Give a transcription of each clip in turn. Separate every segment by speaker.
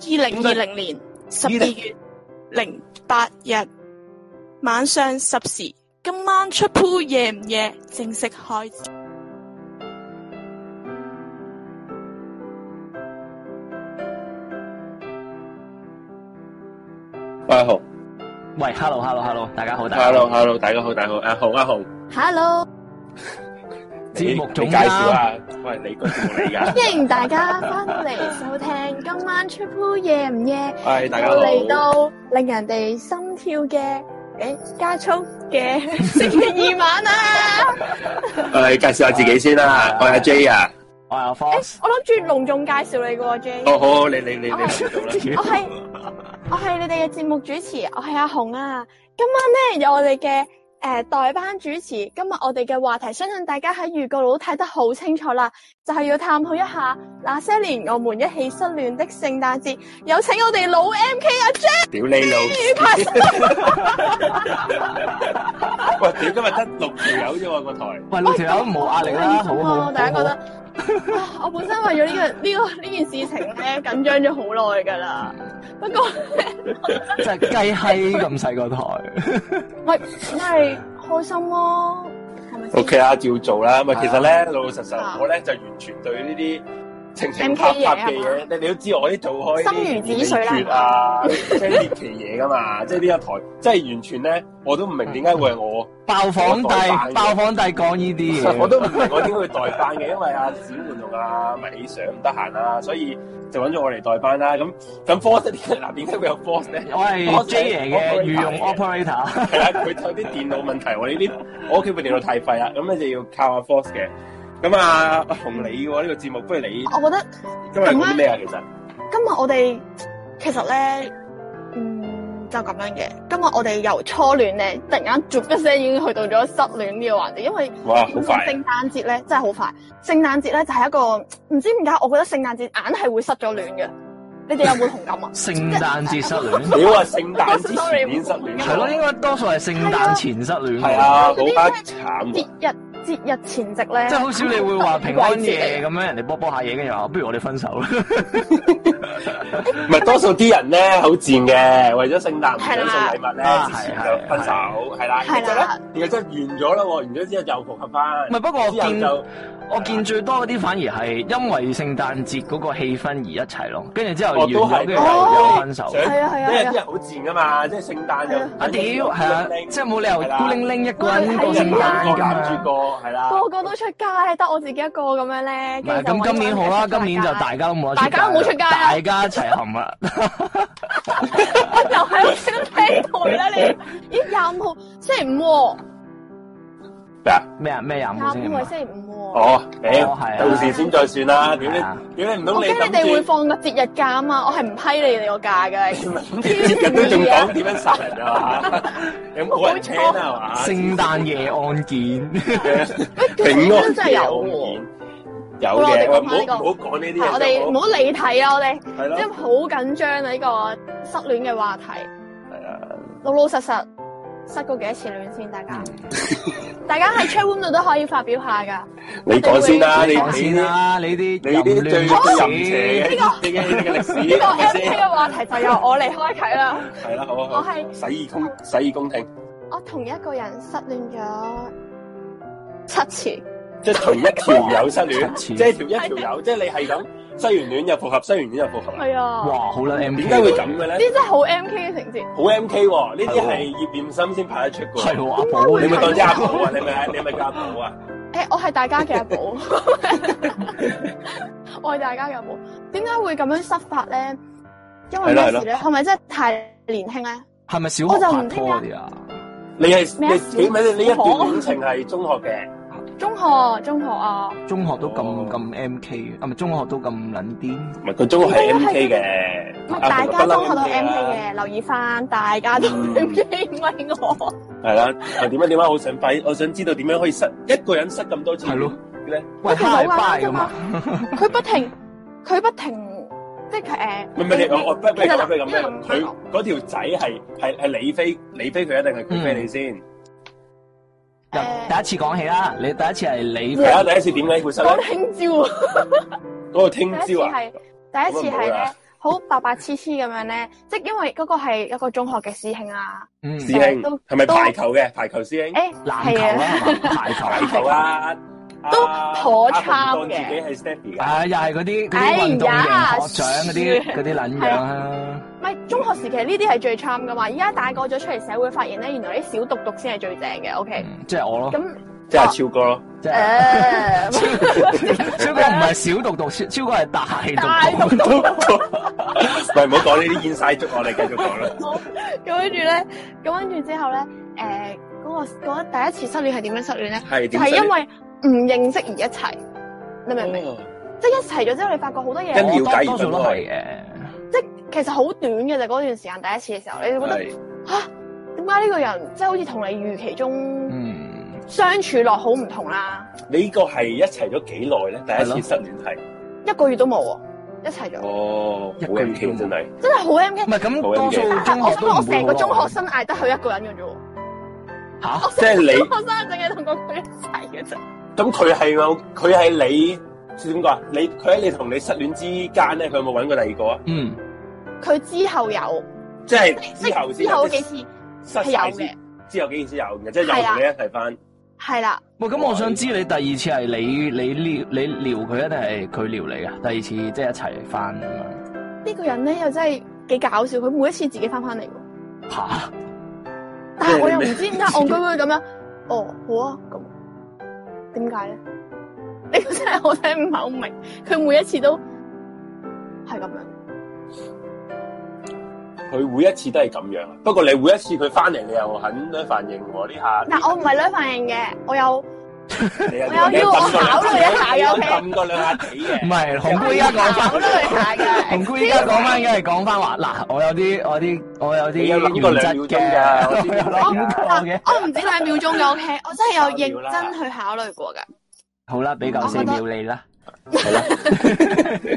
Speaker 1: 二零二零年十二月零八日晚上十時，今晚出 Pool 夜唔夜正式開始。
Speaker 2: 喂，阿豪
Speaker 3: 喂，hello hello hello，大家好，大家好。
Speaker 2: Ờ, ，hello hello，大家好，大家好，阿豪阿豪，
Speaker 4: Hello，
Speaker 2: 你
Speaker 3: 節目總監
Speaker 2: 你介紹啊，喂，你個節目嚟㗎，
Speaker 4: 歡迎大家翻到嚟收聽今晚出 Pool 夜唔夜，
Speaker 2: 喂，大家好，
Speaker 4: 又嚟到令人哋心跳嘅誒加速嘅星期二晚啊！
Speaker 2: 誒，介紹下自己先啦，我係阿 J 啊，
Speaker 3: 我係阿 f
Speaker 4: 誒
Speaker 3: o x
Speaker 4: 我諗住隆重介紹你嘅喎，J，
Speaker 2: 哦，好好，你你你你嚟到啦，
Speaker 4: 我係我係你哋嘅節目主持，我係阿紅啊。今晚咧有我哋嘅誒代班主持，今日我哋嘅話題，相信大家喺預告度都睇得好清楚啦，就係、要探討一下那些年我們一起失戀的聖誕節。有請我哋老 M K 阿 J
Speaker 2: 屌你老，
Speaker 4: 拍手。
Speaker 2: 喂，屌今日得六條友啫喎個台，
Speaker 3: 喂，六條友冇壓力啦，哎好好。
Speaker 4: 我突然
Speaker 3: 好
Speaker 4: 哦覺得，啊我本身為咗呢、個呢、個呢件事情咧緊張咗好耐㗎啦。不過
Speaker 3: 好即係雞閪咁細個 台，
Speaker 4: 喂，真係開心咯，係咪先
Speaker 2: O K 啦，照做啦。咁啊，其實咧老老實
Speaker 4: 啊
Speaker 2: 實，我咧就完全對呢啲情情
Speaker 4: MK
Speaker 2: 塔塔嘅
Speaker 4: 嘢啊係
Speaker 2: 嘢，你你都知我啲做開啲
Speaker 4: 心如止水啦
Speaker 2: 秘訣啊，即係獵奇嘢噶 嘛，即係呢個台，即係完全咧，我都唔明點解會係我，
Speaker 3: 爆房
Speaker 2: 我代班
Speaker 3: 帝，
Speaker 2: 嘅
Speaker 3: 爆房帝講呢啲嘢，
Speaker 2: 我都唔明我點解會代班嘅，因為阿小換同阿米 Sir 唔得閒啦，所以就揾咗我嚟代班啦。咁咁 force 呢嗱，點解會有 force 咧？
Speaker 3: 我係 J 爺嘅御用 operator，？
Speaker 2: 係啦，佢有啲電腦問題，我呢啲我屋企部電腦太廢啦，咁咧就要靠阿 Force 嘅。咁啊，阿紅你喎呢個節目，不如你
Speaker 4: 我覺得。
Speaker 2: 今日講啲咩啊？其實
Speaker 4: 今日我哋其實咧，嗯，就咁樣嘅。今日我哋由初戀咧，突然間逐一聲已經去到咗失戀呢個環節，因為
Speaker 2: 哇，好快啊！
Speaker 4: 聖誕節咧真係好快。聖誕節咧就係、一個唔知點解，我覺得聖誕節硬係會失咗戀嘅。你哋有冇同感 啊
Speaker 3: 聖誕節失 戀，
Speaker 2: 屌啊！聖誕之前年失戀
Speaker 3: 係咯，應該多數係聖誕前失戀，
Speaker 2: 係，啊，好鬼慘
Speaker 4: 節
Speaker 2: 啊！
Speaker 4: 日節日前夕咧，
Speaker 3: 即係好少你會話平安夜咁樣，人哋波波下嘢，跟住話不如我哋分 手啦，
Speaker 2: 唔係多數啲人咧好賤嘅，為咗聖誕唔想送禮物咧
Speaker 3: 啊係啦，
Speaker 2: 之前就分手，係啦，
Speaker 4: 係
Speaker 2: 然後
Speaker 4: 啦
Speaker 2: 咧，然後真係完咗啦喎，完咗之後又復合翻
Speaker 3: 唔，係不過我
Speaker 2: 之後
Speaker 3: 見。
Speaker 2: 就
Speaker 3: 我見最多嗰啲反而係因為聖誕節嗰個氣氛而一齊咯，跟住之後
Speaker 2: 哦
Speaker 3: 完
Speaker 2: 都係
Speaker 3: 咗，跟住又分手。
Speaker 2: 想
Speaker 4: 係啊係
Speaker 2: 因
Speaker 4: 啊
Speaker 2: 為
Speaker 4: 係
Speaker 2: 啲
Speaker 4: 啊。
Speaker 2: 人好賤噶嘛，即係聖誕又
Speaker 3: 啊屌，係啊，即係冇理由孤零哦零一個人過
Speaker 2: 個聖
Speaker 3: 聖
Speaker 2: 誕
Speaker 3: 誕
Speaker 2: 個攬住
Speaker 3: 㗎
Speaker 2: 個
Speaker 3: 嘛。
Speaker 2: 係啦，
Speaker 3: 啊
Speaker 4: 個個都出街，得我自己一個咁樣咧。
Speaker 3: 唔係咁今年好啦，今年就大家都冇得出街啦，
Speaker 4: 大家都冇出街啦
Speaker 3: 大家一齊冚啦。
Speaker 4: 我就喺屋企都聽台啦你。咦，廿五號星期五喎，
Speaker 2: 嗱
Speaker 3: 咩啊咩廿五號星期五
Speaker 4: 廿五
Speaker 3: 啊？
Speaker 4: 號星期五喎。
Speaker 2: 哦，
Speaker 3: 哦
Speaker 2: 屌，
Speaker 3: 係啊
Speaker 2: 到時先再算啦。屌
Speaker 3: 係啊
Speaker 2: 你，屌你唔
Speaker 4: 我
Speaker 2: 通你
Speaker 4: 驚你哋會
Speaker 2: 諗住啊
Speaker 4: 放個節日假啊嘛，我係唔批你哋個假噶。
Speaker 2: 諗住節日都仲講點樣殺人啊？係嘛有冇人聽啊？係嘛？
Speaker 3: 聖誕夜案件，
Speaker 2: 平安
Speaker 4: 真係有喎
Speaker 2: 有
Speaker 4: 好啦我
Speaker 2: 嘅，
Speaker 4: 哋
Speaker 2: 喂
Speaker 4: 講
Speaker 2: 唔
Speaker 4: 返呢個
Speaker 2: 好唔好講呢啲嘢。
Speaker 4: 係我哋唔好離題啊！我哋
Speaker 2: 係
Speaker 4: 因
Speaker 2: 咯
Speaker 4: 為，好緊張啊呢個失戀嘅話題。
Speaker 2: 係啊，
Speaker 4: 老老實實失過幾多次戀先，大家。
Speaker 2: 嗯
Speaker 4: 大家喺 chat room 度都可以發表下㗎。
Speaker 2: 你講先啦，你
Speaker 3: 講先
Speaker 2: 你啲
Speaker 3: 啦，你啲
Speaker 2: 你啲最
Speaker 3: 淫亂
Speaker 2: 淫邪嘅
Speaker 4: 呢個
Speaker 2: 呢嘅呢個歷史
Speaker 4: 呢個
Speaker 2: 係咪
Speaker 4: M K
Speaker 2: 先？
Speaker 4: 嘅話題就由我嚟開啟啦。
Speaker 2: 係啦，好啊，好
Speaker 4: 我
Speaker 2: 啊
Speaker 4: 係
Speaker 2: 洗耳恭洗耳恭聽。
Speaker 4: 我同一個人失戀咗七次，
Speaker 2: 即係同一條友失戀，
Speaker 3: 七
Speaker 2: 即
Speaker 3: 次
Speaker 2: 係條一條友，即係你係咁失完戀又復合，失完戀又復合啦。
Speaker 4: 係啊，
Speaker 3: 哇，好啦，M
Speaker 2: 點
Speaker 3: K
Speaker 2: 解會咁嘅咧
Speaker 4: 呢？啲真係好 M K 嘅情節。
Speaker 2: 好 M K 喎，呢啲係葉念心先拍得出
Speaker 3: 係
Speaker 2: 嘅。
Speaker 3: 喎，阿寶，
Speaker 2: 你咪當
Speaker 3: 講
Speaker 2: 咗阿寶啊？你咪你咪叫阿寶啊？
Speaker 4: 誒、我係大家嘅阿寶，我係大家嘅阿寶。點解會咁樣失法咧？因為咩事咧？係咪真係太年輕咧？
Speaker 3: 係咪小
Speaker 4: 我
Speaker 3: 學
Speaker 4: 就
Speaker 3: 拍
Speaker 4: 唔
Speaker 3: 拖嗰
Speaker 4: 聽
Speaker 3: 啲啊？
Speaker 2: 你係
Speaker 4: 咩
Speaker 2: 你點解你呢一段戀情係中學嘅？
Speaker 4: 中學，中學啊，
Speaker 3: 中學都咁
Speaker 2: 哦
Speaker 3: 咁 M K à, 嘅，啊唔係中學都咁撚癲。
Speaker 2: 唔係佢中學係 M K À, 嘅，
Speaker 4: 大家中學都 M
Speaker 2: M à.
Speaker 4: K 嘅，留意翻，大家都
Speaker 2: 啊嗯
Speaker 4: M K，唔係我。
Speaker 2: 嘅。係啦，啊點解點解好想快？我想知道點樣可以失一個人失咁多次？
Speaker 3: 係咯
Speaker 2: 咧，
Speaker 3: 喂
Speaker 4: 其實好
Speaker 3: hi
Speaker 4: 簡單
Speaker 3: bye
Speaker 4: 啫
Speaker 3: 咁
Speaker 4: 嘛
Speaker 3: 啊！
Speaker 4: 佢不停，佢不停，即係呃誒，
Speaker 2: 唔係唔係你我我不不如
Speaker 4: 其實嗱
Speaker 2: 咁不如
Speaker 4: 因為我
Speaker 2: 咁
Speaker 4: 唔想
Speaker 2: 佢
Speaker 4: 講
Speaker 2: 嗰條仔係係係你飛你飛佢一定係佢飛你先。
Speaker 3: 由第一次講起啦，你第一次係你
Speaker 4: Dạ.
Speaker 2: 係啊，第一次點解會失咧？
Speaker 4: 講聽朝啊，
Speaker 2: 嗰個聽朝啊，
Speaker 4: 第一
Speaker 2: 咁啊
Speaker 4: 次係
Speaker 2: 冇
Speaker 4: 咧
Speaker 2: 啦，
Speaker 4: 好白白黐黐咁樣咧，即係因為嗰個係一個中學嘅師兄啊，
Speaker 3: 嗯，
Speaker 2: 師兄
Speaker 4: 都
Speaker 2: 係咪
Speaker 4: 都
Speaker 2: 排球嘅排球師兄？
Speaker 4: 誒
Speaker 3: 籃球
Speaker 4: 係啊，
Speaker 3: 啦，係嘛排球
Speaker 2: 排球啊，
Speaker 4: 都
Speaker 2: 啊
Speaker 4: 頗
Speaker 2: 阿紅
Speaker 4: 差
Speaker 2: 當自
Speaker 4: 嘅
Speaker 2: 己係 Stephy à? 㗎
Speaker 3: 啊，又係嗰啲嗰
Speaker 4: 哎
Speaker 3: 啲
Speaker 4: 呀
Speaker 3: 運動型學長嗰啲
Speaker 4: 輸啊
Speaker 3: 嗰啲撚樣啊啦，
Speaker 4: 唔係中學時期呢啲係最 charm 噶嘛，而家大個咗出嚟社會，發現咧原來啲小毒毒先係最正嘅。OK，
Speaker 3: 嗯即係我咯，
Speaker 4: 咁呃
Speaker 2: 即係超哥咯。
Speaker 3: 即係
Speaker 4: 誒
Speaker 3: 超哥唔係小毒毒，超超哥係大
Speaker 4: 大
Speaker 3: 毒毒
Speaker 4: 毒。毒
Speaker 2: 喂，唔好講呢啲 inside joke，我哋繼續講啦。
Speaker 4: 咁跟住咧，咁跟住之後咧，誒嗰個嗰第一次失戀係點樣失戀咧？
Speaker 2: 係點
Speaker 4: 就係
Speaker 2: 死？
Speaker 4: 因為唔認識而一齊，你明唔明？
Speaker 2: 哦
Speaker 4: 即係一齊咗之後，你發覺好多
Speaker 2: 跟
Speaker 4: 嘢，
Speaker 2: 了解而
Speaker 3: 多多數都係嘅，
Speaker 4: 其實好短嘅就嗰段時間第一次嘅時候，你就覺得
Speaker 2: 係
Speaker 4: 點解呢個人即係好似同你預期中
Speaker 3: 嗯，
Speaker 4: 相處落好唔同啦？
Speaker 2: 你呢個係一齊咗幾耐咧？第一次失戀係
Speaker 4: 一個月都冇喎，一齊咗，
Speaker 2: 哦，
Speaker 3: 一
Speaker 2: 好
Speaker 3: 個月
Speaker 2: M K 真係。
Speaker 4: 真係好 M 嘅
Speaker 3: 唔。係咁多數
Speaker 4: 但
Speaker 3: 中
Speaker 4: 係啊
Speaker 3: 學
Speaker 4: 我
Speaker 3: 都
Speaker 4: 想
Speaker 3: 唔
Speaker 4: 講，我
Speaker 3: 會
Speaker 4: 成個中
Speaker 3: 好
Speaker 4: 學哦生嗌得佢一個人嘅啫喎，
Speaker 3: 耐嚇，
Speaker 2: 即係你
Speaker 4: 我成個 中學生淨係同佢一齊嘅啫。
Speaker 2: 咁佢係有佢係你點講啊？你佢喺你同你失戀之間咧，佢有冇揾過第二個啊？
Speaker 3: 嗯，
Speaker 4: 佢之後有，
Speaker 2: 即係
Speaker 4: 即
Speaker 2: 之後
Speaker 4: 係
Speaker 2: 先
Speaker 4: 之後嗰幾次
Speaker 2: 失
Speaker 4: 係
Speaker 2: 晒
Speaker 4: 有
Speaker 2: 先
Speaker 4: 嘅，，
Speaker 2: 之後幾次先有嘅，即係
Speaker 4: 係
Speaker 2: 又
Speaker 4: 啊
Speaker 2: 同你一齊翻。
Speaker 4: 係啦。
Speaker 3: 喂，咁我想知你第二次係你你撩你撩佢啊，定係佢撩你啊？第二次即係一齊翻咁樣
Speaker 4: 呢個人咧又真係幾搞笑，佢每一次自己翻翻嚟喎，
Speaker 3: 嚇，
Speaker 4: 但係我又唔知點解戇居居咁樣。哦，好啊，咁點解咧？呢個真係我真係唔係好明，佢每一次都係咁樣。
Speaker 2: 佢每一次都係咁樣，不過你每一次佢翻嚟，你又肯咧反應喎呢下。
Speaker 4: 嗱，我唔係女反應嘅，我 有
Speaker 2: 你又
Speaker 4: 我有要我考慮一下嘅
Speaker 2: 有
Speaker 4: OK
Speaker 2: 撳過兩下地嘅
Speaker 3: 唔。 係紅姑依家講
Speaker 4: 考
Speaker 3: 翻，
Speaker 4: 慮下嘅。
Speaker 3: 紅姑依家講翻，梗係講翻話嗱，我有啲我有啲我有
Speaker 2: 你有
Speaker 3: 啲
Speaker 2: 諗過兩秒
Speaker 3: 原則
Speaker 2: 鐘 㗎
Speaker 3: 嘅，
Speaker 2: 我
Speaker 3: 我
Speaker 2: 知
Speaker 3: 有諗過嘅。
Speaker 4: 我唔止兩秒鐘嘅 OK，我真係有認真去考慮過㗎。
Speaker 3: 好啦，俾夠四秒你啦。
Speaker 2: 係啦，
Speaker 4: 喂，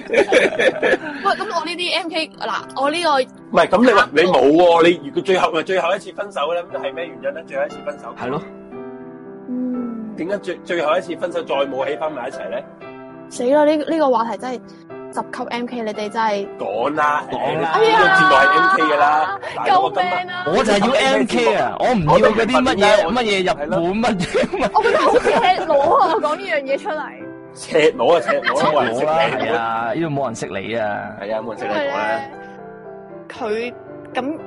Speaker 4: 咁我呢啲 MK 嗱，我呢個
Speaker 2: 唔係咁你話你冇喎，你如果最後咪最後一次分手咧，咁係咩原因咧？最後一次分手
Speaker 3: 係咯，
Speaker 4: 嗯
Speaker 2: 點解最最後一次分手再冇起翻埋一齊咧？
Speaker 4: 死啦！呢呢個話題真係十級 MK，你哋真係
Speaker 2: 講啦，
Speaker 3: 講啦
Speaker 2: 呢個節目係 M K 噶啦，大佬
Speaker 4: 救
Speaker 2: 我今
Speaker 4: 命
Speaker 2: 晚
Speaker 4: 啊！
Speaker 3: 我就係要 M K 啊，我唔要嗰啲乜嘢乜嘢日本乜嘢
Speaker 4: 我覺得好赤裸啊！我講呢樣嘢出 嚟，
Speaker 2: 赤裸啊赤裸啊，冇人識
Speaker 3: 我啦，
Speaker 2: 你
Speaker 3: 係，啊，呢度冇人識你啊。
Speaker 2: 係啊，冇人識
Speaker 4: 因
Speaker 2: 你
Speaker 4: 為
Speaker 2: 講啦，
Speaker 4: 咧佢咁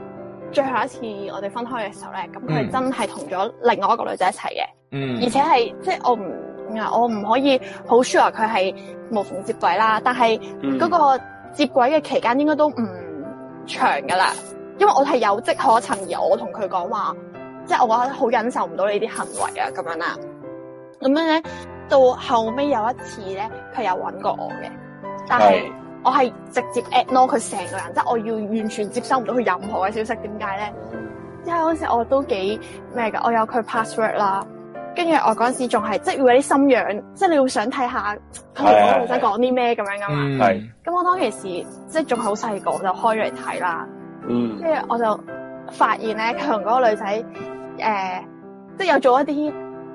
Speaker 4: 最後一次我哋分開嘅時候咧，咁佢
Speaker 3: 嗯
Speaker 4: 真係同咗另外一個女仔一齊嘅。
Speaker 3: 嗯
Speaker 4: 而且係即係我唔啊，我唔可以好 sure 佢係無縫接軌啦。但係
Speaker 2: 嗯
Speaker 4: 嗰個接軌嘅期間應該都唔長噶啦，因為我係有跡可尋，而我同佢講話，即係我覺得好忍受唔到你啲行為啊咁樣啦。咁樣咧，到後尾有一次咧，佢有揾過我嘅，但係
Speaker 2: 係
Speaker 4: 我係直接 ignore 佢成個人，即係我要完全接收唔到佢任何嘅消息。點解咧？因為嗰陣時我都幾咩㗎，我有佢 password 啦，跟住我嗰陣時仲係即係會有啲心癢，即係你會想睇下佢同嗰個女仔講啲咩咁樣噶嘛。
Speaker 3: 嗯
Speaker 2: 係
Speaker 4: 咁我當其時即係仲係好細個，我就開咗嚟睇啦。
Speaker 2: 嗯
Speaker 4: 跟住我就發現咧，佢同嗰個女仔誒、呃即係有做一啲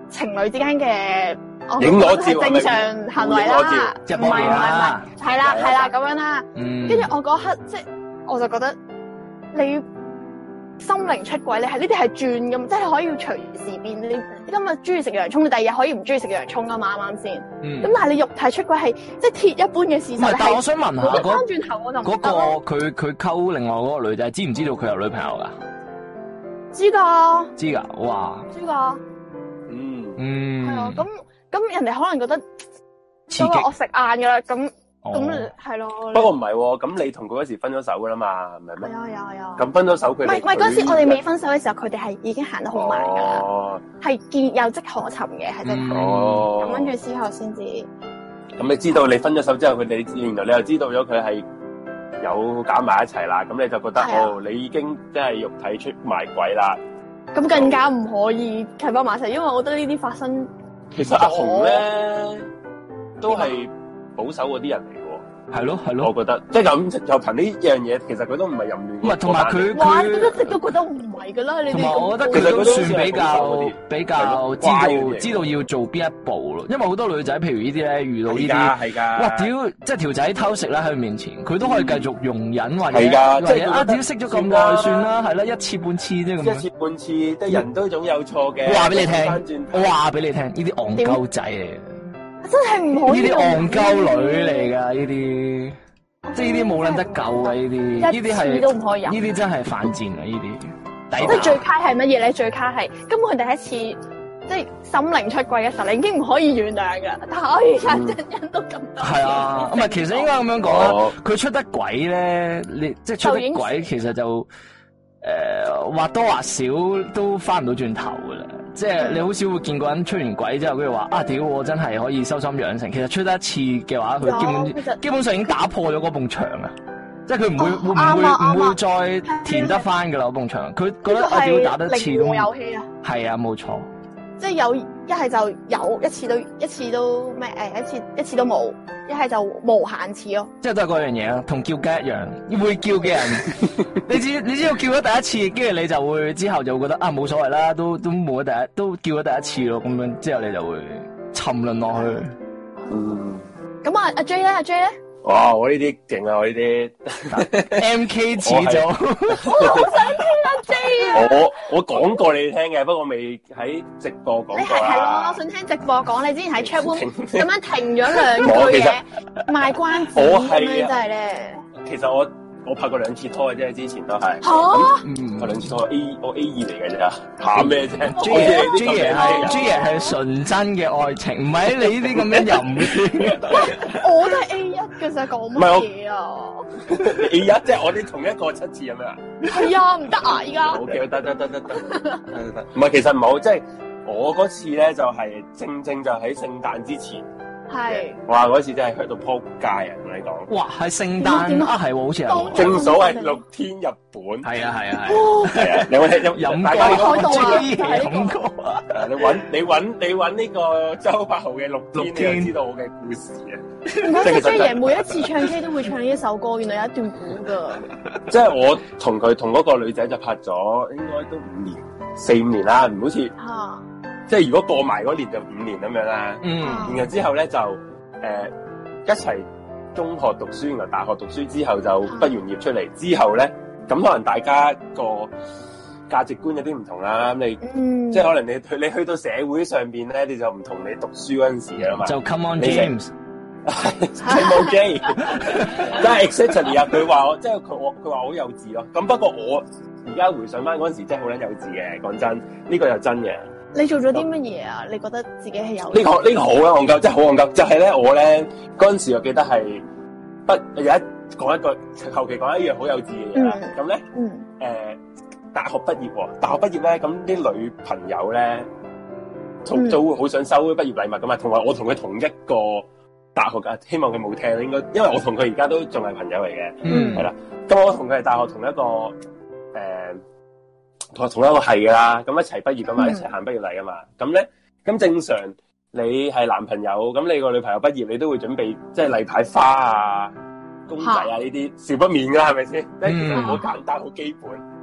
Speaker 4: 情侶之間嘅，我
Speaker 2: 影裸照啊
Speaker 4: 覺得係正常行為
Speaker 2: 影裸照
Speaker 4: 啦，
Speaker 3: 即係
Speaker 4: 唔係唔係
Speaker 3: 幫你
Speaker 4: 唔係
Speaker 3: 啦，
Speaker 4: 係啦
Speaker 2: 係啊
Speaker 4: 係啦咁樣啦。
Speaker 3: 嗯，
Speaker 4: 跟住我嗰刻即係我就覺得你心靈出軌，你係呢啲係轉咁，即係可以隨時變。你你今日中意食洋葱，你第二日可以唔中意食洋葱噶啊嘛？啱唔啱先？咁、
Speaker 3: 嗯
Speaker 4: 但係你肉體出軌係即係鐵一般嘅事
Speaker 3: 唔係
Speaker 4: 實，，
Speaker 3: 但係
Speaker 4: 係
Speaker 3: 我想問
Speaker 4: 冇
Speaker 3: 下
Speaker 4: 得翻
Speaker 3: 嗰
Speaker 4: 轉頭我就唔
Speaker 3: 嗰
Speaker 4: 得咯
Speaker 3: 個佢佢溝另外嗰個女仔，知唔知道佢有女朋友噶？
Speaker 4: 知噶
Speaker 3: 知㗎，哇，
Speaker 4: 知噶，
Speaker 2: 嗯，
Speaker 3: 嗯，
Speaker 4: 係啊咁。咁人哋可能覺得
Speaker 3: 刺
Speaker 4: 都
Speaker 3: 激
Speaker 4: 話我食晏噶啦，咁
Speaker 3: 哦
Speaker 4: 咁係咯。
Speaker 2: 不過唔係喎，咁你同佢嗰時分咗手噶啦嘛，唔係
Speaker 4: 係
Speaker 2: 咩？
Speaker 4: 啊係啊係啊。
Speaker 2: 咁分咗手佢哋
Speaker 4: 唔係唔係嗰陣時，我哋未分手嘅時候，佢哋係已經行得好慢㗎啦，
Speaker 2: 哦
Speaker 4: 係見有跡可尋嘅，係真係。
Speaker 2: 哦，
Speaker 4: 咁跟住之後先至
Speaker 2: 咁你知道你分咗手之後，佢哋原來你又知道咗佢係有搞埋一齊啦，咁你就覺得
Speaker 4: 係啊
Speaker 2: 哦，你已經真係肉體出埋鬼啦。
Speaker 4: 咁更加唔可以契翻埋一齊，因為我覺得呢啲發生
Speaker 2: 其實阿紅咧都係保守嗰啲人嚟嘅喎，
Speaker 3: 係咯係
Speaker 2: 我
Speaker 3: 咯。
Speaker 2: 覺得即係咁就憑呢樣嘢，其實佢都唔係淫亂嗰個
Speaker 3: 唔
Speaker 2: 班
Speaker 3: 係
Speaker 2: 嚟。
Speaker 3: 同埋佢
Speaker 4: 哇！
Speaker 3: 佢
Speaker 4: 你都直都覺得唔係噶啦，你
Speaker 3: 同
Speaker 4: 哋
Speaker 3: 埋，
Speaker 4: 咁
Speaker 3: 我覺得
Speaker 2: 其
Speaker 3: 佢
Speaker 2: 實佢
Speaker 3: 都
Speaker 2: 都
Speaker 3: 算
Speaker 2: 算係
Speaker 3: 比
Speaker 2: 好嗰
Speaker 3: 較
Speaker 2: 啲
Speaker 3: 比較知
Speaker 2: 乖嗰
Speaker 3: 道
Speaker 2: 啲
Speaker 3: 知道要做邊一步咯。因為好多女仔，譬如呢啲咧，遇到呢啲，
Speaker 2: 係㗎，係㗎。
Speaker 3: 哇屌！即係條仔偷食啦喺佢面前，佢都可以繼續容忍或者
Speaker 2: 係㗎
Speaker 3: 或
Speaker 2: 即係佢覺
Speaker 3: 者
Speaker 2: 得
Speaker 3: 啊屌識咗咁
Speaker 2: 算
Speaker 3: 耐
Speaker 2: 啦
Speaker 3: 算啦，係啦一次半次啫咁
Speaker 2: 一
Speaker 3: 樣。
Speaker 2: 次半次，即係人都總有錯嘅。
Speaker 3: 我話俾你
Speaker 2: 翻
Speaker 3: 聽
Speaker 2: 轉，頭
Speaker 3: 我話俾你聽，呢啲戇鳩仔嚟嘅，
Speaker 4: 真係唔可以
Speaker 3: 呢啲
Speaker 4: 用
Speaker 3: 戇鳩女嚟㗎，呢啲即係呢啲冇撚得救嘅呢啲，呢啲
Speaker 4: 一次
Speaker 3: 係
Speaker 4: 都唔可以有。
Speaker 3: 呢啲真係犯賤啊！呢
Speaker 4: 即
Speaker 3: 啲抵
Speaker 4: 係最
Speaker 3: 打。
Speaker 4: 卡係乜嘢咧？最卡係根本佢第一次即係心靈出軌嘅時候，你已經唔可以原諒噶。但係我而家真人都咁多，
Speaker 3: 係啊，唔係其實應該咁樣講啊啦。
Speaker 2: 哦
Speaker 3: 佢出得軌咧，你即係出得軌，其實就诶、呃或多或少都翻唔到轉頭噶啦。即係你好少會見個人出完軌之後，跟住話啊屌，我真係可以修心養成。其實出得一次嘅話，佢基
Speaker 4: 有其
Speaker 3: 本
Speaker 4: 實
Speaker 3: 基本上已經打破咗嗰埲牆啊！即係佢唔會
Speaker 4: 哦
Speaker 3: 會唔
Speaker 4: 啱啊
Speaker 3: 會唔
Speaker 4: 啱
Speaker 3: 會
Speaker 4: 啊
Speaker 3: 再填得翻噶啦嗰埲牆。佢覺
Speaker 4: 呢
Speaker 3: 得
Speaker 4: 個
Speaker 3: 啊屌打
Speaker 4: 係
Speaker 3: 得一次
Speaker 4: 零
Speaker 3: 都
Speaker 4: 和遊戲啊！
Speaker 3: 係啊，冇錯。
Speaker 4: 即係有一係就有一次都一次都咩誒一次一次都冇，一係就無限次咯。
Speaker 3: 即係都係嗰樣嘢啊，同叫雞一樣，會叫嘅 人，你知你知道叫咗第一次，跟住你就會之後就會覺得啊冇所謂啦，都都冇咗啊第一，都叫咗第一次咯，咁樣之後你就會沉淪落去。
Speaker 2: 嗯，
Speaker 4: 咁啊，阿 J 咧，阿 J 咧，
Speaker 2: 哇！我呢啲勁啊，我呢啲。
Speaker 3: M K 始
Speaker 2: 啊
Speaker 3: 咗，
Speaker 4: 阿 J 啊，
Speaker 2: 我我講過你聽嘅，不過未喺直播
Speaker 4: 你
Speaker 2: 講過
Speaker 4: 係係咯，
Speaker 2: 啦
Speaker 4: 我。想聽直播講你之前喺 chat room 咁樣停咗兩
Speaker 2: 我
Speaker 4: 句
Speaker 2: 其
Speaker 4: 嘢
Speaker 2: 實
Speaker 4: 賣關子
Speaker 2: 我
Speaker 4: 咁
Speaker 2: 係啊
Speaker 4: 樣真係咧，
Speaker 2: 其實我我拍過兩次拖嘅啫，之前都係。
Speaker 4: 嚇
Speaker 2: 拍
Speaker 3: 嗯
Speaker 2: 兩次拖，A 我 A 二嚟嘅啫，怕咩啫
Speaker 3: ，J
Speaker 2: 我哋呢
Speaker 3: 爺
Speaker 2: 啲
Speaker 3: J
Speaker 2: 咁
Speaker 3: 爺
Speaker 2: 嘅
Speaker 3: 係 J 爺係純真嘅愛情，唔係你呢啲咁樣 淫亂。
Speaker 4: 我都係 A 一嘅咋，講
Speaker 2: 唔係
Speaker 4: 乜
Speaker 2: 我
Speaker 4: 嘢啊？
Speaker 2: A 一即係我哋同一個七次咁樣啊。
Speaker 4: 係啊，唔得啊，依家
Speaker 2: O K，得得得得得得得，唔係其實唔好，即係我嗰次咧就係正正就喺聖誕之前，
Speaker 4: 係
Speaker 2: 哇！嗰次真係去到撲街啊！同你講，
Speaker 3: 哇，係聖
Speaker 4: 點
Speaker 3: 誕
Speaker 4: 啊
Speaker 3: 啊，係喎，好似係喎。
Speaker 4: 正
Speaker 2: 正所謂六天日本，
Speaker 3: 係啊係啊
Speaker 2: 係啊，你有冇
Speaker 3: 係啊，飲
Speaker 2: 大家
Speaker 4: 過
Speaker 3: 歌
Speaker 4: 開到啊
Speaker 3: J
Speaker 4: 就係
Speaker 3: 爺
Speaker 4: 呢個
Speaker 3: 飲歌啊。
Speaker 2: 啊你揾你揾你揾呢個周柏豪嘅六
Speaker 3: 六
Speaker 2: 天，你
Speaker 3: 天
Speaker 2: 就知道我嘅故事啊！
Speaker 4: 唔怪
Speaker 2: 即係
Speaker 4: 得
Speaker 2: 其實
Speaker 4: J
Speaker 2: 就係
Speaker 4: 爺每一次唱 K 都會唱呢一首歌，原來有一段古噶。
Speaker 2: 即係我同佢同嗰個女仔就拍咗，應該都五年四五年啦，唔好似
Speaker 4: 嚇，
Speaker 2: 即係如果過埋嗰年就五年咁樣啦。
Speaker 3: 嗯，
Speaker 2: 然後之後咧就誒、呃一齊中學讀書，然後大學讀書之後就畢完業出嚟之後咧，咁可能大家個價值觀有啲唔同啦。咁你
Speaker 4: 嗯，
Speaker 2: 即係可能你去你去到社會上邊咧，你就唔同你讀書嗰陣時㗎啦嘛。
Speaker 3: 就 Come on
Speaker 2: 啊你成
Speaker 3: James。
Speaker 2: 你冇 J，但係 exactly 啊！佢話我即係佢我佢話我好幼稚咯。咁不過我而家回想翻嗰陣時，真係好撚幼稚嘅。講真，呢、個又真嘅。呢、
Speaker 4: 你做咗啲乜嘢啊？你覺得自己係有
Speaker 2: 個呢、個好啦，戇鳩，真係好戇鳩。就係、咧，我咧嗰陣時，我記得係不有一講一個後期講一樣好幼稚嘅嘢啦
Speaker 4: 嗯。
Speaker 2: 咁咧
Speaker 4: 嗯
Speaker 2: 誒，大學畢業喎，大學畢業咧，咁啲女朋友咧，早
Speaker 4: 嗯
Speaker 2: 早會好想收畢業禮物噶嘛，同埋我同佢同一個大學噶，希望佢冇聽啦，應該，因為我同佢而家都仲係朋友嚟嘅，
Speaker 3: 嗯
Speaker 2: 係啦，咁我同佢係大學同一個誒、呃同同一個係噶啦，咁一齊畢業噶嘛，
Speaker 4: 嗯
Speaker 2: 一齊行畢業禮噶嘛，咁咧，咁正常你係男朋友，咁你個女朋友畢業，你都會準備即係例牌花啊、公仔啊呢啲，少不免噶，係咪先？即係其實好簡單，好基本。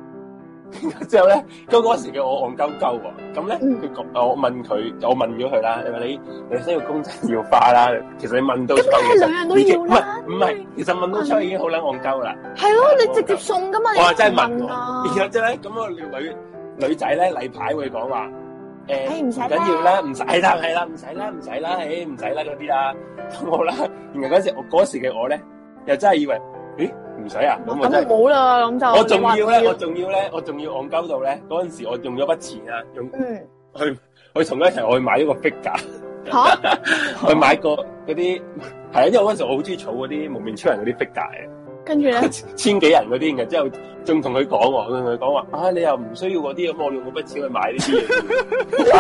Speaker 2: 之後咧，咁嗰時嘅我戇鳩鳩喎，咁咧
Speaker 4: 嗯
Speaker 2: 佢講，我問佢，我問咗佢啦，你話你你需要公仔要花啦，其實你問到
Speaker 4: 咁梗
Speaker 2: 出嚟
Speaker 4: 係兩樣都
Speaker 2: 已經
Speaker 4: 要啦
Speaker 2: 唔係唔係，其實問到出已經好撚戇鳩啦。
Speaker 4: 係咯，你直接送噶嘛？你
Speaker 2: 我係真係問
Speaker 4: 唔
Speaker 2: 我
Speaker 4: 啊，
Speaker 2: 然後之後咧，咁個女女仔咧例牌會講話誒。
Speaker 4: 誒唔使
Speaker 2: 唔緊要啦，唔使啦，係啦，唔使啦，唔使啦，誒，唔使啦嗰啲啦， 咁好啦。然後嗰時我嗰時嘅我咧，又真係以為，咦，唔使啊，咁我真
Speaker 4: 咁
Speaker 2: 係，
Speaker 4: 就冇啦，咁就
Speaker 2: 我仲要
Speaker 4: 你話唔
Speaker 2: 咧，我仲要咧，我仲要戇鳩到咧，嗰陣時我用咗筆錢啊，用
Speaker 4: 嗯
Speaker 2: 去去同佢一齊我去買咗個 figure，
Speaker 4: 嚇
Speaker 2: 去買個嗰啲係啊，因為嗰陣時我好中意儲嗰啲蒙面超人嗰啲 figure 嘅。
Speaker 4: 跟住咧，
Speaker 2: 千幾人嗰啲，然之後仲同佢講喎，仲同佢講話啊，你又唔需要嗰啲，咁我用嗰筆錢去買呢啲嘢。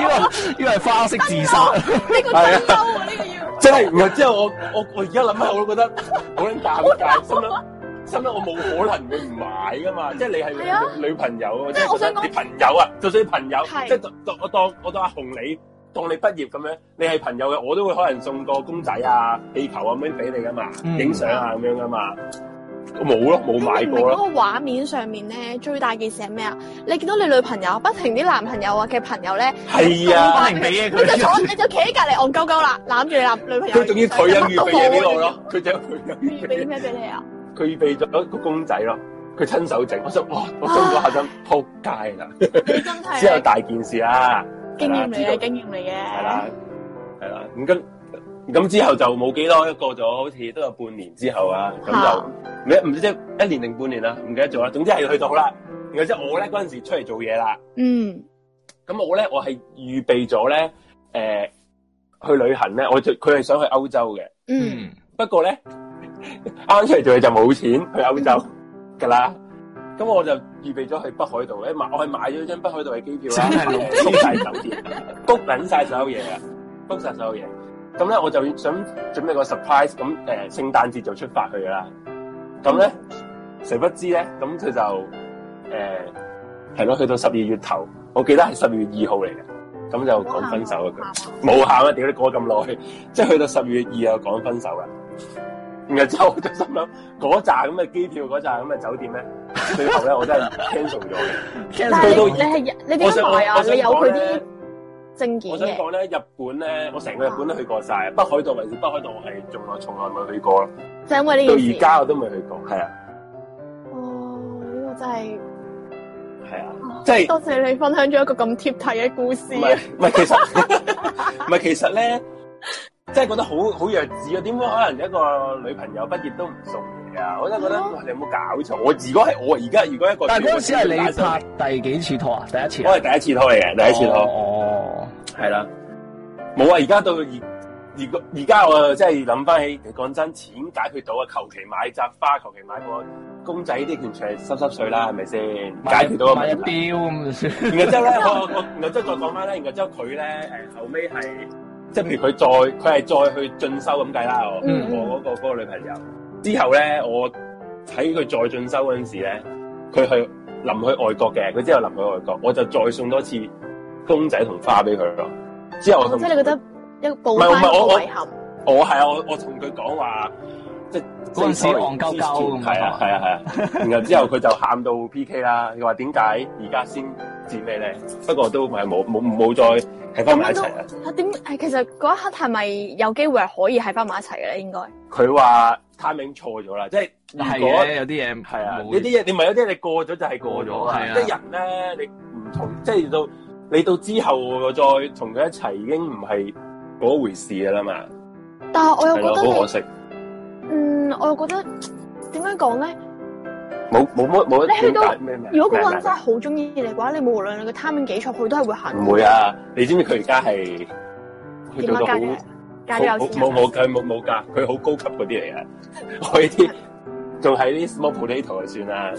Speaker 3: 呢個呢個係花式自殺，
Speaker 4: 呢個
Speaker 2: 係啊
Speaker 4: 真兜啊，呢個要
Speaker 2: 即係，然後之後我我我而家諗下，我都覺得好撚尷尬，心諗心諗我冇可能會唔買噶嘛。即係你
Speaker 4: 係啊
Speaker 2: 係女女朋友，
Speaker 4: 即係我想講
Speaker 2: 你朋友啊，就算朋友，
Speaker 4: 係
Speaker 2: 即係當當我當我當阿紅你當你畢業咁樣，你係朋友嘅，我都會可能送個公仔啊、氣球啊咁樣俾你噶嘛，
Speaker 3: 嗯
Speaker 2: 影相啊咁樣噶嘛。我冇咯，冇
Speaker 4: 你明
Speaker 2: 買
Speaker 4: 唔明
Speaker 2: 過
Speaker 4: 嗰
Speaker 2: 咯。
Speaker 4: 個畫面上面咧，最大件事係咩啊？你見到你女朋友不停啲男朋友啊嘅朋 友咧，
Speaker 2: 係啊，
Speaker 3: 不停俾嘢
Speaker 4: 你就
Speaker 3: 佢，
Speaker 4: 坐，你就企喺隔離戇鳩鳩啦，攬住你男女朋友。
Speaker 2: 佢 仲要佢有預備嘢俾我 咯，佢就
Speaker 4: 預
Speaker 2: 佢
Speaker 4: 備啲咩俾你啊？
Speaker 2: 佢預備咗一個公仔咯，佢親手整。我想哇，我中咗下針，撲街啦！
Speaker 4: 你真啊係
Speaker 2: 之後大件事啦，
Speaker 4: 經驗嚟
Speaker 2: 係啦
Speaker 4: 嘅，經驗嚟
Speaker 2: 係
Speaker 4: 嘅
Speaker 2: 啦。，係啦，咁跟咁之後就冇幾耐，過咗好似都有半年之後啊，咁就唔記得唔知即一年定半年啦，唔記得咗啦。總之係去到啦，然後之後我咧嗰陣時出嚟做嘢啦，
Speaker 4: 嗯，
Speaker 2: 咁我咧我係預備咗咧誒去旅行咧，我就佢係想去歐洲嘅，
Speaker 4: 嗯，
Speaker 3: 嗯，
Speaker 2: 不過咧 啱出嚟做嘢就冇錢去歐洲噶啦。咁我就預備咗去北海道咧，買我係買咗張北海道嘅機票啦，
Speaker 3: 真係
Speaker 2: 誒 book 晒酒店，book 緊晒所有嘢啊，book 晒所有嘢。咁咧我就想準備個 surprise，咁誒、呃、聖誕節就出發去㗎啦。咁咧，誰不知咧，咁佢就誒係咯，去到十二月頭，我記得係十二月二號嚟嘅，咁就講分手啊佢。冇喊啊！屌你過咁耐， 即係去到十月二又講分手啦。然後之後我就心諗，嗰扎咁嘅機票，嗰扎咁嘅酒店咧， 最後咧我真係 cancel 咗嘅。
Speaker 4: 但係
Speaker 2: 去到
Speaker 4: 你你係 你點解話啊？
Speaker 2: 我想
Speaker 4: 你有
Speaker 2: 我
Speaker 4: 佢
Speaker 2: 想講
Speaker 4: 啲
Speaker 2: 呢
Speaker 4: 證
Speaker 2: 我
Speaker 4: 件
Speaker 2: 想
Speaker 4: 嘅，
Speaker 2: 講咧，日本咧，我成個日本都去過
Speaker 4: 嗯
Speaker 2: 晒，北海道還是北海道，我係仲來從來未去過咯。
Speaker 4: 就因為
Speaker 2: 到
Speaker 4: 呢件
Speaker 2: 而
Speaker 4: 事。
Speaker 2: 家我都未去過，係啊，
Speaker 4: 哦，呢個真係，
Speaker 2: 係啊，
Speaker 4: 哦
Speaker 2: 即係
Speaker 4: 多謝你分享咗一個咁貼題嘅故事
Speaker 2: 唔
Speaker 4: 啊
Speaker 2: 係！唔係，其實 唔係其實咧，真係覺得好好弱智啊！點解可能一個女朋友畢業都唔送嘢啊？我真係覺得，
Speaker 4: 係咯
Speaker 2: 哇！你有冇搞錯？我如果係我而家，如果一個
Speaker 3: 但係嗰陣時
Speaker 2: 我
Speaker 3: 係你拍第幾次拖啊？第一次啊，
Speaker 2: 我係第一次拖嚟嘅，第一次拖
Speaker 3: 哦，
Speaker 2: 係啦，冇啊！而家到而而而家我真係諗翻起，講真，錢解決到啊！求其買扎花，求其買個公仔啲，完全係濕濕碎啦，係咪先？解決到個
Speaker 3: 買一
Speaker 2: 問題。
Speaker 3: 標咁就算，
Speaker 2: 然後之後咧，我我然後之後再講翻咧，然後之後佢咧誒後尾係即係譬如佢再佢係再去進修咁計啦，我
Speaker 4: 嗯
Speaker 2: 我嗰、個嗰、個女朋友之後咧，我睇佢再進修嗰陣時咧，佢去臨去外國嘅，佢之後臨去外國，我就再送多次公仔同花俾佢咯。之後我同
Speaker 4: 即係你覺得一個
Speaker 2: 唔
Speaker 4: 補
Speaker 2: 係唔
Speaker 4: 翻
Speaker 2: 係我
Speaker 4: 個
Speaker 2: 我
Speaker 4: 遺憾。
Speaker 2: 我係啊，我我同佢講話，即係
Speaker 3: 嗰陣時戇鳩鳩咁
Speaker 2: 係啊係啊係 啊。然後之後佢就喊到 P K 啦，佢話點解而家先至咩咧？不過都唔係冇冇冇再喺翻埋一齊啦。
Speaker 4: 啊點？誒，其實嗰一刻係咪有機會係可以喺翻埋一齊嘅咧？應該
Speaker 2: 佢話 timing 錯咗啦，即係如
Speaker 3: 係
Speaker 2: 果
Speaker 3: 嘅，有啲嘢
Speaker 2: 係啊，
Speaker 3: 冇
Speaker 2: 呢啲嘢你咪有啲嘢你過咗就係過咗
Speaker 3: 過
Speaker 2: 啊
Speaker 3: 咗係啊！
Speaker 2: 即係人咧，你唔同，即係到你到之後再同佢一齊，已經唔係嗰回事噶啦嘛。
Speaker 4: 但係我又
Speaker 2: 係咯，
Speaker 4: 覺
Speaker 2: 好可
Speaker 4: 得
Speaker 2: 惜，
Speaker 4: 你，嗯，我又覺得點樣講咧？
Speaker 2: 冇冇乜冇
Speaker 4: 你去到
Speaker 2: 點解咩咩
Speaker 4: 如果嗰個
Speaker 2: 咩
Speaker 4: 人真係好中意你嘅話，你無論你嘅 timing 幾錯，佢都係會行。
Speaker 2: 唔會！啊！你知唔知佢而家係佢
Speaker 4: 點
Speaker 2: 做
Speaker 4: 啊？
Speaker 2: 到
Speaker 4: 嫁
Speaker 2: 好
Speaker 4: 咗嫁咗有
Speaker 2: 冇
Speaker 4: 錢人
Speaker 2: 冇
Speaker 4: 啊
Speaker 2: 冇佢冇冇㗎，佢好高級嗰啲嚟嘅。 我呢啲仲係啲 small potato 就算啦。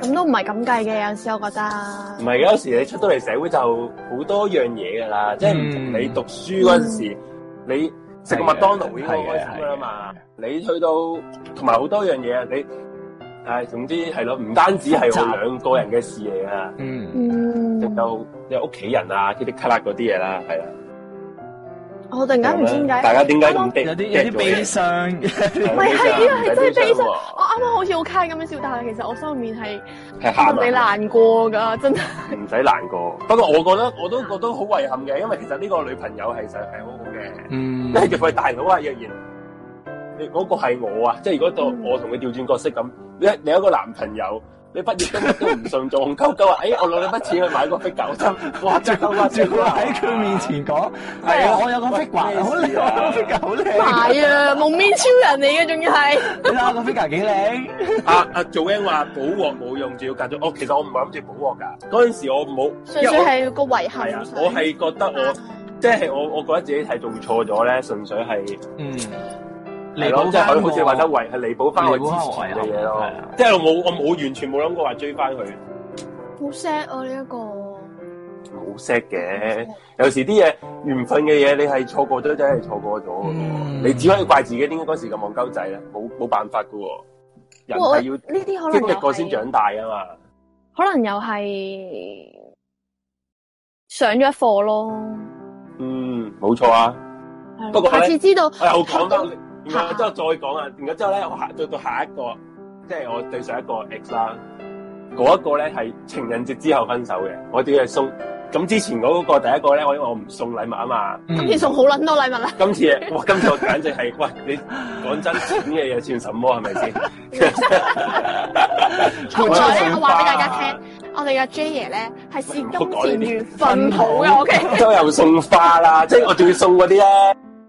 Speaker 4: 咁都唔係咁計嘅。有陣時我覺得
Speaker 2: 唔係嘅，有時你出到嚟社會就好多樣嘢㗎啦，即係唔同你讀書嗰陣時，你食個麥當勞已經好開心㗎啦嘛。你去到同埋好多樣嘢啊，你唉總之係咯，唔單止係我兩個人嘅事嚟㗎，
Speaker 3: 嗯，
Speaker 4: 嗯，
Speaker 2: 仲有有屋企人啊、噼里咔啦嗰啲嘢啦，係啦。啊
Speaker 4: 哦我突然間唔知點解，
Speaker 2: 大家點解咁
Speaker 3: 有啲有啲悲傷，
Speaker 2: 唔
Speaker 4: 係係啊係真係悲傷
Speaker 2: 傷
Speaker 4: 我啱啱好似好 kind 咁樣笑，但係其實我心入面係
Speaker 2: 係
Speaker 4: 同你
Speaker 2: 喊啊！
Speaker 4: 難過㗎，真係。
Speaker 2: 唔使難過。不過我覺得我都覺得好遺憾嘅，因為其實呢個女朋友其實係好好嘅，
Speaker 3: 嗯
Speaker 2: 即，係佢係大佬啊，若然你嗰個係我啊，即係如果當我同佢調轉角色咁，你你有一個男朋友。你畢業都乜都唔順，做戇鳩鳩啊！哎，我攞你筆錢去買個 figure，我真哇！真
Speaker 3: 仲
Speaker 2: 係哇！
Speaker 3: 仲喺佢面前講，
Speaker 2: 係啊
Speaker 3: 我有個 figure 好
Speaker 2: 咩事
Speaker 3: 靚，
Speaker 2: 啊
Speaker 3: 我有個 figure 好靚，
Speaker 4: 係啊，蒙面超人嚟嘅，仲要係。
Speaker 3: 你睇下個 figure 幾靚，
Speaker 2: 啊啊！Joanne 話補鑊冇用，仲要隔咗。我其實我唔係諗住補鑊㗎，嗰陣時我冇，
Speaker 4: 純
Speaker 2: 因為
Speaker 4: 粹
Speaker 2: 我
Speaker 4: 係個遺憾。
Speaker 2: 係啊，我係覺得我即係我，我覺得自己係做錯咗咧，純粹係
Speaker 3: 嗯，
Speaker 2: 係咯，即係佢好似話得為係彌補翻我之前嘅嘢
Speaker 3: 彌補
Speaker 2: 咯
Speaker 3: 返我遺憾。
Speaker 2: 即係我啊冇，我冇完全冇諗過話追翻佢，
Speaker 4: 好 sad 啊！呢一個
Speaker 2: 冇 set 嘅。有時啲嘢緣分嘅嘢，你係錯過咗，真係錯過咗嘅喎。
Speaker 3: 嗯
Speaker 2: 你只可以怪自己點解嗰時咁戇鳩仔咧，啊冇冇辦法嘅喎。人
Speaker 4: 哇我
Speaker 2: 係
Speaker 4: 呢
Speaker 2: 要
Speaker 4: 啲可能
Speaker 2: 經
Speaker 4: 又
Speaker 2: 歷過
Speaker 4: 係
Speaker 2: 先長大啊嘛。
Speaker 4: 可能又係上咗一課咯。
Speaker 2: 冇錯啊。
Speaker 4: 係
Speaker 2: 不過
Speaker 4: 下
Speaker 2: 咧
Speaker 4: 次知道
Speaker 2: 哎我又講翻，然
Speaker 4: 嚇
Speaker 2: 後之後再講啊，然後之後咧，我下到到下一個，即係我對上一個 ex 啦，嗰一個咧係情人節之後分手嘅，我哋係送。咁之前嗰個第一個咧，我因為我唔送禮物啊嘛，
Speaker 4: 今次送好撚多禮物啦，
Speaker 2: 今次哇，今次我簡直係， 喂，你講真，錢嘅嘢算什麼係咪先？ 嗯
Speaker 4: 從來咧，
Speaker 2: 我
Speaker 4: 我話俾大家聽，我哋嘅 J 爺咧係視金錢如糞土嘅，OK。
Speaker 2: 都有送花 啦，即係我仲要送嗰啲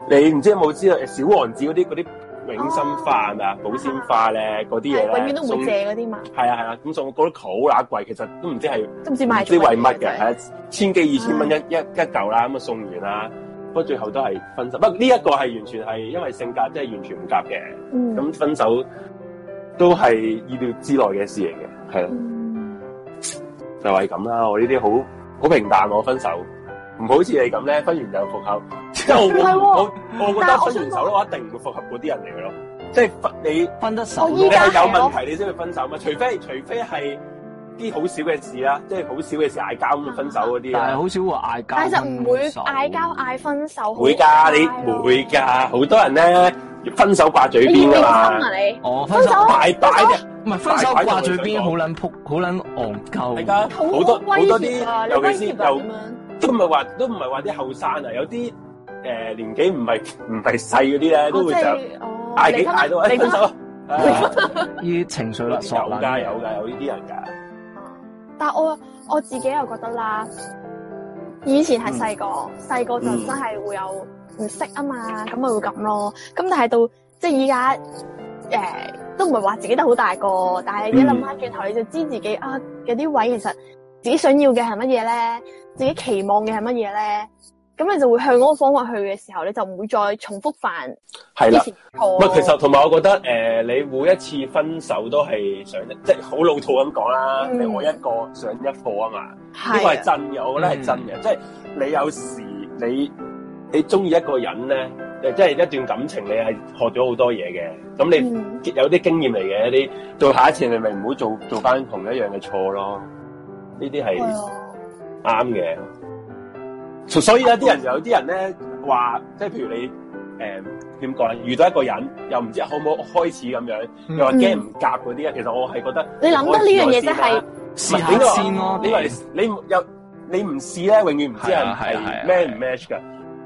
Speaker 2: 咧，你唔知有冇知道小王子嗰啲嗰啲永生花係咪啊？保鮮花咧，嗰啲嘢
Speaker 4: 係
Speaker 2: 咧，
Speaker 4: 永遠都唔會
Speaker 2: 送
Speaker 4: 借嗰啲嘛，
Speaker 2: 係啊係啊，咁送嗰啲好乸貴，其實都唔知係
Speaker 4: 都唔知
Speaker 2: 唔
Speaker 4: 賣
Speaker 2: 知
Speaker 4: 咗嗯
Speaker 2: 為乜
Speaker 4: 真
Speaker 2: 嘅，
Speaker 4: 係
Speaker 2: 係啊，千幾二千蚊一一一嚿啦，咁啊送完啦，不過最後都係分手。不過呢一個係完全係因為性格真係完全唔夾嘅，
Speaker 4: 嗯
Speaker 2: 咁分手都係意料之內嘅事嚟嘅，係啦，
Speaker 4: 嗯
Speaker 2: 就係咁啦。我呢啲好好平淡，我分手唔好似你咁咧，分完就復合。 即係
Speaker 4: 唔係喎
Speaker 2: 我我我覺
Speaker 4: 但
Speaker 2: 得
Speaker 4: 係我
Speaker 2: 分完
Speaker 4: 想
Speaker 2: 手
Speaker 4: 講
Speaker 2: 咧，我一定唔會復合嗰啲人嚟嘅咯。即係分你。
Speaker 3: 分得手
Speaker 4: 我
Speaker 3: 咯
Speaker 4: 依
Speaker 2: 你
Speaker 4: 家
Speaker 2: 係有
Speaker 4: 係
Speaker 2: 問
Speaker 4: 咯
Speaker 2: 題你先會分手嘛？除非除非係啲好少嘅事啦，即係好少嘅事嗌交咁就分手嗰啲
Speaker 3: 但係
Speaker 2: 啊。
Speaker 3: 好少話嗌交，
Speaker 4: 但係就唔會嗌交。嗌分手，
Speaker 2: 會㗎，你會㗎，好多人咧分手掛嘴邊㗎
Speaker 4: 嘛？
Speaker 2: 嘛，
Speaker 4: 啊你
Speaker 3: 我哦分手
Speaker 4: 分手
Speaker 2: 大把嘅
Speaker 3: 唔係分手
Speaker 2: 大把
Speaker 3: 掛
Speaker 2: 就
Speaker 3: 嘴
Speaker 2: 會
Speaker 3: 邊，
Speaker 2: 想講
Speaker 3: 好撚撲，好撚戇鳩。
Speaker 2: 係㗎，
Speaker 4: 好
Speaker 2: 好多好
Speaker 4: 威
Speaker 2: 多
Speaker 4: 脅啊！
Speaker 2: 啲，
Speaker 4: 你
Speaker 2: 尤
Speaker 4: 威
Speaker 2: 其是
Speaker 4: 脅啊
Speaker 2: 又
Speaker 4: 咁樣，
Speaker 2: 都唔係話都唔係話啲後生啊，有啲誒年紀唔係唔係細嗰啲咧，都
Speaker 4: 哦
Speaker 2: 會
Speaker 4: 即
Speaker 2: 就
Speaker 4: 係哦，
Speaker 2: 嗌
Speaker 4: 離
Speaker 2: 幾
Speaker 4: 婚
Speaker 2: 嗌到
Speaker 4: 啦
Speaker 2: 哎
Speaker 4: 離
Speaker 2: 分
Speaker 4: 婚啦
Speaker 2: 手啊。啊
Speaker 3: 依啲情緒
Speaker 2: 有
Speaker 3: 勒索啦，
Speaker 2: 㗎有㗎有呢啲人㗎，
Speaker 4: 但我我自己又覺得啦，以前係
Speaker 2: 嗯
Speaker 4: 細個，細個就真係會有唔識啊嘛，咁咪會咁咯。咁但係到即係依家，誒、都唔係話自己都好大個，但
Speaker 2: 嗯
Speaker 4: 係一諗翻轉頭，你就知自己啊有啲位其實自己想要嘅係乜嘢咧，自己期望嘅係乜嘢咧，咁你就會向嗰個方向去嘅時候，你就唔會再重複犯
Speaker 2: 係
Speaker 4: 之
Speaker 2: 啦。
Speaker 4: 前錯。
Speaker 2: 唔係，其實同埋我覺得誒、呃你每一次分手都係上一，即係好老土咁講啦，
Speaker 4: 嗯
Speaker 2: 你我一個上一課啊嘛，呢個
Speaker 4: 係
Speaker 2: 係
Speaker 4: 啊
Speaker 2: 真嘅，我覺得係真嘅，即係你有時你你中意一個人咧，誒即係一段感情，你係學咗好多嘢嘅，咁你
Speaker 4: 嗯
Speaker 2: 有啲經驗嚟嘅，你到下一次你咪唔好做做翻同一樣嘅錯咯，呢啲係。
Speaker 4: 係啊
Speaker 2: 啱嘅。所所以咧，啲人有啲人咧話，即係譬如你誒點講咧，啊遇到一個人又唔知可唔可以開始咁樣，
Speaker 3: 嗯
Speaker 2: 又話驚唔夾嗰啲啊咧，其實我係覺得
Speaker 4: 你諗得呢樣嘢真
Speaker 2: 啊
Speaker 4: 係
Speaker 3: 試
Speaker 2: 唔係
Speaker 3: 下先咯。
Speaker 2: 你以為你你有你唔試咧，永遠唔知
Speaker 3: 係
Speaker 2: 係
Speaker 3: 啊係啊係啊
Speaker 2: 係 match 唔 match 噶。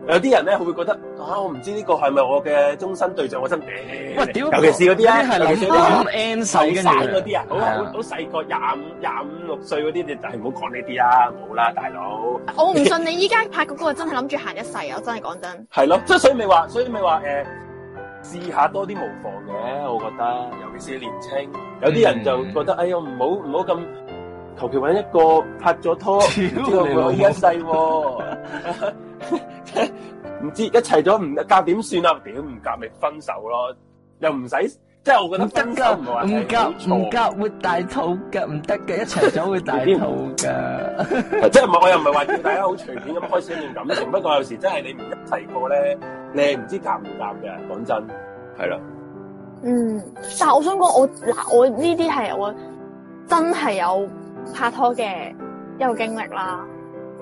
Speaker 2: 有啲人咧，佢會覺得啊，我唔知呢個係咪我嘅終身對象，我真
Speaker 3: 喂屌，
Speaker 2: 尤其是嗰啲啊
Speaker 3: 係
Speaker 2: 咧，尤其
Speaker 3: 諗
Speaker 2: 是嗰啲
Speaker 3: 諗 N 世
Speaker 2: 後
Speaker 3: 跟
Speaker 2: 生
Speaker 3: 住
Speaker 2: 嗰啲啊，好好
Speaker 3: 係啊
Speaker 2: 好細個廿五廿五六歲嗰啲，你就係唔好講呢啲啦，冇啦，大佬。
Speaker 4: 我唔信你依家拍嗰個真係諗住行一世啊！我真係講真，
Speaker 2: 係咯，即係所以咪話，所以咪話誒，試、下多啲無妨嘅，我覺得，尤其是年青，有啲人就覺得，哎呀，唔好唔好咁，求其揾一個拍咗拖，唔知道佢可以一世喎， 唔知一齊咗唔夾點算啊？屌唔夾咪分手咯，又唔使，即係我覺得
Speaker 3: 唔得
Speaker 2: 分手
Speaker 3: 噶，
Speaker 2: 啊唔係話
Speaker 3: 唔夾
Speaker 2: 係好
Speaker 3: 唔夾會大肚噶，唔得噶，一齊走 會大肚噶。
Speaker 2: 錯，即係唔係我又唔係話叫大家好隨便咁開始一段感 情，不過有時真係你唔一齊過咧，你係唔知夾唔夾嘅，講真，係咯。
Speaker 4: 嗯，但係我想講，我嗱，我呢啲係我真係有拍拖嘅一個經歷啦。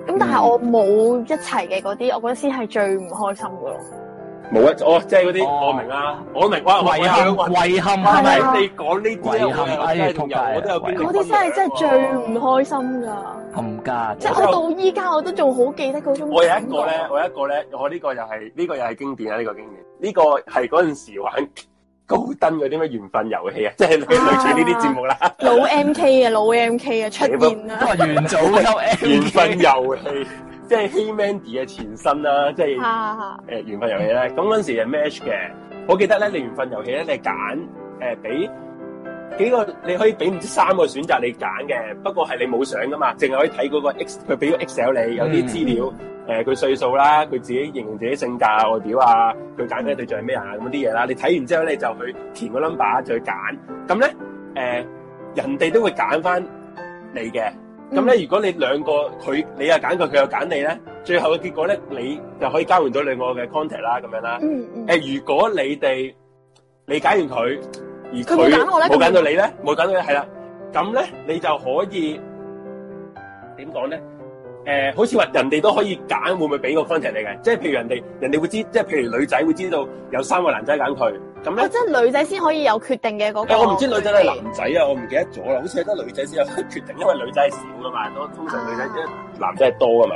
Speaker 4: 咁但係我冇一齊嘅嗰啲，我覺得先係最唔開心嘅咯。
Speaker 2: 冇啊！哦，即係嗰啲
Speaker 3: 哦
Speaker 2: 我明啦，我明哇！
Speaker 3: 遺憾，遺憾
Speaker 2: 係
Speaker 3: 係
Speaker 2: 咪
Speaker 3: 咪
Speaker 4: 係？啊
Speaker 2: 你講呢啲
Speaker 3: 遺憾哎呀
Speaker 2: 咧？我真係
Speaker 3: 仆街
Speaker 2: 有，我都有經歷
Speaker 4: 嗰啲真係真係最唔開心噶，
Speaker 3: 冚家，
Speaker 4: 即
Speaker 3: 即
Speaker 4: 係我到依家我都仲好記得嗰種。
Speaker 2: 我有一個咧，，我有一個咧，我呢個又係呢個又係經典啊！呢個經典，呢個係嗰陣時玩高登嗰啲咩緣分遊戲啊，即係類類似呢啲節目 啦，
Speaker 4: 老 M K 啊，老 M K 啊，出現
Speaker 3: 都
Speaker 4: 啊，
Speaker 3: 係元 祖收 M
Speaker 2: 緣分遊戲，即係 Hey Mandy 嘅前身啦，即係
Speaker 4: 啊，
Speaker 2: 誒呃緣分遊戲咧。咁嗰陣時係 match 嘅，我記得咧，你緣分遊戲咧，你係揀誒俾幾個，你可以俾唔知三個選擇你揀嘅，不過係你冇相噶嘛，淨係可以睇嗰個 X，佢俾個 Excel 你有啲資料，誒佢歲數啦，佢自己形容自己性格啊、外表啊，佢揀嘅對象係咩人啊咁啲嘢啦，你睇完之後咧你就去填個 number 就去揀，咁咧誒呃人哋都會揀翻你嘅。
Speaker 4: 嗯
Speaker 2: 咁咧，如果你兩個佢你又揀佢，佢又揀你咧，最後嘅結果咧，你就可以交換到兩個嘅 contact 啦，咁樣啦。
Speaker 4: 嗯嗯，
Speaker 2: 誒，如果你哋你揀完佢，而
Speaker 4: 佢冇
Speaker 2: 佢
Speaker 4: 揀我咧
Speaker 2: 冇
Speaker 4: 咁
Speaker 2: 揀到你咧，冇揀到你係啦，咁咧你就可以點講咧？誒、诶、好似話人哋都可以揀會唔會俾個 contact 你嘅，即係譬如人哋人哋會知，即係譬如女仔會知道有三個男仔揀佢，咁咧
Speaker 4: 哦，。即係女仔先可以有決定嘅嗰
Speaker 2: 诶，
Speaker 4: 個。
Speaker 2: 哎我唔知女仔定男仔啊，我唔記得咗啦，好似係得女仔先有得 決定，因為女仔係少噶嘛，都通常女仔啊一男仔係多噶嘛，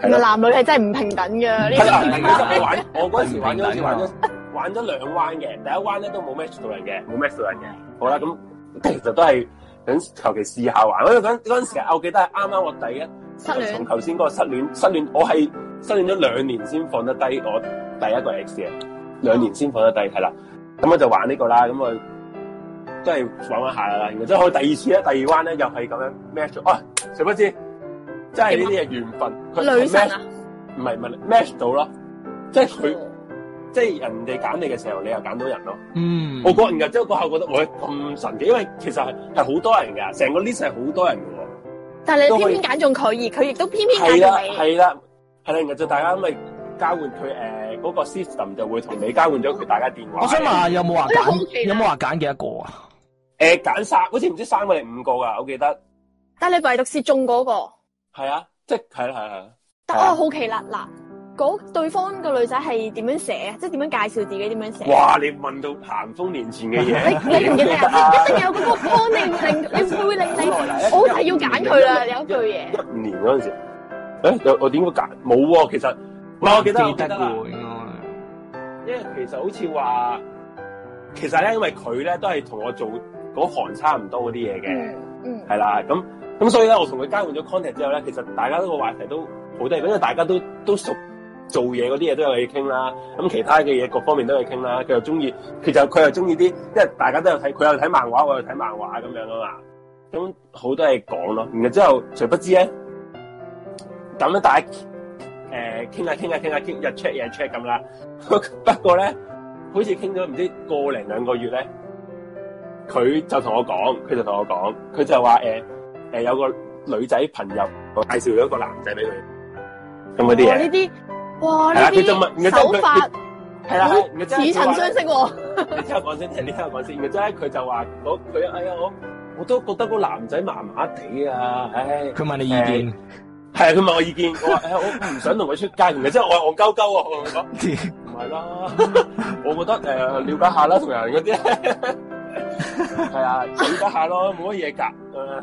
Speaker 2: 係
Speaker 4: 唔係
Speaker 2: 啦。
Speaker 4: 男女係真係唔平等嘅呢
Speaker 2: 係啦，
Speaker 4: 個。
Speaker 2: 其實我玩，我嗰陣時玩咗好似
Speaker 3: 平等
Speaker 2: 玩咗玩咗兩彎嘅，第一彎咧都冇 match 到人嘅，冇 match 到人嘅。好啦，咁其實都係想求其試下玩，因為嗰陣嗰陣時係我記得係啱啱我第一
Speaker 4: 失戀
Speaker 2: 從頭先嗰個失戀，失戀我係失戀咗兩年先放得低我第一個 X 嘅，兩年先放得低，係啦。咁我就玩呢個啦，咁我都係玩玩下啦。然後之後我第二次咧，第二彎咧又係咁樣 match 咗，啊，誰不知真係呢啲嘢緣分，佢
Speaker 4: 女神啊哦
Speaker 2: match 唔係唔係 match 到咯，即係佢。即係人哋揀你嘅時候，你又揀到人咯。
Speaker 3: 嗯，
Speaker 2: 我覺，然後之後嗰下覺得，喂咁神奇，因為其實係係好多人㗎，成個 list 係好多人㗎喎。
Speaker 4: 但係
Speaker 2: 都
Speaker 4: 你
Speaker 2: 可以
Speaker 4: 偏偏揀中佢，而佢亦都偏偏揀
Speaker 2: 係啦，
Speaker 4: 中你。
Speaker 2: 係啦，係啦，然後就大家咪交換佢誒嗰個 system 就會同你交換咗佢大家電話。
Speaker 3: 我想問下有冇話
Speaker 4: 我好
Speaker 3: 揀
Speaker 4: 奇啊
Speaker 3: 有冇話揀幾多個啊？
Speaker 2: 誒揀三，好似唔知三個定五個㗎，我記得
Speaker 4: 但係你唯獨是中嗰個。
Speaker 2: 係啊，即係係啦係啦。
Speaker 4: 但
Speaker 2: 係啊
Speaker 4: 我好奇啦，嗱，嗰對方個女仔係點樣寫啊？即係點樣介紹自己？點樣寫？
Speaker 2: 哇！你問到咸豐年前嘅嘢，
Speaker 4: 你你唔記得啊？一定有嗰個 point 令令 你會令你，我就係要揀佢啦！有一句嘢，
Speaker 2: 一五年嗰陣時，誒我我點會揀冇喎？其實唔係我哦記得我記
Speaker 3: 記得啊嗯
Speaker 2: 得啦。
Speaker 3: 喎，應該
Speaker 2: 因為其實好似話，其實咧，因為佢咧都係同我做嗰行差唔多嗰啲嘢嘅，
Speaker 4: 嗯，
Speaker 2: 係啦、咁咁所以咧，我同佢交換咗 contact 之後咧，其實大家呢個話題都好得意，因為大家都都熟做嘢嗰啲嘢都有嘢傾啦，咁其他嘅嘢各方面都有嘢傾啦。佢又中意，其實佢又中意啲，因為大家都有睇，佢又睇漫畫，我又睇漫畫咁樣啊嘛。咁好多嘢講咯，然後之後，誰不知咧，咁樣大家誒傾下傾下傾下傾，日 check 夜 check 咁啦。 不過咧，好似傾咗唔知個零兩個月咧，佢就同我講，佢就同我講，佢就話誒誒有個女仔朋友介紹咗一個男仔俾佢，咁嗰啲
Speaker 4: 哇
Speaker 2: 嘢
Speaker 4: 呢啲，哇
Speaker 2: 係啦啊
Speaker 4: 呢
Speaker 2: 佢就問
Speaker 4: 啲手法
Speaker 2: 係啦，係然後之後
Speaker 4: 似
Speaker 2: 佢話
Speaker 4: 曾相識喎。
Speaker 2: 你聽我講先，你聽我講先。然後之後咧，佢就話我佢哎呀我我都覺得個男仔麻麻地啊，唉。
Speaker 3: 佢問你意見。
Speaker 2: 係啊，佢問我意見，我話誒，我唔想同佢出街，然後之後我係戇鳩鳩喎，我同佢講唔係啦， 我覺得誒、呃了解下啦，同人嗰 啲係啊，了解下咯，冇乜嘢㗎。呃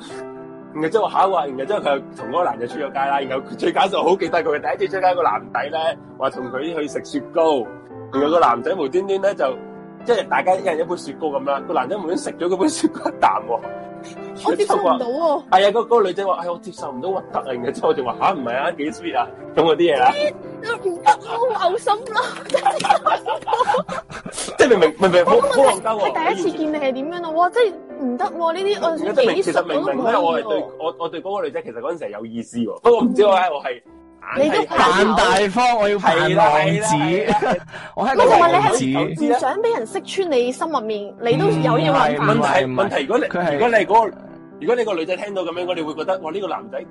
Speaker 2: 然後之後我下一話，然後之後佢又同嗰個男嘅出咗街啦。然後最搞笑，我好記得佢第一次出街個男仔咧，話同佢去食雪糕，然後個男仔無端端咧就即係大家一人一杯雪糕咁啦，個男仔無端端食咗嗰杯雪糕一啖喎。
Speaker 4: 我接受唔到喎，
Speaker 2: 係啊，嗰、嗰個女仔話：，唉，我接受唔到核突啊！然後之後我就話：吓，唔係啊，幾 sweet 啊，咁嗰啲嘢 啦。
Speaker 4: 唔得， 我好嘔心啦！
Speaker 2: 即係明明明明好
Speaker 4: 我
Speaker 2: 好戇鳩喎。
Speaker 4: 係第一次見你係點樣咯？哇，真係唔得喎！呢啲我
Speaker 2: 其實
Speaker 4: 算哦幾
Speaker 2: 明，其
Speaker 4: 熟啊
Speaker 2: 實
Speaker 4: 我
Speaker 2: 明
Speaker 4: 都唔
Speaker 2: 明
Speaker 4: 可以
Speaker 2: 咧，我係對
Speaker 4: 喎。嗯
Speaker 2: 我我對嗰個女仔其實嗰陣時係有意思喎。不過唔知點解我係
Speaker 4: 你都
Speaker 2: 係
Speaker 3: 扮大方，我要扮
Speaker 2: 哎係啦
Speaker 3: 浪
Speaker 2: 係啦係啦
Speaker 3: 子，我係一
Speaker 4: 我
Speaker 3: 個
Speaker 4: 就話你
Speaker 3: 浪
Speaker 4: 係
Speaker 3: 子。
Speaker 2: 唔
Speaker 4: 唔想俾人識穿你心入面，你都有嘢
Speaker 3: 唔係
Speaker 4: 揾
Speaker 2: 問
Speaker 4: 法。
Speaker 2: 題
Speaker 3: 唔係
Speaker 2: 問題，如果你
Speaker 3: 佢係
Speaker 2: 如果你係嗰個如果你個女仔聽到咁樣，我哋會覺得我呢個男仔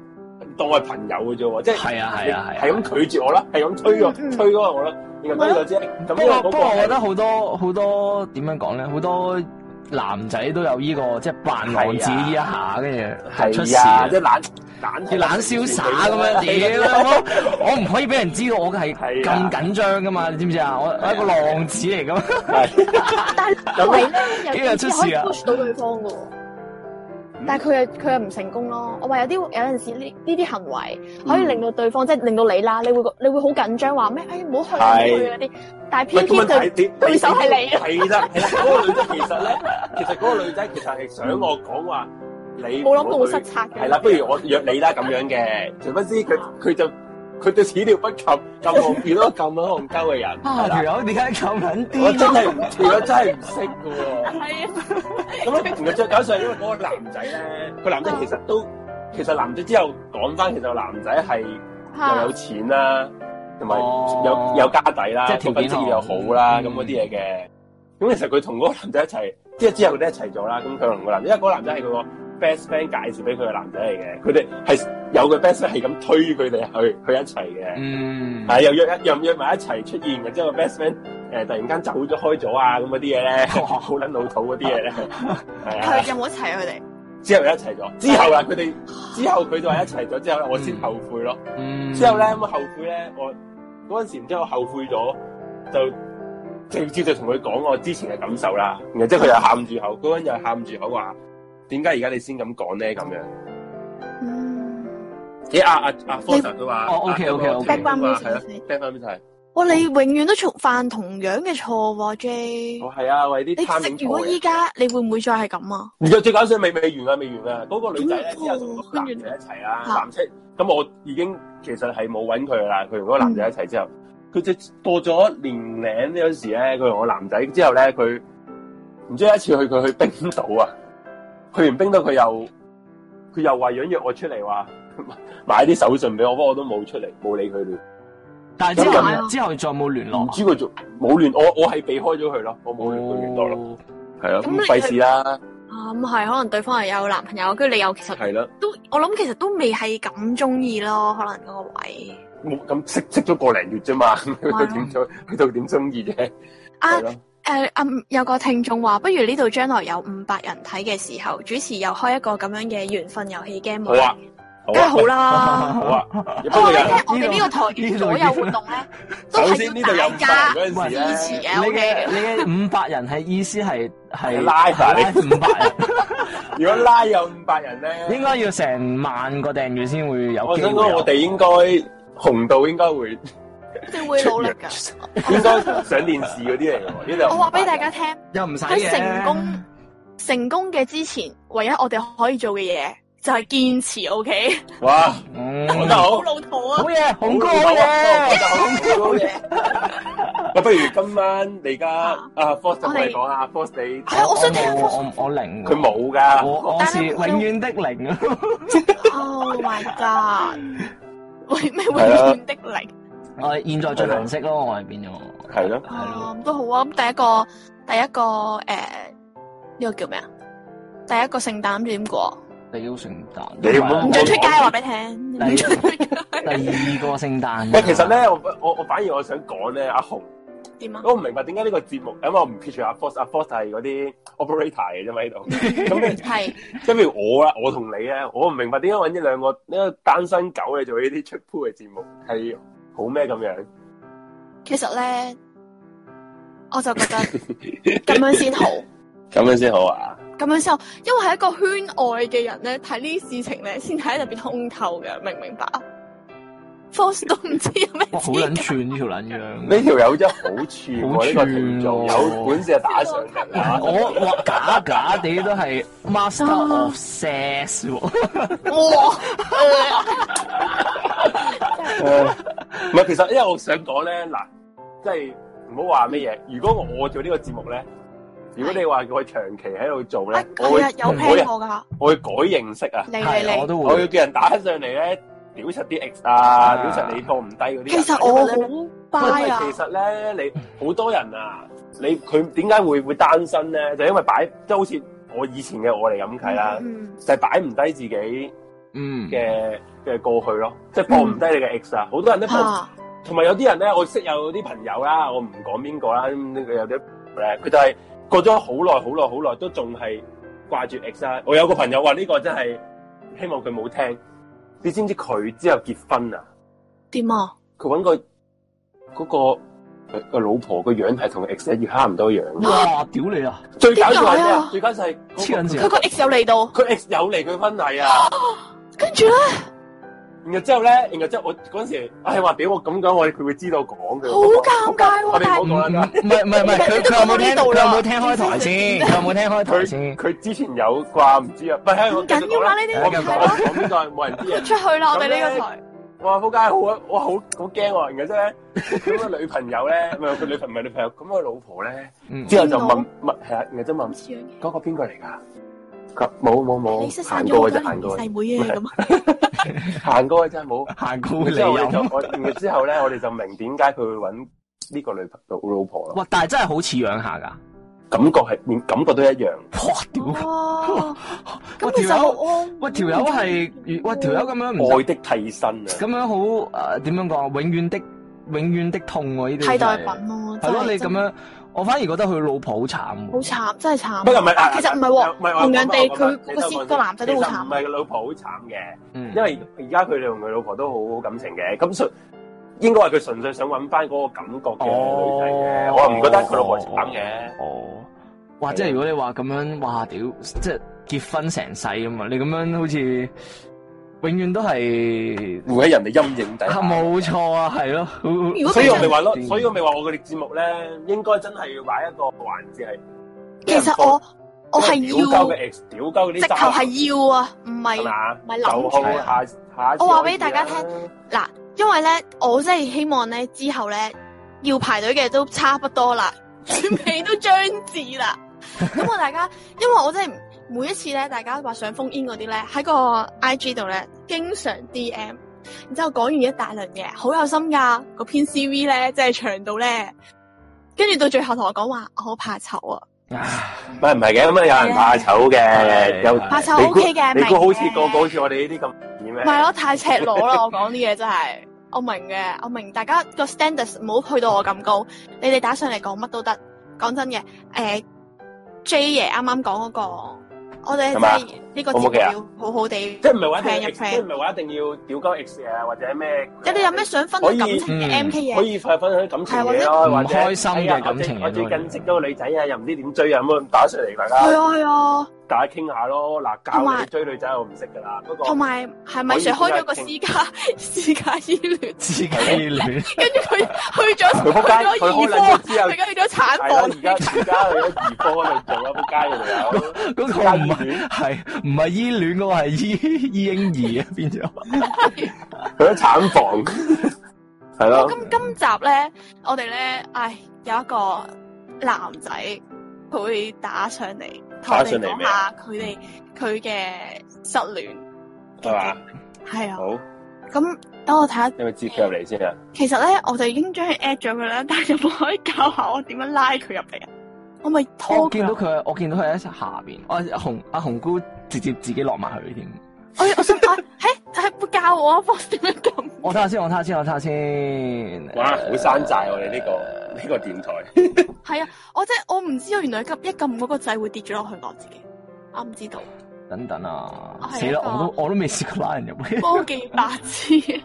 Speaker 2: 當我係朋友嘅啫喎，即係
Speaker 3: 係啊係啊係啊
Speaker 2: 係咁拒絕我啦，係咁推我
Speaker 4: 嗯嗯
Speaker 2: 推嗰個我啦，然後
Speaker 4: 係
Speaker 2: 推
Speaker 4: 咯
Speaker 2: 就知咁
Speaker 3: 不過
Speaker 2: 呢個
Speaker 3: 不
Speaker 2: 嗰個
Speaker 3: 過，我覺得
Speaker 2: 係
Speaker 3: 好多好多點樣講咧，好多男仔都有呢個即係扮浪子呢一下，跟住出事
Speaker 2: 啊係啊，即係懶懶
Speaker 3: 要懶瀟灑咁 樣屌啦！我我唔可以俾人知道我係
Speaker 2: 啊
Speaker 3: 咁緊張噶嘛，你知唔知啊？我我係一個浪子嚟噶嘛，
Speaker 2: 係
Speaker 4: 但係作為咧，有
Speaker 3: 呢個
Speaker 4: 啲
Speaker 3: 出
Speaker 4: 嘢可以
Speaker 3: 事啊
Speaker 4: push 到對方嘅喎。但係佢又佢又唔成功咯。我話有啲有陣時呢呢啲行為可以令到對方，即係令到你啦，你會覺你會好緊張，話咩？哎，唔好去啊唔好
Speaker 2: 係
Speaker 4: 去啊啲。但係
Speaker 2: 喂
Speaker 4: 偏
Speaker 2: 咁
Speaker 4: 偏
Speaker 2: 啊問
Speaker 4: 對
Speaker 2: 題你
Speaker 4: 對手係你
Speaker 2: 係啦，係啦，嗰個女仔其實咧，其實嗰個女仔其實係想我講話你
Speaker 4: 冇諗到會失策嘅。
Speaker 2: 係啦，不如我約你啦咁樣嘅，誰不知佢佢就佢對始料不及，咁戇變咗咁撚戇鳩嘅人，
Speaker 3: 啊
Speaker 2: 係 啦
Speaker 3: 條友點解咁啊緊
Speaker 2: 我
Speaker 3: 啲
Speaker 2: 真係唔，我真係唔識嘅喎。
Speaker 4: 係啊，
Speaker 2: 咁咧，然後最搞笑係因為嗰個男仔咧，佢男仔其實都其實男仔之後講翻，其實個男仔係又有
Speaker 4: 嚇
Speaker 2: 錢啦，同埋
Speaker 3: 哦
Speaker 2: 有有家底啦，
Speaker 3: 即係條件
Speaker 2: 份職業又好啦，咁
Speaker 3: 好嗯
Speaker 2: 嗰啲嘢嘅。咁其實佢同嗰個男仔一齊，即係之後佢哋一齊咗啦。咁佢同個男仔，因為嗰個男仔係佢個 best friend 介紹俾佢嘅男仔嚟嘅，佢哋係有個 best friend 係咁推佢哋去去一齊嘅。
Speaker 3: 嗯，
Speaker 2: 係又約又約埋一齊出現嘅，之後個 best friend 誒、突然間走
Speaker 3: 哦
Speaker 2: 咗開咗啊咁嗰啲嘢咧，好撚老土嗰啲嘢咧，係啊，
Speaker 4: 有冇一齊啊佢哋？
Speaker 2: 之後一齊咗，之後啦，佢哋之後佢就話一齊咗之後咧，我先後悔咯。
Speaker 3: 嗯，
Speaker 2: 之後咧咁後悔咧，我嗰陣時唔知我後悔咗，就直接就同佢講我之前嘅感受啦。然後之後佢又喊住口，嗰個人又喊住口話：點解而家你先咁講咧？咁樣。
Speaker 4: 嗯
Speaker 2: 咦啊啊啊！科 Sir 都話，
Speaker 3: 哦，OK，OK，OK
Speaker 2: 啊嗰個
Speaker 5: Background
Speaker 2: 係啦
Speaker 5: music
Speaker 2: ，back 翻邊睇？
Speaker 4: 哇！你永遠都重犯同樣嘅錯喎，J。
Speaker 2: 我係啊，為啲
Speaker 4: 你
Speaker 2: 貪
Speaker 4: 食
Speaker 2: 戀
Speaker 4: 如果
Speaker 2: 錯嘅
Speaker 4: 依家你會唔會再係咁啊？
Speaker 2: 然後最搞笑未未完啊，未完啊！嗰、個女仔咧
Speaker 4: 咁
Speaker 2: 之後同個男仔一齊啦，
Speaker 4: 嚇
Speaker 2: 男仔咁我已經其實係冇揾佢啦。佢同嗰個男仔一齊之後，佢就過咗年零有時咧，佢同個男仔之後咧，佢唔知有一次去佢去冰島啊，去完冰島佢又佢又話想約我出嚟話 買啲手信俾我，不過我都冇出嚟，冇理佢咯。
Speaker 3: 但係之
Speaker 2: 咁
Speaker 4: 又
Speaker 3: 後之後再冇聯
Speaker 2: 唔
Speaker 3: 絡啊。
Speaker 2: 知佢做冇聯我，我係避開咗佢咯，我嗯冇聯佢聯絡咯，
Speaker 3: 哦
Speaker 2: 係啊，
Speaker 4: 咁你
Speaker 2: 咁費事啦，
Speaker 4: 啊，咁係可能對方係有男朋友，跟住你又其實
Speaker 2: 係啦。
Speaker 4: 都，我諗其實都未係咁中意咯，可能嗰個位。
Speaker 2: 冇咁識識咗個零月啫嘛，去到
Speaker 4: 咯
Speaker 2: 點中去到點中意啫，
Speaker 4: 啊
Speaker 2: 係咯，
Speaker 4: 誒、嗯有個聽眾話，不如呢度將來有五百人睇嘅時候，主持又開一個咁樣嘅緣分遊戲 game，
Speaker 2: 好啊，好
Speaker 4: 梗係
Speaker 2: 啊，
Speaker 4: 好啦。
Speaker 2: 好啊，不
Speaker 4: 不過
Speaker 2: 過
Speaker 4: 咧，
Speaker 2: 有
Speaker 4: 我哋呢個台嘅所有活動咧，都
Speaker 2: 首先呢度
Speaker 4: 係
Speaker 2: 有
Speaker 4: 要
Speaker 2: 五百
Speaker 4: 大家
Speaker 2: 人嗰
Speaker 4: 支
Speaker 2: 陣
Speaker 4: 持
Speaker 2: 時咧，
Speaker 4: 嘅。O
Speaker 3: 你嘅
Speaker 4: K，
Speaker 3: 你嘅五百人係意思係係
Speaker 2: 係 live 啊
Speaker 3: 五百人，
Speaker 2: 如果拉有五百人咧，
Speaker 3: 應該要成萬個訂閱先會有
Speaker 2: 我
Speaker 3: 機
Speaker 2: 想
Speaker 3: 會有。
Speaker 2: 講我哋應該紅到應該會
Speaker 4: 即係會努力㗎。
Speaker 2: 應該上電視嗰啲嚟嘅喎，呢度有
Speaker 4: 我話俾
Speaker 2: 500
Speaker 4: 大
Speaker 2: 人
Speaker 4: 家聽，
Speaker 3: 又唔使
Speaker 4: 喺
Speaker 3: 嘅
Speaker 4: 成功成功嘅之前，唯一我哋可以做嘅嘢就係堅持。O K，
Speaker 2: 哇，
Speaker 3: 嗯
Speaker 2: 講得好
Speaker 4: 好。老土啊
Speaker 3: 好！嘢，紅哥
Speaker 2: 好
Speaker 3: 好嘢，
Speaker 2: 好嘢！喂，不如今晚你而家
Speaker 4: 啊
Speaker 2: 啊，Force
Speaker 4: 我
Speaker 2: 同你
Speaker 4: 哋
Speaker 2: 講啊，Force 你
Speaker 4: 係啊我想聽下
Speaker 3: 我我我零，啊
Speaker 2: 佢冇㗎，
Speaker 3: 我我
Speaker 4: 但
Speaker 3: 是
Speaker 4: 係
Speaker 3: 永遠的零 啊！
Speaker 4: Oh my god！喂咩永
Speaker 2: 係啊
Speaker 4: 遠的零
Speaker 3: 我現在進行式咯，我係變
Speaker 4: 哦
Speaker 3: 咗
Speaker 2: 係咯，
Speaker 3: 係咯
Speaker 4: 啊，都好啊。咁第一個第一個誒呢個叫咩啊？第一個聖誕諗住點過？
Speaker 3: 你好聖誕，
Speaker 2: 你唔好
Speaker 4: 唔
Speaker 2: 我
Speaker 4: 准出街
Speaker 2: 我
Speaker 4: 話俾你聽，唔准出街
Speaker 3: 第二個聖誕。
Speaker 2: 喂，其實，咧，我我我反而我想講咧，阿紅，
Speaker 4: 點啊？
Speaker 2: 我唔明白點解呢個節目，因為我唔 picture 阿 Force，阿 Force 係嗰啲 operator 嘅啫嘛喺度。咁你
Speaker 4: 係
Speaker 2: 即係譬如我啦，我同你咧，我唔明白點解揾呢兩個呢個單身狗嚟做呢啲出 pool 嘅節目，係好咩咁樣？
Speaker 4: 其實咧，我就覺得咁樣先好，
Speaker 2: 咁樣先好啊！
Speaker 4: 咁樣先好，因為係一個圈外嘅人咧，睇呢啲事情咧，先睇得特別通透嘅，明唔明白啊？Force 都唔知有咩
Speaker 3: 哇，好
Speaker 4: 資
Speaker 3: 撚
Speaker 4: 格
Speaker 3: 串呢條撚樣。
Speaker 2: 呢條友真係好串
Speaker 3: 好
Speaker 2: 喎，呢個聽眾
Speaker 3: 串喎
Speaker 2: 有本事就打上嚟啊！
Speaker 3: 我我假假地都係 master of sex 喎。
Speaker 4: 哇！
Speaker 2: 唔係，其實因為我想講咧，嗱，即係唔好話乜嘢。如果我做呢個節目咧，如果你話佢長期喺度做
Speaker 4: 啊
Speaker 2: 咧，我
Speaker 4: 係
Speaker 2: 會
Speaker 4: 啊，有
Speaker 2: 我會
Speaker 4: plan 我噶，
Speaker 2: 我會改形式啊，
Speaker 4: 嚟嚟
Speaker 3: 係，我
Speaker 4: 嚟，
Speaker 3: 都
Speaker 2: 我要
Speaker 3: 會。
Speaker 2: 叫人打上嚟咧，屌柒啲 X 啊，屌柒你放唔低嗰啲人。
Speaker 4: 其實
Speaker 2: 因為
Speaker 4: 我
Speaker 2: 呢
Speaker 4: 好
Speaker 2: 因
Speaker 4: buy
Speaker 2: 為
Speaker 4: 啊，
Speaker 2: 其實咧，你好多人啊，你佢點解會會單身咧？就因為擺即係好似我以前嘅我嚟咁睇啦，
Speaker 4: 嗯，
Speaker 2: 就係擺唔低自己
Speaker 3: 嗯，
Speaker 2: 嘅嘅過去咯，即係放唔低你嘅 X 啊！好多人都放唔
Speaker 4: 啊，
Speaker 2: 同埋有啲人咧，我識有啲朋友啦，我唔講邊個啦，咁佢有啲咧，佢就係過咗好耐、好耐、好耐，都仲係掛住 ex 啦。我有個朋友話呢個真係希望佢冇聽，你知唔知佢之後結婚啊？
Speaker 4: 點啊？
Speaker 2: 佢揾個嗰、個呃個老婆個樣係同 ex 一樣差唔多樣。
Speaker 3: 哇，屌你啊！
Speaker 2: 最搞笑係咩
Speaker 4: 點解
Speaker 2: 啊
Speaker 4: 啊？
Speaker 2: 最搞笑係嗰
Speaker 3: 黐撚線
Speaker 4: 佢個 ex 有嚟到，
Speaker 2: 個佢 ex 有嚟佢婚禮啊！
Speaker 4: 跟住咧，
Speaker 2: 然後之後咧，然後之後我嗰陣時，唉話屌我咁講，我佢會知道講嘅。
Speaker 4: 好尷尬
Speaker 2: 啊我哋
Speaker 4: 喎，但
Speaker 2: 唔
Speaker 4: 係
Speaker 2: 好講
Speaker 3: 唔
Speaker 2: 啦。
Speaker 3: 係唔係唔係， 佢佢有冇聽
Speaker 4: 呢度
Speaker 3: 佢
Speaker 4: 啦
Speaker 3: 有冇聽開台先？佢有冇聽開台
Speaker 2: 佢
Speaker 3: 先？
Speaker 2: 佢之前有啩，唔知啊，唔係
Speaker 4: 唔緊要啦，呢
Speaker 2: 我唔
Speaker 4: 啲
Speaker 2: 講
Speaker 4: 係咯。
Speaker 2: 講邊個冇人知啊！
Speaker 4: 出去啦！我哋呢個台
Speaker 2: 哇，仆街好啊，我好好驚喎！然後之後咧，咁個女朋友咧，唔係佢女朋唔係女朋友，咁個老婆咧，
Speaker 3: 嗯
Speaker 2: 之後就問問係啊，然後之後問
Speaker 4: 似樣嘅，
Speaker 2: 嗰個邊個嚟㗎？佢話冇冇
Speaker 4: 你失
Speaker 2: 冇，行
Speaker 4: 散咗好
Speaker 2: 過
Speaker 4: 多
Speaker 2: 就
Speaker 4: 年
Speaker 2: 行過去，
Speaker 4: 細妹啊咁啊，
Speaker 2: 行過去真係冇。
Speaker 3: 行高
Speaker 2: 然
Speaker 3: 你啊
Speaker 2: 之後我哋
Speaker 3: 又
Speaker 2: 就我，然後之後咧，我哋就明點解佢會揾呢個女朋友老婆咯。
Speaker 3: 哇！但係真係好似樣下㗎。
Speaker 2: 感覺係連感覺都一樣。
Speaker 3: 哇！屌！
Speaker 4: 哦，
Speaker 3: 哇
Speaker 4: 咁其實
Speaker 3: 條
Speaker 4: 好
Speaker 3: 友
Speaker 4: 安。
Speaker 3: 喂條友係喂條友咁樣唔得
Speaker 2: 愛的替身啊！
Speaker 3: 咁樣好誒點樣講？永遠的永遠的痛喎！呢啲
Speaker 4: 替代
Speaker 3: 真係
Speaker 4: 品咯，
Speaker 3: 係咯，你
Speaker 4: 真
Speaker 3: 咁樣我反而覺得佢老婆好慘喎。
Speaker 4: 好慘，真係慘。
Speaker 2: 不過唔係，
Speaker 4: 其實唔係喎，同樣地佢個先
Speaker 2: 先
Speaker 4: 個男仔都好慘
Speaker 2: 唔係個老婆好慘嘅，
Speaker 3: 嗯
Speaker 2: 因為而家佢哋同佢老婆都好好感情嘅，咁純應該係佢純粹想揾翻嗰個感覺嘅女仔嘅，我唔覺得佢老婆慘嘅。。
Speaker 3: 哦，哇！
Speaker 2: 啊
Speaker 3: 即係如果你話咁樣，哇屌！即係結婚成世咁啊！你咁樣好似永遠都係
Speaker 2: 活喺人哋陰影底
Speaker 3: 啊
Speaker 2: 下，
Speaker 3: 冇錯啊，係咯。
Speaker 6: 如果
Speaker 2: 所以我咪
Speaker 6: 俾
Speaker 2: 話咯，所以我咪話我哋節目咧，應該真係要玩一個環節係。
Speaker 4: 其實我我係
Speaker 2: 屌鳩
Speaker 4: 要
Speaker 2: 嘅 X，屌鳩嗰啲
Speaker 4: 直頭係要啊，唔係
Speaker 2: 係嘛？
Speaker 4: 咪諗
Speaker 2: 就
Speaker 4: 住
Speaker 2: 好
Speaker 4: 啊
Speaker 2: 下下一次
Speaker 4: 我話俾
Speaker 2: 可以
Speaker 4: 大家
Speaker 2: 啦
Speaker 4: 嗱，因為咧，我真係希望咧之後咧要排隊嘅都差不多 啦，準備都將至啦。咁我大家，因為我真係每一次咧，大家話想封煙嗰啲咧，喺個 I G 度咧，經常 D M，然之後講完一大輪嘢，好有心噶，嗰篇 C V 咧，即係長到咧，跟住到最後同我講話，我好怕醜啊，
Speaker 2: 唔係唔係嘅，咁啊有人怕醜嘅，
Speaker 3: 係啊
Speaker 2: 有
Speaker 3: 係
Speaker 4: 怕醜
Speaker 2: 你估
Speaker 4: OK 嘅，
Speaker 2: 你估好似
Speaker 4: 明嘅
Speaker 2: 個個好似我哋呢啲咁點
Speaker 4: 唔
Speaker 2: 咩？
Speaker 4: 係咯，太赤裸啦！我講啲嘢真係，我明嘅，我明大家個 standards 唔好去到我咁高，你哋打上嚟講乜都得。講真嘅，誒、J 爺啱啱講嗰個，我哋
Speaker 2: 係嘛
Speaker 4: 即係呢個
Speaker 2: O 唔 O
Speaker 4: 節
Speaker 2: K 啊
Speaker 4: 目要好好地。
Speaker 2: 即係唔係話一定要
Speaker 4: friend 一
Speaker 2: X，即係唔係話一定要屌鳩 X 啊，或者咩？
Speaker 4: 即係你有咩想分享感情嘅啊
Speaker 3: 嗯
Speaker 4: M K 啊
Speaker 2: 可
Speaker 4: 嘢？
Speaker 2: 以分享感情嘢
Speaker 3: 係
Speaker 2: 咯，
Speaker 3: 或
Speaker 2: 或
Speaker 3: 者
Speaker 2: 者
Speaker 3: 唔開心嘅感情嘢
Speaker 2: 哎呀我最
Speaker 3: 都可以
Speaker 2: 我最近識到個女仔啊，又唔知點追啊，咁啊打上嚟大
Speaker 4: 係
Speaker 2: 家
Speaker 4: 啊係啊，
Speaker 2: 大家傾下咯。嗱，
Speaker 4: 同
Speaker 2: 教
Speaker 4: 埋
Speaker 2: 你追女仔我唔識噶啦，不過
Speaker 4: 同埋係咪
Speaker 2: 可以
Speaker 4: Sir 開咗
Speaker 2: 傾
Speaker 4: 個
Speaker 2: 下
Speaker 4: 私家 私家醫療？
Speaker 3: 自己戀
Speaker 4: 跟住佢去咗
Speaker 2: 佢仆街，
Speaker 4: 去
Speaker 2: 佢開
Speaker 4: 咗
Speaker 2: 兩
Speaker 4: 兒科，
Speaker 2: 咗之後
Speaker 4: 佢而，家去咗產
Speaker 2: 係啦，
Speaker 4: 房
Speaker 2: 而。家而家去咗兒科嗰度做啦，仆街嘅條友。
Speaker 3: 嗰個唔係係唔係依戀嗰個係依依嬰兒啊，變咗。
Speaker 2: 佢喺產房，係咯，
Speaker 4: 咁今集咧，我哋咧，唉，有一個男仔佢會打上嚟，啊同我哋講下佢哋佢嘅失戀，
Speaker 2: 係嘛？
Speaker 4: 係啊。
Speaker 2: 好，
Speaker 4: 咁等我睇下，
Speaker 2: 你咪接佢入嚟先啊！
Speaker 4: 其實咧，我哋已經將佢 at 咗佢啦， 但係有冇可以教下我點樣拉佢入嚟啊？我咪
Speaker 3: 我
Speaker 4: 拖佢
Speaker 3: 見到
Speaker 4: 啊，
Speaker 3: 佢，我見到佢喺下邊。我紅阿紅姑直接自己落埋去添。
Speaker 4: 我我想啊， 嘿，係教我啊 f o 點樣撳？
Speaker 3: 我睇下先，我睇下先，我睇下先。呃
Speaker 2: 哇，
Speaker 3: 誒
Speaker 2: 好山寨我哋呢個呢個電台，
Speaker 4: 係啊，我真係我唔知道，原來撳一撳嗰個掣會跌咗落去我自己，我唔 知道，
Speaker 3: 等等啊
Speaker 4: 哦我，係
Speaker 3: 死
Speaker 4: 一個
Speaker 3: 啦！我都我都未試過拉人入 去。
Speaker 4: 科技白痴。啊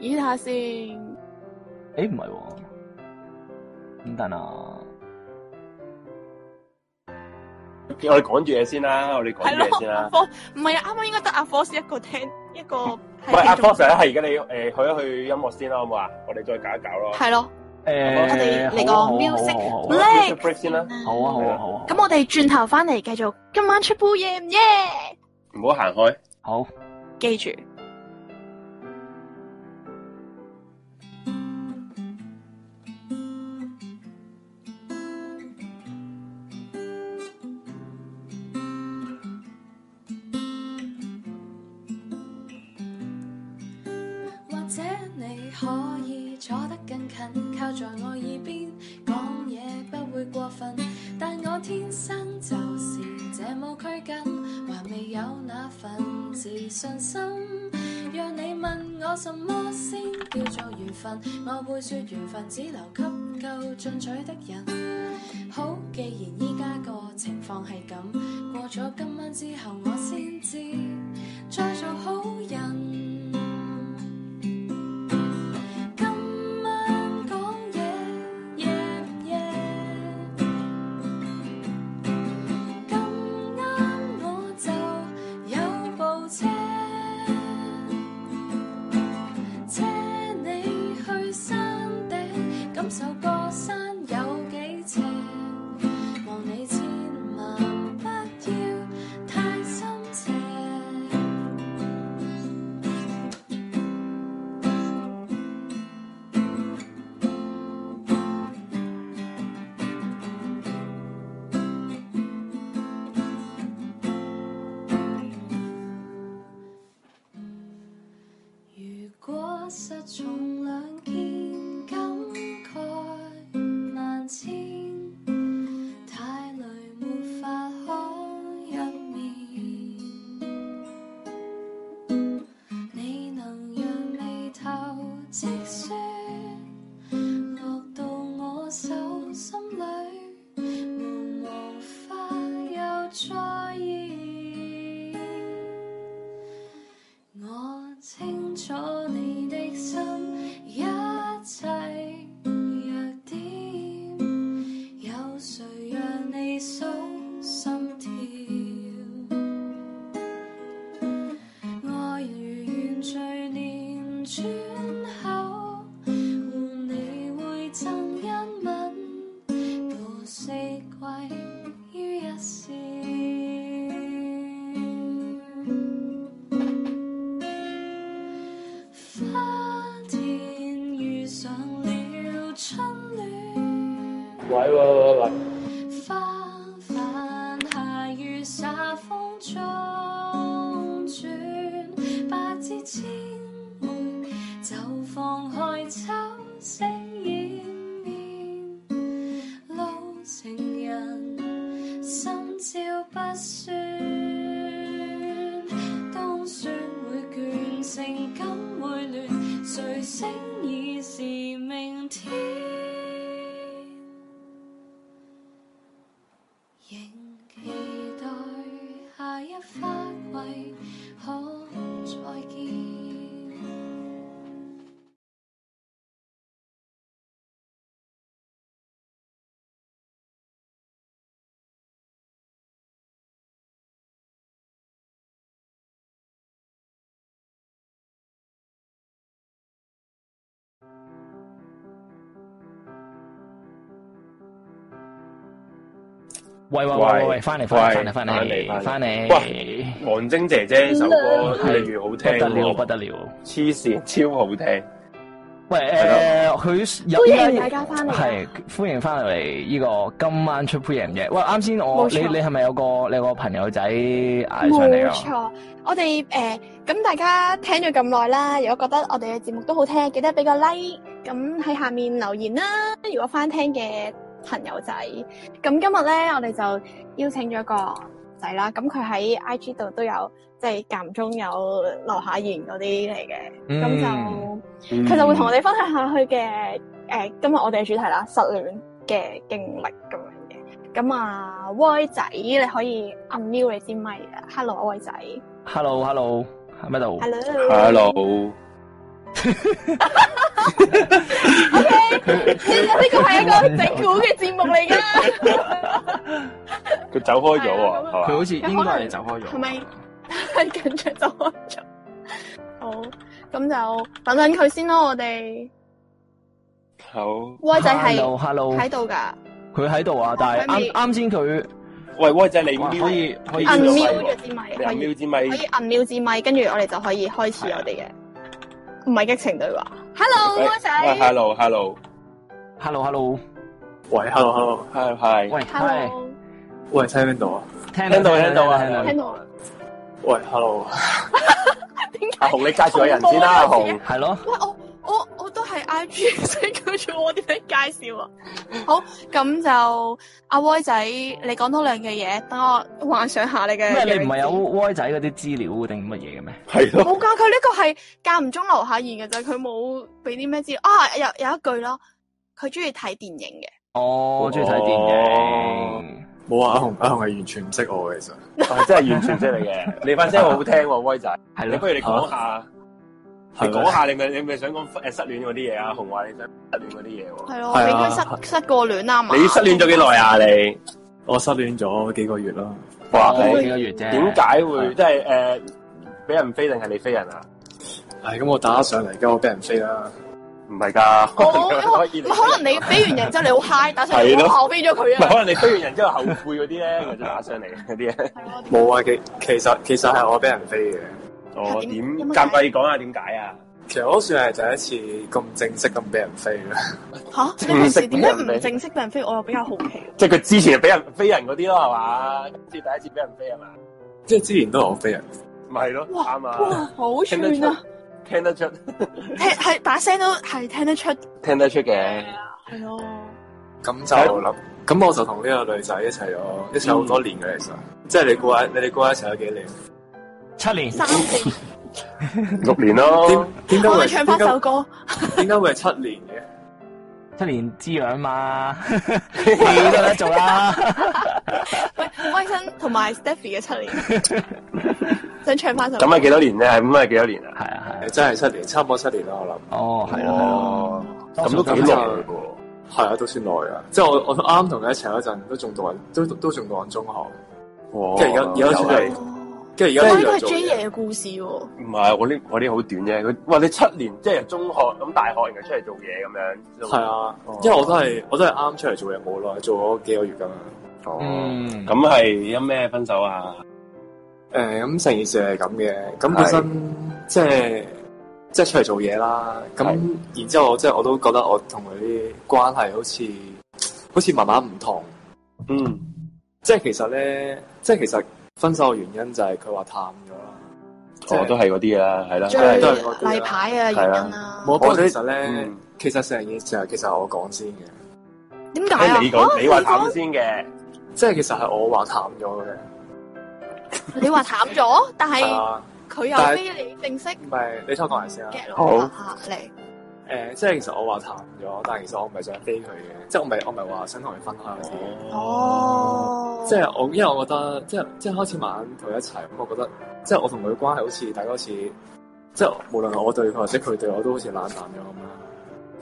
Speaker 4: 咦，睇下先。
Speaker 3: 诶，唔係喎，等等啊，
Speaker 2: 我哋講住嘢先啦，我哋講
Speaker 4: 系
Speaker 2: 住嘢先
Speaker 4: 咯，
Speaker 2: 啦
Speaker 4: 阿。科唔係啊，啱啱應該得阿科士一個聽一個係
Speaker 2: 喂，阿
Speaker 4: 聽眾
Speaker 2: Fox 係而家你誒去一去音樂先啦，好唔好啊？我哋再搞一搞咯。
Speaker 4: 係咯，
Speaker 3: 诶，
Speaker 2: 我
Speaker 4: 哋嚟個
Speaker 3: 好啊
Speaker 4: music
Speaker 3: 好啊好啊好啊
Speaker 4: break
Speaker 2: break 先啦，
Speaker 3: 好啊，好啊，好啊，
Speaker 4: 咁我哋轉頭翻嚟繼續今晚出煲嘢唔耶？
Speaker 2: 唔好行開。
Speaker 3: 好啊。
Speaker 4: 記住，
Speaker 7: 或者你可以坐得更近，靠在我耳邊講嘢不會過分。但我天生就是這麼拘謹，還未有那份自信心。若你問我什麼先叫做緣分，我會說緣分只留給夠進取的人。好，既然依家個情況係咁，過咗今晚之後我先知再做好人。今晚講嘢夜唔夜？咁啱我就有部車，車你去山頂，感受個山有幾斜。望你千萬不要太心邪。仍期待下一花季可再見。
Speaker 3: 喂喂喂喂，翻嚟翻嚟翻嚟翻嚟翻嚟，
Speaker 2: 王晶姐姐首歌越嚟越好聽
Speaker 3: 不得了
Speaker 2: 喎，
Speaker 3: 不得了。
Speaker 2: 黐線，超好聽。
Speaker 3: 喂诶，誒佢入
Speaker 4: 歡迎大家返嚟啊
Speaker 3: 系歡迎翻嚟呢個今晚出 P M 嘅。喂，啱先我
Speaker 4: 冇
Speaker 3: 你
Speaker 4: 錯
Speaker 3: 你係咪有個你有個朋友仔嗌上嚟
Speaker 4: 冇
Speaker 3: 啊？
Speaker 4: 錯，我哋誒咁大家聽咗咁耐啦，如果覺得我哋嘅節目都好聽，記得俾個 like，咁喺下面留言啦。如果翻聽嘅朋友仔，咁今日咧我哋就邀請咗個仔啦，咁佢喺 IG 度都有即係間唔中有留下言嗰啲嚟嘅，
Speaker 3: 嗯
Speaker 4: 咁就佢、就會同我哋分享下佢嘅誒今日我哋嘅主題啦，失戀嘅經歷咁樣嘅。咁啊威仔，你可以 unmute 你支咪啊！Hello，威仔
Speaker 3: Hello Hello 喺咪度？
Speaker 4: ，Hello。
Speaker 2: 嗯 Hello，
Speaker 4: 其實呢個係一個整蠱嘅節目嚟㗎，
Speaker 3: 佢
Speaker 2: 佢走開咗喎，係
Speaker 4: 係啊咁
Speaker 2: 嘛？
Speaker 3: 好似應該係走開咗，
Speaker 4: 係咪太緊張就開咗。好，咁就等等佢先咯。我哋
Speaker 2: 好，
Speaker 4: 威仔係
Speaker 3: Hello Hello，
Speaker 4: 喺度㗎
Speaker 3: 佢喺度啊，但係
Speaker 4: 佢
Speaker 3: 啱
Speaker 4: 未
Speaker 3: 啱先佢
Speaker 2: 喂，威仔你
Speaker 3: 哇
Speaker 2: mute-
Speaker 3: 可以可以
Speaker 2: 你 mute 咗咪
Speaker 4: unmute
Speaker 2: 喎
Speaker 4: 咗支咪，
Speaker 2: 你
Speaker 4: 可以
Speaker 2: mute 支咪，
Speaker 4: 可以 unmute 支咪，跟住我哋就可以開始我哋嘅唔係激情對話。Hello，威啊仔
Speaker 2: 喂，hello，hello，
Speaker 3: Hello Hello，
Speaker 8: 喂，hello hello，
Speaker 2: 係係，
Speaker 3: 喂係
Speaker 4: ，Hello，
Speaker 8: 喂，聽唔聽到啊？
Speaker 3: 聽
Speaker 2: 聽到聽到啊
Speaker 3: 聽到
Speaker 4: 聽到啊
Speaker 8: 喂，hello，
Speaker 2: 阿紅你介紹下人先啦，阿紅，
Speaker 3: 係咯，
Speaker 6: 喂，我我我都係 I G 所以佢做我點樣介 紹啊？
Speaker 4: 咁就阿威仔，你講多兩句嘢，等我幻想下你嘅樣
Speaker 3: 咩
Speaker 4: 子。
Speaker 3: 你唔係有 Y 仔嗰啲資料定乜嘢嘅咩？
Speaker 2: 係咯，
Speaker 4: 冇噶，佢呢個係間唔中留下言嘅啫，佢冇俾啲咩資料。啊，有有一句咯，佢中意睇電影嘅。
Speaker 3: 哦，中意睇電影。
Speaker 8: 冇啊，阿紅，阿紅係完全唔識我嘅，其實
Speaker 2: 啊 真係完全識你嘅，你把聲好好聽喎，威仔，
Speaker 3: 係咯
Speaker 2: 你不如你講下，你
Speaker 8: 係咩
Speaker 2: 講下你咪你咪想講誒失戀嗰啲嘢啊，紅話你想失戀嗰啲嘢喎，
Speaker 4: 係咯，
Speaker 8: 係啊
Speaker 4: 你應該失失過戀啊啦嘛。
Speaker 2: 你失戀咗幾耐啊？你
Speaker 8: 我失戀咗幾個月啦，
Speaker 2: 哇
Speaker 3: 哦
Speaker 2: 你
Speaker 3: 幾個月啫？
Speaker 2: 點解會即係誒俾人飛定係你飛人啊？
Speaker 8: 係咁我打上嚟，咁我俾人飛啦，
Speaker 2: 唔係㗎，
Speaker 4: 我
Speaker 2: 可
Speaker 4: 我
Speaker 2: 以
Speaker 4: 哦唔可能你俾完人之後你好 high，打上
Speaker 2: 係
Speaker 4: 嚟
Speaker 2: 咯
Speaker 4: 哇我飛咗佢
Speaker 2: 唔係
Speaker 4: 啊。
Speaker 2: 可能你飛完人之後後悔嗰啲咧，或者打上嚟嗰啲咧。
Speaker 8: 冇啊，其其實其實係我俾人飛嘅，
Speaker 2: 哦，點
Speaker 4: 點
Speaker 2: 介
Speaker 4: 有
Speaker 2: 唔
Speaker 4: 冇
Speaker 2: 介意講下點解啊？
Speaker 8: 其實我都算係第一次咁正式咁俾人飛啦，
Speaker 4: 吓，
Speaker 2: 正
Speaker 4: 你平
Speaker 2: 式
Speaker 4: 時點
Speaker 2: 俾
Speaker 4: 解
Speaker 2: 人
Speaker 4: 唔
Speaker 2: 飛
Speaker 4: 正式俾人飛？我又比較好奇。
Speaker 2: 即係佢之前係俾人飛人嗰啲咯，係嘛？今次第一次俾人飛係嘛？
Speaker 8: 即係之前都係我飛人，
Speaker 2: 咪係咯，
Speaker 4: 哇
Speaker 2: 啱
Speaker 4: 哇
Speaker 2: 啊！，
Speaker 4: 好
Speaker 2: 聽得
Speaker 4: 串啊！
Speaker 2: 出，聽得出，
Speaker 4: 聽係把聲都係聽得出，
Speaker 2: 聽得出嘅。
Speaker 4: 係咯。
Speaker 8: 咁就諗，咁我就同呢個女仔一齊咗，一齊好多年嘅，其實，即係你估下，你哋估下一齊咗幾年？
Speaker 3: 七年？
Speaker 4: 三年，
Speaker 2: 六年咯
Speaker 8: 點點解
Speaker 4: 哦我
Speaker 8: 會
Speaker 4: 哋唱翻首歌。
Speaker 8: 點解會係七年嘅？
Speaker 3: 七年之癢 嘛，你都得做啦。
Speaker 4: 喂，威生同埋 Stephy 嘅七年，想唱翻首歌
Speaker 2: 咁係啊幾多年咧？係咁係幾多年啊？
Speaker 3: 係啊係啊
Speaker 8: 誒，真係七年，差唔多七年啦，我諗。
Speaker 3: 哦係咯係咯，
Speaker 2: 哦，
Speaker 3: 多
Speaker 2: 咁
Speaker 3: 數
Speaker 2: 都幾
Speaker 8: 就
Speaker 2: 耐
Speaker 8: 係
Speaker 2: 喎。
Speaker 8: 係啊，都算耐啊！即係我我啱同佢一齊嗰陣，都仲讀緊，都都仲讀緊中學。
Speaker 2: 哇
Speaker 8: 跟住而家而家出嚟，啊跟住而
Speaker 4: 哇
Speaker 8: 家
Speaker 4: 呢
Speaker 8: 出
Speaker 4: 個
Speaker 8: 嚟
Speaker 4: 係
Speaker 8: 做
Speaker 4: J
Speaker 8: 嘢。
Speaker 4: 爺嘅故事喎。
Speaker 2: 唔係我啲我啲好短啫。佢哇，你七年即係由中學咁大學，然後出嚟做嘢咁樣。
Speaker 8: 係啊，因為我都係我都係啱出嚟做嘢冇耐，做咗幾個月咁樣。
Speaker 2: 哦，
Speaker 3: 嗯
Speaker 2: 咁係因咩分手啊？
Speaker 8: 誒咁成件事係咁嘅，咁本身即係即係出嚟做嘢啦。咁然之後我即係我都覺得我同佢啲關係好似好似慢慢唔同。
Speaker 2: 嗯，
Speaker 8: 即係其實咧，即係其實分手嘅原因就係佢話淡咗啦。即係
Speaker 2: 哦，都係嗰啲啦，係啦，
Speaker 4: 最
Speaker 2: 都係
Speaker 8: 都係嗰啲啦
Speaker 4: 例牌嘅原因啦。
Speaker 8: 冇，不過其實咧
Speaker 2: 嗯，
Speaker 8: 其實成件事係其實係我講先嘅。
Speaker 4: 點解啊？
Speaker 2: 你講，
Speaker 4: 啊
Speaker 2: 你話淡先嘅，
Speaker 8: 即係其實係我話淡咗嘅，
Speaker 4: 講你話淡咗，但
Speaker 8: 係
Speaker 4: 係
Speaker 8: 啊，
Speaker 4: 佢又
Speaker 8: 但係
Speaker 4: 非你正式
Speaker 8: 唔係你聽我講埋先啊。
Speaker 4: 嘅
Speaker 2: 好
Speaker 4: 客嚟。
Speaker 8: 誒、呃即係其實我話淡
Speaker 2: 哦
Speaker 8: 咗，但係其實我唔係想飛佢嘅，即係我唔係我唔係話想同佢分開嗰啲。
Speaker 4: 哦，
Speaker 8: 即係我，因為我覺得，即係即係開始慢慢同佢一齊，咁我覺得，即係我同佢關係好似大家好似，即係無論係我對佢或者佢對我都好似冷淡咗咁啦。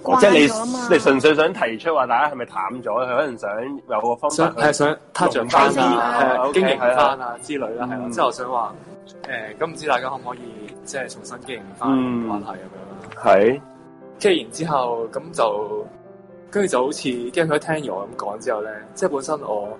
Speaker 2: 哦即係
Speaker 6: 慣咗啊嘛
Speaker 2: 你你純粹想提出話，大家係咪淡咗？佢可能想有個方
Speaker 8: 想
Speaker 2: 法
Speaker 8: 係
Speaker 2: 去
Speaker 8: 想他着翻
Speaker 2: 用翻啲
Speaker 8: 啊，係啊
Speaker 2: OK，
Speaker 8: 經營
Speaker 2: 係啊
Speaker 8: 翻啊之類啦，係啊。
Speaker 2: 嗯
Speaker 8: 即係我想話誒，咁唔知大家可唔可以即係重新經營翻
Speaker 2: 嗯
Speaker 8: 關係咁樣啦？
Speaker 2: 係
Speaker 8: 跟住然之後咁就，跟住就好似跟住佢聽完我咁講之後咧，即係本身我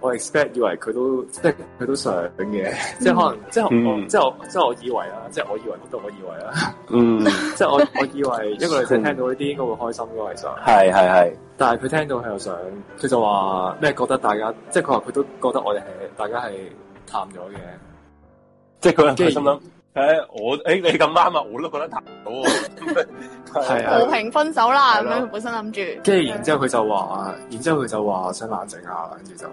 Speaker 8: 我 expect 以為佢都即係佢都想嘅，即係可能即係我、
Speaker 2: 嗯
Speaker 8: 即係我即係我以為啦，即係我以為都我以為啦，
Speaker 2: 嗯
Speaker 8: 即係我我以為一個女仔聽到呢啲應該會開心嘅，其實，
Speaker 2: 係係係
Speaker 8: 但係佢聽到佢又想，佢就話咩覺得大家，即係佢話佢都覺得我哋係大家係淡咗嘅，
Speaker 2: 即係佢佢
Speaker 8: 跟住
Speaker 2: 心諗，誒我誒你咁啱啊，我都覺得談到喎，
Speaker 8: 係啊
Speaker 6: 和平分手啦，咁
Speaker 2: 係咯
Speaker 6: 樣佢本身諗住，
Speaker 8: 跟住然之後佢就話，然之後佢就話想冷靜下，跟住就話，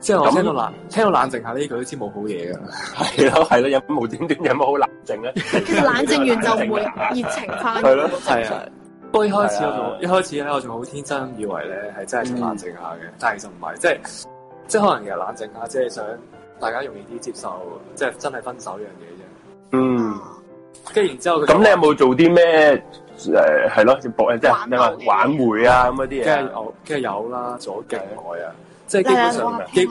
Speaker 8: 之後我
Speaker 2: 咁
Speaker 8: 聽到冷聽到冷靜下呢句都知冇好嘢噶啦，
Speaker 2: 係咯係咯，有無端端有冇好冷靜啊咧？
Speaker 6: 其實冷靜完就唔會熱情翻
Speaker 2: 係咯
Speaker 6: 嘅，
Speaker 8: 係啊。不過一開始
Speaker 2: 係啊
Speaker 8: 我仲一開始咧，我仲好天真以為咧係真係想冷靜下
Speaker 2: 嗯
Speaker 8: 嘅，但係其實唔係，即係即係可能其實冷靜下，即係想大家容易啲接受，即係真係分手呢樣
Speaker 2: 嗯。
Speaker 8: 嘢啫。跟住然之後佢就
Speaker 2: 咁你有冇做啲咩誒係咯？博誒即係
Speaker 6: 挽
Speaker 2: 你話
Speaker 6: 留嘅
Speaker 2: 挽回啊咁嗰啲
Speaker 8: 跟住
Speaker 2: 嘢啊，
Speaker 8: 有跟住有啦，左勁耐啊，即係基本
Speaker 6: 嚟嚟嚟我
Speaker 8: 上基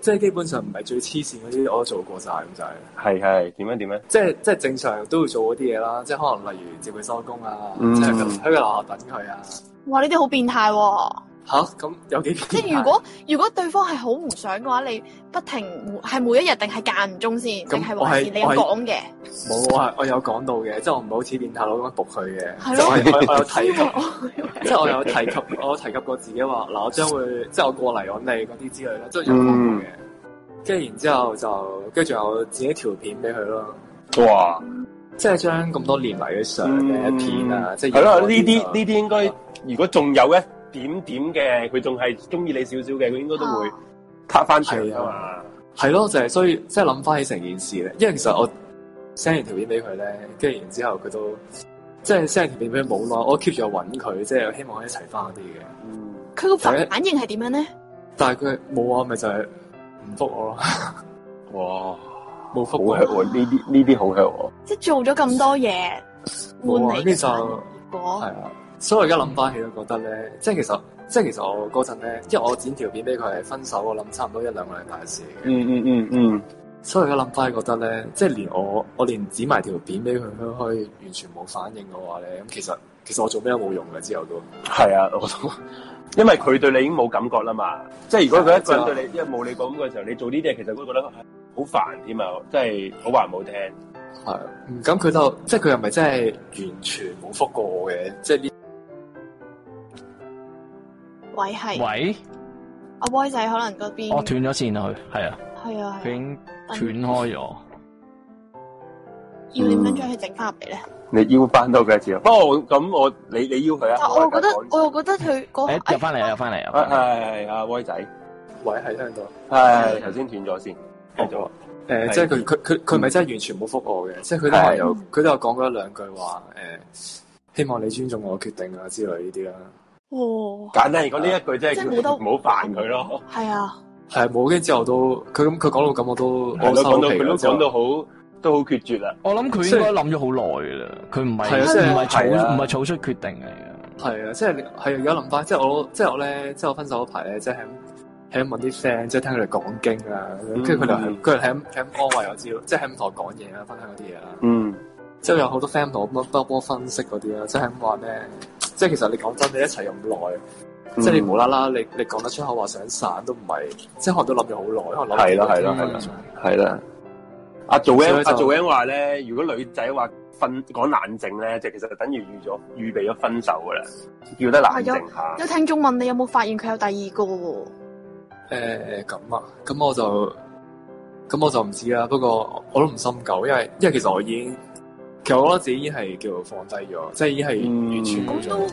Speaker 8: 即係基本上唔係最黐線嗰啲我都做過晒咁就係。
Speaker 2: 係係點樣點樣？
Speaker 8: 即係即係正常都會做嗰啲嘢啦，即係可能例如接佢收工啊，
Speaker 2: 嗯
Speaker 8: 即係佢喺佢樓下等佢啊。
Speaker 6: 哇！呢啲好變態喎。
Speaker 8: 吓咁有幾
Speaker 6: 即係如果如果對方係好唔想嘅話，你不停係每一日定係間唔中先，定係
Speaker 8: 我係
Speaker 6: 還是你有
Speaker 8: 我係
Speaker 6: 講嘅？
Speaker 8: 冇我係我有講到嘅，即係我唔係好似變態佬咁樣仆佢
Speaker 6: 係
Speaker 8: 嘅，
Speaker 6: 咯啊
Speaker 8: 即係我我我 有提及，
Speaker 6: 我
Speaker 8: 即係我有提及，我有提及過自己話嗱，我將會即係我過嚟揾你嗰啲之類啦，即係有講過
Speaker 2: 嗯
Speaker 8: 嘅。跟住然之後就跟住仲有自己條片俾佢咯，
Speaker 2: 哇！
Speaker 8: 即係將咁多年嚟嘅相咧
Speaker 2: 嗯
Speaker 8: 片啊，即係
Speaker 2: 係咯，呢
Speaker 8: 影嗰啲啊
Speaker 2: 啲呢啲應該，如果仲有一點點嘅，佢仲係中意你少少嘅，佢應該都會拍翻場噶啊嘛。
Speaker 8: 啊係啊咯，就係、所以即係諗翻起成件事咧，因為其實我 send 完條片俾佢咧，跟住然之後佢都即係 send 條片俾佢冇耐，我 keep 住揾佢，即係希望可以一齊翻嗰啲嘅。
Speaker 2: 嗯，
Speaker 6: 佢個反反應係點樣咧？
Speaker 8: 但係佢冇啊，咪就係唔復我咯，
Speaker 2: 哇，
Speaker 8: 冇復
Speaker 2: 好
Speaker 8: 我
Speaker 2: hurt 喎！呢啲呢啲好 hurt 喎。
Speaker 6: 即係做咗咁多嘢，
Speaker 8: 冇啊
Speaker 6: 換嚟
Speaker 8: 跟
Speaker 6: 嘅
Speaker 8: 住
Speaker 6: 反
Speaker 8: 就
Speaker 6: 應結果
Speaker 8: 係啊。所以我而家諗翻起都覺得咧，即係其實即係其實我嗰陣咧，因為我剪條片俾佢係分手，我諗差唔多一兩個禮拜嘅事嚟嘅。
Speaker 2: 嗯嗯嗯嗯，
Speaker 8: 所以而家諗翻覺得咧，即係連我我連剪埋條片俾佢，佢可以完全冇反應嘅話咧，咁其實其實我做咩都冇用嘅，之後都
Speaker 2: 係啊，我都。因為佢對你已經冇感覺啦嘛，即係如果啊佢一個人對你，因為冇你感覺嘅時候，你做呢啲嘢其實都覺得好煩添啊，即係好話唔好聽。
Speaker 8: 係嗯咁佢就即係佢又咪真係完全冇覆過我嘅，即係呢
Speaker 6: 喂係
Speaker 3: 喂，
Speaker 6: 阿 boy 仔可能嗰邊
Speaker 2: 哦
Speaker 3: 我斷咗線啊！佢係啊，
Speaker 6: 係啊
Speaker 3: 佢已
Speaker 6: 係啊，
Speaker 3: 經斷開咗。
Speaker 2: 嗯
Speaker 6: 要點樣將佢整翻入嚟咧？
Speaker 2: 你邀翻多佢一次啊，不過我咁我你你邀佢啊
Speaker 6: 但，我又覺得
Speaker 2: 而家
Speaker 6: 我又覺得佢嗰
Speaker 3: 诶，入
Speaker 6: 哎
Speaker 3: 翻嚟啊，入翻嚟
Speaker 2: 講
Speaker 3: 啊！
Speaker 2: 係係阿威仔，
Speaker 8: 位喺聽到，
Speaker 2: 係頭先斷咗先，繼續。
Speaker 8: 誒、
Speaker 2: 係
Speaker 8: 呃
Speaker 2: 嗯
Speaker 8: 即係佢佢佢佢咪真係完全冇覆我嘅，即係佢都係有佢都有講過一兩句話誒、希望你尊重我決定啊之類呢啲啦。
Speaker 6: 哦
Speaker 2: 簡單嚟講，呢一句真
Speaker 6: 即係
Speaker 2: 係叫
Speaker 6: 冇得
Speaker 2: 唔好煩佢咯。
Speaker 6: 係啊，
Speaker 8: 係冇，跟住之後都佢咁佢講到咁，我都
Speaker 2: 我
Speaker 8: 啊我
Speaker 2: 都
Speaker 8: 收
Speaker 2: 講到
Speaker 8: 皮
Speaker 2: 佢都
Speaker 8: 啦之後
Speaker 2: 講到好都好決絕啦。
Speaker 3: 我諗佢應該諗咗好耐噶啦，佢唔係
Speaker 8: 係啊即係
Speaker 3: 唔係
Speaker 2: 係啊
Speaker 3: 草唔係草率決定嚟嘅。
Speaker 8: 係啊，即係係而家諗翻，即係我即係我咧，即係我分手嗰排咧，即係喺喺咁問啲 friend，即係聽佢哋講經啊，
Speaker 2: 嗯
Speaker 8: 跟住佢哋係佢哋係咁係咁安慰我知道，即係喺咁同我講嘢啊啦，分享嗰啲嘢啦。
Speaker 2: 嗯，
Speaker 8: 之後有好多 friend 同我幫幫我分析嗰啲啦，啊即係咁話咩？即係其實你講真，你一齊咁耐，
Speaker 2: 嗯
Speaker 8: 即係你無啦啦，你你講得出口話想散都唔係，即係可能都諗咗好耐，可能諗咗
Speaker 2: 係啦係啦
Speaker 8: 幾
Speaker 2: 係啦
Speaker 8: 分鐘
Speaker 2: 係啦。阿做 N
Speaker 8: 所以就
Speaker 2: 阿做 N 話咧，如果女仔話分講冷靜咧，就其實等於預咗預備咗分手噶啦，叫得冷靜下。
Speaker 6: 有聽眾問你有冇發現佢有第二個喎？
Speaker 8: 誒咁啊，咁我就咁我就唔知啦。不過我都唔深究，因為因為其實我已經，其實我覺得自己已經係叫做放低咗，即係已經係完全冇咗咁樣。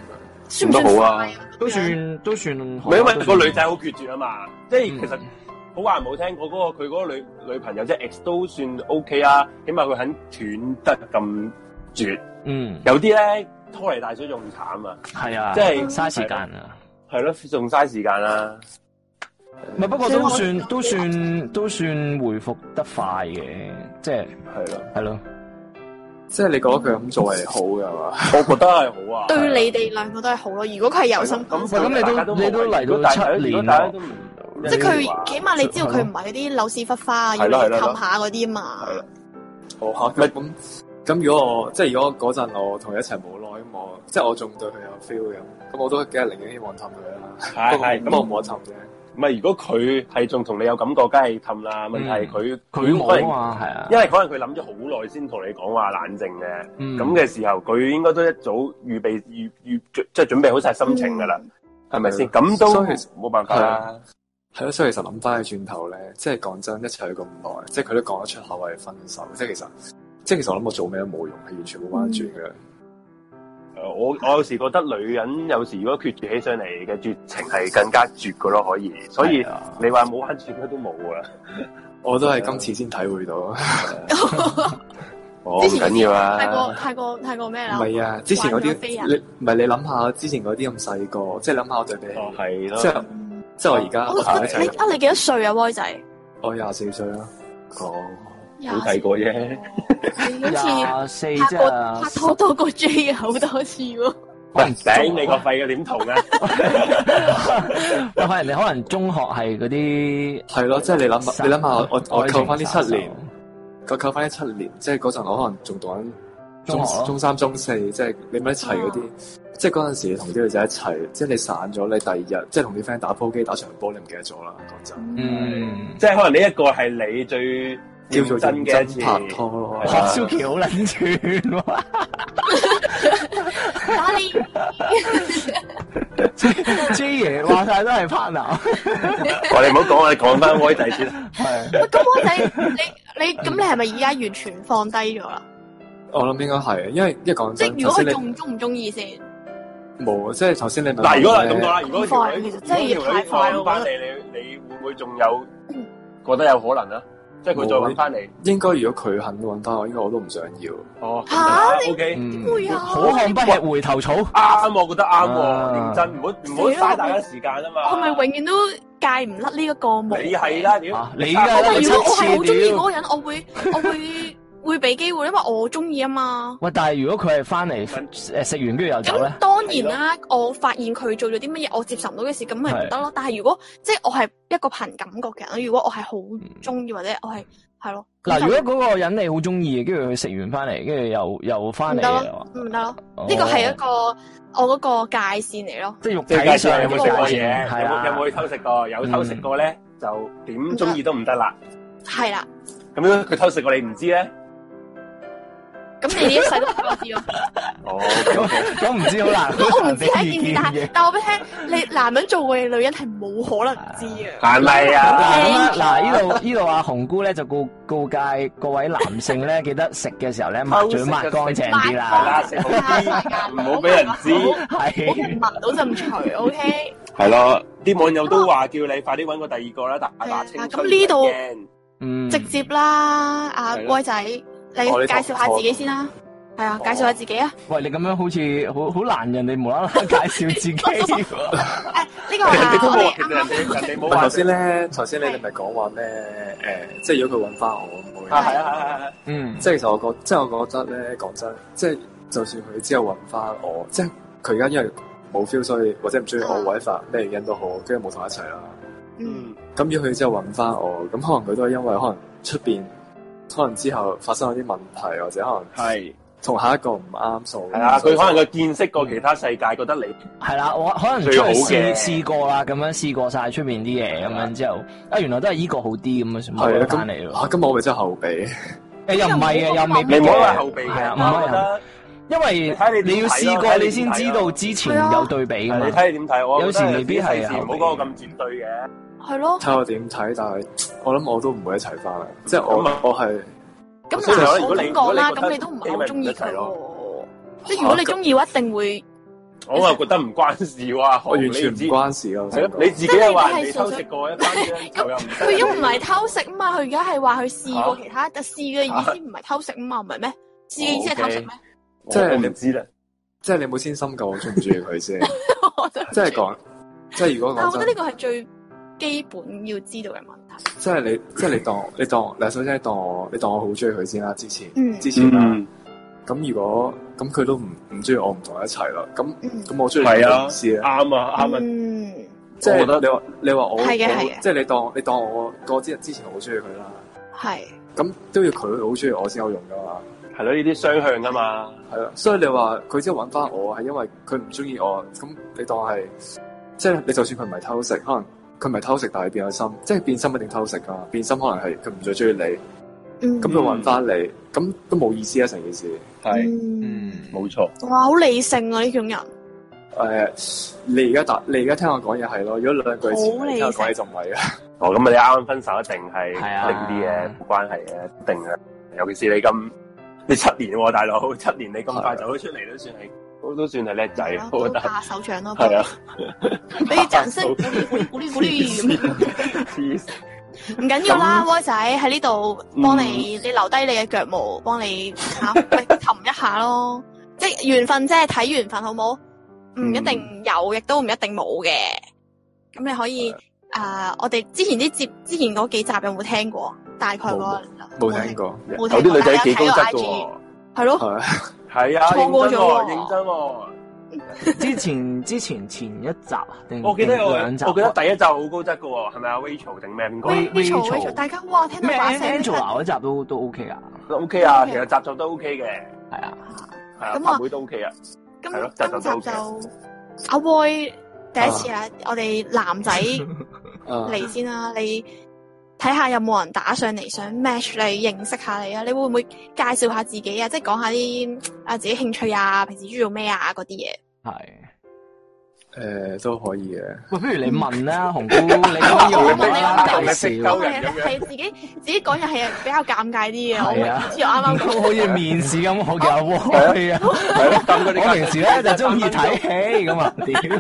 Speaker 6: 算唔算
Speaker 2: 咁都好啊
Speaker 6: 快啊？
Speaker 3: 都算都算
Speaker 2: 唔
Speaker 3: 好，
Speaker 2: 係因為
Speaker 3: 都算
Speaker 2: 個女仔好決絕啊嘛，即係其實
Speaker 3: 嗯
Speaker 2: 好話唔好聽，我嗰、個佢嗰個女女朋友即係 ex 都算 OK 啊，起碼佢肯斷得咁絕。
Speaker 3: 嗯
Speaker 2: 有啲咧拖泥帶水仲慘啊！
Speaker 3: 係啊，
Speaker 2: 即係
Speaker 3: 嘥時間啊！
Speaker 2: 啊系咯，仲嘥時間啦。
Speaker 3: 唔係不過都算都算都算回復得快嘅，即係
Speaker 2: 系啦，
Speaker 3: 係咯。
Speaker 8: 即係你覺得佢咁做係好嘅嘛？
Speaker 2: 我覺得係好啊。
Speaker 6: 對你哋兩個都係好咯。如果佢係有心
Speaker 2: 係
Speaker 6: 幫
Speaker 2: 咯
Speaker 6: 手，
Speaker 3: 喂咁你都
Speaker 2: 大家冇
Speaker 3: 你都嚟到
Speaker 2: 如果大家
Speaker 3: 七年
Speaker 2: 如果大家都唔
Speaker 6: 即係
Speaker 2: 一樣
Speaker 6: 佢
Speaker 2: 話
Speaker 6: 起碼你知道佢唔係嗰啲扭屎忽花，啊要
Speaker 2: 係
Speaker 6: 你
Speaker 2: 咯係咯嗯
Speaker 6: 氹下嗰啲嘛。
Speaker 2: 係啦
Speaker 8: 好嚇，咁咁如果我即係如果嗰陣我同佢一齊冇耐咁，我即係我仲對佢有 feel 咁，咁我都梗係寧願希望氹佢啦。
Speaker 2: 係係
Speaker 8: 不過我冇得氹啫。
Speaker 2: 唔係，如果佢係仲同你有感覺，梗係氹啦。問題係佢
Speaker 3: 佢
Speaker 2: 可能
Speaker 3: 冇啊嘛，係啊
Speaker 2: 因，為可能佢諗咗好耐先同你講話冷靜嘅，咁、
Speaker 3: 嗯
Speaker 2: 嘅時候佢應該都一早預備預預即係準備好晒心情噶啦，係咪先？咁都
Speaker 8: 所以其實
Speaker 2: 冇辦法
Speaker 8: 係
Speaker 2: 啦。
Speaker 8: 啊，係咯，所以其實諗翻起轉頭咧，即係講真，一齊咗咁耐，即係佢都講得出口係分手，即係其實，即係其實我諗我做咩都冇用，係完全冇彎轉嘅。
Speaker 2: 嗯誒我我有時覺得女人有時如果決絕起上嚟嘅絕情係更加絕噶咯，可以。所以
Speaker 3: 係啊
Speaker 2: 你話冇彎轉都冇啊噶啦。
Speaker 8: 我都係今次先體會到，唔
Speaker 2: 啊
Speaker 6: 哦
Speaker 2: 我唔緊要
Speaker 6: 太
Speaker 2: 啊
Speaker 6: 過。太過太過咩啦？
Speaker 8: 係啊，之前嗰
Speaker 6: 玩咗飛啊
Speaker 8: 啲你唔係你諗下，之前嗰啲咁細個，即係諗下我對比起，
Speaker 2: 哦，係
Speaker 8: 即
Speaker 2: 咯
Speaker 8: 係。即係我而家
Speaker 6: 我
Speaker 8: 我同佢一
Speaker 6: 你
Speaker 8: 齊，
Speaker 6: 啊，你幾多歲啊，威仔？
Speaker 8: 我廿四歲啦。
Speaker 2: 哦，
Speaker 6: 廿
Speaker 2: 冇睇過啫。
Speaker 6: 你好似
Speaker 3: 廿四
Speaker 6: 拍
Speaker 3: 啊
Speaker 6: 過拍
Speaker 3: 啫，
Speaker 6: 拖多過 J 好多次 喎。
Speaker 2: 喂，頂你個肺嘅點同啊！
Speaker 3: 喂，可能你可能中學係嗰啲
Speaker 8: 係咯，即係你諗下，你諗下我我我
Speaker 3: 愛情
Speaker 8: 扣翻呢七
Speaker 3: 殺手
Speaker 8: 年，我扣翻呢七年，即係嗰陣我可能仲讀緊
Speaker 3: 中學咯
Speaker 8: 中中三、中四，即係你咪一齊嗰啲，即係嗰陣時你同啲女仔一齊，即係你散咗，你第二日即係同啲 friend 打波機、打場波，你唔記得咗啦。講真，
Speaker 3: 嗯，
Speaker 2: 即係可能呢一個係你最
Speaker 8: 叫
Speaker 2: 認
Speaker 8: 做
Speaker 2: 真
Speaker 8: 認
Speaker 2: 嘅一
Speaker 8: 真
Speaker 2: 次
Speaker 8: 拍拖咯。
Speaker 3: 學
Speaker 8: 係啊
Speaker 3: 蕭琪好撚串喎，
Speaker 6: 打你
Speaker 3: J 爺話晒都係 partner，
Speaker 2: 我哋唔好講，我哋講翻威仔 先啦。
Speaker 3: 係
Speaker 6: 咁威仔，你你咁你係咪而家完全放低咗啦？
Speaker 8: 我諗應該係，因為因為講
Speaker 6: 即係
Speaker 8: 真，頭
Speaker 6: 如果
Speaker 8: 嗯先
Speaker 6: 佢仲
Speaker 8: 你
Speaker 6: 中唔中意先？
Speaker 8: 冇，即係頭先你問
Speaker 2: 嗱，如果係
Speaker 8: 我
Speaker 2: 咁
Speaker 8: 咧
Speaker 2: 講啦，如果條女
Speaker 6: 咁快其實真係
Speaker 2: 如果條女
Speaker 6: 太快咯
Speaker 2: 放翻你，你你會唔會仲有覺得有可能啊？即係佢再揾翻你，
Speaker 8: 應該如果佢肯揾翻我，應該我都唔想要。
Speaker 2: 哦
Speaker 6: 嚇
Speaker 2: ，O K，
Speaker 3: 嗯
Speaker 6: 會啊
Speaker 3: 好漢不吃回頭草，
Speaker 2: 啱，我覺得啱喎，
Speaker 3: 啊
Speaker 2: 認真，唔好唔好
Speaker 6: 死啦
Speaker 2: 嘥大家時間啊嘛。
Speaker 6: 我係咪永遠都戒唔甩呢一個毛？
Speaker 2: 你係啦，
Speaker 3: 啊
Speaker 2: 屌
Speaker 3: 你梗係啦
Speaker 6: 喂，如果我係好中意
Speaker 3: 屌
Speaker 6: 嗰個人，我會我會會俾機會，因為我中意啊嘛。
Speaker 3: 喂，但係如果佢係翻嚟誒食完跟住又走咧
Speaker 2: 啊
Speaker 6: 咁，當然啦，我發現佢做咗啲乜嘢，我接受唔到嘅事，咁咪唔得咯。但係如果即係我係一個憑感覺嘅人，如果我係
Speaker 2: 嗯
Speaker 6: 好中意或者我係係咯，咁
Speaker 3: 嗱，
Speaker 6: 就
Speaker 3: 如果嗰個人你好中意，跟住佢食完翻嚟，跟住又又翻嚟
Speaker 6: 唔得
Speaker 3: 嘅
Speaker 6: 咯
Speaker 3: 話，
Speaker 6: 唔得咯，
Speaker 3: 哦
Speaker 6: 呢個係一啊個我嗰個界線嚟咯。
Speaker 3: 即係肉
Speaker 2: 即係
Speaker 3: 體
Speaker 2: 介紹
Speaker 3: 上
Speaker 2: 有冇食過嘢，
Speaker 3: 係
Speaker 2: 有
Speaker 3: 啊
Speaker 2: 冇有冇去偷食過？有偷食過咧，就點中意都唔得啦。
Speaker 6: 係啦，
Speaker 2: 咁樣佢偷食過你唔知咧，
Speaker 6: 咁你呢一世都唔會知咯。
Speaker 2: 哦，
Speaker 3: 咁咁唔知好難，好
Speaker 6: 我唔啊
Speaker 3: 難
Speaker 6: 知
Speaker 3: 俾
Speaker 6: 係一
Speaker 3: 意
Speaker 6: 件事，
Speaker 3: 見
Speaker 6: 但
Speaker 3: 嘅
Speaker 6: 係。但我俾你聽，你男人做嘅女人係冇可能知嘅。
Speaker 4: à.
Speaker 2: 係咪
Speaker 3: 嗱 咁
Speaker 2: 啊？
Speaker 3: 啊，嗱呢度呢度阿紅姑咧就告告戒各位男性咧，記得食嘅時候咧抹嘴抹乾淨啲
Speaker 2: 係啦，
Speaker 3: 啦，
Speaker 2: 食好 啲，唔好俾人知。
Speaker 6: 我
Speaker 3: 係
Speaker 6: 聞到陣除，OK。
Speaker 2: 係咯，啲網友都話叫你快啲揾個第二個啦，大把青
Speaker 6: 啊
Speaker 2: 春
Speaker 6: 咁呢度
Speaker 2: 嘅人
Speaker 3: 嗯，
Speaker 6: 直接啦，
Speaker 4: à,
Speaker 6: 阿
Speaker 2: 係咯
Speaker 6: 威仔，你
Speaker 8: 我呢
Speaker 6: 介
Speaker 8: 套
Speaker 6: 紹下自己先啦。係啊，介紹下自己啊。
Speaker 3: 喂你咁樣好似好好難人哋無啦啦介紹自己 喎，
Speaker 6: 誒，呢個
Speaker 2: 人哋都
Speaker 6: 啊，我
Speaker 2: 冇
Speaker 6: 哋
Speaker 2: 話，其
Speaker 6: 啱啱
Speaker 2: 實人哋人哋冇
Speaker 8: 唔係
Speaker 2: 話
Speaker 8: 頭先咧，頭先你
Speaker 6: 係
Speaker 8: 哋咪講話咩？誒、即係如果佢揾翻我，我會
Speaker 2: 啊，係啊，係啊係啊，
Speaker 3: 嗯，
Speaker 8: 即係其實我覺，即係我覺得咧，講真，即係就算佢之後揾翻我，即係佢而家因為冇 feel，所以或者唔中意我，
Speaker 6: 嗯
Speaker 8: 或者發咩原因都好，跟住冇同我一齊啦。
Speaker 6: 嗯，
Speaker 2: 嗯，
Speaker 8: 咁如果佢之後揾翻我，咁可能佢都係因為可能出邊，可能之後發生咗啲問題，或者可能
Speaker 2: 係
Speaker 8: 同下一個唔啱數。
Speaker 2: 係啊，
Speaker 8: 所以
Speaker 2: 佢可能佢見識過其他世界，覺得你
Speaker 3: 係啦，我可能出去
Speaker 2: 最好嘅
Speaker 3: 試試過啦，咁樣試過晒出面啲嘢，咁樣之後啊原來都係依個好啲咁樣，先
Speaker 8: 係
Speaker 3: 買
Speaker 8: 啊，
Speaker 3: 翻嚟
Speaker 8: 咁
Speaker 3: 咯，
Speaker 8: 啊，咁我咪真係後備。
Speaker 3: 誒又唔係嘅，又未必
Speaker 2: 你唔好話
Speaker 3: 嘅，
Speaker 2: 後備
Speaker 3: 係啊
Speaker 2: 嘅，
Speaker 3: 唔可以
Speaker 2: 我覺得
Speaker 3: 因為
Speaker 2: 睇啊你
Speaker 3: 你要
Speaker 2: 點睇咯
Speaker 3: 試過你先知道之前
Speaker 6: 係啊
Speaker 3: 有對比噶
Speaker 2: 係
Speaker 3: 嘛
Speaker 2: 你，睇你點睇，我覺得
Speaker 3: 有時未必係啊
Speaker 2: 世事唔好講到咁絕對嘅，
Speaker 6: 係咯。
Speaker 8: 睇我點睇，但係我諗我都唔會一齊翻嚟，即係我
Speaker 2: 咁啊
Speaker 8: 我係
Speaker 6: 咁
Speaker 2: 所以
Speaker 6: 嗱，
Speaker 2: 如
Speaker 6: 我
Speaker 2: 果你
Speaker 6: 咁講啦，
Speaker 2: 如果你覺得
Speaker 6: 咁你都唔係好中意佢
Speaker 2: 你咪唔
Speaker 6: 喎。即
Speaker 2: 哦
Speaker 6: 係如果你中意，我一定會。
Speaker 2: 我又覺得唔關事喎，
Speaker 8: 我完全唔
Speaker 2: 你知
Speaker 8: 關事咯。
Speaker 2: 係
Speaker 8: 我
Speaker 2: 咯，
Speaker 8: 想講
Speaker 2: 你自己又話人哋偷食過一班張又唔得
Speaker 6: 佢都唔係偷食啊嘛，佢而家係話佢試過
Speaker 2: 嚇
Speaker 6: 其他，但試嘅意思唔係偷食啊嘛，唔係咩？
Speaker 2: 哦
Speaker 6: 試嘅意思係偷食咩？
Speaker 2: 我我唔知啦。
Speaker 8: 即係你 冇先深究我中唔中意佢先，
Speaker 6: 我都唔
Speaker 8: 即係
Speaker 6: 知
Speaker 8: 講，即係如果
Speaker 6: 但係我
Speaker 8: 講
Speaker 6: 覺得
Speaker 8: 真
Speaker 6: 呢，個係最基本要知道嘅問題。
Speaker 8: 即係你，即係你當你當嗱，首先你當我，你當我好中意佢先啦，啊之前、
Speaker 6: 嗯
Speaker 8: 之前啦。
Speaker 2: 嗯
Speaker 8: 咁、如果咁佢都唔唔中意我，唔同佢一齊啦。咁
Speaker 6: 嗯
Speaker 8: 咁我中意
Speaker 2: 係啊
Speaker 8: 佢唔知啊。
Speaker 2: 啱啊，啱啊，
Speaker 6: 嗯，
Speaker 8: 即係
Speaker 2: 我覺
Speaker 8: 你話你話我，
Speaker 6: 係嘅
Speaker 8: 我
Speaker 6: 係嘅
Speaker 8: 即係你當你當我我之之前好中意佢啦，
Speaker 6: 係
Speaker 8: 咁都要佢好中意我先有用噶嘛。
Speaker 2: 係咯，呢啲雙向噶嘛，
Speaker 8: 係啦，所以你話佢即係揾翻我係因為佢唔中意我，咁你當係即係你就算佢唔係偷食，可能佢唔係偷食，但係變咗心，即係變心一定偷食噶，啊變心可能係佢唔再中意你，
Speaker 6: 嗯
Speaker 8: 咁佢揾翻你，咁都冇意思啊成件事。
Speaker 2: 係
Speaker 6: 嗯，
Speaker 3: 嗯，
Speaker 2: 冇錯，
Speaker 6: 哇，好理性啊！呢種人
Speaker 8: 誒、你而家答，你而家聽我講嘢係咯，如果兩句前
Speaker 6: 好
Speaker 8: 你
Speaker 6: 理
Speaker 8: 聽我
Speaker 6: 性
Speaker 8: 講嘢就唔係啊。
Speaker 2: 哦，咁啊，你啱啱分手一定係
Speaker 3: 係啊
Speaker 2: 定啲嘅，冇關係嘅，一定啊，尤其是你咁，你七年喎，大佬， 七年你咁快走咗出嚟，都算係，都都算係叻仔，我
Speaker 6: 啊都
Speaker 2: 覺得
Speaker 6: 拍手掌咯，
Speaker 2: 係啊，
Speaker 6: 俾 啲掌聲，鼓勵鼓勵鼓勵鼓勵咁
Speaker 2: 黐線
Speaker 6: 唔緊要啦，威仔喺呢度幫你，你留低你嘅腳毛，幫你吓喂擒一下咯。即係緣分啫，睇緣分好冇？唔
Speaker 2: 嗯
Speaker 6: 一定有，亦都唔一定冇嘅。咁你可以啊，我哋之前啲節之前嗰幾集有冇聽過？大概嗰
Speaker 8: 冇聽過，
Speaker 2: 有
Speaker 6: 冇聽過
Speaker 2: 啲女仔幾高質
Speaker 6: 大家
Speaker 2: 嘅
Speaker 6: 睇我 IG
Speaker 2: 喎，
Speaker 6: 係咯，
Speaker 8: 係啊
Speaker 2: 係啊，
Speaker 6: 錯過咗
Speaker 2: 認真
Speaker 6: 喎
Speaker 2: 喎，認真喎。
Speaker 3: 之前之前前一集啊定
Speaker 2: 我記得有，
Speaker 3: 定
Speaker 2: 我
Speaker 3: 兩集啊，
Speaker 2: 記得第一集好高質嘅喎，係咪啊 Rachel 定咩邊個
Speaker 3: 喂
Speaker 6: Rachel
Speaker 3: Rachel
Speaker 6: Rachel，大家哇聽到
Speaker 3: 咩
Speaker 6: 把聲
Speaker 3: Angela 嗰集都都 OK 啊，
Speaker 2: ？OK 啊，其實集集都 OK 嘅，
Speaker 3: 係啊，
Speaker 2: 係啊，
Speaker 6: 咁啊
Speaker 2: 拍妹都 OK 啊，
Speaker 6: 今
Speaker 2: 係咯
Speaker 6: 今
Speaker 2: 集集都
Speaker 6: 集
Speaker 2: OK
Speaker 6: 就阿威第一次啊，我哋男仔。
Speaker 8: 啊
Speaker 6: 嚟先啦，你睇下有冇人打上嚟想 match 你，認識下你啊？你會唔會介紹下自己啊？即係講下啲啊自己興趣啊，平時中意做咩啊嗰啲嘢。
Speaker 3: 係。
Speaker 8: 誒都可以嘅。
Speaker 3: 喂，不如你 問啦，紅姑，你可以無啦啦
Speaker 2: 我問
Speaker 3: 介
Speaker 2: 你我
Speaker 3: 紹
Speaker 2: 問，
Speaker 6: 係啊係自己自己講嘢係比較尷尬啲嘅，我
Speaker 3: 係啊
Speaker 6: 唔知我啱啱講
Speaker 3: 好似面試咁，我叫阿威啊，
Speaker 2: 係咯，咁嗰啲
Speaker 3: 我平時咧就中意睇戲咁啊，屌，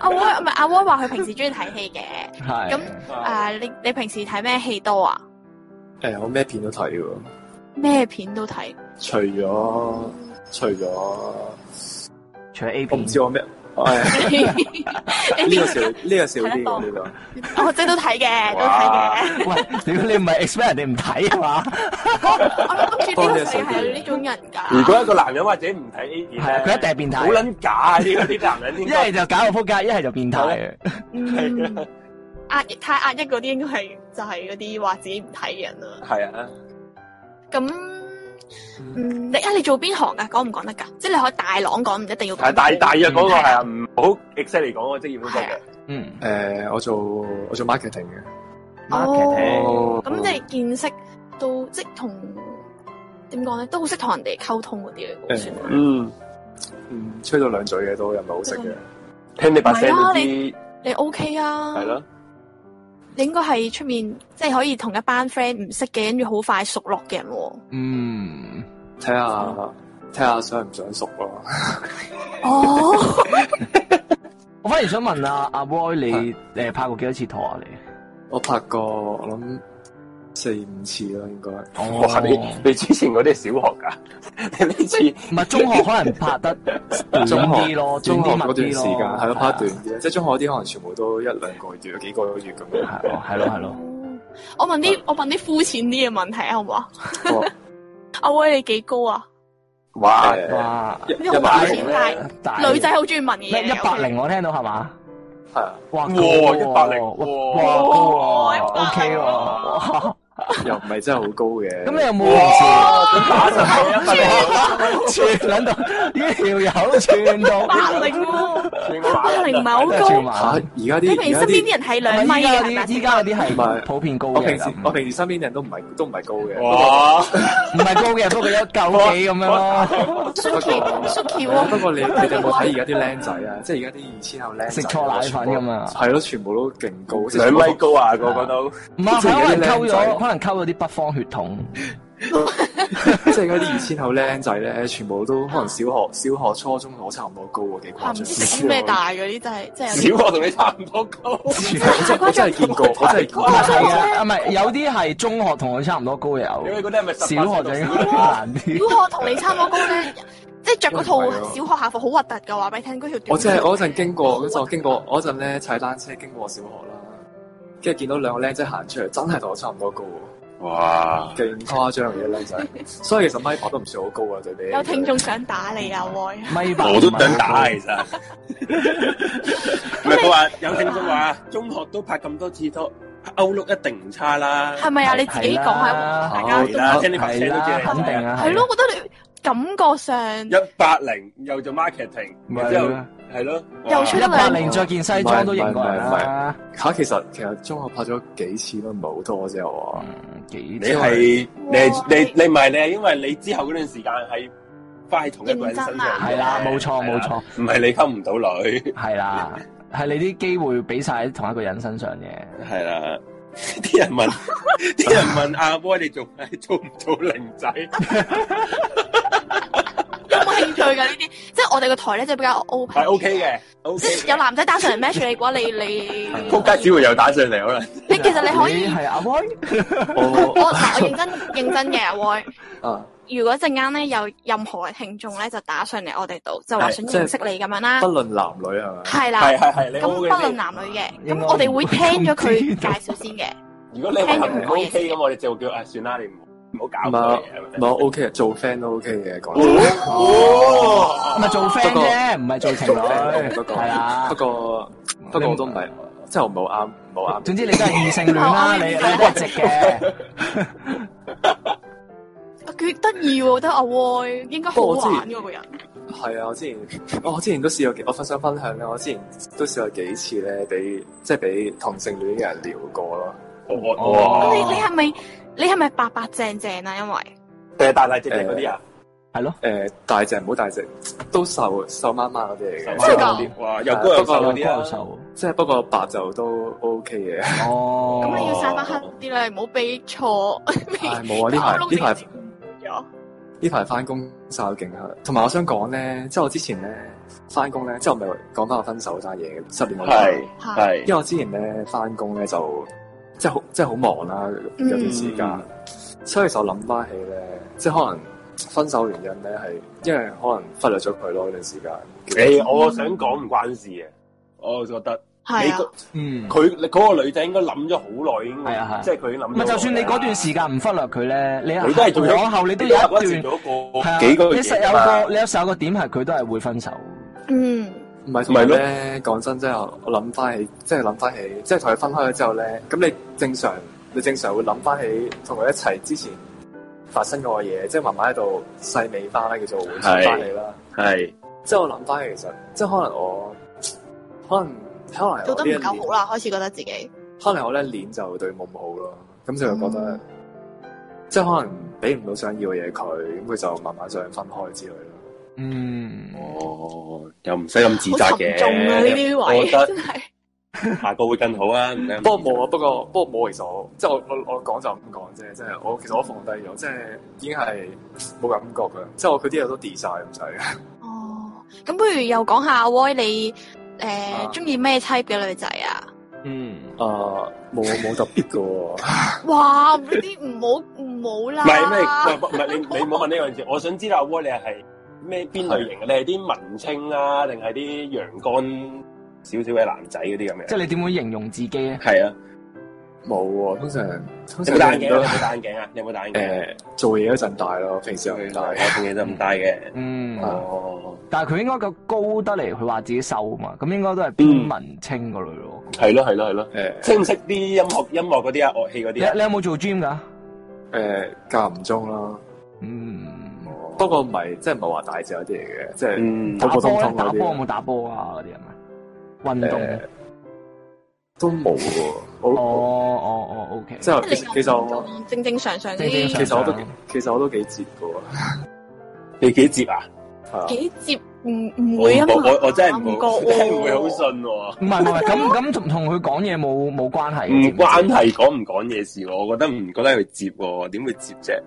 Speaker 6: 阿威唔係阿威話佢平時中意睇戲嘅，
Speaker 3: 係
Speaker 6: 咁
Speaker 2: 哦
Speaker 6: 誒你你平時睇咩戲多啊？
Speaker 8: 誒、我咩片都睇嘅喎，
Speaker 6: 咩片都 睇，
Speaker 8: 除咗除咗
Speaker 3: 除咗 A
Speaker 8: 我唔
Speaker 3: 片，
Speaker 8: 知我咩，誒呢個少呢個少啲嘅呢個，
Speaker 6: 我哦即係都睇嘅，都睇嘅。
Speaker 3: 喂，屌你唔係 expect 人哋唔睇係嘛？
Speaker 6: 我諗住呢個世界係有呢種人
Speaker 2: 如
Speaker 6: 㗎。
Speaker 2: 果一個男人或者唔睇 A 片
Speaker 3: 係啊
Speaker 2: 咧，
Speaker 3: 佢一定係變態
Speaker 2: 好撚假啊！呢個啲男人應
Speaker 3: 一
Speaker 2: 該
Speaker 3: 係就搞個撲街，一係就變態。
Speaker 6: 嗯，壓抑太壓抑嗰啲應該係就係嗰啲話自己唔睇嘅人啦。
Speaker 2: 係啊，
Speaker 6: 咁，嗯，你啊，你做邊行噶？講唔講得噶？即係你可以大朗講，唔一定要
Speaker 2: 係
Speaker 6: 講。
Speaker 2: 大大約嗰個係啊，唔好 exactly 講個職業都得
Speaker 6: 係
Speaker 2: 嘅
Speaker 6: 啊。
Speaker 3: 嗯
Speaker 8: 誒、呃我做我做 marketing 嘅，
Speaker 3: ，marketing
Speaker 6: 哦，咁即係見識到，即係同點講咧，都好識同人哋溝通嗰啲嘅，算
Speaker 8: 誒、
Speaker 6: 係。
Speaker 2: 嗯，
Speaker 8: 嗯，吹到兩嘴嘅都又唔係好識嘅，
Speaker 2: 聽你把聲
Speaker 6: 唔係
Speaker 2: 都
Speaker 6: 啊
Speaker 2: 知
Speaker 6: 你你 OK 啊？
Speaker 2: 係。咯，
Speaker 6: 你應該係出面，即係可以同一班 friend 唔識嘅，跟住好快熟絡嘅人喎。
Speaker 3: 嗯，
Speaker 8: 睇下睇下想唔想熟咯。
Speaker 6: 哦，
Speaker 3: 我反而想問啊， 阿 Roy 你誒拍過幾多次拖啊？你
Speaker 8: 我拍過我諗四五次啦，應該
Speaker 6: 嗯
Speaker 2: 哇！你
Speaker 8: 哦
Speaker 2: 你之前嗰啲係小學㗎， 你呢次
Speaker 3: 唔係中學可能拍 得短啲咯，短
Speaker 8: 中學
Speaker 3: 啲密
Speaker 8: 嗰段時
Speaker 3: 啲
Speaker 8: 間
Speaker 3: 咯，啊
Speaker 8: 係咯，拍短啲，即係中學嗰啲可能全部都一兩個月、幾個月咁樣。
Speaker 3: 係哦咯，係咯，係咯。
Speaker 6: 我問啲我問啲膚淺啲嘅問題啊，好唔好啊？
Speaker 8: 我
Speaker 6: 阿威你幾高啊？
Speaker 2: 哇！
Speaker 3: 啊
Speaker 8: 誒
Speaker 3: 哇！
Speaker 8: 一
Speaker 6: 呢個大
Speaker 8: 一百
Speaker 6: 錢
Speaker 8: 零
Speaker 6: 大
Speaker 3: 大
Speaker 6: 女仔好中意問嘅
Speaker 3: 咩
Speaker 6: 嘢。
Speaker 3: 一百零我聽到係嘛？
Speaker 8: 係啊，
Speaker 3: 哇！高
Speaker 2: 哇
Speaker 3: 喎
Speaker 2: 180
Speaker 3: 哇
Speaker 2: 哇
Speaker 3: 哇高喎
Speaker 6: 哇
Speaker 3: ，OK
Speaker 6: 180
Speaker 3: 喎。 哇
Speaker 8: 又唔係真係好高嘅。
Speaker 3: 咁你有冇 平
Speaker 2: 打實佢啊！
Speaker 3: 時串撚到呢條友串到？
Speaker 6: 八零喎，
Speaker 2: 串
Speaker 6: 八零唔係好
Speaker 3: 真係串
Speaker 6: 高。
Speaker 8: 嚇
Speaker 3: 埋。
Speaker 8: 而家
Speaker 6: 你
Speaker 8: 啲
Speaker 6: 平時
Speaker 8: 而家
Speaker 6: 身邊
Speaker 8: 啲
Speaker 6: 啲人啊係兩
Speaker 3: 唔
Speaker 6: 米
Speaker 3: 係依家
Speaker 6: 嘅係咪？
Speaker 3: 嗰啲，依家嗰啲
Speaker 8: 唔係
Speaker 3: 係普遍高
Speaker 8: 我
Speaker 3: 嘅啊
Speaker 8: 平時
Speaker 3: 咁，
Speaker 8: 我平時身邊人都唔係都唔係高嘅。
Speaker 2: 哇！
Speaker 3: 唔係高嘅，不過一九幾咁樣咯。
Speaker 6: Suki
Speaker 8: 不
Speaker 6: 喎，
Speaker 8: 過你你哋有冇睇而家啲僆仔啊？即係而家啲二千後僆仔
Speaker 3: 食錯奶粉咁啊
Speaker 8: 係咯，全部都勁 高，即係
Speaker 2: 兩米高啊，個個都
Speaker 3: 唔係，
Speaker 8: 即係有
Speaker 3: 可能
Speaker 8: 啲
Speaker 3: 溝
Speaker 8: 靚仔
Speaker 3: 咗，可能溝咗啲北方血統。
Speaker 8: 即係而家啲二千後僆仔咧，全部都可能小學、小學、初中我差唔多高喎，幾
Speaker 6: 啊
Speaker 8: 誇
Speaker 6: 唔知
Speaker 8: 張。
Speaker 6: 食啲咩大嗰啲，真係真係
Speaker 2: 小學同你差唔多高，
Speaker 8: 我真我真係見 過，我哦真係見過。
Speaker 3: 係啊，唔係有啲係中學同佢差唔多高有
Speaker 2: 你，會覺得係咪
Speaker 3: 小
Speaker 2: 十八
Speaker 3: 學就
Speaker 2: 歲
Speaker 3: 應
Speaker 2: 讀
Speaker 3: 該難
Speaker 6: 有
Speaker 3: 啲。
Speaker 6: 小學同你差唔多高咧，即係着嗰套
Speaker 8: 因為唔係喎
Speaker 6: 小學校服好核突㗎，話俾你聽嗰條短褲。
Speaker 8: 我真係我嗰陣經過，嗰陣我經過我嗰陣咧踩單車經過小學啦，跟住見到兩個僆仔行出嚟，真係同我差唔多高喎，
Speaker 2: 哇！
Speaker 8: 勁誇張嘅 僆仔。所以其實咪伯都唔算好高啊，對比
Speaker 6: 有聽眾想打你啊，喂！
Speaker 3: 咪白
Speaker 2: 我都想打其實。 唔係佢話有聽眾話中學都拍咁多次拖，歐陸一定唔差啦。
Speaker 6: 係咪啊？你自己講
Speaker 3: 係
Speaker 2: Ờ,
Speaker 6: 下，
Speaker 3: 啦
Speaker 6: 大家
Speaker 2: 係啦，聽你把聲
Speaker 3: 係
Speaker 2: 都知
Speaker 3: 啦，
Speaker 2: 你
Speaker 3: 肯定啊，
Speaker 6: 係咯，我覺得你感覺上
Speaker 2: 一八零又做 marketing，
Speaker 3: 咪係啊
Speaker 2: 之後
Speaker 3: 啦
Speaker 2: 係咯，
Speaker 6: 又出
Speaker 3: 一
Speaker 6: 得
Speaker 3: 八
Speaker 6: 兩
Speaker 3: 零
Speaker 6: 個
Speaker 3: 再件西裝都啊認過人
Speaker 8: 唔係唔係唔
Speaker 3: 啦。
Speaker 8: 嚇，其實其實中學拍咗幾次都唔係好多啫喎。
Speaker 3: 嗯幾
Speaker 2: 你係你係你你唔係你係因為你之後嗰段時間係花喺同一個人身上
Speaker 6: 認真啊
Speaker 2: 嘅，
Speaker 3: 係啦，冇錯
Speaker 2: 係
Speaker 3: 冇
Speaker 2: 啦
Speaker 3: 錯，
Speaker 2: 唔係你溝唔到女，
Speaker 3: 係啦，係你啲機會俾晒喺同一個人身上嘅。
Speaker 2: 係啦。啲 人問，啲人問阿威你做係 做唔做零仔？
Speaker 6: 有冇興趣㗎呢啲？即係我哋個台咧，即係比較 open，
Speaker 2: 係 OK 嘅，OK
Speaker 6: 即係有男仔打上嚟 match 你嘅話，你你
Speaker 2: 扑街只會又打上嚟可能。
Speaker 6: 你其實你可以
Speaker 3: 你，係阿威，
Speaker 6: 我嗱我認真認真嘅阿 Y。
Speaker 8: 啊，
Speaker 6: 如果陣間咧有任何嘅聽眾咧，就打上嚟我哋度，就話想
Speaker 8: 係即係
Speaker 6: 認識你咁樣啦
Speaker 8: 不，論男女係咪？
Speaker 6: 係啦
Speaker 2: 係。係係，你
Speaker 6: 咁
Speaker 2: O
Speaker 6: 不
Speaker 2: K
Speaker 6: 論
Speaker 2: 嘅。
Speaker 6: 男女 嘅，
Speaker 3: 應該
Speaker 6: 咁我哋會
Speaker 3: 唔會
Speaker 6: 聽咗佢
Speaker 3: 咁知
Speaker 6: 介
Speaker 3: 道
Speaker 6: 紹先嘅。
Speaker 2: 如果你話唔 O K 咁，我哋就叫啊算啦，你唔好唔好搞
Speaker 8: 唔
Speaker 2: 佢
Speaker 8: 係
Speaker 2: 嘅
Speaker 8: 唔係我 OK 嘅，做 friend 都 OK 嘅，講真。
Speaker 2: 哦，
Speaker 3: 咪啊做 friend
Speaker 8: 不過
Speaker 3: 啫，唔係做情侶，
Speaker 8: 不過
Speaker 3: 係啦
Speaker 8: 不。過不過我都唔係，即係我唔好啱，唔好啱。
Speaker 3: 哦總之你都係異性戀啦，你你都係直嘅，
Speaker 6: 啊佢得意喎，得阿 Y，應該好玩
Speaker 8: 不過我知
Speaker 6: 嗰個人。
Speaker 8: 係啊，我之前我之前都試過幾，我分想分享咧，我之前都試過幾次咧，俾即係俾同性戀嘅人撩過咯。
Speaker 2: 我我哇
Speaker 6: 你
Speaker 3: 哦
Speaker 6: 你係咪你係咪白白淨淨啊？因為
Speaker 2: 誒大大隻隻嗰啲啊，
Speaker 3: 係咯。
Speaker 8: 誒、大隻唔好大隻，都瘦瘦媽媽嗰啲嚟嘅，
Speaker 6: 真係㗎
Speaker 2: 嗰啲哇又高又瘦嗰
Speaker 3: 有
Speaker 2: 啲
Speaker 3: 高有
Speaker 2: 啊，
Speaker 3: 瘦。
Speaker 8: 即係不過白就都 OK 嘅。
Speaker 3: 哦。
Speaker 6: 咁你要晒翻黑啲啦，唔好俾錯。
Speaker 8: 唉，冇啊！呢排呢排
Speaker 6: 咗
Speaker 8: 呢排翻工晒到勁啊！同埋我想講咧，即係我之前咧翻工咧，即係我咪講翻我分手單嘢嘅，失戀嗰單
Speaker 2: 係
Speaker 6: 嚇
Speaker 2: 係
Speaker 8: 因為我之前咧翻工咧就即係好即係好忙啦，有段時間，
Speaker 2: 嗯
Speaker 8: 所以就諗翻起咧，即係可能分手原因咧係因為可能忽略咗佢咯嗰段時間。
Speaker 2: 誒，我想講唔關事嘅，我覺得你
Speaker 6: 係啊
Speaker 2: 個。
Speaker 3: 嗯。
Speaker 2: 佢你嗰個女仔應該諗咗好耐，應
Speaker 3: 係啊係
Speaker 2: 該
Speaker 3: 啊
Speaker 2: 即係佢已經諗咗好
Speaker 3: 唔
Speaker 2: 耐
Speaker 3: 係，
Speaker 2: 啦。
Speaker 3: 就算你嗰段時間唔忽略佢咧，你
Speaker 2: 你都係做咗
Speaker 3: 往後你都有一段
Speaker 2: 你
Speaker 3: 係啊
Speaker 2: 都係嗰陣時做咗個幾個月
Speaker 3: 你實有
Speaker 2: 嘛
Speaker 3: 個你有實有個點係佢都係會分手。
Speaker 6: 嗯，
Speaker 8: 唔係同
Speaker 2: 咪
Speaker 8: 埋
Speaker 2: 咯
Speaker 8: 咧，講真，即係我諗翻起，即係諗翻起，即係同佢分開咗之後咧，咁你正常，你正常會諗翻起同佢一齊之前發生過嘅嘢，即係慢慢喺度細味翻啦，叫做回想翻你啦。
Speaker 2: 係
Speaker 8: 即係我諗翻起，其實即係可能我，可能可能
Speaker 6: 做
Speaker 8: 我
Speaker 6: 得
Speaker 8: 呢一
Speaker 6: 唔夠
Speaker 8: 年
Speaker 6: 好啦，開始覺得自己
Speaker 8: 可能我呢一年就對冇咁好咯，咁就覺
Speaker 6: 嗯
Speaker 8: 得、即係可能俾唔到想要嘅嘢佢，咁佢就慢慢想分開之類咯。
Speaker 3: 嗯。
Speaker 2: 哦，又唔使咁自責
Speaker 6: 好沉
Speaker 2: 嘅。
Speaker 6: 重啊！呢啲
Speaker 2: 我
Speaker 6: 位
Speaker 2: 覺
Speaker 6: 真係
Speaker 2: 得下個會更好啊。唔使咁
Speaker 8: 不過冇啊，不過不過冇，其實我即係我我我講就咁講啫，即係我其實我放低咗，即係已經係冇感覺噶，即係我佢啲嘢都 delete 晒唔使。
Speaker 6: 哦。咁不如又講下阿 Y 你
Speaker 8: 啊
Speaker 6: 誒中意咩 type 嘅女仔啊？
Speaker 3: 嗯。
Speaker 8: 啊，冇冇特別 噶，
Speaker 6: 哇！呢啲唔好唔好啦。
Speaker 2: 唔係咩？喂唔係你你唔好問呢樣嘢。我想知道阿 Wall 你係咩邊類型嘅？你係啲文青啊，定係啲陽光少少嘅男仔嗰啲咁
Speaker 3: 即係
Speaker 2: 樣？
Speaker 3: 你點會形容自己咧？
Speaker 2: 係啊，
Speaker 8: 冇喎，通常通
Speaker 2: 你有
Speaker 8: 常
Speaker 2: 冇戴眼鏡
Speaker 8: 都
Speaker 2: 啊？你有冇戴眼鏡啊？你有冇戴眼鏡啊？
Speaker 8: 誒做嘢嗰陣戴咯，平時又唔戴
Speaker 2: 我。見你都唔戴嘅。
Speaker 3: 嗯。
Speaker 2: 哦，
Speaker 3: 但係佢應該個高得嚟，佢話自己瘦啊嘛，咁應該都係偏文青嗰類咯。
Speaker 2: 係咯係咯係咯。
Speaker 8: 誒
Speaker 2: 識唔識啲音樂音樂嗰啲啊？樂器嗰
Speaker 3: 你
Speaker 2: 啲啊？
Speaker 3: 你有冇做 gym 㗎？
Speaker 8: 誒間唔中啦，
Speaker 3: 嗯，
Speaker 8: 不過唔係即係唔係話大隻嗰啲嚟嘅，即係
Speaker 2: 嗯
Speaker 3: 打
Speaker 8: 普普
Speaker 3: 波
Speaker 8: 通
Speaker 3: 咧
Speaker 8: 通，
Speaker 3: 打
Speaker 8: 嗰
Speaker 3: 波
Speaker 8: 啲
Speaker 3: 有冇打波啊？嗰啲係咪？運動？
Speaker 8: 誒都冇喎。
Speaker 3: 哦
Speaker 8: 我
Speaker 3: 哦哦，OK。
Speaker 8: 即係其實其實我
Speaker 6: 我正正常常
Speaker 3: 正正常
Speaker 6: 啲
Speaker 8: 其實我都幾其實我都幾節
Speaker 2: 你幾接啊？
Speaker 8: 噶，係啊
Speaker 6: 幾接唔唔會啊嘛
Speaker 2: 我唔覺我我真係
Speaker 6: 唔
Speaker 2: 唔好
Speaker 6: 覺
Speaker 2: 真係唔會
Speaker 6: 喎
Speaker 2: 好信喎。
Speaker 3: 唔係唔啊係，咁 咁同同佢講嘢冇冇關係嘅？
Speaker 2: 唔
Speaker 3: 知知
Speaker 2: 關係講唔講嘢事喎，我覺得唔覺得佢接喎，點會接啫？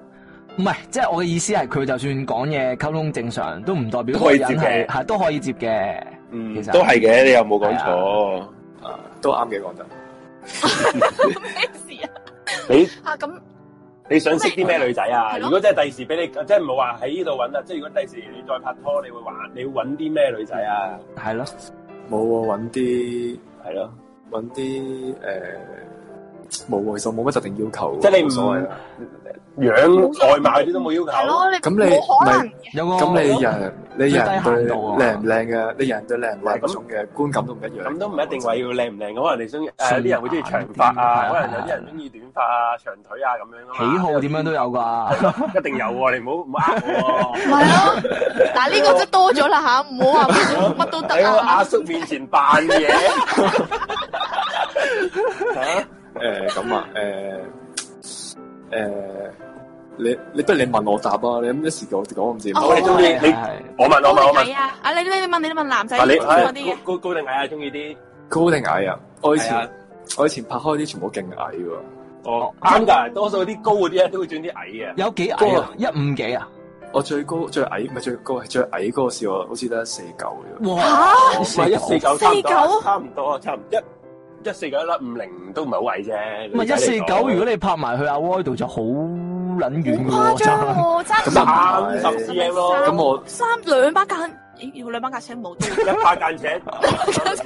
Speaker 3: 唔係，即係我嘅意思係，佢就算講嘢溝通正常，都唔代表
Speaker 2: 都可以接
Speaker 3: 嗰個人係
Speaker 2: 嘅
Speaker 3: 係都可以接嘅。
Speaker 2: 嗯
Speaker 3: 其實
Speaker 2: 都係嘅，你又冇講
Speaker 3: 係
Speaker 2: 錯。
Speaker 8: 啊都啱嘅講得。
Speaker 6: 咩事啊？
Speaker 2: 你
Speaker 6: 啊咁
Speaker 2: 你想識啲咩女仔啊？
Speaker 6: 係咯
Speaker 2: 如果真係第時俾你，即係唔好話喺呢度揾啦。啊即係如果第時你再拍拖，你會玩，你會揾啲咩女仔啊？
Speaker 3: 係咯，
Speaker 8: 冇喎，揾啲
Speaker 2: 係咯，
Speaker 8: 揾啲誒呃冇喎，其實我冇乜特定要求喎，
Speaker 2: 即係你唔
Speaker 8: 冇所謂啦。
Speaker 2: 樣外貌嗰啲都冇要
Speaker 6: 係
Speaker 2: 求。
Speaker 6: 咯，你
Speaker 8: 咁你
Speaker 6: 冇可能
Speaker 8: 咪
Speaker 3: 有
Speaker 2: 哦
Speaker 3: 個
Speaker 8: 咁你人你人
Speaker 3: 最低限
Speaker 8: 對
Speaker 3: 度啊
Speaker 8: 靚唔靚嘅，你人對靚唔靚
Speaker 2: 咁
Speaker 8: 嗰種嘅觀感都唔一樣。
Speaker 2: 咁都唔一定話要靚唔靚，咁可能你中意誒
Speaker 3: 順
Speaker 2: 啲人會中意長髮啊，可能有啲人中意短髮啊、長腿啊咁樣啊嘛。
Speaker 3: 喜好點樣都有㗎。
Speaker 2: 一定有喎，你唔好唔好呃 我
Speaker 6: 系咯，嗱呢個真係多咗啦吓，唔好話乜乜都
Speaker 2: 喎，喺
Speaker 6: 得
Speaker 2: 我
Speaker 6: 啊
Speaker 2: 阿。叔面前扮嘢。 嚇
Speaker 8: 誒咁啊誒誒，你你不如你問我答啊，你咁一時我講唔知。
Speaker 6: 哦
Speaker 2: 我哋中意
Speaker 3: 係
Speaker 2: 你，
Speaker 3: 係
Speaker 2: 我問我問我
Speaker 6: 高
Speaker 2: 問
Speaker 6: 定，矮
Speaker 4: à,
Speaker 6: 啊！啊你你你問你你問男仔
Speaker 2: 嗱你
Speaker 6: 嗰啲
Speaker 2: 係
Speaker 6: 嘅，
Speaker 2: 高高高定矮啊？中意啲
Speaker 8: 高定矮啊？我以
Speaker 2: 係啊
Speaker 8: 前我以前拍開啲全部勁矮喎，
Speaker 2: 哦啱㗎，多數啲高嗰啲咧都會中意啲矮嘅。
Speaker 3: 有幾矮啊？一五幾啊？
Speaker 8: 我最高最矮唔係最高係最矮嗰個試過，好似得四九啫。
Speaker 3: 哇！
Speaker 2: 唔係一四九，
Speaker 6: 四九
Speaker 2: 差唔多，差唔多一一四九一粒五零都唔係好矮啫。
Speaker 3: 唔係一四
Speaker 2: 女仔嚟
Speaker 3: 九，
Speaker 2: 講
Speaker 3: 如果你拍埋去阿 Y 度就好撚遠
Speaker 6: 好誇
Speaker 3: 㗎喎，
Speaker 6: 張喎，爭
Speaker 3: 真係。
Speaker 8: 咁啊
Speaker 2: 三十 cm 咯，
Speaker 8: 咁我
Speaker 6: 三兩把間，咦有兩把架車冇多，
Speaker 2: 一把間尺，
Speaker 6: 架車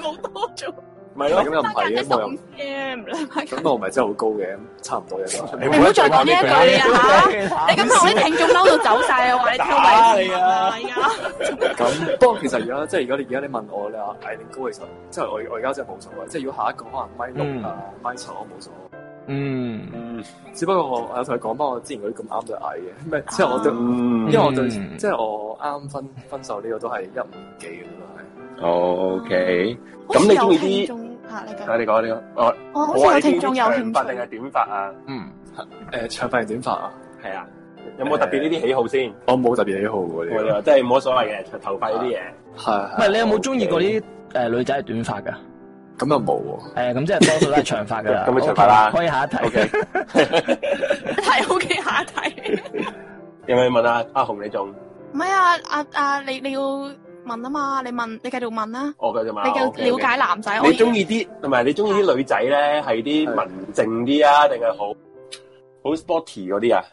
Speaker 6: 冇多咗，
Speaker 2: 咪
Speaker 8: 咁
Speaker 2: 咯。
Speaker 8: 又唔
Speaker 6: 間
Speaker 8: 係嘅，
Speaker 6: 車
Speaker 8: 我
Speaker 6: 十
Speaker 8: 又
Speaker 6: 五 cm 兩把間。
Speaker 8: 咁我唔係真係好高嘅，差唔多嘅都係。
Speaker 6: 你唔好再講呢一句啊吓！你咁同啲聽眾嬲到走晒啊！我話你
Speaker 2: 打
Speaker 6: 聽
Speaker 2: 你
Speaker 6: 位
Speaker 2: 啊
Speaker 6: 而家
Speaker 8: 咁不過其實而家即係如果你而家你問我你話矮定高，其實即係我我而家真係冇所謂。即係如果下一個可能米六啊米七我冇所謂。
Speaker 3: 嗯，
Speaker 2: 嗯
Speaker 8: 只不過我我有同佢講翻我之前嗰啲咁啱對矮嘅，咩即係我對，
Speaker 2: 啊嗯
Speaker 8: 因為我對
Speaker 3: 嗯
Speaker 8: 即係我啱分分手呢個都係一五幾嘅都係。
Speaker 2: ，OK。
Speaker 6: 好似
Speaker 2: 咁你中
Speaker 6: 有
Speaker 2: 意
Speaker 6: 聽
Speaker 2: 啲？
Speaker 6: 眾嚇你
Speaker 2: 我
Speaker 6: 嘅，
Speaker 2: 哋講呢個，我
Speaker 6: 我好似
Speaker 2: 我
Speaker 6: 有
Speaker 2: 係
Speaker 6: 聽眾有
Speaker 2: 長
Speaker 6: 興
Speaker 2: 髮定
Speaker 6: 趣。
Speaker 2: 係短髮啊？
Speaker 3: 嗯，
Speaker 8: 誒長髮定短髮啊？
Speaker 2: 係啊，有冇特別呢啲喜好先？
Speaker 8: 我冇特別喜好喎
Speaker 2: 我
Speaker 8: 呢啊
Speaker 2: 哋話真係冇乜所謂嘅，長頭髮呢啲嘢。
Speaker 8: 個。係
Speaker 3: 喂，
Speaker 8: 係
Speaker 3: 你有冇中意過啲誒女仔係短髮㗎？
Speaker 8: 咁又冇喎。
Speaker 3: 誒，咁即係多數都係長髮㗎啦。
Speaker 2: 咁咪長髮啦
Speaker 3: OK，可以下一題。
Speaker 6: 係 OK，下一題。
Speaker 2: 有冇問啊？阿紅你仲？
Speaker 6: 唔係
Speaker 4: à,
Speaker 6: 啊，啊啊，你你要問啊嘛，你問你繼續問啦，
Speaker 2: 我繼續問啊。
Speaker 6: 你繼
Speaker 2: OK，OK
Speaker 6: 續了解啊男仔。
Speaker 2: 你中意啲同埋你中意啲女仔咧，係啲文靜啲啊，定係好好 sporty 嗰啲啊？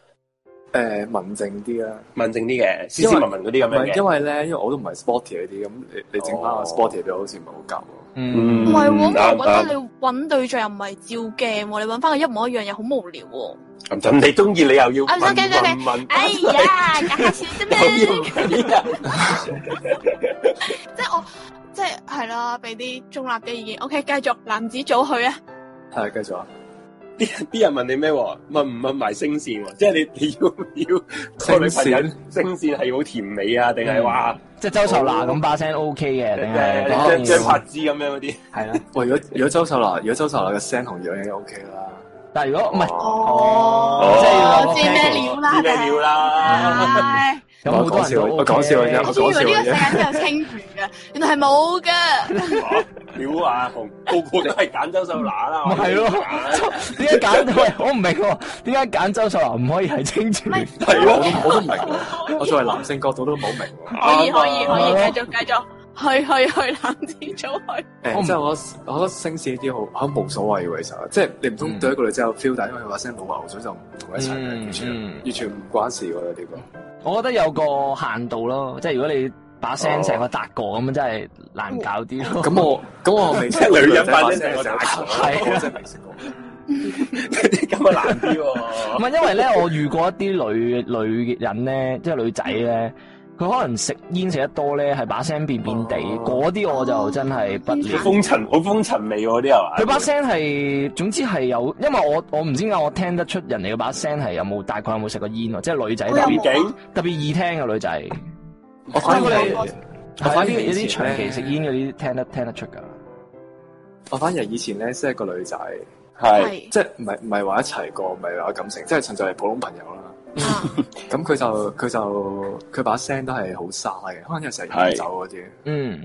Speaker 8: 誒文靜啲啦。
Speaker 2: 文靜啲嘅，斯斯文文嗰啲咁
Speaker 8: 唔
Speaker 2: 樣
Speaker 8: 係，因
Speaker 2: 嘅。
Speaker 8: 為咧，因為我都唔係 sporty 嗰啲，咁你你整翻個
Speaker 2: 哦
Speaker 8: sporty 俾我，好似唔係好夾喎。
Speaker 3: 嗯，
Speaker 6: 唔係喎，
Speaker 2: 啱
Speaker 6: 我覺得
Speaker 2: 啱
Speaker 6: 你揾對象又唔係照鏡喎，你揾翻個一模一樣嘢好無聊喎。
Speaker 2: 咁就你中意你又要
Speaker 6: 啊
Speaker 2: 問
Speaker 6: ，sorry，sorry，
Speaker 2: 問問，
Speaker 6: 哎呀，搞笑啫
Speaker 2: 又要
Speaker 6: 咩？
Speaker 2: 問啊
Speaker 6: 即係我，即係係啦，俾啲中立嘅意見。OK，繼續男子組去啊。
Speaker 8: 係繼續啊，
Speaker 2: 啲人啲人問你咩喎？問唔問埋聲線喎？即係你你 要要個女朋友聲線係好甜美啊，定係話
Speaker 3: 即係周秀娜咁把聲 OK 嘅，定係
Speaker 8: 哦
Speaker 2: 誒張張柏芝咁樣嗰啲？
Speaker 3: 係啦。
Speaker 8: 喂，如果如果周秀娜，如果周秀娜嘅聲同樣嘢 OK 啦，
Speaker 3: 但係如果唔係，
Speaker 6: 哦
Speaker 2: 即係
Speaker 3: 要有個
Speaker 6: 我知咩料啦，
Speaker 2: 知咩料啦？
Speaker 6: 係
Speaker 3: 咁好多人都
Speaker 8: 我講笑我講笑嘅
Speaker 6: 我
Speaker 8: 啫
Speaker 6: 仲以為呢個世界都有清魚嘅，原來係冇嘅。
Speaker 2: 屌啊紅，個個都係揀周秀娜啦，
Speaker 3: 咪係咯 點解揀？喂，我唔明喎，點解揀周秀娜唔可以係清泉？
Speaker 8: 係咯，我都我都唔明喎，我作為男性角度都冇明喎。
Speaker 6: 可以可以可
Speaker 3: 啱啊
Speaker 6: 以，繼續繼續。去去去，男子組去。
Speaker 3: 我
Speaker 8: 誒，
Speaker 3: 唔
Speaker 8: 即係我覺得我覺得聲線呢啲好，嚇冇所謂嘅其實，即係你唔
Speaker 3: 嗯
Speaker 8: 通對一個女仔有 feel，但係因為佢把聲老牛水就唔同佢一齊嘅，
Speaker 3: 嗯
Speaker 8: 完全
Speaker 3: 嗯
Speaker 8: 完全唔關事喎呢個。
Speaker 3: 我覺得有個限度咯，即係如果你把聲成個達過咁樣，真係難搞啲咯。
Speaker 8: 咁我咁我未 識過
Speaker 2: 即係女人把
Speaker 8: 把
Speaker 2: 聲
Speaker 8: 成
Speaker 2: 打球
Speaker 8: 係我真係未識過。
Speaker 2: 咁啊難 啲
Speaker 3: 唔
Speaker 2: 喎。
Speaker 3: 係因為咧，我遇過一啲女女人咧，即係女仔咧，佢可能食煙食得多咧，係把聲變變地，
Speaker 8: 哦
Speaker 3: 嗰啲我就真係不
Speaker 2: 好
Speaker 3: 了。
Speaker 2: 風塵好風塵味喎嗰啲係嘛？
Speaker 3: 佢把聲係，總之係有，因為我我唔知點解我聽得出人哋嘅把聲係有冇大概有冇食過煙喎，即係女
Speaker 8: 哦
Speaker 3: 仔特
Speaker 6: 我有
Speaker 3: 別
Speaker 6: 冇
Speaker 2: 勁，
Speaker 3: 特別易聽嘅女仔，
Speaker 8: 我反而
Speaker 3: 我
Speaker 8: 係
Speaker 3: 哋
Speaker 8: 我反而
Speaker 3: 係有
Speaker 8: 以前
Speaker 3: 啲長期
Speaker 8: 呢
Speaker 3: 食煙嗰啲聽得聽得出㗎。
Speaker 8: 我反而以前咧識一個女仔。
Speaker 2: 係
Speaker 6: 係
Speaker 8: 即係唔係唔係話一齊過，唔係話感情，即係純粹係普通朋友啦。
Speaker 6: 啊，
Speaker 8: 咁佢就佢就佢把聲都係好沙嘅，可能有時係飲酒嗰啲，
Speaker 3: 嗯，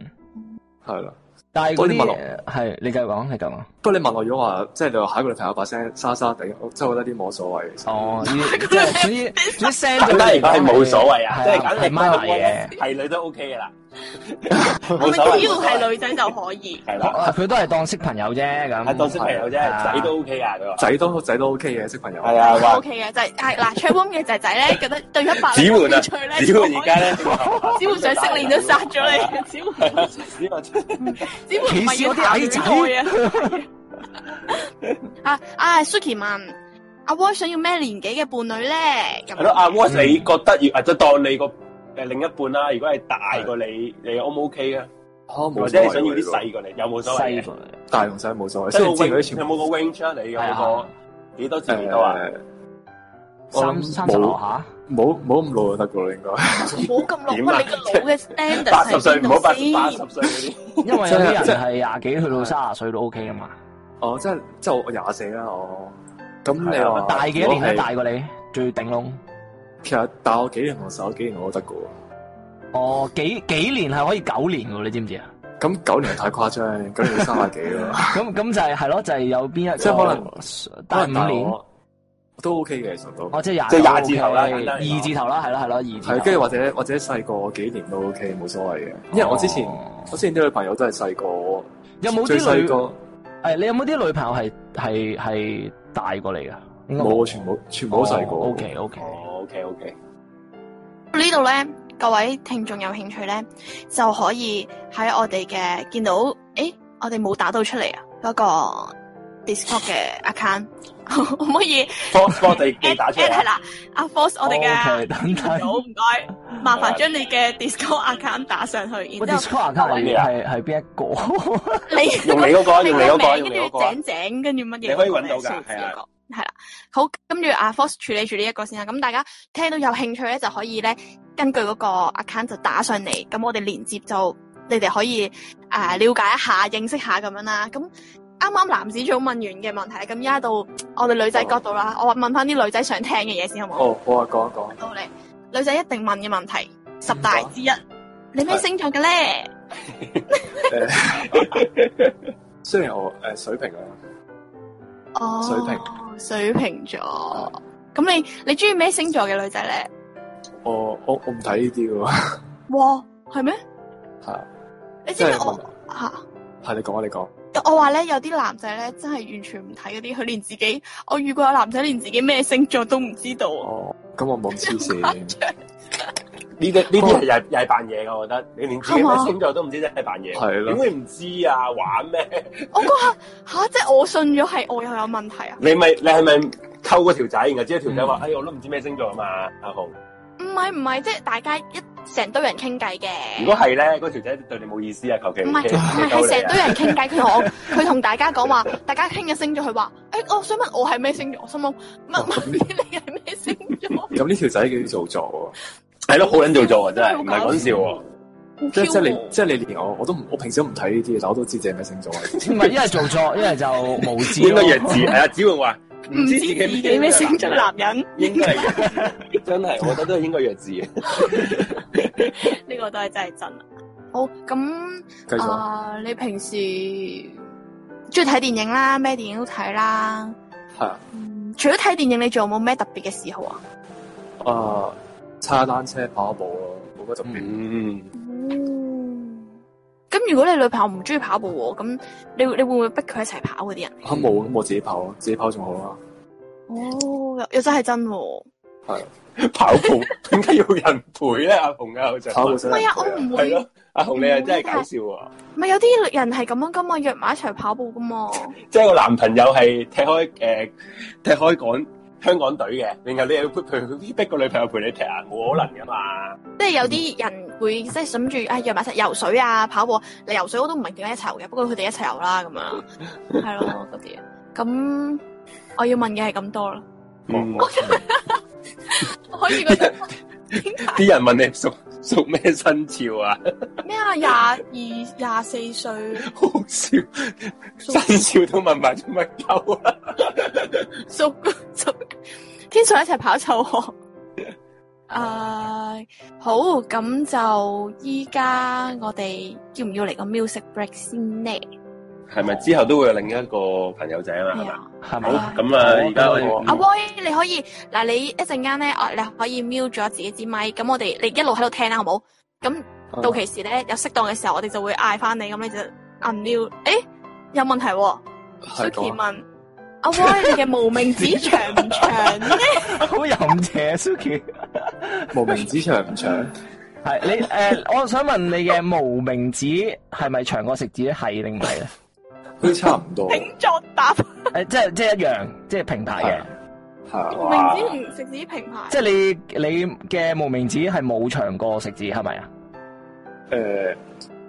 Speaker 8: 係啦。
Speaker 3: 但係嗰
Speaker 8: 我哋問
Speaker 3: 啲係你繼續講，你繼續講。
Speaker 8: 不過你問我如果話，即係你話下一個女朋友把聲沙沙地，我真係覺得啲冇所謂。其實
Speaker 3: 哦，呢 啲即係總之總之聲
Speaker 2: 簡
Speaker 3: 對
Speaker 2: 單
Speaker 3: 嚟
Speaker 2: 嚟講係冇所
Speaker 3: 係
Speaker 2: 謂啊，即係簡
Speaker 3: 係
Speaker 2: 單
Speaker 3: 孖
Speaker 2: 嚟
Speaker 3: 嚟
Speaker 2: 講
Speaker 3: 嘅。
Speaker 2: 係女都 OK 噶啦，
Speaker 6: 我
Speaker 2: 冇
Speaker 6: 咪
Speaker 2: 所
Speaker 6: 只
Speaker 2: 謂。
Speaker 6: 要係女仔就可以。
Speaker 2: 係啦，
Speaker 3: 啊佢都係當識朋友啫，咁
Speaker 2: 啊係當識朋友啫，仔都 OK 啊，佢話。
Speaker 8: 仔都仔都 OK 嘅，識朋友。
Speaker 2: 係啊，
Speaker 6: O
Speaker 2: 話
Speaker 6: K 嘅，就係係嗱 chat room 嘅仔仔 咧，覺得對一百
Speaker 2: 子
Speaker 6: 有
Speaker 2: 桓啊，
Speaker 6: 興趣咧，
Speaker 2: 子桓而家咧，
Speaker 6: 只會想識你都殺咗你，只會
Speaker 2: 係啊，子桓
Speaker 6: 只會唔係要
Speaker 3: 歧視我啲矮
Speaker 6: 談戀愛啊， 啊啊，Suki 問阿 Y 想要咩年紀嘅伴侶咧？咁
Speaker 2: 係咯，阿 w a t 你覺得要啊，即係當你個誒另一半啦，如果係大過你，你 O 唔 OK 啊？
Speaker 8: 哦，冇
Speaker 2: 或
Speaker 8: 所
Speaker 2: 者
Speaker 8: 謂
Speaker 2: 你想要啲
Speaker 8: 喎
Speaker 2: 細過你，有冇所謂
Speaker 3: 細
Speaker 2: 嘅？
Speaker 3: 過嚟。
Speaker 8: 大同細冇所謂，
Speaker 2: 即
Speaker 8: 雖
Speaker 2: 係
Speaker 8: 然知
Speaker 2: 個
Speaker 8: 佢
Speaker 2: range
Speaker 8: 全
Speaker 2: 有
Speaker 8: 部
Speaker 2: 冇個 range 啊？你有冇
Speaker 3: 係
Speaker 2: 個幾多至幾多啊？
Speaker 8: 誒我
Speaker 3: 三
Speaker 8: 諗
Speaker 3: 三十樓
Speaker 8: 冇
Speaker 3: 下，
Speaker 8: 冇冇咁老就得噶啦，應該。
Speaker 6: 冇咁老，
Speaker 2: 點啊
Speaker 6: 乜你個老嘅 standard
Speaker 2: 八十歲
Speaker 6: 係
Speaker 2: 唔好八
Speaker 6: 邊
Speaker 2: 八
Speaker 6: 度
Speaker 2: 十
Speaker 6: 先？
Speaker 2: 歲嗰啲，
Speaker 3: 因為有啲人
Speaker 8: 即係
Speaker 3: 係廿幾去到三十歲都 OK 啊嘛。
Speaker 8: 哦，即係即係我廿四啦，我咁你
Speaker 2: 係
Speaker 8: 話
Speaker 2: 啊
Speaker 3: 大幾
Speaker 8: 如
Speaker 3: 年
Speaker 8: 果
Speaker 3: 都
Speaker 8: 係
Speaker 3: 大過你，最頂窿。
Speaker 8: 其實大我幾年同細我幾年我都得噶
Speaker 3: 哦，幾幾年係可以九年嘅喎，你知唔知啊？
Speaker 8: 喎。咁九年太誇張，九 年三廿幾 啦，
Speaker 3: 咁咁就係係咯，就係有邊一個
Speaker 8: 即係可能
Speaker 3: 大五年，
Speaker 8: 我都 OK 嘅，其實都
Speaker 3: 哦，即係廿
Speaker 2: 即係廿
Speaker 3: OK，
Speaker 2: 字頭啦簡單嚟講
Speaker 3: 二字頭啦，係啦係啦，二字頭。
Speaker 8: 係，跟住或者或者細個幾年都 OK，冇所謂嘅。因為我之前
Speaker 3: 哦
Speaker 8: 我之前啲女朋友都係細個，
Speaker 3: 有冇
Speaker 8: 最
Speaker 3: 啲
Speaker 8: 細
Speaker 3: 女
Speaker 8: 個
Speaker 3: 誒，你有冇啲女朋友係係係大過你噶？應該
Speaker 8: 冇啊，全部全部都細個。
Speaker 3: O K O K，
Speaker 2: 哦，OK OK，
Speaker 6: 呢度咧，各位聽眾有興趣咧，就可以喺我哋嘅見到，誒，我哋冇打到出嚟啊，嗰個 Discord 嘅 account，可唔 可以
Speaker 2: 幫幫地地
Speaker 6: at
Speaker 2: 打出嚟
Speaker 6: at
Speaker 2: 啊哦
Speaker 6: 係！啦？阿 Force，我哋嘅
Speaker 3: 等等。
Speaker 6: 好唔該，麻煩將你嘅 Discord account 打上去，
Speaker 3: 我
Speaker 6: 然
Speaker 3: Discord
Speaker 6: 之後
Speaker 3: account 我
Speaker 2: 咩啊
Speaker 3: 係係邊一個？
Speaker 6: 你
Speaker 2: 用你嗰個，哎用你嗰個，
Speaker 6: 個
Speaker 2: 用你
Speaker 6: 名跟
Speaker 2: 嗰
Speaker 6: 住
Speaker 2: 個啊。
Speaker 6: 井井，跟住乜嘢？
Speaker 2: 你可以揾到㗎
Speaker 6: 數字
Speaker 2: 係啊
Speaker 6: 嗰個。係啦，好，跟住阿 Force 處理住呢一個先啦。咁大家聽到有興趣咧，就可以咧根據嗰個 account 就打上嚟。咁我哋連接就你哋可以啊了解一下、認識下咁樣啦。咁啱啱男子組問完嘅問題，咁而家到我哋女仔角度啦，我問翻啲女仔想聽嘅嘢先好唔好？
Speaker 8: 哦，我話講一講。
Speaker 6: 到你女仔一定問嘅問題，十大之一，你咩星座嘅咧？
Speaker 8: 雖然我誒、呃水平啦，
Speaker 6: 哦，
Speaker 8: 水瓶
Speaker 6: 水瓶座。咁你你中意咩星座嘅女仔咧？
Speaker 8: 我我我唔睇呢啲嘅喎，
Speaker 6: 哇，係咩？
Speaker 8: 係
Speaker 6: 你知
Speaker 8: 即
Speaker 6: 唔
Speaker 8: 係
Speaker 6: 知我
Speaker 8: 我
Speaker 6: 吓、
Speaker 8: 係你講啊，你講。
Speaker 6: 我話咧，有啲男仔咧真係完全唔睇嗰啲，佢連自己，我遇過有男仔連自己咩星座都唔知道。
Speaker 8: 哦，咁我冇咁黐線，
Speaker 2: 呢啲呢
Speaker 6: 哦
Speaker 2: 啲係又係又係扮嘢噶，我覺得你連自己咩星座都唔知，真係扮嘢。
Speaker 8: 係咯
Speaker 2: 點會唔知啊？玩咩？
Speaker 6: 我嗰下吓，即係我信咗係我又有問題啊？
Speaker 2: 你咪你係咪溝嗰條仔？然後之後條仔話：哎，我都唔知咩星座啊嘛，阿紅。
Speaker 6: 唔係唔係，即係大家一成堆人傾偈
Speaker 2: 如
Speaker 6: 嘅。
Speaker 2: 果係咧，嗰條仔對你冇意思啊，求其
Speaker 6: 唔係
Speaker 2: 企
Speaker 6: 唔係，係
Speaker 2: 溝你
Speaker 6: 成
Speaker 2: 啊
Speaker 6: 堆人傾偈。佢同我，佢同大家講話，大家傾嘅星座，佢話：，誒、我想問我係咩星座？我心諗乜乜你係咩星座？
Speaker 8: 咁呢條仔幾做作
Speaker 2: 係咯，好撚做作啊，真係唔係講笑喎。
Speaker 6: 好
Speaker 8: 喎，
Speaker 6: Q
Speaker 8: 即即係
Speaker 6: 喎
Speaker 8: 你即係你連我我都唔我平時都唔睇呢啲嘢，但我都知自己係咩星座嚟。
Speaker 3: 唔係一係做作，一係就無知咯。
Speaker 2: 應該弱智係啊，只會話唔
Speaker 6: 唔
Speaker 2: 知
Speaker 6: 知
Speaker 2: 自
Speaker 6: 自
Speaker 2: 己
Speaker 6: 己咩星座男人，
Speaker 2: 應該係弱智真係，我覺得都係應該弱智嘅。
Speaker 6: 呢個都係真係真啊！好咁
Speaker 8: 繼續啊，
Speaker 6: 啊、你平時中意睇電影啦，咩電影都睇啦。
Speaker 8: 係啊，
Speaker 6: 嗯除咗睇電影，你仲有冇咩特別嘅嗜好啊？
Speaker 8: 啊，踩單車跑步咯，冇乜特別。
Speaker 2: 嗯，
Speaker 6: 咁如果你女朋友唔中意跑步喎，咁你你會唔會逼佢一齊跑嗰啲人？
Speaker 8: 啊冇，咁我自己跑咯，自己跑仲好啊啦。
Speaker 6: 哦，又又真係真喎、
Speaker 2: 跑步點解要人陪咧？阿紅啊，我就
Speaker 8: 跑步
Speaker 2: 係
Speaker 6: 唔係
Speaker 8: 真係
Speaker 6: 啊，我唔會，
Speaker 2: 咯，阿紅你係真係搞笑喎！
Speaker 6: 唔係有啲人係咁樣噶嘛，約埋一齊跑步噶嘛。
Speaker 2: 即係個男朋友係踢開誒踢開港香港隊嘅，然後你又要逼逼個女朋友陪你踢啊，冇可能噶嘛！
Speaker 6: 即係有啲人會即係諗住啊約埋一齊游水啊跑步，你游水我都唔明點解一齊游嘅，不過佢哋一齊游啦咁樣，係咯嗰啲。咁我要問嘅係咁多啦，
Speaker 2: 嗯
Speaker 6: 我可以覺得
Speaker 2: 啲人問你屬屬咩生肖啊？
Speaker 6: 咩啊廿二廿四 歲
Speaker 2: 好笑，生肖都問埋做乜鳩啊？
Speaker 6: 屬屬天上一齊跑臭河。誒、好，咁就依家我哋要唔要嚟個 music break 先呢？
Speaker 2: 係咪之後都會有另一個朋友仔啊嘛？係
Speaker 6: 係
Speaker 2: 咪？
Speaker 6: 啊。
Speaker 3: 係
Speaker 2: 好
Speaker 3: 咪？
Speaker 6: 啊
Speaker 2: 咁啊，而家我哋
Speaker 6: 阿 Boy，你可以嗱，你一陣間咧，啊你可以 mute 咗自己支咪，咁我哋你一路喺度聽啦，好冇？咁到期時咧，有適當嘅時候，我哋就會嗌翻你，咁你就 unmute。誒，有問題喎，Suki
Speaker 8: 係講
Speaker 6: 問阿 Boy，你嘅無名指長唔長咧？
Speaker 3: 好淫邪，Suki。
Speaker 8: 無名指長唔長？
Speaker 3: 係你誒，我想問你嘅無名指係咪長過食指咧？係定唔係咧？
Speaker 8: 都差唔多，
Speaker 1: 請作答。
Speaker 3: 诶，即系即系一样，即系平排嘅。
Speaker 8: 係啊，
Speaker 1: 無名指同食指平排，
Speaker 3: 即系你你嘅無名指係冇長過食指係咪啊？
Speaker 8: 誒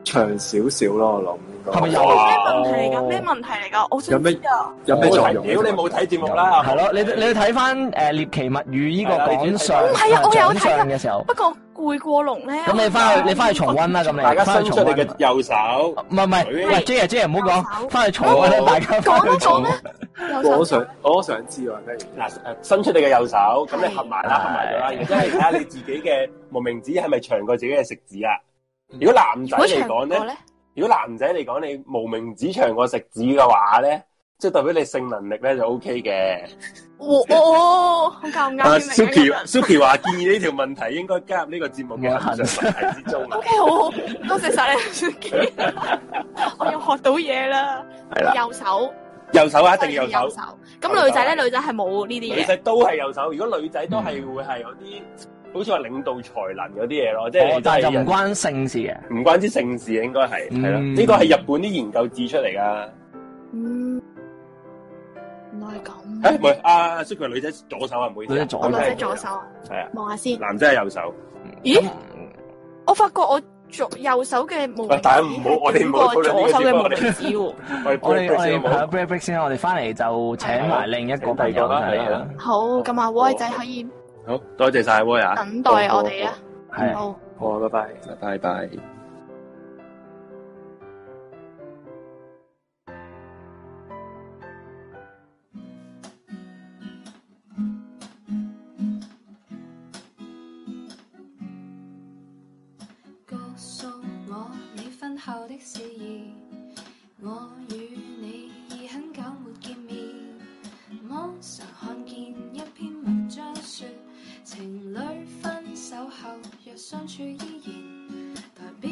Speaker 8: 長少少咯，我諗應該。
Speaker 3: 係咪有
Speaker 1: 咩
Speaker 3: 哇
Speaker 1: 問題嚟㗎？咩問題嚟㗎？我
Speaker 8: 有
Speaker 1: 想
Speaker 8: 咩
Speaker 1: 知啊！
Speaker 8: 有咩作
Speaker 2: 屌
Speaker 8: 用
Speaker 2: 你
Speaker 8: 咧？
Speaker 2: 冇睇節目啦，
Speaker 3: 係咯，你你睇翻誒獵奇物語呢個
Speaker 2: 係啦你
Speaker 3: 講
Speaker 2: 自己睇
Speaker 3: 上
Speaker 2: 唔
Speaker 6: 係啊我有睇㗎
Speaker 3: 講上嘅時候，
Speaker 1: 不過攰過龍咧，
Speaker 3: 咁你翻去你翻去重温啦，咁你
Speaker 2: 大家
Speaker 3: 翻
Speaker 2: 伸
Speaker 3: 去
Speaker 2: 出
Speaker 3: 重
Speaker 2: 你
Speaker 3: 温。
Speaker 2: 嘅右手，
Speaker 3: 唔係唔係，
Speaker 2: 嘴
Speaker 3: 喂 J 啊 J 啊，唔好講，翻去重温啦，
Speaker 2: 好
Speaker 3: 大家翻去哦重温。
Speaker 8: 我想我想知啊，咩原因？
Speaker 2: 嗱誒伸出你嘅右手，咁你合埋啦，
Speaker 3: 係
Speaker 2: 合埋 咗啦，然之後你睇下你自己嘅無名指係咪長過自己嘅食指啦。嗯如果男仔嚟講咧，
Speaker 6: 咧，
Speaker 2: 如果男仔嚟講你無名指長過食指嘅話咧，即係代表你性能力咧就 O K 嘅。
Speaker 1: 我我好尷
Speaker 2: 啊
Speaker 1: 尬嘅明
Speaker 2: Suki
Speaker 1: 白
Speaker 2: Suki 話建議呢條問題應該加入呢個節目嘅
Speaker 3: 我
Speaker 2: 恒常問題之中啊。
Speaker 1: OK，好好，多謝晒你，Suki。我又學到嘢啦，
Speaker 2: 係啦，
Speaker 6: 右手
Speaker 2: 右手啊，一定
Speaker 6: 右
Speaker 2: 要右手。
Speaker 6: 手。
Speaker 2: 右
Speaker 6: 咁
Speaker 2: 手
Speaker 6: 女仔咧，女仔係冇呢啲
Speaker 2: 女
Speaker 6: 嘢。
Speaker 2: 仔都係右手，如果女仔都係會係有啲好似話領導才能嗰啲嘢咯，即係
Speaker 3: 哦
Speaker 2: 你都
Speaker 3: 但係
Speaker 2: 係
Speaker 3: 就唔
Speaker 2: 人
Speaker 3: 關性事嘅。
Speaker 2: 唔關之性事，應該係係咯。
Speaker 3: 嗯
Speaker 2: 呢個係日本啲研究指出嚟噶。
Speaker 6: 嗯，原來係咁。
Speaker 2: 誒唔係啊，Suki 女仔左手啊，唔好意思
Speaker 3: 嗯
Speaker 2: 啊，
Speaker 3: 女仔左手
Speaker 6: 我
Speaker 2: 我
Speaker 6: 女
Speaker 2: 係
Speaker 6: 仔左手啊，
Speaker 2: 係啊，
Speaker 6: 望下先。
Speaker 2: 男仔係右手。
Speaker 1: 咦？我發覺我左右手嘅無
Speaker 2: 喂
Speaker 1: 名指
Speaker 2: 大家唔好我哋唔好
Speaker 1: 係短過左手
Speaker 2: 討論呢個節
Speaker 1: 嘅無
Speaker 2: 目我哋
Speaker 1: 名指喎。
Speaker 2: 我哋
Speaker 3: 我哋
Speaker 2: break
Speaker 3: 我
Speaker 2: break
Speaker 3: 哋
Speaker 2: 先好唔好
Speaker 3: 係 break break 先啦，我哋翻嚟就請埋另一個朋友上嚟
Speaker 2: 係啦
Speaker 3: 啦。
Speaker 6: 好，咁啊，威仔可以
Speaker 2: 好多謝晒
Speaker 1: 嗯
Speaker 2: Roy 啊，
Speaker 6: 等待我哋啊。
Speaker 3: 係
Speaker 6: 好，
Speaker 8: 好，拜拜。
Speaker 2: 拜拜。
Speaker 7: 告訴我你婚後的事宜，我與你已很久沒見面。網上看見一篇文章說，情侶分手後若相處依然，代表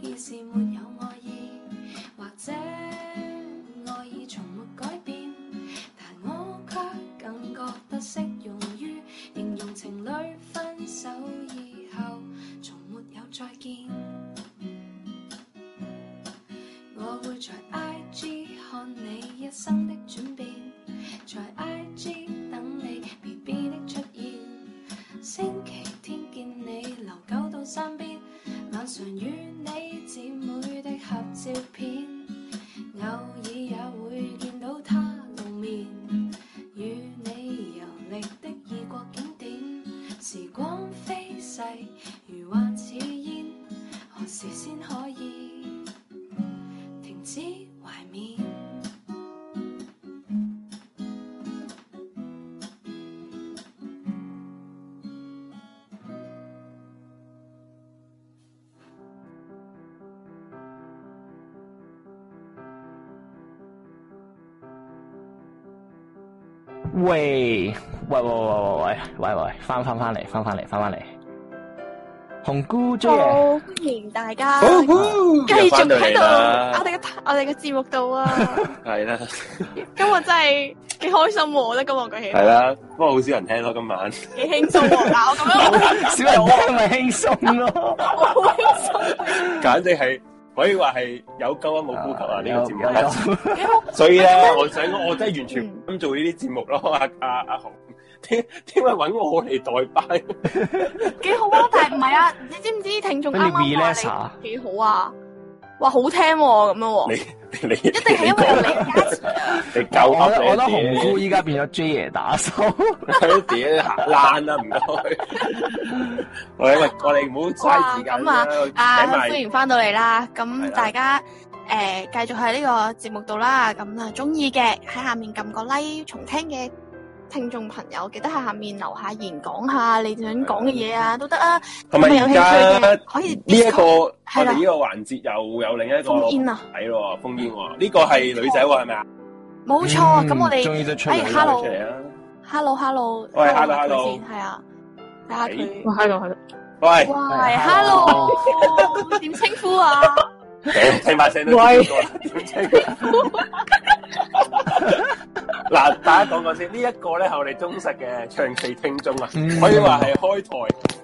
Speaker 7: 已是沒有愛意，或者愛意從沒改變，但我卻更覺得適用於形容情侶分手以後。從沒有再見。我會在 IG 看你一生的轉變，在 IG 等你 BB 的出現。星期天見你留狗到身邊，晚上與你姊妹的合照片，偶爾也會見到他露面，與你遊歷的異國景點。時光飛逝，如幻似煙，何時先可以停止懷緬？
Speaker 3: 喂喂喂喂喂喂喂喂，翻翻翻嚟，翻翻嚟，翻翻嚟。紅姑 J 啊
Speaker 6: 好，歡迎大家
Speaker 2: 好，
Speaker 6: 繼
Speaker 2: 又
Speaker 6: 續
Speaker 2: 翻到嚟
Speaker 6: 喺度
Speaker 2: 啦
Speaker 6: 我，哋嘅我哋嘅節目度啊。
Speaker 2: 係啦，
Speaker 1: 今日真係幾開心喎，我覺得今日個氣
Speaker 2: 係啦，不過好少人聽咯，今晚。
Speaker 1: 幾輕鬆喎。嗱，我咁樣
Speaker 3: 少人聽咪輕鬆咯。
Speaker 1: 我好輕鬆。
Speaker 2: 簡直係可以話係有鳩啊冇呼吸啊呢個節
Speaker 3: 有有
Speaker 2: 目， 所 以咧，我想講我真係完
Speaker 1: 嗯
Speaker 2: 全唔敢做呢啲節目咯。阿阿阿紅， 點點解揾我嚟代班？
Speaker 1: 幾好啊！但係唔係啊？你知唔知聽眾啱
Speaker 3: 俾你 relax
Speaker 1: 啱
Speaker 3: 下
Speaker 1: 話你幾好啊？哇，好聽喎咁樣喎，
Speaker 2: 你你
Speaker 1: 一定係因為有你加持。
Speaker 2: 你夠
Speaker 3: 我覺得我覺得
Speaker 2: 噏你
Speaker 3: 紅
Speaker 2: 自
Speaker 3: 姑
Speaker 2: 己
Speaker 3: 依家變咗 J 爺打手。
Speaker 2: 佢自己行爛啦，唔該。喂喂，我哋唔好嘥時間啦
Speaker 6: 哇，啊，
Speaker 2: 請埋
Speaker 6: 歡迎翻到嚟啦！
Speaker 2: 係
Speaker 6: 咁
Speaker 2: 啦
Speaker 6: 大家誒繼續喺呢個節目度啦。咁啊，中意嘅喺下面撳個 like 重聽嘅聽眾朋友，記得喺下面留下言講下你想講嘅嘢啊，都得啊。
Speaker 2: 同埋
Speaker 6: 咁有
Speaker 2: 而
Speaker 6: 興
Speaker 2: 家
Speaker 6: 趣嘅可以
Speaker 2: 呢一個
Speaker 6: Discord
Speaker 2: 我
Speaker 6: 係
Speaker 2: 哋
Speaker 6: 啦
Speaker 2: 呢個環節又有另一個
Speaker 6: 封煙啊
Speaker 2: 睇咯，封煙喎，呢個係女仔喎，係咪啊？
Speaker 6: 冇錯。咁我
Speaker 3: 終
Speaker 6: 哋
Speaker 3: 於都出
Speaker 6: 哎
Speaker 3: 嚟啦。
Speaker 6: Hello
Speaker 2: 出嚟啊！
Speaker 6: hello hello，
Speaker 2: 喂 hello，
Speaker 6: 下佢
Speaker 2: hello
Speaker 6: 先係啊，睇下佢。
Speaker 1: 哇，喺度喺度。
Speaker 2: 喂。
Speaker 3: 嗯
Speaker 6: 喂
Speaker 3: hello
Speaker 6: ，hello，點稱呼啊？
Speaker 2: 聽聽把聲都
Speaker 1: 喂
Speaker 2: 知道啊啦點稱呼 嗱，大家講講先，呢、一個咧係我哋忠實嘅長期聽眾啊，
Speaker 3: 嗯
Speaker 2: 可以話係開台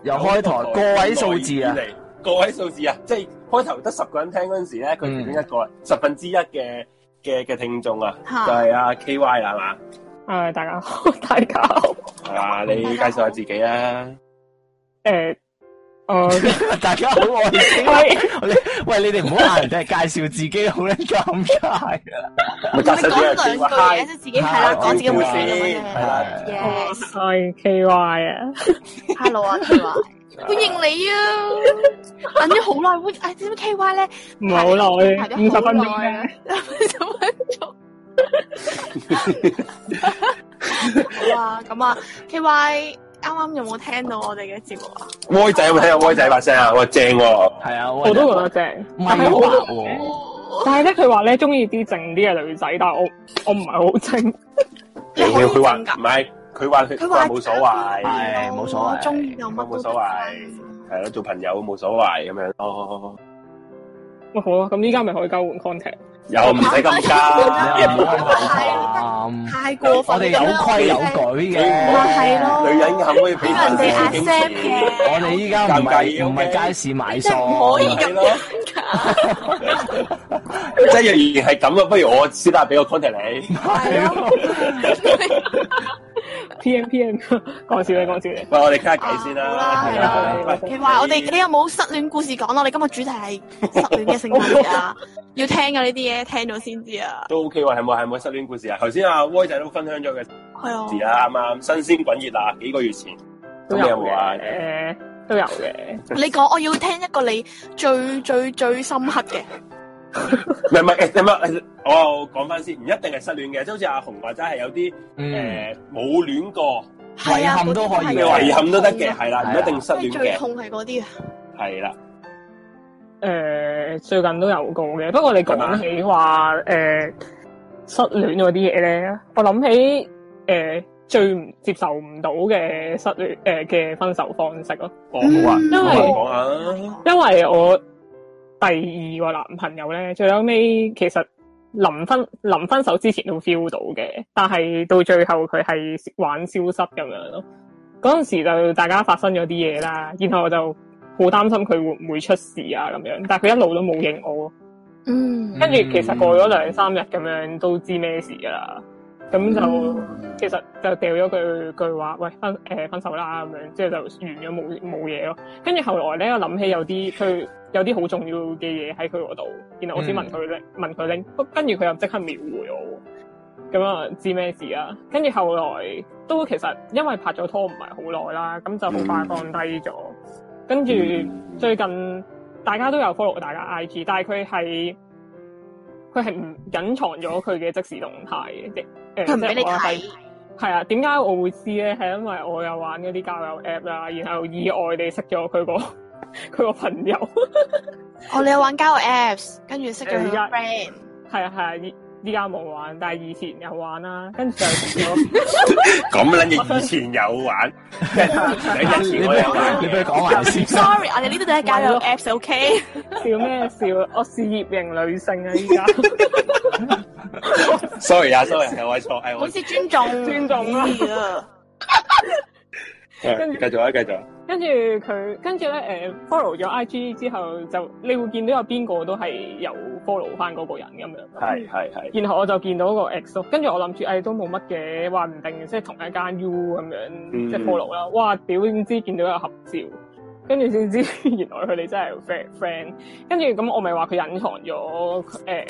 Speaker 3: 又開台個位數字啊！
Speaker 2: 以嚟，個位數字啊，即係開頭得十個人聽嗰陣時咧，佢其中一個十分之一嘅嘅嘅聽眾啊，
Speaker 6: 嚇
Speaker 2: 就係阿 K Y 啦，係嘛？
Speaker 9: 诶，哎大家好， 大家好。
Speaker 2: 係嘛？你介紹下自己啦。
Speaker 9: 诶，哦诶，
Speaker 3: 大家好，我係先
Speaker 9: 喂
Speaker 3: 喂，你哋唔好嗌人哋介紹自己，好撚尷尬。啊
Speaker 2: 咪介
Speaker 6: 咪
Speaker 2: 紹
Speaker 6: 講兩
Speaker 2: 自己
Speaker 6: 句
Speaker 2: 啊
Speaker 6: 嘢，即係自己係啦，
Speaker 3: Hi，
Speaker 6: 講自己
Speaker 2: 招
Speaker 6: 會
Speaker 2: 呼
Speaker 6: 咁
Speaker 2: 先係啦
Speaker 6: 樣啫。
Speaker 9: 我
Speaker 6: Yes，hello
Speaker 9: 系 K Y 啊。
Speaker 6: 啊，K Y，歡迎你啊！等咗好耐，歡誒知唔知 K Y 咧？
Speaker 9: 唔係好耐
Speaker 6: 排，
Speaker 9: 五十
Speaker 6: 咗好
Speaker 9: 分鐘
Speaker 6: 耐
Speaker 9: 啫
Speaker 6: 啊。十分鐘。好啊，咁啊，K Y 啱啱有冇聽到我哋嘅節目啊？
Speaker 2: 威仔有冇聽啊？威仔把聲啊，哇正喎！
Speaker 3: 係啊，
Speaker 9: 我都覺
Speaker 3: 覺
Speaker 9: 得正。
Speaker 3: 唔係好白喎。
Speaker 9: 但係咧，佢話咧中意啲靜啲嘅女仔，但係我我唔係好靜。
Speaker 6: 你可以
Speaker 2: 佢話
Speaker 6: 整㗎
Speaker 2: 唔係，佢話佢
Speaker 6: 佢
Speaker 2: 佢
Speaker 6: 話
Speaker 2: 話冇所謂，
Speaker 3: 係冇所謂
Speaker 6: 哦中意有乜都
Speaker 2: 冇
Speaker 6: 得
Speaker 2: 所謂，係咯，做朋友冇所謂咁樣咯，
Speaker 9: 喂，好啊，咁依家咪可以交換 contact。
Speaker 2: 又唔使咁
Speaker 3: 你又唔好
Speaker 2: 加。
Speaker 3: 咁慘
Speaker 6: 太過分。
Speaker 3: 我哋有規有矩嘅。
Speaker 2: 你唔好
Speaker 6: 咪係咯
Speaker 2: 女人可唔可以俾
Speaker 6: 人哋 accept 嘅，
Speaker 3: 我哋依家唔係唔
Speaker 2: 尷尬嘅
Speaker 3: 係街市買
Speaker 6: 真係
Speaker 3: 餸，啊
Speaker 6: 唔可以
Speaker 2: 係咯，即係若然係咁啊，不如我私底下俾個 contact 你。
Speaker 6: 係咯，
Speaker 9: P M P M，講 笑你講笑你。
Speaker 2: 喂，我哋傾下偈先啦。
Speaker 6: 啊
Speaker 2: 係
Speaker 3: 好啦
Speaker 2: 啊
Speaker 9: 係啦
Speaker 2: 喂
Speaker 6: 你話我哋你有冇失戀故事講啊咯？我哋今日主題係失戀嘅性格啊，要聽㗎呢啲嘢，聽咗先知啊。
Speaker 2: 都 OK 喎，係冇係冇失戀故事啊？頭先阿威仔都分享咗嘅
Speaker 6: 係啊，
Speaker 2: 事啦，啱啱新鮮滾熱啊，幾個月前。咁
Speaker 9: 都
Speaker 2: 你有
Speaker 9: 有
Speaker 2: 冇啊？
Speaker 9: 嘅，诶，都有嘅。
Speaker 6: 你講我要聽一個你最最最深刻嘅，
Speaker 2: 唔係唔係，誒唔係，我講翻先，唔一定係失戀嘅，即係好似阿紅話齋係有啲
Speaker 3: 嗯，
Speaker 2: 誒冇戀過，
Speaker 6: 係啊
Speaker 3: 遺憾都可以
Speaker 6: 嗰啲
Speaker 2: 你
Speaker 6: 係
Speaker 3: 嘅
Speaker 2: 遺憾都得嘅，係啦，唔一定失
Speaker 6: 即
Speaker 2: 戀
Speaker 6: 係最
Speaker 2: 嘅，
Speaker 6: 痛係嗰啲啊。
Speaker 2: 係啦，
Speaker 9: 诶、呃最近都有過嘅。不過你講起話诶、誒失戀嗰啲嘢咧，我諗起诶、誒最唔接受唔到嘅失戀诶嘅分手方式咯。
Speaker 2: 我好啊，
Speaker 4: 哦
Speaker 6: 嗯
Speaker 2: 我
Speaker 9: 因為
Speaker 2: 講下啊，
Speaker 9: 因為我第二個男朋友咧，最後尾其實臨分臨分手之前都 feel 到嘅，但係到最後佢係玩消失咁樣咯。嗰阵时就大家發生咗啲嘢啦，然後我就好擔心佢會唔會出事啊咁樣，但係佢一路都冇應我咯。
Speaker 6: 嗯，
Speaker 9: 跟住其實過咗兩三日咁樣都知咩事噶啦，咁就、
Speaker 8: 嗯
Speaker 9: 其實就掉咗句句話，喂分誒、呃分手啦咁樣，之後就完咗冇冇嘢咯。跟住後來咧，我諗起有啲佢有啲好重要嘅嘢喺佢嗰度，然後我先問佢拎、問佢拎，不跟住佢又即刻秒回我喎，咁啊知咩事啊？跟住後來都其實因為拍咗拖唔係好耐啦，咁就好快放低咗，跟住。最近大家都有 follow 大家 IG，但係佢係佢係唔隱藏咗佢嘅即時動態嘅，即誒
Speaker 6: 佢唔俾你。
Speaker 9: 即係我係
Speaker 6: 睇，
Speaker 9: 係啊，點解我會知咧？係因為我有玩嗰啲交友 app 啦，然後意外地識咗佢個 佢個朋友，
Speaker 6: 哦，你有玩交友 apps，跟住識咗佢
Speaker 9: 誒而家
Speaker 6: friend，
Speaker 9: 係啊係啊，依依家冇玩，但係以前有玩啦，跟住就識咗。
Speaker 2: 咁撚嘢以前有玩，即係兩日
Speaker 3: 你
Speaker 2: 前
Speaker 3: 俾
Speaker 2: 我有玩
Speaker 3: 你俾佢講埋先。
Speaker 6: Sorry，我哋呢度都係交友 Apps，OK？
Speaker 9: 笑咩笑？我事業型女性啊，依 家
Speaker 2: ，sorry 啊，sorry 係我錯，係
Speaker 6: 好
Speaker 2: 我
Speaker 6: 似尊重，
Speaker 9: 尊重啦
Speaker 6: 咦啊
Speaker 2: 繼續啊，繼續啊，
Speaker 9: 跟住佢，跟住咧誒 follow 咗 IG 之後，就你會見到有邊個都係有 follow 翻嗰個人咁樣。
Speaker 2: 係係係，
Speaker 9: 然後我就見到個 X 咯，跟住我諗住誒都冇乜嘅，話唔定即係同一間 U 咁樣、
Speaker 2: 嗯
Speaker 9: 即係 follow 啦。哇！屌，點知見到有合照，跟住先知 原來佢哋真係 friend friend。跟住咁我咪話佢隱藏咗誒、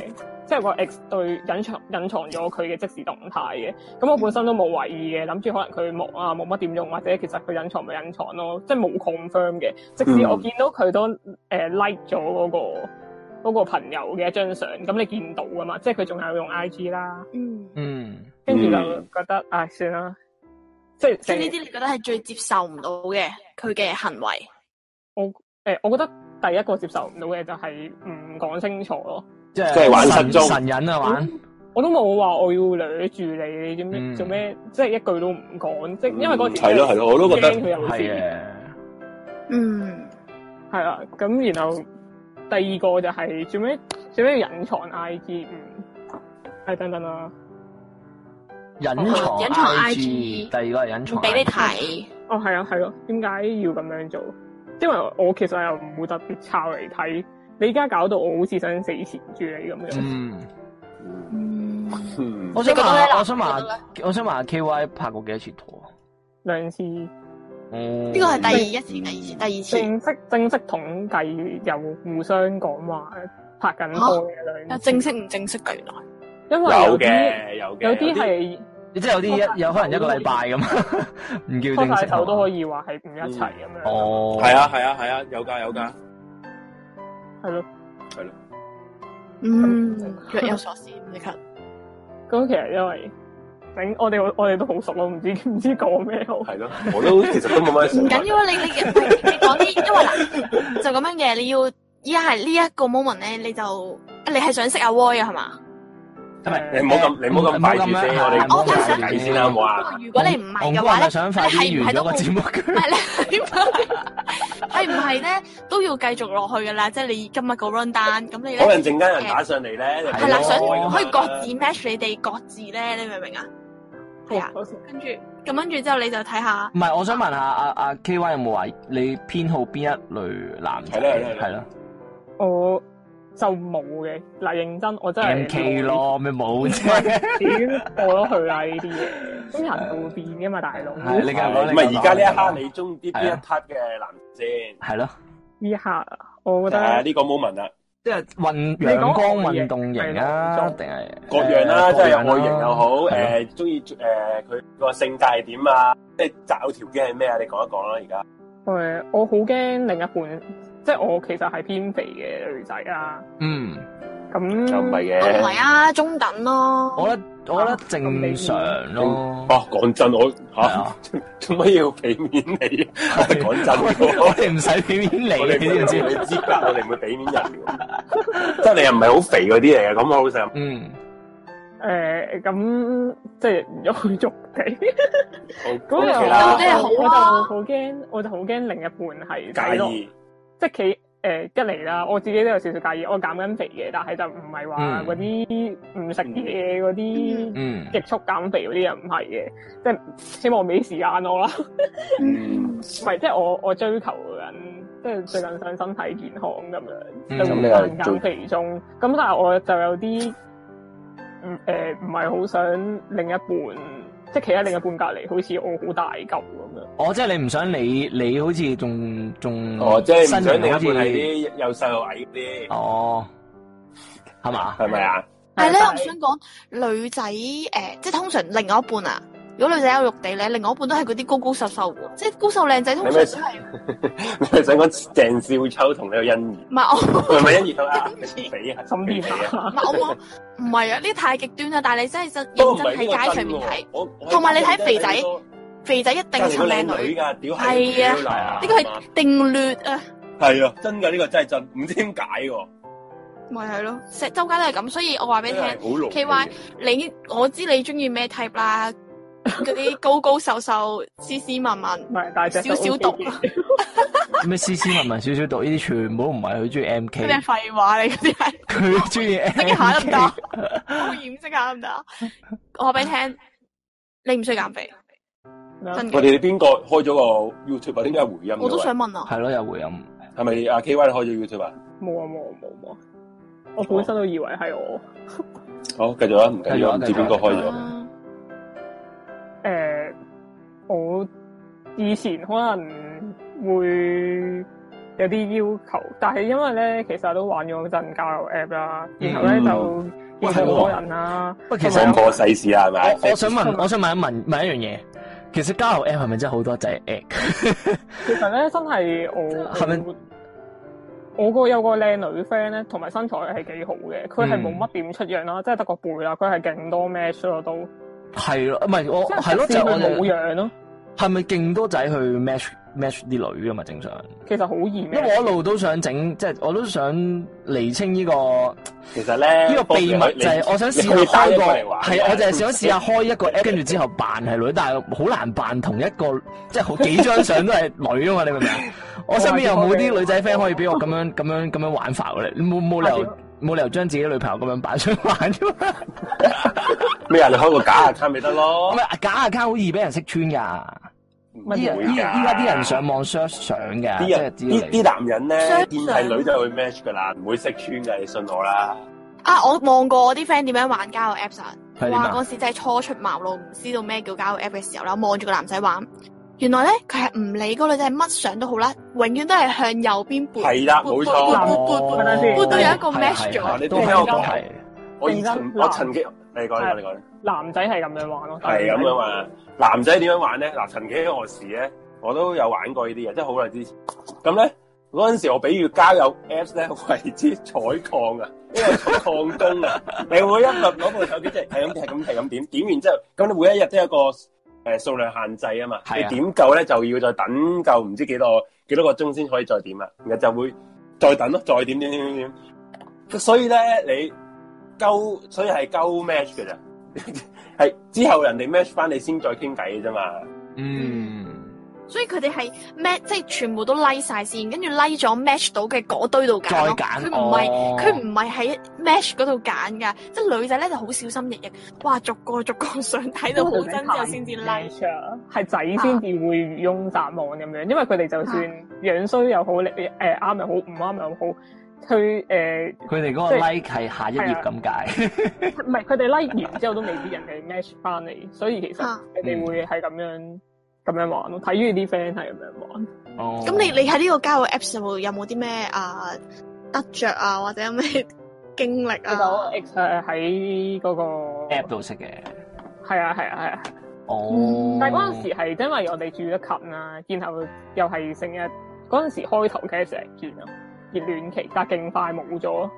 Speaker 9: 即係個 X 對隱藏隱藏咗佢嘅即時動態嘅。咁我本身都冇懷疑嘅，諗住可能佢忙啊冇乜點用，或者其實佢隱藏咪隱藏咯，即係冇 confirm 嘅。即使
Speaker 6: 嗯
Speaker 9: 我見到佢都誒、like 呃咗嗰、個。嗰個朋友嘅一張相，咁你見到噶嘛？即係佢仲有用 I G 啦，
Speaker 6: 嗯，
Speaker 3: 嗯，
Speaker 9: 跟住就
Speaker 2: 嗯
Speaker 9: 覺得唉、算啦，即係
Speaker 6: 即係呢
Speaker 9: 成
Speaker 6: 啲你覺得係最接受唔到嘅佢嘅行為，
Speaker 9: 誒，呃我覺得第一個接受唔到嘅就係唔講清楚咯。
Speaker 3: 即係
Speaker 2: 即係玩失蹤
Speaker 3: 神人啊玩。
Speaker 9: 我都冇話我要掠住你，你做咩、
Speaker 3: 嗯
Speaker 9: 做咩？即係一句都唔講，即係因為嗰時
Speaker 2: 係嗯咯係咯，我都覺得
Speaker 9: 驚佢有
Speaker 3: 係啊
Speaker 9: 事，
Speaker 3: 嘅，
Speaker 6: 嗯，
Speaker 9: 係啦。啊咁然後第二個就係做咩做咩要隱藏 I G？嗯，係等等啦。
Speaker 3: 隱藏
Speaker 6: 隱藏
Speaker 3: IG，
Speaker 6: IG
Speaker 3: 第二個係隱
Speaker 6: 唔
Speaker 3: 藏，
Speaker 6: 俾你。睇，
Speaker 9: 哦，係啊，係咯、點解要咁樣做？因為我其實又唔會特別抄嚟睇，你而家搞到我好似想死纏住你咁樣。
Speaker 3: 嗯，
Speaker 2: 嗯
Speaker 3: 我想
Speaker 6: 你覺得咧
Speaker 3: 問，
Speaker 6: 嗱
Speaker 3: 我想
Speaker 6: 你覺得
Speaker 3: 問，我想問 K Y 拍過幾多次拖啊？哦
Speaker 9: 兩次
Speaker 2: 哦
Speaker 3: 呢
Speaker 6: 呢個係第一次、第二次、第二次。
Speaker 9: 正式正式統計又互相講話拍緊拖嘅兩
Speaker 6: 有
Speaker 9: 次，
Speaker 6: 啊正式唔正式啊嘅原來，
Speaker 9: 因為
Speaker 2: 有
Speaker 9: 啲
Speaker 2: 嘅，有嘅，
Speaker 9: 有啲係
Speaker 3: 即係有啲一有可能一個禮拜咁， 唔叫
Speaker 9: 拖
Speaker 3: 正
Speaker 9: 晒
Speaker 3: 式
Speaker 9: 手都可以話係唔一齊咁樣。
Speaker 3: 啊哦，
Speaker 2: 系啊，系啊，系啊，有噶，有噶，
Speaker 9: 係咯。
Speaker 2: 系咯，
Speaker 6: 嗯，若有所思，唔即刻。
Speaker 9: 咁其實因為整我哋我哋都好熟咯，唔知唔知講咩好。
Speaker 2: 系咯，我都其實都冇乜
Speaker 6: 唔
Speaker 2: 想法
Speaker 6: 緊要啊！你你你你講啲，因為嗱就咁樣嘅，你要依家係呢一個 moment 咧，你就你係想識阿 Roy 啊，係嘛？
Speaker 2: 唔係你唔好咁，你唔好咁快住
Speaker 3: 唔好咁
Speaker 2: 先，
Speaker 3: 樣
Speaker 2: 我哋
Speaker 6: 我就想
Speaker 2: 傾偈先啦，好唔好啊？
Speaker 6: 哦如果你唔係嘅話
Speaker 3: 我
Speaker 6: 咧，
Speaker 3: 想快啲完咗個節目
Speaker 6: 唔係你係唔係咧都要繼續落去噶啦？即係你今日個 run down，咁你
Speaker 2: 可能
Speaker 6: 咧
Speaker 2: 陣間有人打上嚟咧，
Speaker 6: 係啦，
Speaker 2: 你
Speaker 6: 想
Speaker 2: 開㗎嘛
Speaker 6: 可以各自 match 你哋各自咧，你明唔明啊？係啊，跟住咁跟住之後你就睇下
Speaker 3: 唔係，我想問下阿阿 K Y 有冇話你偏好邊一類男仔？
Speaker 2: 係啦係啦係啦
Speaker 3: 係咯
Speaker 9: 我就冇嘅，嗱認真我真
Speaker 3: ，M
Speaker 9: 係
Speaker 3: K 咯，咩冇啫？
Speaker 9: 點過咗去啦呢啲嘢，咁人會變嘅嘛，大佬。
Speaker 3: 係你繼續講，
Speaker 2: 唔係而家呢一刻
Speaker 3: 你
Speaker 2: 你中意邊
Speaker 3: 係
Speaker 2: 一
Speaker 3: 啊
Speaker 2: part 嘅男先？
Speaker 3: 係咯，
Speaker 9: 呢下我覺
Speaker 2: 係啊，
Speaker 9: 得
Speaker 2: 呢個 moment 啦，
Speaker 3: 即係運
Speaker 9: 你講
Speaker 3: 陽光
Speaker 9: 我
Speaker 3: 運動型啊，定係
Speaker 2: 各樣啦，
Speaker 3: 呃
Speaker 2: 即
Speaker 3: 各
Speaker 2: 係
Speaker 3: 樣啦
Speaker 2: 外形又好，
Speaker 3: 係啊咯
Speaker 2: 誒中意誒佢個性格係點啊？即係擇偶條件係咩啊？你講一講啦，而家。
Speaker 9: 誒，我好驚另一半，即係我其實係偏肥嘅女仔啦。
Speaker 3: 嗯。
Speaker 9: 咁
Speaker 2: 又唔係
Speaker 6: 我唔
Speaker 2: 嘅。
Speaker 6: 係啊，中等咯。
Speaker 3: 我覺得我覺得
Speaker 6: 啊
Speaker 3: 正常咯。
Speaker 2: 哇，哦講真，我
Speaker 3: 係
Speaker 2: 吓
Speaker 3: 啊，
Speaker 2: 做乜要俾面 你？講真
Speaker 3: 我
Speaker 2: 喎，
Speaker 3: 哋唔使俾面
Speaker 2: 我
Speaker 3: 你，
Speaker 2: 哋
Speaker 3: 你知唔知？
Speaker 2: 你 知㗎，我哋唔會俾面人㗎。即係你又唔係好肥嗰啲嚟嘅，咁我好想
Speaker 3: 嗯，
Speaker 9: 誒，咁即係喐喐地。
Speaker 2: 好啊
Speaker 9: 咁又
Speaker 2: OK
Speaker 6: 咁
Speaker 2: 啦
Speaker 6: 即，係
Speaker 9: 我
Speaker 6: 好
Speaker 9: 就
Speaker 6: 啊
Speaker 9: 好驚，我就好驚另一半係睇落
Speaker 2: 介意
Speaker 9: 即係企誒一嚟啦，我自己都有少少介意，我減緊肥嘅，但係就唔係話
Speaker 3: 嗯
Speaker 9: 嗰啲唔食嘢嗰啲
Speaker 3: 嗯，
Speaker 9: 極速減肥嗰啲啊人唔係嘅，即係希望俾時間我啦。唔
Speaker 2: 嗯，
Speaker 9: 係，即係我我追求緊，即係最近想身體健康咁
Speaker 3: 嗯
Speaker 9: 樣，
Speaker 3: 咁
Speaker 9: 就
Speaker 3: 你
Speaker 2: 又
Speaker 9: 慢
Speaker 2: 做
Speaker 9: 減肥中。咁但係我就有啲唔誒唔係好想另一半，即係企喺另一半隔離，好似我好大嚿咁樣。
Speaker 3: 我即係你唔想你你好似仲仲
Speaker 2: 哦，即係唔想
Speaker 3: 身
Speaker 2: 另一
Speaker 3: 形
Speaker 2: 半
Speaker 3: 好似
Speaker 2: 係啲又細又矮嗰啲，
Speaker 3: 哦，係嘛？
Speaker 2: 係咪啊？
Speaker 6: 但係咧，
Speaker 9: 但
Speaker 6: 我
Speaker 9: 係
Speaker 6: 想講女仔誒、呃即係通常另外一半啊，如果女仔有肉地咧，另外一半都係嗰啲高高瘦瘦嘅，即係高瘦靚仔 通常都係
Speaker 2: 你係想講鄭少秋同呢個欣宜，
Speaker 6: 唔係我
Speaker 2: 係咪欣宜佢啊？
Speaker 6: 欣宜
Speaker 2: 肥啊，
Speaker 9: 心
Speaker 2: 肥肥啊！
Speaker 9: 啲
Speaker 6: 唔係我冇唔係啊，呢啲太極端啦。但係你真係真
Speaker 2: 不過
Speaker 6: 認
Speaker 2: 唔
Speaker 6: 真
Speaker 2: 係
Speaker 6: 喺
Speaker 2: 呢個
Speaker 6: 街上
Speaker 2: 真
Speaker 6: 面睇
Speaker 2: 喎，，我我
Speaker 6: 同埋你睇肥仔
Speaker 2: 真係好多
Speaker 6: 肥仔一定
Speaker 2: 真係
Speaker 6: 襯
Speaker 2: 好多
Speaker 6: 靚
Speaker 2: 靚女
Speaker 6: 女，
Speaker 2: 㗎，屌
Speaker 6: 係啊
Speaker 2: 啊
Speaker 6: 呢個係定律啊，
Speaker 2: 係啊，真㗎，呢個真係真，唔知點解喎，
Speaker 6: 咪係咯，成周街都係咁。所以我話俾
Speaker 2: 真
Speaker 6: 你聽
Speaker 2: 係，好濃。
Speaker 6: K Y 你我知你中意咩 type 啦，嗰啲高高瘦瘦、斯斯文文，
Speaker 9: 唔係大隻
Speaker 6: 少少毒
Speaker 9: 毒。
Speaker 3: 咩斯斯文文少少讀呢啲全部都唔係佢中意 M
Speaker 6: 咩
Speaker 3: K，
Speaker 6: 廢話你嗰啲係。
Speaker 3: 佢中意 M
Speaker 6: 識下得唔
Speaker 3: K
Speaker 6: 得。？我掩飾下得唔得？我話俾你聽，你唔需要減肥，真
Speaker 2: 我
Speaker 6: 嘅。
Speaker 2: 哋邊個開咗個 YouTube 啊？點解有回音嘅？
Speaker 6: 我都想問啊，
Speaker 3: 係咯，有回音。
Speaker 2: 係咪阿 K Y 開咗 YouTube 啊？
Speaker 9: 冇啊冇啊冇啊冇啊！我本身都以為係我
Speaker 2: 好，繼續啦，唔緊要啊，
Speaker 3: 繼續啊
Speaker 2: 唔知邊個開
Speaker 3: 繼續
Speaker 2: 咗
Speaker 3: 啊。
Speaker 9: 誒、呃我以前可能會有啲要求，但係因為咧，其實都玩咗陣交友 app 啦，然後咧、
Speaker 2: 嗯
Speaker 9: 就見到好多人啦。
Speaker 3: 喂，其
Speaker 2: 講
Speaker 3: 實
Speaker 2: 過世事 啦，係咪？
Speaker 3: 我我想問，我想問一問問一樣嘢，其實交友 App 係咪真係好多仔 App？
Speaker 9: 其實咧，真係我
Speaker 3: 係咪
Speaker 9: 我個有個靚女 friend 咧，同埋身材係幾好嘅，佢係
Speaker 3: 嗯
Speaker 9: 冇乜點出樣啦，即係得個背啦，佢係勁多 match 咯都，
Speaker 3: 係咯，唔係我
Speaker 9: 即
Speaker 3: 係咯，
Speaker 9: 即
Speaker 3: 就係我
Speaker 9: 佢
Speaker 3: 哋
Speaker 9: 冇樣咯，
Speaker 3: 係咪勁多仔去 match match 啲女噶嘛？正常，
Speaker 9: 其實好易
Speaker 3: 因為
Speaker 9: match
Speaker 3: 我一路都想整，即係我都想釐清呢、個
Speaker 2: 其實咧，
Speaker 3: 呢、個秘密，就係我想試下
Speaker 2: 你可以單
Speaker 3: 開
Speaker 2: 一
Speaker 3: 個
Speaker 2: 個嚟玩
Speaker 3: 係，我就係想試下開一個 app，跟住之後扮係女，但係好難扮同一個，即係好幾張相都係女啊嘛！你明唔明 啊？我身邊又冇啲女仔 friend 可以俾我咁樣咁樣咁樣玩法嘅，你冇冇理由冇理由將自己女朋友咁樣擺出去玩啫 嘛？
Speaker 2: 咩啊？你開個假 account 咪得
Speaker 3: 唔
Speaker 2: 咯？
Speaker 3: 係假 account 好易俾人識穿㗎。
Speaker 2: 唔唔
Speaker 3: 依家
Speaker 2: 會
Speaker 3: 啊依依家啲人上
Speaker 2: 網，
Speaker 3: 網 search 相嘅，即
Speaker 2: 啲
Speaker 3: 係
Speaker 2: 人
Speaker 3: 啲
Speaker 2: 啲啲
Speaker 3: 嚟
Speaker 2: 男人咧，
Speaker 6: 相
Speaker 2: 見係女就去 match 噶啦，唔會識穿噶，你信我啦。
Speaker 6: 啊！我望過我啲 friend 點樣玩交友 Apps 啊！
Speaker 3: 係點
Speaker 6: 哇！
Speaker 3: 啊？
Speaker 6: 嗰時真係初出茅廬，唔知道咩叫交友啊 App 嘅時候啦，望住個男仔玩，原來咧佢係唔理嗰個女仔係乜相都好啦，永遠都係向右邊撥。
Speaker 2: 係啦，冇錯。
Speaker 6: 撥撥撥撥撥到有一個
Speaker 3: 係
Speaker 6: match
Speaker 3: 係係
Speaker 6: 咗。
Speaker 2: 你
Speaker 3: 都
Speaker 2: 聽我講
Speaker 3: 係
Speaker 2: 我以
Speaker 9: 認
Speaker 2: 曾
Speaker 9: 真
Speaker 2: 我曾經，你講你講你講，
Speaker 9: 男仔係咁樣玩咯，
Speaker 2: 係啊咁樣嘛。男仔點樣玩啊咧？嗱，曾幾何時咧，我都有玩過呢啲嘢，即係好耐之前。咁咧嗰陣時，我比喻交友 Apps 咧，我係知採礦啊，因為採礦工啊，你會一日攞部手機即係係咁係咁係咁點，點完之後，咁你每一日都有一個誒數量限制啊嘛。
Speaker 3: 係
Speaker 2: 你
Speaker 3: 啊
Speaker 2: 點夠咧，就要再等夠唔知幾多幾多個鐘先可以再點啊，然後就會再等咯，再點點點點點。所以咧，你鳩，所以係鳩 match 嘅咋。系之後人哋 match 翻你先再傾偈嘅啫嘛，
Speaker 3: 嗯。
Speaker 6: 所以佢哋係 match，即係全部都 like 晒先，跟住 like 咗 match 到嘅嗰堆度揀
Speaker 3: 再
Speaker 6: 咯。
Speaker 3: 揀
Speaker 6: 佢唔係
Speaker 3: 哦
Speaker 6: 佢唔係喺 match 嗰度揀㗎，即係女仔咧就好小心翼翼，哇逐個逐個上睇到好真之後先至 like。
Speaker 9: 係仔先至會漁翁撒網咁樣，因為佢哋就
Speaker 6: 啊
Speaker 9: 算樣衰又好，你誒啱又好，唔啱又好，佢誒
Speaker 3: 佢哋嗰個
Speaker 9: 即係
Speaker 3: like 係下一
Speaker 2: 啊
Speaker 3: 頁咁解，
Speaker 9: 唔係佢哋 like 完之後都未必人哋 match 翻嚟，所以其實
Speaker 6: 啊
Speaker 9: 佢哋會係咁樣咁樣玩咯。睇住啲 friend 係咁樣玩，
Speaker 3: 哦
Speaker 6: 咁你你喺呢個交友 Apps 有冇有冇啲咩啊得着啊，或者有咩經歷
Speaker 9: 其實我
Speaker 6: 啊？
Speaker 9: ex 係喺嗰個
Speaker 3: app 度識嘅，
Speaker 9: 係啊係啊係啊，
Speaker 3: 哦，
Speaker 6: 嗯
Speaker 9: 但係嗰陣時係因為我哋住得近啦，然後又係成日嗰陣時開頭嘅成日見咯，熱戀期，但係勁快冇咗咯。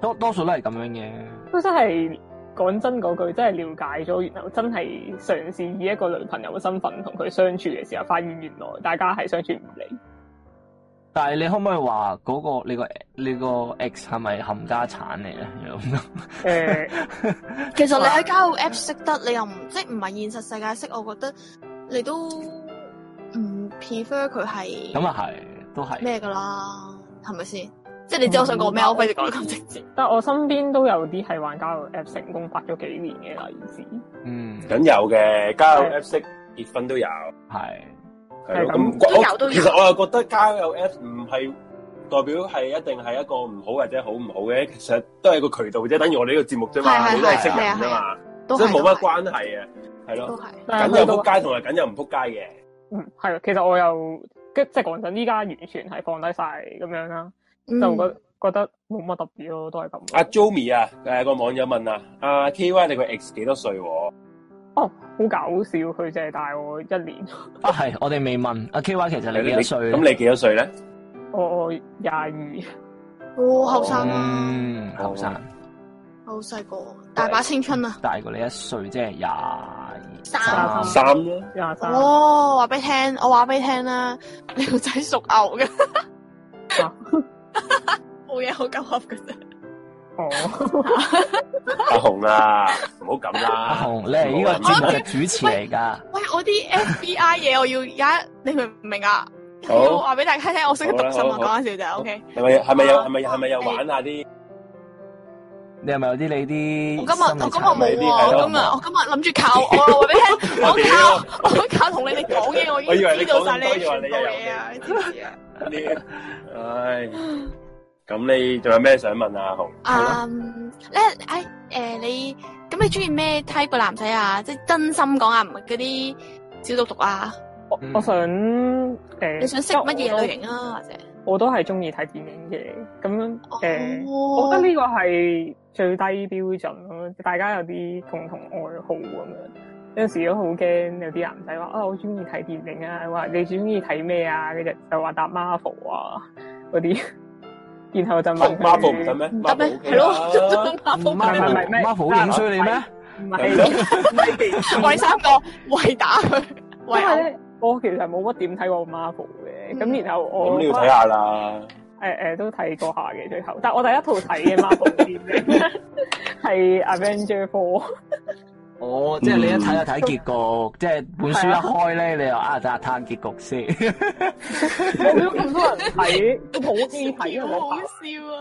Speaker 3: 多多數都係咁樣嘅。
Speaker 9: 都真係講真嗰句，真係了解咗，然後真係嘗試以一個女朋友嘅身份同佢相處嘅時候，發現原來大家係相處唔 嚟。
Speaker 3: 但係你可唔可以話嗰、個你個你個 ex 係咪冚家產嚟咧？ 咁
Speaker 9: 誒、
Speaker 6: 其實你喺交友 App 識得，你又唔即係唔係現實世界識，我覺得你都唔 prefer 佢係
Speaker 3: 咁啊係，都係。
Speaker 6: 咩噶啦，係咪先？即係你知我想講咩，我費事講得咁直接。
Speaker 9: 但我身邊都有啲係玩交友 app 成功拍咗幾年嘅例子，
Speaker 3: 嗯，
Speaker 2: 梗有嘅，交友
Speaker 9: 係
Speaker 2: Apps 識結婚都有，係
Speaker 3: 係
Speaker 9: 係
Speaker 2: 咯
Speaker 9: 咁
Speaker 2: 咁
Speaker 6: 都有
Speaker 2: 我
Speaker 6: 都有
Speaker 2: 其實我又覺得交友 Apps 唔係代表係一定係一個唔好或者好唔好嘅，其實都係個渠道啫，等於我哋呢個節目啫嘛，
Speaker 6: 係係
Speaker 2: 你都係識
Speaker 6: 係
Speaker 2: 人
Speaker 6: 啊係
Speaker 2: 啫嘛，
Speaker 6: 都
Speaker 2: 所
Speaker 6: 係
Speaker 2: 以冇乜關係嘅，係
Speaker 6: 都
Speaker 2: 咯，
Speaker 6: 係。
Speaker 2: 梗
Speaker 9: 但係去
Speaker 2: 有
Speaker 9: 到
Speaker 2: 撲街同埋梗有唔撲街嘅，
Speaker 9: 嗯係啊，其實我又即即係講真，依家完全係放低晒咁樣啦，
Speaker 6: 嗯
Speaker 9: 就覺覺得冇乜特別咯，都係咁。
Speaker 2: 阿 Jomi 啊，誒個網友問啊，阿 KY 你個 ex 幾多歲喎？
Speaker 9: 哦，好搞笑，佢淨係大我一年，
Speaker 3: 啊係，我哋未問阿 K Y，其實你幾
Speaker 2: 你
Speaker 3: 多歲？
Speaker 2: 咁你幾多歲咧？
Speaker 9: 我我廿二。
Speaker 6: 哇，後生啊，
Speaker 3: 嗯後生，
Speaker 6: 好細個，大把青春啊！
Speaker 3: 大過你一歲，即係廿二
Speaker 6: 三
Speaker 2: 三咯，
Speaker 9: 廿三，
Speaker 6: 哦，話俾你聽，我話俾你聽啦，你個仔屬牛嘅
Speaker 9: 啊，
Speaker 6: 冇嘢好鳩噏嘅啫。
Speaker 9: 哦，
Speaker 2: 阿紅啊，唔好咁啦，
Speaker 3: 阿啊紅，你係呢個節目嘅主持嚟㗎。
Speaker 6: 喂，我啲 FBI 嘢我要而家，你明唔明啊？
Speaker 2: 好
Speaker 6: 我話俾大家聽，我識得
Speaker 2: 好
Speaker 6: 讀
Speaker 2: 啦
Speaker 6: 心啊，
Speaker 2: 好
Speaker 6: 講下
Speaker 2: 好
Speaker 6: 笑啫，OK。
Speaker 2: 係咪係咪有
Speaker 6: 啊
Speaker 2: 係咪係咪有玩下啲？
Speaker 3: 你係咪有啲你啲？
Speaker 6: 我今日我今日冇
Speaker 2: 呢啲係啊
Speaker 6: 喎，
Speaker 2: 咯
Speaker 6: 我今日我今日諗住 靠我，我話俾你聽，我
Speaker 2: 我
Speaker 6: 靠我靠同你哋講嘢，我已
Speaker 2: 啊我以為
Speaker 6: 經
Speaker 2: 你
Speaker 6: 知道
Speaker 2: 講
Speaker 6: 晒
Speaker 2: 咁
Speaker 6: 你
Speaker 2: 多
Speaker 6: 哋全
Speaker 2: 嘢
Speaker 6: 部
Speaker 2: 話你
Speaker 6: 嘢啊！你知唔 知啊？
Speaker 2: 呢唉，咁你仲有咩想問啊？紅，
Speaker 6: 嗯，咧，哎，诶，你咁你中意咩 type 嘅男仔啊？即系真心講啊，唔係嗰啲小毒毒啊？
Speaker 9: 我
Speaker 3: 嗯
Speaker 9: 我想誒，
Speaker 6: 你想識乜嘢類型啊？或者
Speaker 9: 我都係中意睇電影嘅，咁誒、呃我覺
Speaker 6: 哦，
Speaker 9: 得呢個係最低標準咯，大家有啲共同愛好咁樣。有陣時都好驚，有啲男仔話啊，我中意睇電影啊，話你中意睇咩啊，跟住就話搭 Marvel 啊嗰啲， 然後就問佢
Speaker 2: 哦 Marvel 唔得咩
Speaker 6: 哦得咩
Speaker 2: ？Marvel？
Speaker 6: 係咯，
Speaker 2: OK 啦
Speaker 3: 唔
Speaker 6: Marvel
Speaker 9: 唔係
Speaker 3: 係
Speaker 9: 唔係
Speaker 3: 唔
Speaker 9: 唔係
Speaker 3: 係，好影衰你咩？
Speaker 9: 唔
Speaker 2: 係
Speaker 9: 係
Speaker 2: 咯
Speaker 6: 我哋三個為打佢，為
Speaker 9: 因為
Speaker 6: 我
Speaker 9: 咧，我其實冇乜點睇過 Marvel 嘅，咁、
Speaker 6: 嗯
Speaker 9: 然後我
Speaker 2: 咁你要睇下啦。
Speaker 9: 誒、誒、都睇過下嘅最後，但我第一套睇嘅 Marvel 電影係 Avenger Four，
Speaker 3: 哦，即係你一睇就睇結局，即係本書一開咧，你又啊睇下睇結局先。
Speaker 9: 我見到咁多人睇，好中意睇
Speaker 6: 笑
Speaker 9: 啊！
Speaker 6: 好
Speaker 9: 我
Speaker 6: 笑啊！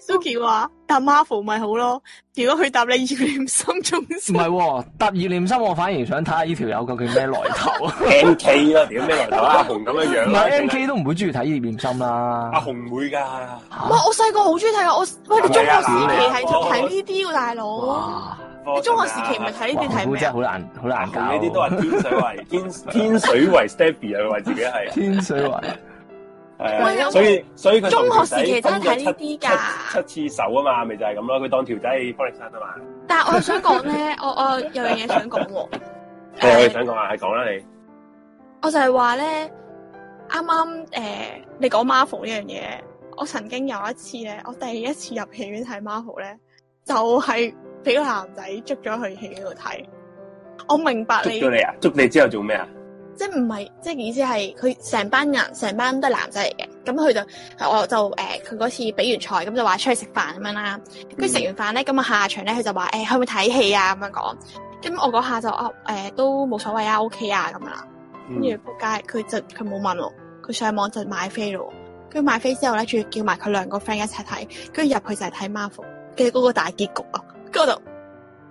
Speaker 6: Suki 話答 Marvel 咪好咯，如果佢答你要念心中
Speaker 3: 唔
Speaker 6: 心，
Speaker 3: 係喎，搭二念心我反而想睇下呢條友究竟咩來 頭。
Speaker 2: M K 啦，屌咩來頭啊阿紅咁樣
Speaker 3: 唔
Speaker 2: 樣啦
Speaker 3: 係 M K 都唔會中意睇二念心
Speaker 2: 阿
Speaker 3: 啦。
Speaker 2: 紅會㗎，
Speaker 6: 哇！我細個好中意睇㗎我喂你中學時期係
Speaker 2: 係啊
Speaker 6: 睇呢啲㗎，大
Speaker 3: 哦
Speaker 6: 佬。
Speaker 3: 哇！
Speaker 6: 你中學時期唔係睇呢
Speaker 3: 哇
Speaker 6: 啲睇
Speaker 3: 紅姑
Speaker 6: 咩
Speaker 3: 真係
Speaker 6: 啊？
Speaker 3: 好難，好難搞。
Speaker 2: 啊呢啲都係天水圍，天 天水圍 Stephy 啊，佢話自己係
Speaker 3: 天水圍。
Speaker 6: 喂
Speaker 2: 係啊，
Speaker 6: 有
Speaker 2: 所以所以佢同條
Speaker 6: 中學
Speaker 2: 仔
Speaker 6: 時期真係睇呢
Speaker 2: 分咗七
Speaker 6: 啲㗎
Speaker 2: 七七次手啊嘛，咪就係咁咯，佢當條仔係幫你生啊嘛。
Speaker 6: 但係我想講咧，我我有樣嘢想講喎。
Speaker 2: 係我哋
Speaker 6: 誒
Speaker 2: 想講啊，係講啦你，
Speaker 6: 我就係話咧，啱啱誒，你講 Marvel 呢樣嘢，我曾經有一次咧，我第一次入戲院睇 Marvel 咧，就係俾個男仔捉咗去戲院度睇。我明白
Speaker 2: 捉
Speaker 6: 你，
Speaker 2: 咗你啊，捉你之後做咩啊？
Speaker 6: 即係唔係，即係意思係佢成班人，成班都係男仔嚟嘅。咁佢就我就誒，佢、嗰次比完賽咁就話出去食飯咁樣啦。跟住食完飯咧，咁啊下場咧，佢就話誒、去唔去睇戲啊咁樣講。咁我嗰下就啊誒、都冇所謂啊，OK 啊咁樣啦。
Speaker 2: 嗯
Speaker 6: 跟住仆街，佢就佢冇問我，佢上網就買飛咯。跟住買飛之後咧，仲要叫埋佢兩個 friend 一齊睇，跟住入去就係睇 Marvel 嘅嗰個大結局啊！跟住我就，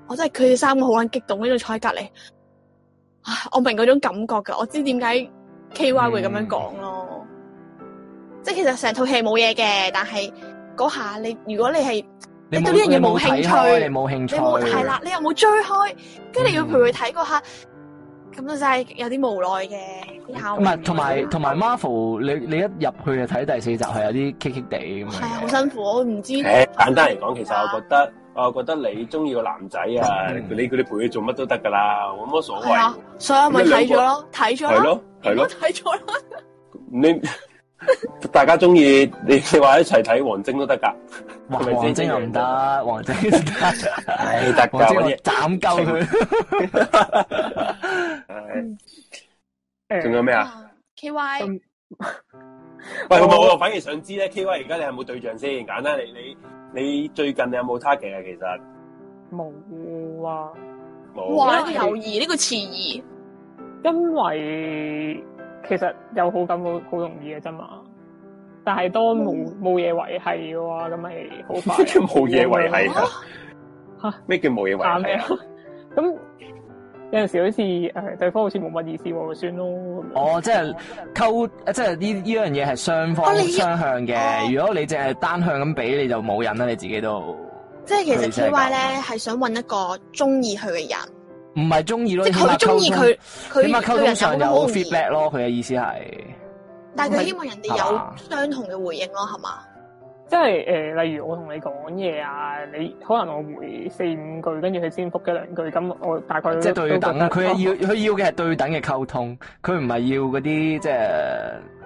Speaker 6: 我真係佢哋三個好撚激動，呢度坐喺隔離。唉，我明嗰種感覺㗎，我知點解 K Y 會咁樣講咯。即係其實成套戲冇嘢嘅，但係嗰下你如果你係你
Speaker 3: 你冇
Speaker 6: 對呢樣嘢
Speaker 3: 你冇
Speaker 6: 冇興
Speaker 3: 睇開
Speaker 6: 趣
Speaker 3: 你冇興趣，
Speaker 6: 你冇係啦，你又冇追開，跟住你要陪佢睇嗰下，咁就真係有啲無奈嘅。呢下我
Speaker 3: 唔係，同埋同埋 Marvel，你你一入去就睇第四集係有啲棘棘地咁樣
Speaker 6: 係啊好
Speaker 3: 嘅。
Speaker 6: 辛苦，我唔知。
Speaker 2: 誒，簡單嚟講，其實我覺得，我覺得你中意個男仔啊，
Speaker 3: 嗯
Speaker 2: 你你陪佢做乜都得㗎啦，冇乜所
Speaker 6: 係
Speaker 2: 謂
Speaker 6: 啊。，所以我咪睇咗咯，睇咗咯，
Speaker 2: 係咯，係咯
Speaker 6: 我。睇咗咯。
Speaker 2: 你 大家中意你你話一齊睇王晶都得㗎，
Speaker 3: 哇
Speaker 2: 係咪先
Speaker 3: 王晶又唔得，王晶唔 得，
Speaker 2: 唉得
Speaker 3: 王晶
Speaker 2: 㗎
Speaker 3: 我
Speaker 2: 嗰
Speaker 3: 斬鳩佢。
Speaker 2: 啲。
Speaker 9: 誒
Speaker 2: 仲有咩啊？
Speaker 6: 嗯 K Y
Speaker 9: 咁
Speaker 2: 喂，好冇？我反而想知咧，K Y 而家你有冇對象先？簡單，你你你最近你有冇 target 啊？其實
Speaker 9: 冇啊，
Speaker 2: 冇。
Speaker 3: 哦
Speaker 6: 哇，呢個猶豫，呢個遲疑，
Speaker 9: 因為其實有好感好好容易嘅啫嘛。但係當冇
Speaker 3: 嗯
Speaker 9: 冇嘢維係嘅話，咁咪好快
Speaker 2: 咩叫 冇嘢維係
Speaker 9: 嚇
Speaker 2: 啊？咩叫冇嘢維
Speaker 9: 啊咩
Speaker 2: 係
Speaker 9: 啊
Speaker 2: 啊？？
Speaker 9: 咁有陣時好似誒、對方好似冇乜意思喎，算咯咁樣。
Speaker 3: 哦，即係溝，即係呢呢樣嘢係雙
Speaker 6: 哦
Speaker 3: 方
Speaker 6: 你
Speaker 3: 雙向
Speaker 6: 哦
Speaker 3: 嘅。如果你淨係單向咁俾，你就冇癮啦，你自己都唔
Speaker 6: 即係其
Speaker 3: 你
Speaker 6: 實
Speaker 3: 真係
Speaker 6: K
Speaker 3: 咁
Speaker 6: Y 咧係想揾一個中意佢嘅人，
Speaker 3: 係中意咯。
Speaker 6: 即係
Speaker 3: 起碼
Speaker 6: 佢中意佢，
Speaker 3: 溝通，起
Speaker 6: 佢
Speaker 3: 碼溝
Speaker 6: 對
Speaker 3: 通
Speaker 6: 人
Speaker 3: 上
Speaker 6: 又好
Speaker 3: 有
Speaker 6: 中意，
Speaker 3: feedback 咯。佢嘅意思係。
Speaker 6: 但係佢希望人哋
Speaker 3: 係嘛
Speaker 6: 有相同嘅回應咯，係嘛？
Speaker 9: 即係誒、例如我同你講嘢啊，你可能我回四五句，跟住佢先覆一兩句，咁我大概
Speaker 3: 即係
Speaker 9: 都
Speaker 3: 對等啊！
Speaker 9: 都
Speaker 3: 佢
Speaker 6: 哦
Speaker 9: 覺得
Speaker 3: 要佢要嘅係對等嘅溝通，佢唔係要嗰啲即係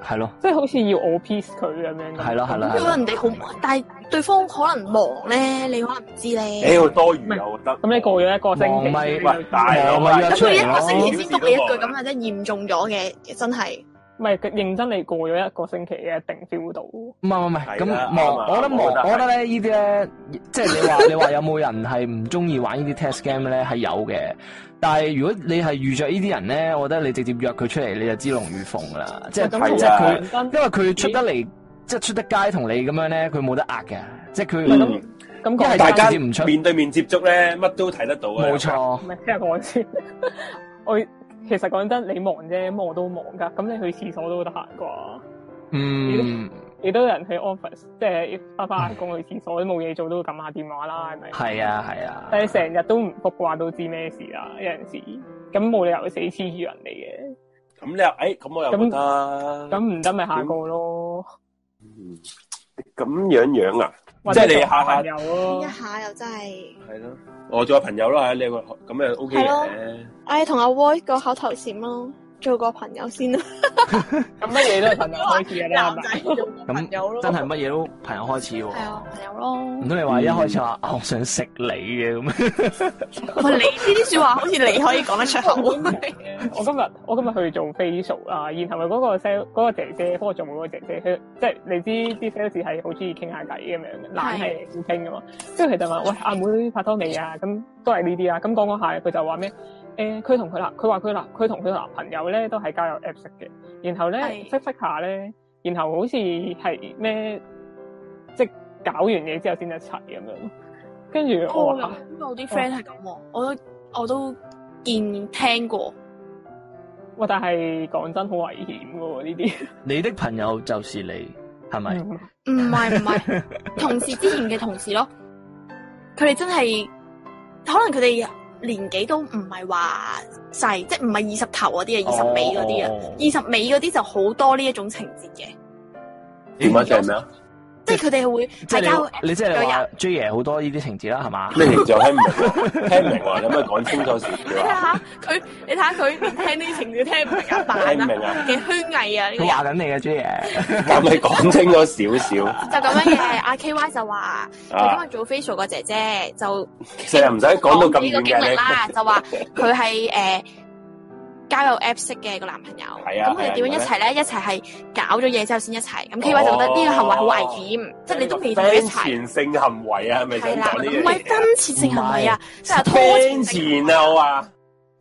Speaker 3: 係咯，
Speaker 9: 即係好似要我 piece 佢咁樣。
Speaker 3: 係咯係
Speaker 6: 咁
Speaker 3: 咯啊係
Speaker 6: 如
Speaker 3: 咯
Speaker 6: 果人哋好，但係對方可能忙咧，你可能唔知咧。
Speaker 2: 誒，我多餘啊，我覺得。
Speaker 9: 咁你過咗一個星期，
Speaker 3: 忙咪
Speaker 9: 你就
Speaker 2: 大佬
Speaker 3: 咪約
Speaker 6: 咁
Speaker 3: 出
Speaker 6: 佢一
Speaker 3: 嚟
Speaker 6: 個
Speaker 3: 咯
Speaker 6: 星期先覆你一句，咁啊真係嚴重咗嘅，真係。
Speaker 9: 唔係佢認真，你過咗一個星期嘅，一定 feel 到。
Speaker 3: 唔係唔係唔係
Speaker 2: 係啦
Speaker 3: 咁
Speaker 2: 啱啊
Speaker 3: 忙，我覺得忙，
Speaker 2: 我覺得係
Speaker 3: 我覺得咧呢啲咧，即係 你話你話有冇人係唔中意玩呢啲 test game 咧係有嘅，但係如果你係遇着呢啲人咧，我覺得你直接約佢出嚟你就知龍與鳳㗎啦，即係
Speaker 2: 咁
Speaker 3: 即
Speaker 2: 係
Speaker 3: 係
Speaker 2: 啊
Speaker 3: 佢，
Speaker 9: 認真
Speaker 3: 因為佢出得嚟即係出得街同你咁樣咧，佢冇得呃嘅，即係佢
Speaker 2: 嗯
Speaker 9: 咁
Speaker 3: 一係
Speaker 9: 講
Speaker 2: 大
Speaker 3: 直
Speaker 2: 家
Speaker 3: 接唔出
Speaker 2: 面對面接觸咧，乜都睇得到啊。
Speaker 3: 冇錯
Speaker 9: 唔。係聽我講先。 我其實講真，你忙啫，咁我都忙㗎。咁你去廁所都得閒啩？
Speaker 3: 嗯，
Speaker 9: 幾多人去 office，即係翻返下工去廁所都冇嘢做，都會撳下電話啦，係咪？
Speaker 3: 係啊係啊，
Speaker 9: 但係成日都唔復嘅話，都知咩事啦。有陣時咁冇理由死黐住人哋
Speaker 2: 咁你又誒，咁我又覺得
Speaker 9: 嘅，咁唔得咪下個咯，
Speaker 2: 咁樣樣啊？
Speaker 9: 或
Speaker 2: 即
Speaker 9: 者
Speaker 2: 係你
Speaker 9: 做
Speaker 2: 下下
Speaker 9: 朋友咯
Speaker 3: 哦
Speaker 6: 一。下又真係，
Speaker 2: 係咯，我做下朋友啦，係你個咁又 OK
Speaker 6: 係咯
Speaker 2: 嘅。
Speaker 6: 唉，同阿 Voice 個口頭禪咯，做個朋友先啦。
Speaker 9: 咁乜嘢都係朋友開始嘅 啦，係
Speaker 6: 男
Speaker 9: 咪
Speaker 6: 仔做個朋友咯，
Speaker 3: 真係乜嘢都朋友開始喎。
Speaker 6: 係啊，朋友
Speaker 3: 唔
Speaker 6: 咯。
Speaker 3: 通你
Speaker 2: 嗯
Speaker 3: 話一開始話啊，我想食你嘅咁，
Speaker 6: 喂，你呢啲说話好似你可以講得出口。
Speaker 9: 我今日我今日去做 facial 啦，然後咪嗰個 sale 嗰個姐姐，幫我做嗰個姐姐，佢即係你知啲 sales 係好中意傾下偈咁樣嘅，懶係唔傾噶嘛。之後佢就問：喂，阿妹拍拖未啊？咁都係呢啲啦。咁講講下，佢就話咩？誒，佢同佢男，佢話佢男，佢同佢男朋友咧都係交友 app 識嘅，然後咧
Speaker 6: 係
Speaker 9: 識識下咧，然後好似係咩，即係搞完嘢之後先一齊咁樣。跟住我話啊嚇
Speaker 6: 因為我啲 friend 係哦咁喎，我都我都見聽過。
Speaker 9: 哇！但係講真好危險嘅喎呢啲。
Speaker 3: 你的朋友就是你，係咪？
Speaker 6: 唔係唔 係，同事之前嘅同事咯，佢哋真係可能佢哋年紀都唔係話細，即係唔係二十頭嗰啲啊，二十尾嗰啲啊，
Speaker 3: 哦
Speaker 6: 二十尾嗰啲就好多呢一種情節嘅，
Speaker 2: 電話就係咩啊？
Speaker 6: 即係佢哋會
Speaker 3: 即係
Speaker 6: 喺交友
Speaker 3: 你，你即係你
Speaker 6: 有
Speaker 3: 話
Speaker 6: 人
Speaker 3: J 爺好多呢啲情節啦，係嘛？
Speaker 2: 咩形象聽唔明？聽唔明喎，你可唔可以講清楚少
Speaker 6: 你
Speaker 2: 少
Speaker 6: 睇
Speaker 2: 啊？
Speaker 6: 下佢，你睇下佢連聽呢啲情調聽唔明啊，扮
Speaker 2: 聽唔明啊
Speaker 6: 啊，幾虛偽啊呢個
Speaker 3: 佢
Speaker 6: 人。
Speaker 3: 話緊你嘅 J 爺，
Speaker 2: 咁你講清楚少少，
Speaker 6: 就咁樣嘅，阿 K Y 就話
Speaker 2: 啊
Speaker 6: 佢今日做 facial 個姐姐就
Speaker 2: 其實又唔使講到咁
Speaker 6: 呢個
Speaker 2: 遠
Speaker 6: 經歷
Speaker 2: 嘅
Speaker 6: 啦，就話佢係誒交友 app 識嘅個男朋友，
Speaker 2: 係啊
Speaker 6: 咁佢
Speaker 2: 係啊
Speaker 6: 哋
Speaker 2: 哦
Speaker 6: 點樣一齊咧？一齊係搞咗嘢之後先一齊，咁 K Y 就覺得呢個行為好危險，
Speaker 2: 啊
Speaker 6: 即係你都未同佢一
Speaker 2: friend
Speaker 6: 齊，
Speaker 2: 前性行為啊，係咪想
Speaker 6: 係啦，
Speaker 2: 講呢
Speaker 6: 唔
Speaker 2: 樣嘢
Speaker 6: 係？婚前性行為啊，即係拖嗯
Speaker 2: friend
Speaker 6: 前性
Speaker 2: 前啊，我話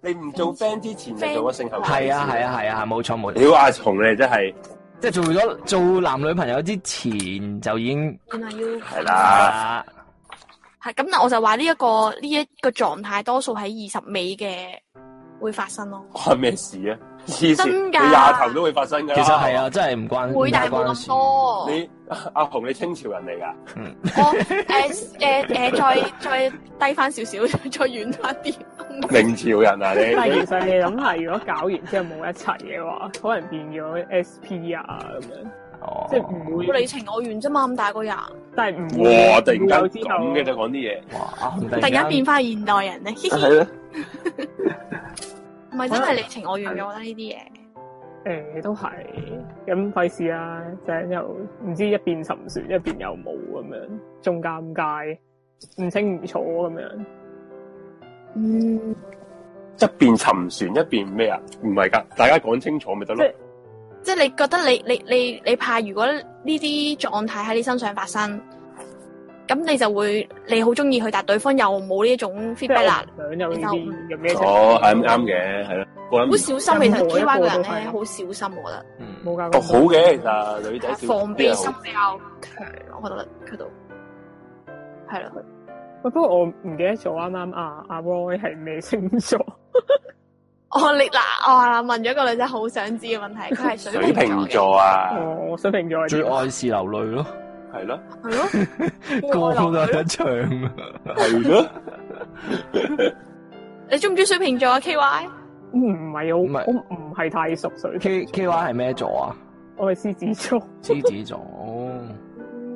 Speaker 2: 你唔做 friend 之前就做咗性行為，
Speaker 3: 係啊係啊係啊，係冇錯冇錯，
Speaker 2: 屌阿松你真係
Speaker 3: 即係做咗做男女朋友之前就已經
Speaker 6: 原來要
Speaker 2: 係
Speaker 6: 係
Speaker 2: 啦，
Speaker 3: 啊，
Speaker 6: 咁，但我就話呢一個呢一個狀態多數喺二十尾嘅會發生咯，
Speaker 2: 關咩事啊？黐線，
Speaker 6: 真
Speaker 2: 你
Speaker 6: 㗎
Speaker 2: 廿頭都會發生㗎
Speaker 3: 其
Speaker 2: 啦。
Speaker 3: 實係啊，真係唔關
Speaker 6: 會
Speaker 3: 唔
Speaker 6: 但
Speaker 3: 太
Speaker 6: 係冇
Speaker 3: 關
Speaker 6: 咁
Speaker 3: 事。
Speaker 6: 多。
Speaker 2: 你阿紅，你清朝人嚟㗎？
Speaker 6: 我誒誒誒，再再低翻少少， 再遠翻啲。
Speaker 2: 明朝人 啊
Speaker 9: 但係
Speaker 2: 你
Speaker 9: 其？實你諗下，如果搞完之後冇一齊嘅話，可能變咗 S P 啊咁樣，
Speaker 3: 哦
Speaker 9: 即係唔
Speaker 6: 我你
Speaker 9: 會，
Speaker 6: 情我願啫嘛，咁大個人，
Speaker 9: 但係唔會
Speaker 2: 哇！突然間
Speaker 9: 有
Speaker 2: 咁
Speaker 9: 之後
Speaker 2: 嘅就講啲嘢，
Speaker 3: 哇，阿紅突
Speaker 6: 突然間
Speaker 3: 然
Speaker 6: 變
Speaker 3: 間
Speaker 6: 翻現代人咧，嘻嘻，
Speaker 2: 咯，
Speaker 6: 唔係真係你情我願嘅，我覺得呢啲嘢。
Speaker 9: 誒都係，咁費事啦，就係又唔知一邊沉船一邊又冇咁樣，仲尷尬，唔清唔楚咁樣。
Speaker 6: 嗯，
Speaker 2: 一邊沉船一邊咩啊？唔係㗎，大家講清楚咪得咯
Speaker 9: 即。係
Speaker 6: 即係你覺得你你你你怕，如果呢啲狀態喺你身上發生，咁你就會你好中意佢，但對方又冇呢一種
Speaker 9: 即係
Speaker 6: feedback 啦，
Speaker 9: 我唔想有呢啲咁嘅情況
Speaker 2: 哦，係咁啱。嘅，係咯，個人唔
Speaker 6: 好小心。其實
Speaker 9: 任何一
Speaker 6: K Y 個
Speaker 9: 個
Speaker 6: 人
Speaker 9: 都
Speaker 6: 咧
Speaker 9: 係
Speaker 6: 好小心，我覺得
Speaker 3: 嗯
Speaker 9: 冇搞
Speaker 2: 哦
Speaker 9: 過。
Speaker 2: 好嘅，其實女仔少
Speaker 6: 防備心
Speaker 2: 啲啊
Speaker 6: 比較強，我覺得佢度係咯。
Speaker 9: 喂，不過我唔記得咗啱啱啊阿阿 Roy 係咩星座，
Speaker 6: 哦，你嗱，我啦問咗一個女仔好想知嘅問題，佢係
Speaker 2: 好
Speaker 6: 水
Speaker 2: 水
Speaker 6: 瓶座
Speaker 2: 瓶
Speaker 6: 嘅，
Speaker 2: 座啊，
Speaker 9: 哦，我水瓶座係
Speaker 3: 最
Speaker 9: 點
Speaker 3: 愛是流淚 咯，
Speaker 2: 係咯，
Speaker 6: 係咯，
Speaker 3: 個個都有得唱啊！
Speaker 2: 係咯。
Speaker 6: 你中唔中意水瓶座啊？K Y，
Speaker 9: 唔係
Speaker 3: 唔係
Speaker 9: 我我唔係太熟水瓶，
Speaker 3: K K Y 係咩座啊？
Speaker 9: 我係獅子座，
Speaker 3: 獅子座，哦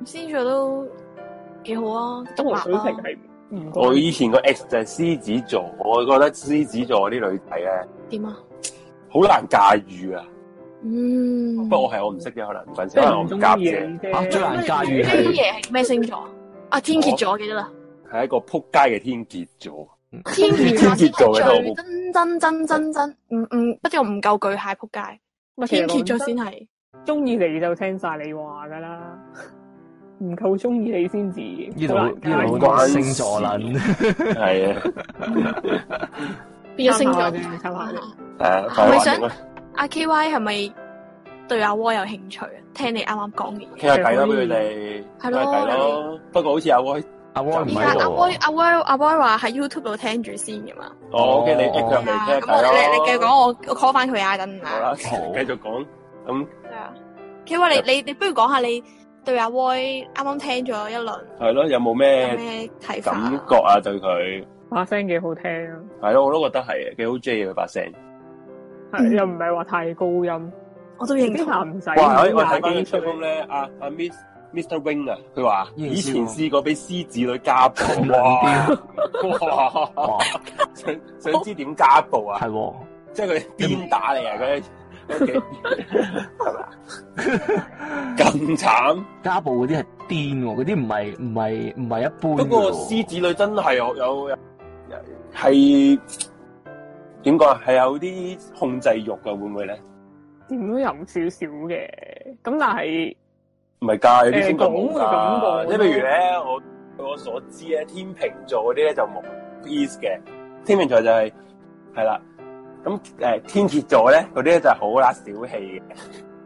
Speaker 6: 先座都幾好啊，
Speaker 9: 都
Speaker 6: 獨
Speaker 9: 同水
Speaker 6: 立啊
Speaker 9: 瓶係唔
Speaker 2: 我
Speaker 9: 關
Speaker 2: 以前個 ex 就係獅子座，我覺得獅子座啲女仔咧
Speaker 6: 點啊？
Speaker 2: 好難駕馭啊。
Speaker 6: 嗯，
Speaker 2: 不過我係我唔識嘅，可能唔關事，
Speaker 9: 即
Speaker 2: 可
Speaker 9: 係
Speaker 2: 能我
Speaker 9: 唔
Speaker 2: 唔
Speaker 9: 中
Speaker 2: 夾
Speaker 9: 意
Speaker 2: 啫，
Speaker 9: 你啫。
Speaker 3: 啊最難駕馭
Speaker 6: 呢啲
Speaker 3: 係
Speaker 6: 嘢係咩星座啊？天蠍座記得啦，
Speaker 2: 係一個撲街嘅天蠍座。
Speaker 6: 天蠍座先
Speaker 2: 天蠍座嘅都好
Speaker 6: 係最真真真真真，唔唔，不過唔夠巨蟹仆街，
Speaker 9: 唔係其實
Speaker 6: 天蠍座
Speaker 9: 講真
Speaker 6: 先係
Speaker 9: 中意你就聽晒你話噶啦，唔夠中意你先至
Speaker 3: 呢度
Speaker 9: 好
Speaker 3: 呢
Speaker 9: 難
Speaker 3: 度
Speaker 9: 解
Speaker 3: 好多星座撚，
Speaker 2: 係啊，
Speaker 6: 變咗星座
Speaker 9: 參考啫參考啫。
Speaker 2: 誒，
Speaker 6: 係
Speaker 2: 快
Speaker 6: 咪
Speaker 2: 玩
Speaker 6: 想
Speaker 2: 定啦，
Speaker 6: 阿 K Y 係咪對阿窩有興趣啊？聽你啱啱講嘅嘢。
Speaker 2: 傾下偈啦，俾佢哋
Speaker 6: 係
Speaker 2: 傾
Speaker 6: 咯
Speaker 2: 下偈咯。不過好似阿威，
Speaker 3: 阿 Roy 唔
Speaker 6: 而
Speaker 3: 喺
Speaker 6: 家阿
Speaker 3: 度
Speaker 6: 威
Speaker 3: 喎，
Speaker 6: 阿威阿威話喺 YouTube 度聽住先噶嘛。
Speaker 2: 哦，OK，你 at 佢入嚟
Speaker 6: 啊
Speaker 2: 傾下
Speaker 6: 咁我
Speaker 2: 偈
Speaker 6: 你你繼續
Speaker 2: 咯。
Speaker 6: 講，我我 call 翻佢啊，等
Speaker 2: 好
Speaker 6: 啊。
Speaker 2: 啦，
Speaker 3: 好
Speaker 2: 繼續講。咁
Speaker 6: 係啊，K Y 你你你不如講下你對阿威啱啱聽咗一輪
Speaker 2: 係咯，有冇
Speaker 6: 有
Speaker 2: 咩
Speaker 6: 咩睇法
Speaker 2: 感
Speaker 6: 啊？
Speaker 2: 覺啊？對佢
Speaker 9: 把聲幾好聽啊，
Speaker 2: 係咯，我都覺得係幾好 J 嘅佢把聲。嗯
Speaker 9: 係又唔係話太高音。
Speaker 6: 我都認
Speaker 9: 啲
Speaker 6: 同。
Speaker 9: 男仔
Speaker 2: 哇！我我睇
Speaker 9: 廿
Speaker 2: 翻
Speaker 9: 幾
Speaker 2: 啲吹
Speaker 9: 歲
Speaker 2: 風咧，阿阿 Miss Mr Wing 啊，佢話
Speaker 3: 以前
Speaker 2: 以
Speaker 3: 試過
Speaker 2: 前試過俾獅子女家暴，
Speaker 3: 咁
Speaker 2: 哇！哇！
Speaker 3: 哇，
Speaker 2: 想想知點家暴啊？
Speaker 3: 係喎，
Speaker 2: 即係佢邊打你啊？佢屋企係咪啊？咁慘！
Speaker 3: 家暴嗰啲係癲喎，嗰啲唔係唔係唔係一般
Speaker 2: 不
Speaker 3: 嘅喎。
Speaker 2: 過獅子女真係有有有係點講啊？係有啲控制欲噶，會唔會咧？
Speaker 9: 點都有少少嘅，咁但係
Speaker 2: 唔係㗎，有啲先咁冇
Speaker 9: 誒講
Speaker 2: 㗎。
Speaker 9: 係咁講
Speaker 2: 即係譬如咧，我據我所知咧，天秤座嗰啲咧就冇 peace 嘅。天秤座就係係啦，咁誒、呃天蝎座咧嗰啲咧就係好啦小氣嘅，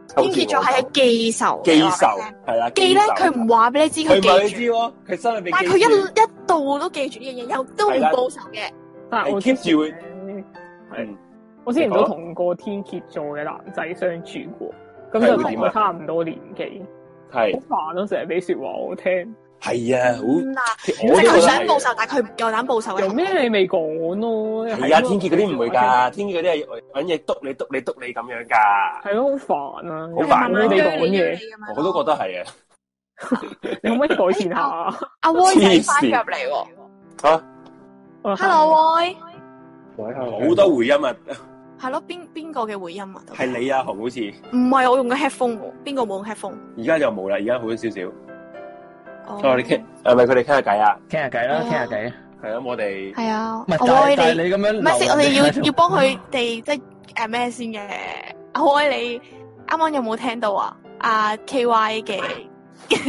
Speaker 2: 天
Speaker 6: 天蝎座係記仇，
Speaker 2: 記
Speaker 6: 我
Speaker 2: 仇
Speaker 6: 話俾你聽
Speaker 2: 係啦，
Speaker 6: 記咧佢唔話俾你知
Speaker 2: 佢唔係
Speaker 6: 佢
Speaker 2: 你
Speaker 6: 記
Speaker 2: 知
Speaker 6: 住，
Speaker 2: 喎，佢心裏邊
Speaker 6: 但係佢一一度都記住呢樣嘢，又都唔
Speaker 2: 係啦
Speaker 6: 報仇嘅。
Speaker 9: 但係我
Speaker 2: 係 keep
Speaker 9: 之前
Speaker 2: 住會
Speaker 9: 呢
Speaker 2: 係
Speaker 9: 我之前
Speaker 2: 你
Speaker 9: 都
Speaker 2: 講
Speaker 9: 同個天蝎座嘅男仔相處過，咁
Speaker 2: 係
Speaker 9: 就
Speaker 2: 點
Speaker 9: 同
Speaker 2: 啊
Speaker 9: 我差唔多年紀，
Speaker 2: 係
Speaker 9: 好煩咯，成日俾说話我聽，
Speaker 2: 係啊，好
Speaker 6: 嗯啊，即
Speaker 2: 我
Speaker 6: 係
Speaker 2: 都
Speaker 6: 佢
Speaker 2: 覺得
Speaker 6: 想報
Speaker 2: 係
Speaker 6: 仇，但係佢唔夠膽報仇嘅
Speaker 9: 有。咩你未講咯？
Speaker 2: 係啊，天蝎嗰啲唔會，㗎，天蝎嗰啲係揾嘢督你督你督你咁樣㗎，
Speaker 9: 係咯，好煩啊！
Speaker 2: 好
Speaker 9: 有
Speaker 2: 煩啊
Speaker 9: 咩你
Speaker 6: 追你
Speaker 9: 講
Speaker 6: 追
Speaker 9: 嘢，
Speaker 6: 你咁樣咯
Speaker 2: 我都覺得係啊。
Speaker 9: 你可唔可以改善下？
Speaker 6: 阿 Y 仔
Speaker 2: 黐線
Speaker 6: 翻入嚟喎
Speaker 9: 我話
Speaker 6: ，Hello Y，
Speaker 2: 好多回音啊，
Speaker 6: 係咯，邊邊個嘅回音啊？
Speaker 2: 係你啊，紅好似
Speaker 6: 唔係我用嘅 headphone 喎，邊個冇用 headphone？
Speaker 2: 而家就冇啦，而家好咗少少。
Speaker 6: 哦
Speaker 2: 我哋傾係咪佢哋傾下偈啊？
Speaker 3: 倾下偈啦，
Speaker 6: 係啊
Speaker 3: 倾下偈。
Speaker 2: 係啊，我哋
Speaker 6: 係啊
Speaker 3: 唔系，，
Speaker 6: 我
Speaker 3: 但
Speaker 6: 愛
Speaker 3: 係但
Speaker 6: 你
Speaker 3: 系。你咁樣，
Speaker 6: 唔係先，我哋要要幫佢哋即係誒咩先嘅？我愛你，啱啱有冇聽到啊？阿 K Y 嘅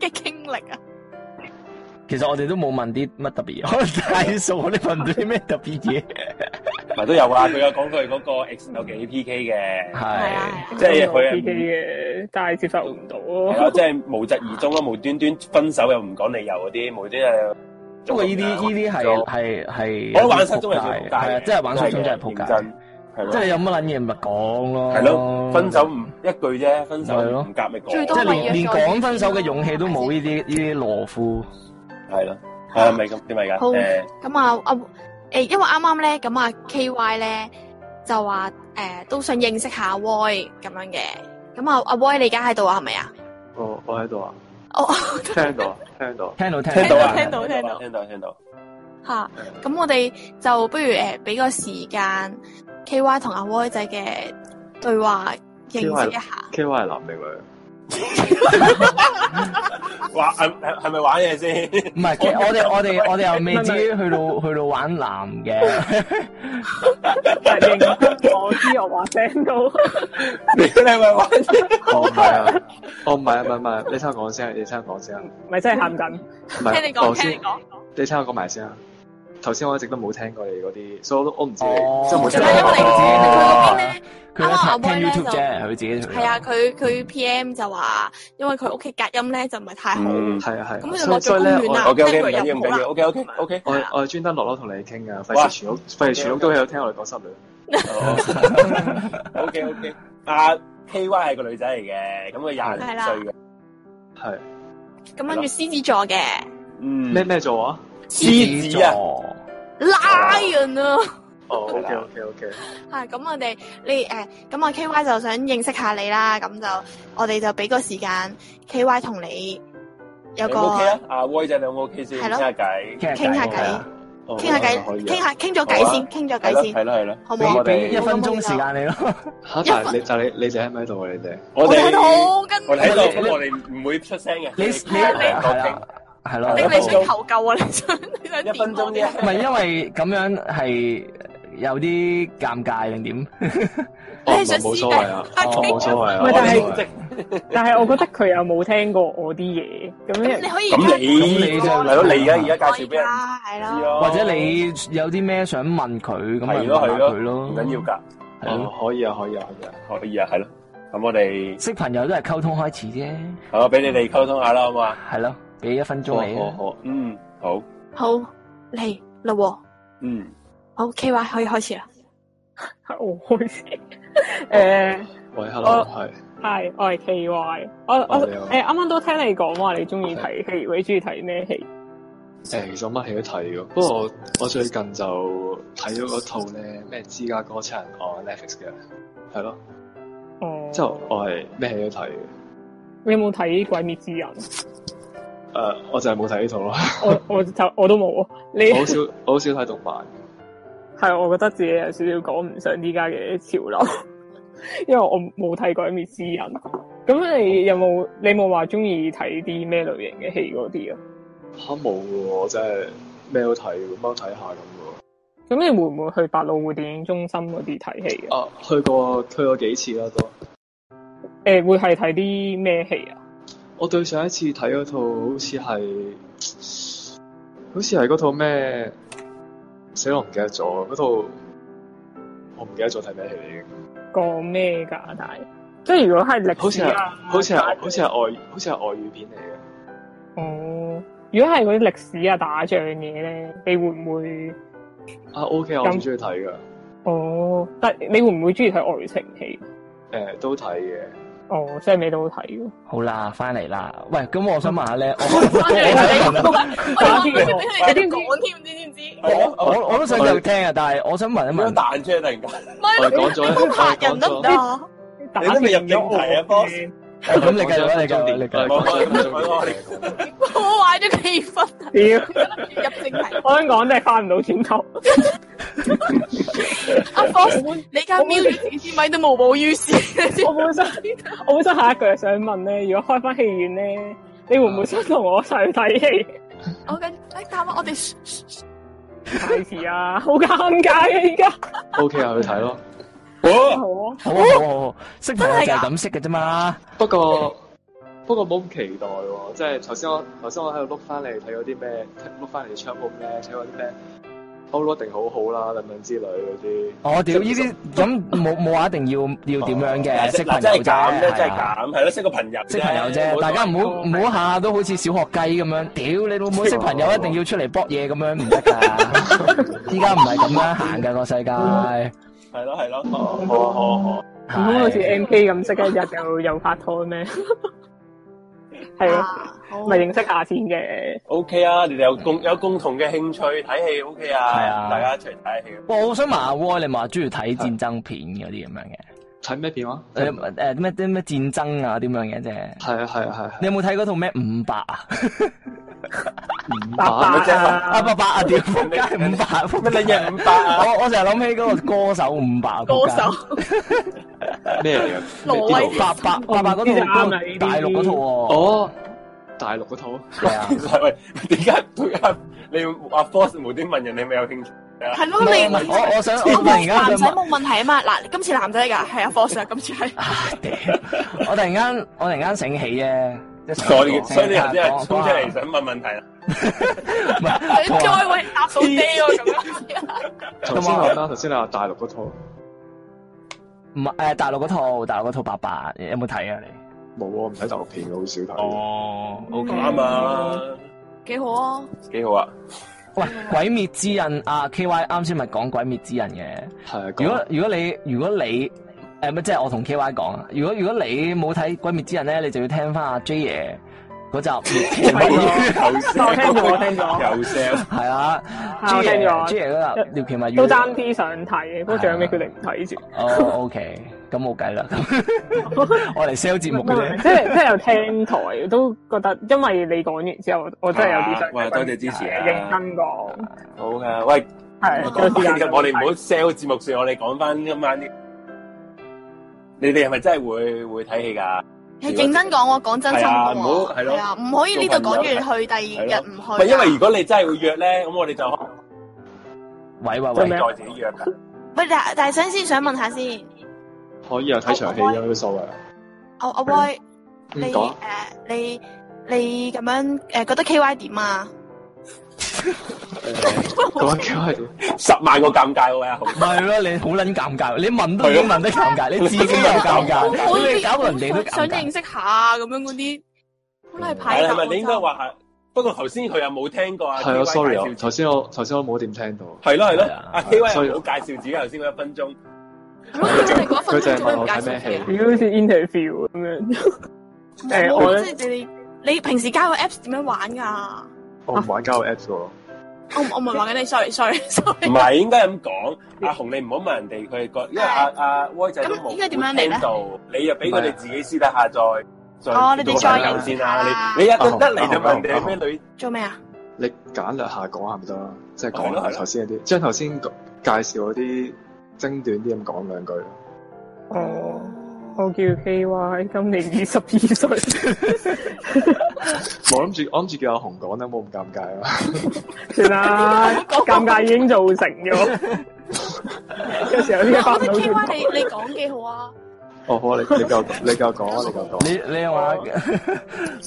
Speaker 6: 嘅經歷啊，
Speaker 3: 其實我哋都冇問啲乜特別嘢，可能 大數我哋問唔到啲咩特別嘢。
Speaker 2: 咪都有啊，佢有講佢嗰個 X 有幾 PK 嘅。
Speaker 6: 係啊
Speaker 3: 係，
Speaker 2: 即係佢係
Speaker 9: 自己嘅，但係接受唔到咯
Speaker 2: 係。咯，即係無疾而終咯，無端端分手又唔講理由嗰啲，無端啊。
Speaker 3: 不過呢啲呢啲係係係，
Speaker 2: 我覺得玩失蹤係最仆街
Speaker 3: 係啊，
Speaker 2: 嘅，
Speaker 3: 真係玩失蹤真係仆
Speaker 2: 認
Speaker 3: 街
Speaker 2: 真。，係
Speaker 3: 即係
Speaker 2: 咯，
Speaker 3: 你有乜撚嘢咪講咯。
Speaker 2: 係咯，分手唔一句啫，分手
Speaker 3: 係咯
Speaker 2: 唔夾咪講，
Speaker 6: 最
Speaker 3: 即
Speaker 6: 多
Speaker 3: 係
Speaker 6: 咪
Speaker 3: 連連講分手嘅勇氣都冇，呢啲呢啲懦夫。
Speaker 2: 係咯，係啊咪咁點咪㗎？
Speaker 6: 好
Speaker 2: 誒，
Speaker 6: 咁啊啊誒，因為啱啱咧，咁 啊 K Y 咧就話誒、都想認識下 Y 咁樣嘅。咁啊阿 Y 你而家喺度啊，係咪啊？
Speaker 8: 我我喺度啊，
Speaker 6: 哦，
Speaker 8: 聽到啊，聽到啊。
Speaker 3: 聽到聽
Speaker 2: 聽到啊，
Speaker 6: 聽到聽到
Speaker 2: 聽到聽到，
Speaker 6: 吓，咁我哋就不如诶俾、個時間 K Y 同阿 Y 仔嘅對話認識一下。
Speaker 8: K Y 係男 定女？
Speaker 2: 玩係係係咪玩嘢先？
Speaker 3: 唔係，其實我哋我哋我哋又未至於去到去到玩男嘅，
Speaker 9: 但係認真我知我話聽到，
Speaker 2: 你係咪玩嘢？
Speaker 8: 哦，唔係啊，哦，唔係啊，唔係唔係，你聽我講先啊，你聽我講先啊，
Speaker 9: 咪真係喊緊。
Speaker 8: 唔
Speaker 6: 聽你講，
Speaker 8: 係，
Speaker 6: 聽
Speaker 8: 先
Speaker 6: 你。講。
Speaker 8: 你聽我講埋先啊！頭先我一直都冇聽過你嗰啲，所以我都我唔知你，
Speaker 3: 哦
Speaker 8: 即係冇
Speaker 6: 因
Speaker 8: 聽
Speaker 6: 為
Speaker 8: 過
Speaker 6: 你
Speaker 2: 哦
Speaker 6: 佢嗰邊咧，
Speaker 3: 佢
Speaker 6: 啱啱阿
Speaker 3: 一
Speaker 6: boy
Speaker 3: 聽聽
Speaker 6: 咧
Speaker 3: YouTube
Speaker 6: 就
Speaker 3: 啫，佢自己
Speaker 6: 係啊，佢佢 P M 就話，因為佢屋企隔音咧就唔係太好，
Speaker 2: 嗯
Speaker 8: 係啊
Speaker 6: 咁
Speaker 8: 係啊，
Speaker 6: 佢就落
Speaker 8: 所以所
Speaker 6: 咗
Speaker 8: 以
Speaker 6: 公
Speaker 8: 咧，
Speaker 6: 園啦
Speaker 8: 我
Speaker 2: OK OK
Speaker 6: 聽佢
Speaker 2: 唔緊要
Speaker 6: 又
Speaker 2: 唔
Speaker 6: 唔
Speaker 2: 緊
Speaker 6: 好
Speaker 2: 要
Speaker 6: 啦
Speaker 2: ，OK OK OK，
Speaker 8: 我我係專登落樓同你傾噶，
Speaker 2: 哇
Speaker 8: 費事全屋費事全屋都喺度聽我哋講失戀。
Speaker 2: Ờ. OK OK，阿 K Y 係個女仔嚟嘅，咁佢廿
Speaker 6: 係
Speaker 2: 零
Speaker 6: 啦
Speaker 2: 歲嘅，
Speaker 8: 係
Speaker 6: 咁跟住獅子座嘅
Speaker 2: 嗯
Speaker 8: 咩咩座啊？
Speaker 2: 獅子啊，
Speaker 3: 座
Speaker 6: Lion 啊，
Speaker 8: 哦，OK OK OK，
Speaker 6: 係咁我哋你誒咁啊 K Y 就想認識下你啦，咁就我哋就俾個時間 K Y 同你有
Speaker 2: 你
Speaker 6: 個
Speaker 2: OK À, 啊？阿 Y 仔你 O 唔 OK 先？
Speaker 6: 係
Speaker 2: 傾
Speaker 6: 咯
Speaker 2: 下偈，
Speaker 6: 傾下
Speaker 3: 係啊
Speaker 6: 偈，
Speaker 2: 哦
Speaker 6: 傾下
Speaker 8: 可
Speaker 6: 偈，
Speaker 8: 以啊
Speaker 6: 傾下傾咗
Speaker 2: 好啊
Speaker 6: 偈先，傾咗
Speaker 2: 係咯
Speaker 6: 偈先，
Speaker 2: 係咯係咯，
Speaker 6: 好唔
Speaker 3: 俾
Speaker 6: 好
Speaker 2: 我
Speaker 6: 啊？
Speaker 3: 俾
Speaker 2: 哋
Speaker 3: 一分鐘時間 你咯。
Speaker 8: 嚇！
Speaker 6: 一
Speaker 8: 但係
Speaker 6: 分
Speaker 8: 你但係你你哋喺唔喺度啊？你哋
Speaker 2: 我
Speaker 6: 我哋喺度
Speaker 2: 哋
Speaker 6: 好啊跟
Speaker 2: 我哋喺度，
Speaker 3: 你
Speaker 2: 咁我哋唔會出聲嘅。
Speaker 3: 你你係啦，係
Speaker 2: Dạ,
Speaker 3: 啦，
Speaker 6: 你
Speaker 2: 一
Speaker 6: 你
Speaker 2: 分鐘
Speaker 6: 想求救啊？你想你想
Speaker 2: 一分鐘
Speaker 6: 點啊
Speaker 2: 啫
Speaker 3: 唔係因為咁樣係有啲尷尬定點？
Speaker 8: 哦，
Speaker 6: 你係
Speaker 8: 冇
Speaker 6: 想
Speaker 8: 冇所謂啊，
Speaker 6: 私底
Speaker 8: 我冇 所謂
Speaker 2: Ờ,
Speaker 8: 啊，
Speaker 9: 喂
Speaker 8: 我
Speaker 9: 但係
Speaker 8: 冇所謂
Speaker 9: 但係我覺得佢又冇聽過我啲嘢，咁
Speaker 6: 咁
Speaker 9: 樣
Speaker 6: 你可以
Speaker 2: 咁你
Speaker 3: 咁你就
Speaker 2: 係咯，你而家而家介紹俾人
Speaker 6: 啦，係
Speaker 2: 知
Speaker 6: 啦，
Speaker 2: 咯，
Speaker 3: 或者你有啲咩想問佢咁咪
Speaker 2: 係
Speaker 3: 問
Speaker 2: 咯係
Speaker 3: 下
Speaker 2: 咯
Speaker 3: 佢咯，
Speaker 2: 唔緊要㗎，
Speaker 3: 係咯。
Speaker 8: 哦，可以啊，可以啊，可以啊。
Speaker 2: 可以啊，係咯。咁我哋
Speaker 3: 識朋友都係溝通開始啫，
Speaker 2: 好啊，俾你哋溝通下啦，好嘛？
Speaker 3: 係咯，俾一分鐘你
Speaker 8: 好
Speaker 3: 啊。
Speaker 8: 好好，
Speaker 2: 嗯，好，
Speaker 6: 好嚟啦喎，
Speaker 2: 嗯，
Speaker 6: 好 K Y 可以開始啦。
Speaker 9: 我開始。誒
Speaker 8: 喂，hello，
Speaker 9: 我
Speaker 8: 係
Speaker 9: 係，我係 K Y，我我
Speaker 8: 哦
Speaker 9: 誒
Speaker 8: 你好
Speaker 9: 啱啱都聽你講話你中意睇戲，你中意睇咩戲？
Speaker 8: 誒，其實我乜戲都睇嘅，不過我我最近就睇咗嗰套咧咩《芝加哥七人案》Netflix 嘅，係咯，
Speaker 9: 哦，
Speaker 8: 之後我係咩戲都睇嘅。
Speaker 9: 你有冇睇《鬼滅 之刃》？
Speaker 8: 誒、我就係冇睇呢套咯，
Speaker 9: 我我就我都冇啊。你
Speaker 8: 我好少我好少睇動漫。
Speaker 9: 係我覺得自己有少少講唔上依家嘅潮流， 因為我冇睇《鬼滅之刃》。咁你有冇你有冇話中意睇啲咩類型嘅戲嗰啲啊？
Speaker 8: 嚇冇喎，我真係咩都睇，乜都睇下咁
Speaker 9: 咁你會唔會去百老匯電影中心嗰啲睇戲
Speaker 8: 嘅
Speaker 9: 啊？
Speaker 8: 喎。啊，去過去過幾次啦都。
Speaker 9: 誒、會係睇啲咩戲啊？
Speaker 8: 我對上一次睇嗰套好似係，好似係嗰套咩？死我唔記得咗嗰套，我唔記得咗睇咩戲嚟嘅。
Speaker 9: 講咩㗎？但係即係如果係歷
Speaker 8: 好似
Speaker 9: 史
Speaker 8: 係
Speaker 9: 啊，
Speaker 8: 好似係好似係外好似係外語片嚟嘅。
Speaker 9: 哦，如果係嗰啲歷史啊、打仗嘅嘢咧，你會唔會？
Speaker 8: 啊 OK，我唔中意睇噶，
Speaker 9: 哦，但你會唔會中意睇愛情戲？
Speaker 8: 誒都睇嘅。
Speaker 9: 哦，即係咩都好睇 喎。
Speaker 3: 好啦，翻嚟啦。喂，咁我想問 下咧，
Speaker 9: 翻嚟
Speaker 3: 我
Speaker 9: 打天
Speaker 1: 我以為你
Speaker 9: 你
Speaker 1: 講
Speaker 9: 知唔
Speaker 1: 添，知唔知？
Speaker 2: 哦
Speaker 3: 我我我都想繼續聽啊，但係我想問一
Speaker 2: 點樣
Speaker 3: 問，
Speaker 2: 彈出嚟突然間？
Speaker 8: 我哋講 咗，我
Speaker 1: 好嚇
Speaker 8: 哋
Speaker 1: 人
Speaker 8: 講
Speaker 1: 得唔
Speaker 8: 咗
Speaker 1: 得。啊？
Speaker 9: 知打
Speaker 2: 你都未入正題啊
Speaker 9: 波
Speaker 2: ，boss
Speaker 3: 咁你繼續啦，你繼
Speaker 8: 講
Speaker 3: 續啦，你
Speaker 8: 咗
Speaker 3: 繼
Speaker 8: 我哋
Speaker 3: 續啦。
Speaker 8: 講咗
Speaker 2: 講咗
Speaker 8: 我哋講咗
Speaker 1: 我壞咗氣氛，
Speaker 9: 屌，
Speaker 1: 入正題。
Speaker 9: 我想講真係翻唔到 轉頭。
Speaker 1: 阿 Force，你間瞄住幾千米都無補於事。
Speaker 9: 我本身我本身下一句係想問咧，如果開翻戲院咧，你會唔會想同我一齊去睇戲？
Speaker 1: 我緊，哎，但係我哋
Speaker 9: 太遲啊，好尷尬啊！而家
Speaker 8: OK 啊，去睇咯。
Speaker 2: 哦，
Speaker 9: 好啊，
Speaker 3: 好啊好啊好啊，識朋友就係咁識嘅啫嘛。
Speaker 8: 不 過不過冇咁期待喎，即係頭先我頭先我喺度碌翻嚟睇嗰啲咩，碌翻嚟 check room 咧，睇嗰啲咩 outlook 定好好啦等等之類嗰啲。
Speaker 3: 我哦屌呢啲咁冇冇話一定要要點樣
Speaker 2: 嗱
Speaker 3: 嘅，識朋
Speaker 2: 哦嗱
Speaker 3: 友
Speaker 2: 真係
Speaker 3: 啫，
Speaker 2: 減咧，真
Speaker 3: 係
Speaker 2: 係
Speaker 3: 啊
Speaker 2: 減，係咯，識個朋友啫，
Speaker 3: 識朋友啫，大家唔好唔好下下都好似小學雞咁樣，屌你老母識朋友一定要出嚟搏嘢咁樣唔得㗎。依家唔係咁樣行㗎個世界，
Speaker 2: 係咯係咯，哦好啊好啊好啊。
Speaker 9: 唔通好似
Speaker 3: 係
Speaker 9: M K 咁識一日就又拍 拖咩？係咯，
Speaker 2: 啊
Speaker 9: 咪認識下先嘅。
Speaker 2: O K 啊，你哋有共有共同嘅興趣睇戲 O K 啊，
Speaker 3: 係啊
Speaker 2: 大家一齊睇戲。
Speaker 3: 哇我想問阿 Wall，你咪話中意睇戰爭片嗰啲咁樣嘅，
Speaker 8: 睇咩片啊？
Speaker 3: 誒誒咩啲咩戰爭啊啲咁樣嘅啫。
Speaker 8: 係啊係啊
Speaker 3: 你有冇睇嗰套咩五百啊？
Speaker 8: 係
Speaker 9: 八
Speaker 8: 啊。
Speaker 9: 八
Speaker 3: 啊
Speaker 9: 啊，
Speaker 3: 八百啊，屌仆街五百，仆街
Speaker 2: 乜你日五百啊？
Speaker 3: 我我成日諗起嗰個歌手五百啊，
Speaker 1: 歌
Speaker 3: 仆街
Speaker 1: 手
Speaker 8: 咩嚟啊？
Speaker 1: 挪威
Speaker 3: 八百八百嗰套大陸嗰套喎，
Speaker 8: 哦，大陸嗰套。
Speaker 3: 係啊
Speaker 2: 其。實喂，點解點解你要阿 Force 無端問人你咪有興趣啊？
Speaker 1: 係咯，
Speaker 3: 唔係
Speaker 1: 你
Speaker 3: 唔係我我想我突然
Speaker 1: 男
Speaker 3: 間
Speaker 1: 仔
Speaker 3: 想問，
Speaker 1: 冇問題啊嘛。嗱，今次男仔嚟㗎，係啊，Force 啊，今次係。
Speaker 3: 啊屌我突然間我突然間醒起啫，即係
Speaker 2: 所以所以你頭先係衝出嚟
Speaker 3: 講
Speaker 2: 想問問題啦。
Speaker 3: 講唔係
Speaker 1: 你再喂答到爹喎咁樣，
Speaker 8: 頭先話啊啦，頭先你話大陸嗰套
Speaker 3: 唔係誒大陸嗰套大陸嗰套八百有冇睇啊你？
Speaker 8: 冇啊，唔睇大陸片嘅，好少睇。
Speaker 3: 哦，OK
Speaker 2: 啱啊，
Speaker 1: 幾好啊！
Speaker 2: 幾好啊！
Speaker 3: 喂，鬼滅之刃啊，K Y 啱先咪講鬼滅之刃嘅。
Speaker 8: 係啊，
Speaker 3: 如果
Speaker 8: 講
Speaker 3: 如果你如果你誒咪即係我同 K Y 講啊，如果如果你冇睇《鬼滅之刃》咧，你就要聽翻阿 J 爺 嗰集
Speaker 2: 聽
Speaker 3: 獵奇物語，
Speaker 9: 我聽咗我聽咗
Speaker 2: 又 sell，
Speaker 3: 係啊，J
Speaker 9: 我聽
Speaker 3: 爺
Speaker 9: 咗
Speaker 3: J 爺嗰集《獵奇物語》
Speaker 9: 都爭啲想睇嘅，不過最後尾佢哋唔睇住。
Speaker 3: 哦，OK，咁冇計 啦， 我嚟 sell 節目嘅啫。
Speaker 9: 即係即係又聽台都覺得，因為你講完之後，我我真係有啲想。
Speaker 2: 啊喂多謝支持啊
Speaker 9: 認真講，
Speaker 2: 好嘅。喂，
Speaker 9: 係有
Speaker 2: 啊講
Speaker 9: 時間
Speaker 2: 翻呢個我哋唔好
Speaker 9: 睇
Speaker 2: sell 節目先，我哋講翻今晚呢。你哋係咪真係會會睇戲㗎？
Speaker 6: 係認真講喎，講真心
Speaker 2: 係啊
Speaker 6: 嘅
Speaker 2: 唔好
Speaker 6: 喎，
Speaker 2: 係咯
Speaker 6: 係啊，唔可以呢度講完去，第二日唔
Speaker 2: 唔
Speaker 6: 去
Speaker 2: 係
Speaker 6: 㗎。
Speaker 2: 因為如果你真係會約咧，咁我哋就可能
Speaker 3: 喂喂
Speaker 9: 做
Speaker 3: 喂，
Speaker 9: 咩啊
Speaker 2: 再自己約㗎。
Speaker 6: 喂，但但係想先想問下先，
Speaker 8: 可以啊，睇場戲有冇所謂啊？
Speaker 6: 我我 boy，
Speaker 8: 嗯
Speaker 6: 你
Speaker 8: 講
Speaker 6: 誒
Speaker 8: 啊
Speaker 6: 你你咁樣誒覺得 K Y 點啊？
Speaker 8: 講緊係點？
Speaker 2: 十萬個尷尬位啊！好
Speaker 3: 咪係咯，你好撚尷尬，你問
Speaker 9: 啊
Speaker 3: 都已經問得尷 尬，你自己又尷尬，你搞到人哋都尷
Speaker 9: 啊
Speaker 1: 想
Speaker 3: 尬
Speaker 1: 認。識下咁樣嗰啲，可能係
Speaker 2: 係
Speaker 1: 排
Speaker 2: 啦
Speaker 1: 搭
Speaker 2: 係咪你應該話係？不過頭先佢又冇聽過啊。
Speaker 8: 係啊
Speaker 2: KY
Speaker 8: ，sorry
Speaker 2: 介
Speaker 8: 啊，
Speaker 2: 紹
Speaker 8: 頭先我頭先我冇點聽到。
Speaker 2: 係咯係咯
Speaker 3: 係啊，
Speaker 2: 阿 K Y
Speaker 8: 所以
Speaker 2: 又冇介紹自己頭先嗰一分鐘，
Speaker 1: 係咯佢哋嗰
Speaker 8: 佢
Speaker 1: 份
Speaker 8: 就係
Speaker 1: 鐘
Speaker 8: 問
Speaker 1: 都
Speaker 8: 我
Speaker 1: 唔介
Speaker 8: 睇咩
Speaker 1: 紹嘅。
Speaker 8: 戲，
Speaker 9: 如果好似 interview 咁樣， 誒我咧
Speaker 6: 即係你你平時交友 Apps 點樣玩㗎？
Speaker 8: 我唔
Speaker 9: 啊
Speaker 8: 哦玩交友 Apps 喎。
Speaker 1: 我唔我唔係話緊你，sorry sorry sorry。
Speaker 2: 唔係應該咁講。阿紅你唔好問人哋佢個，因為阿阿 Y 仔都
Speaker 6: 咁
Speaker 2: 冇
Speaker 6: 應該點樣啊嚟呢
Speaker 2: 聽到，你又俾佢哋自己私底下再再
Speaker 6: 哦你哋再啊
Speaker 2: 交流先啦
Speaker 6: 認。識下
Speaker 2: 你你一
Speaker 8: 阿紅
Speaker 2: 得嚟就問
Speaker 8: 阿紅
Speaker 2: 人哋係咩女，
Speaker 6: 做咩啊？
Speaker 8: 你簡略下講下咪得啦，即係
Speaker 9: 哦
Speaker 2: 係咯係
Speaker 8: 講
Speaker 2: 咯
Speaker 8: 下頭先嗰啲，將頭先介紹嗰啲精短啲咁講兩句。
Speaker 9: 哦，我叫 K Y，今年二十二歲，
Speaker 8: 我諗住我諗住叫阿紅講啦，冇咁尷尬啊啦。
Speaker 9: 算 啦，尷尬已經造成咗。有時候呢一
Speaker 6: 我
Speaker 9: 班
Speaker 6: 覺
Speaker 9: 都
Speaker 6: 得 K
Speaker 9: 轉
Speaker 6: Y 你你講幾好啊！
Speaker 8: 哦好啊，你你繼 續你繼續講啊，你繼續講。
Speaker 3: 你你又話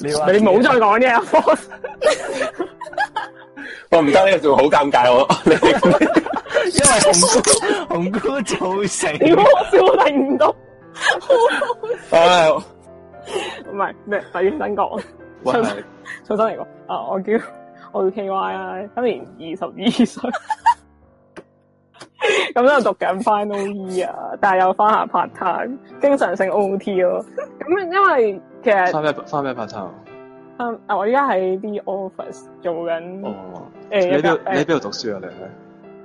Speaker 3: 你話
Speaker 9: 你冇再 講嘢啊，Force！
Speaker 2: 我哦唔得呢個仲好尷尬 喎。
Speaker 3: 因為紅姑 紅姑造成
Speaker 9: 屌，我笑定唔到，
Speaker 2: 哎
Speaker 8: 唉，
Speaker 9: 唔係咩？第二等講，
Speaker 8: 喂，
Speaker 9: 真係重新嚟過。啊，我叫我叫 K Y 啊，今年二十二歲， 咁咧我讀緊 Final E 啊，但係又翻下 part time，經常性 O T 咯。咁因為其實
Speaker 8: 翻咩翻咩 part time？
Speaker 9: 嗯啊我而家喺啲 office 做緊，
Speaker 8: 哦，你
Speaker 9: 嗯誒
Speaker 8: 喺
Speaker 9: 一間
Speaker 8: 邊度？你喺
Speaker 9: 誒
Speaker 8: 邊度讀書啊？你係？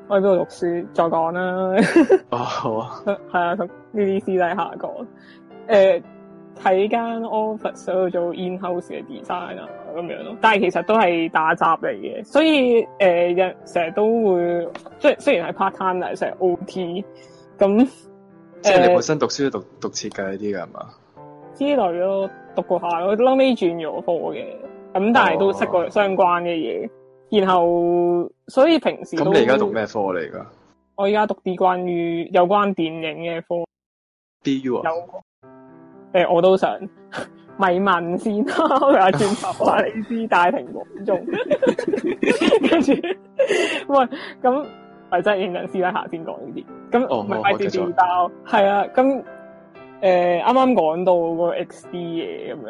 Speaker 9: 我喺邊度讀書，再講啦。
Speaker 8: 哦，好啊，
Speaker 9: 係啊，同呢啲私底下講。誒喺間 office 嗰度做 in house 嘅 design 啊，咁樣咯。但係其實都係打雜嚟嘅，所以誒日成日都會，即係雖然係 part time，但係成日 OT 咁
Speaker 8: 即係你
Speaker 9: 誒
Speaker 8: 本身讀書都讀讀設計呢啲嘅係嘛？
Speaker 9: 之類咯，讀過下咯，後尾轉咗科嘅，咁但
Speaker 8: 哦
Speaker 9: 係都識過相關嘅嘢。然後所以平時都
Speaker 8: 咁你而家讀？咩科嚟㗎
Speaker 9: 我而家讀啲關於有關電影嘅科。
Speaker 8: b u 啊？
Speaker 9: 有诶、我都想 咪問先啦，我話轉頭話你知大庭 廣眾，跟住喂咁，咪真係認真私底下先講呢啲。咁
Speaker 8: 哦
Speaker 9: 唔係
Speaker 8: 好
Speaker 9: 快啲
Speaker 8: 繼續
Speaker 9: 自爆，係啊。咁诶，啱啱講到個 X D 嘢咁樣，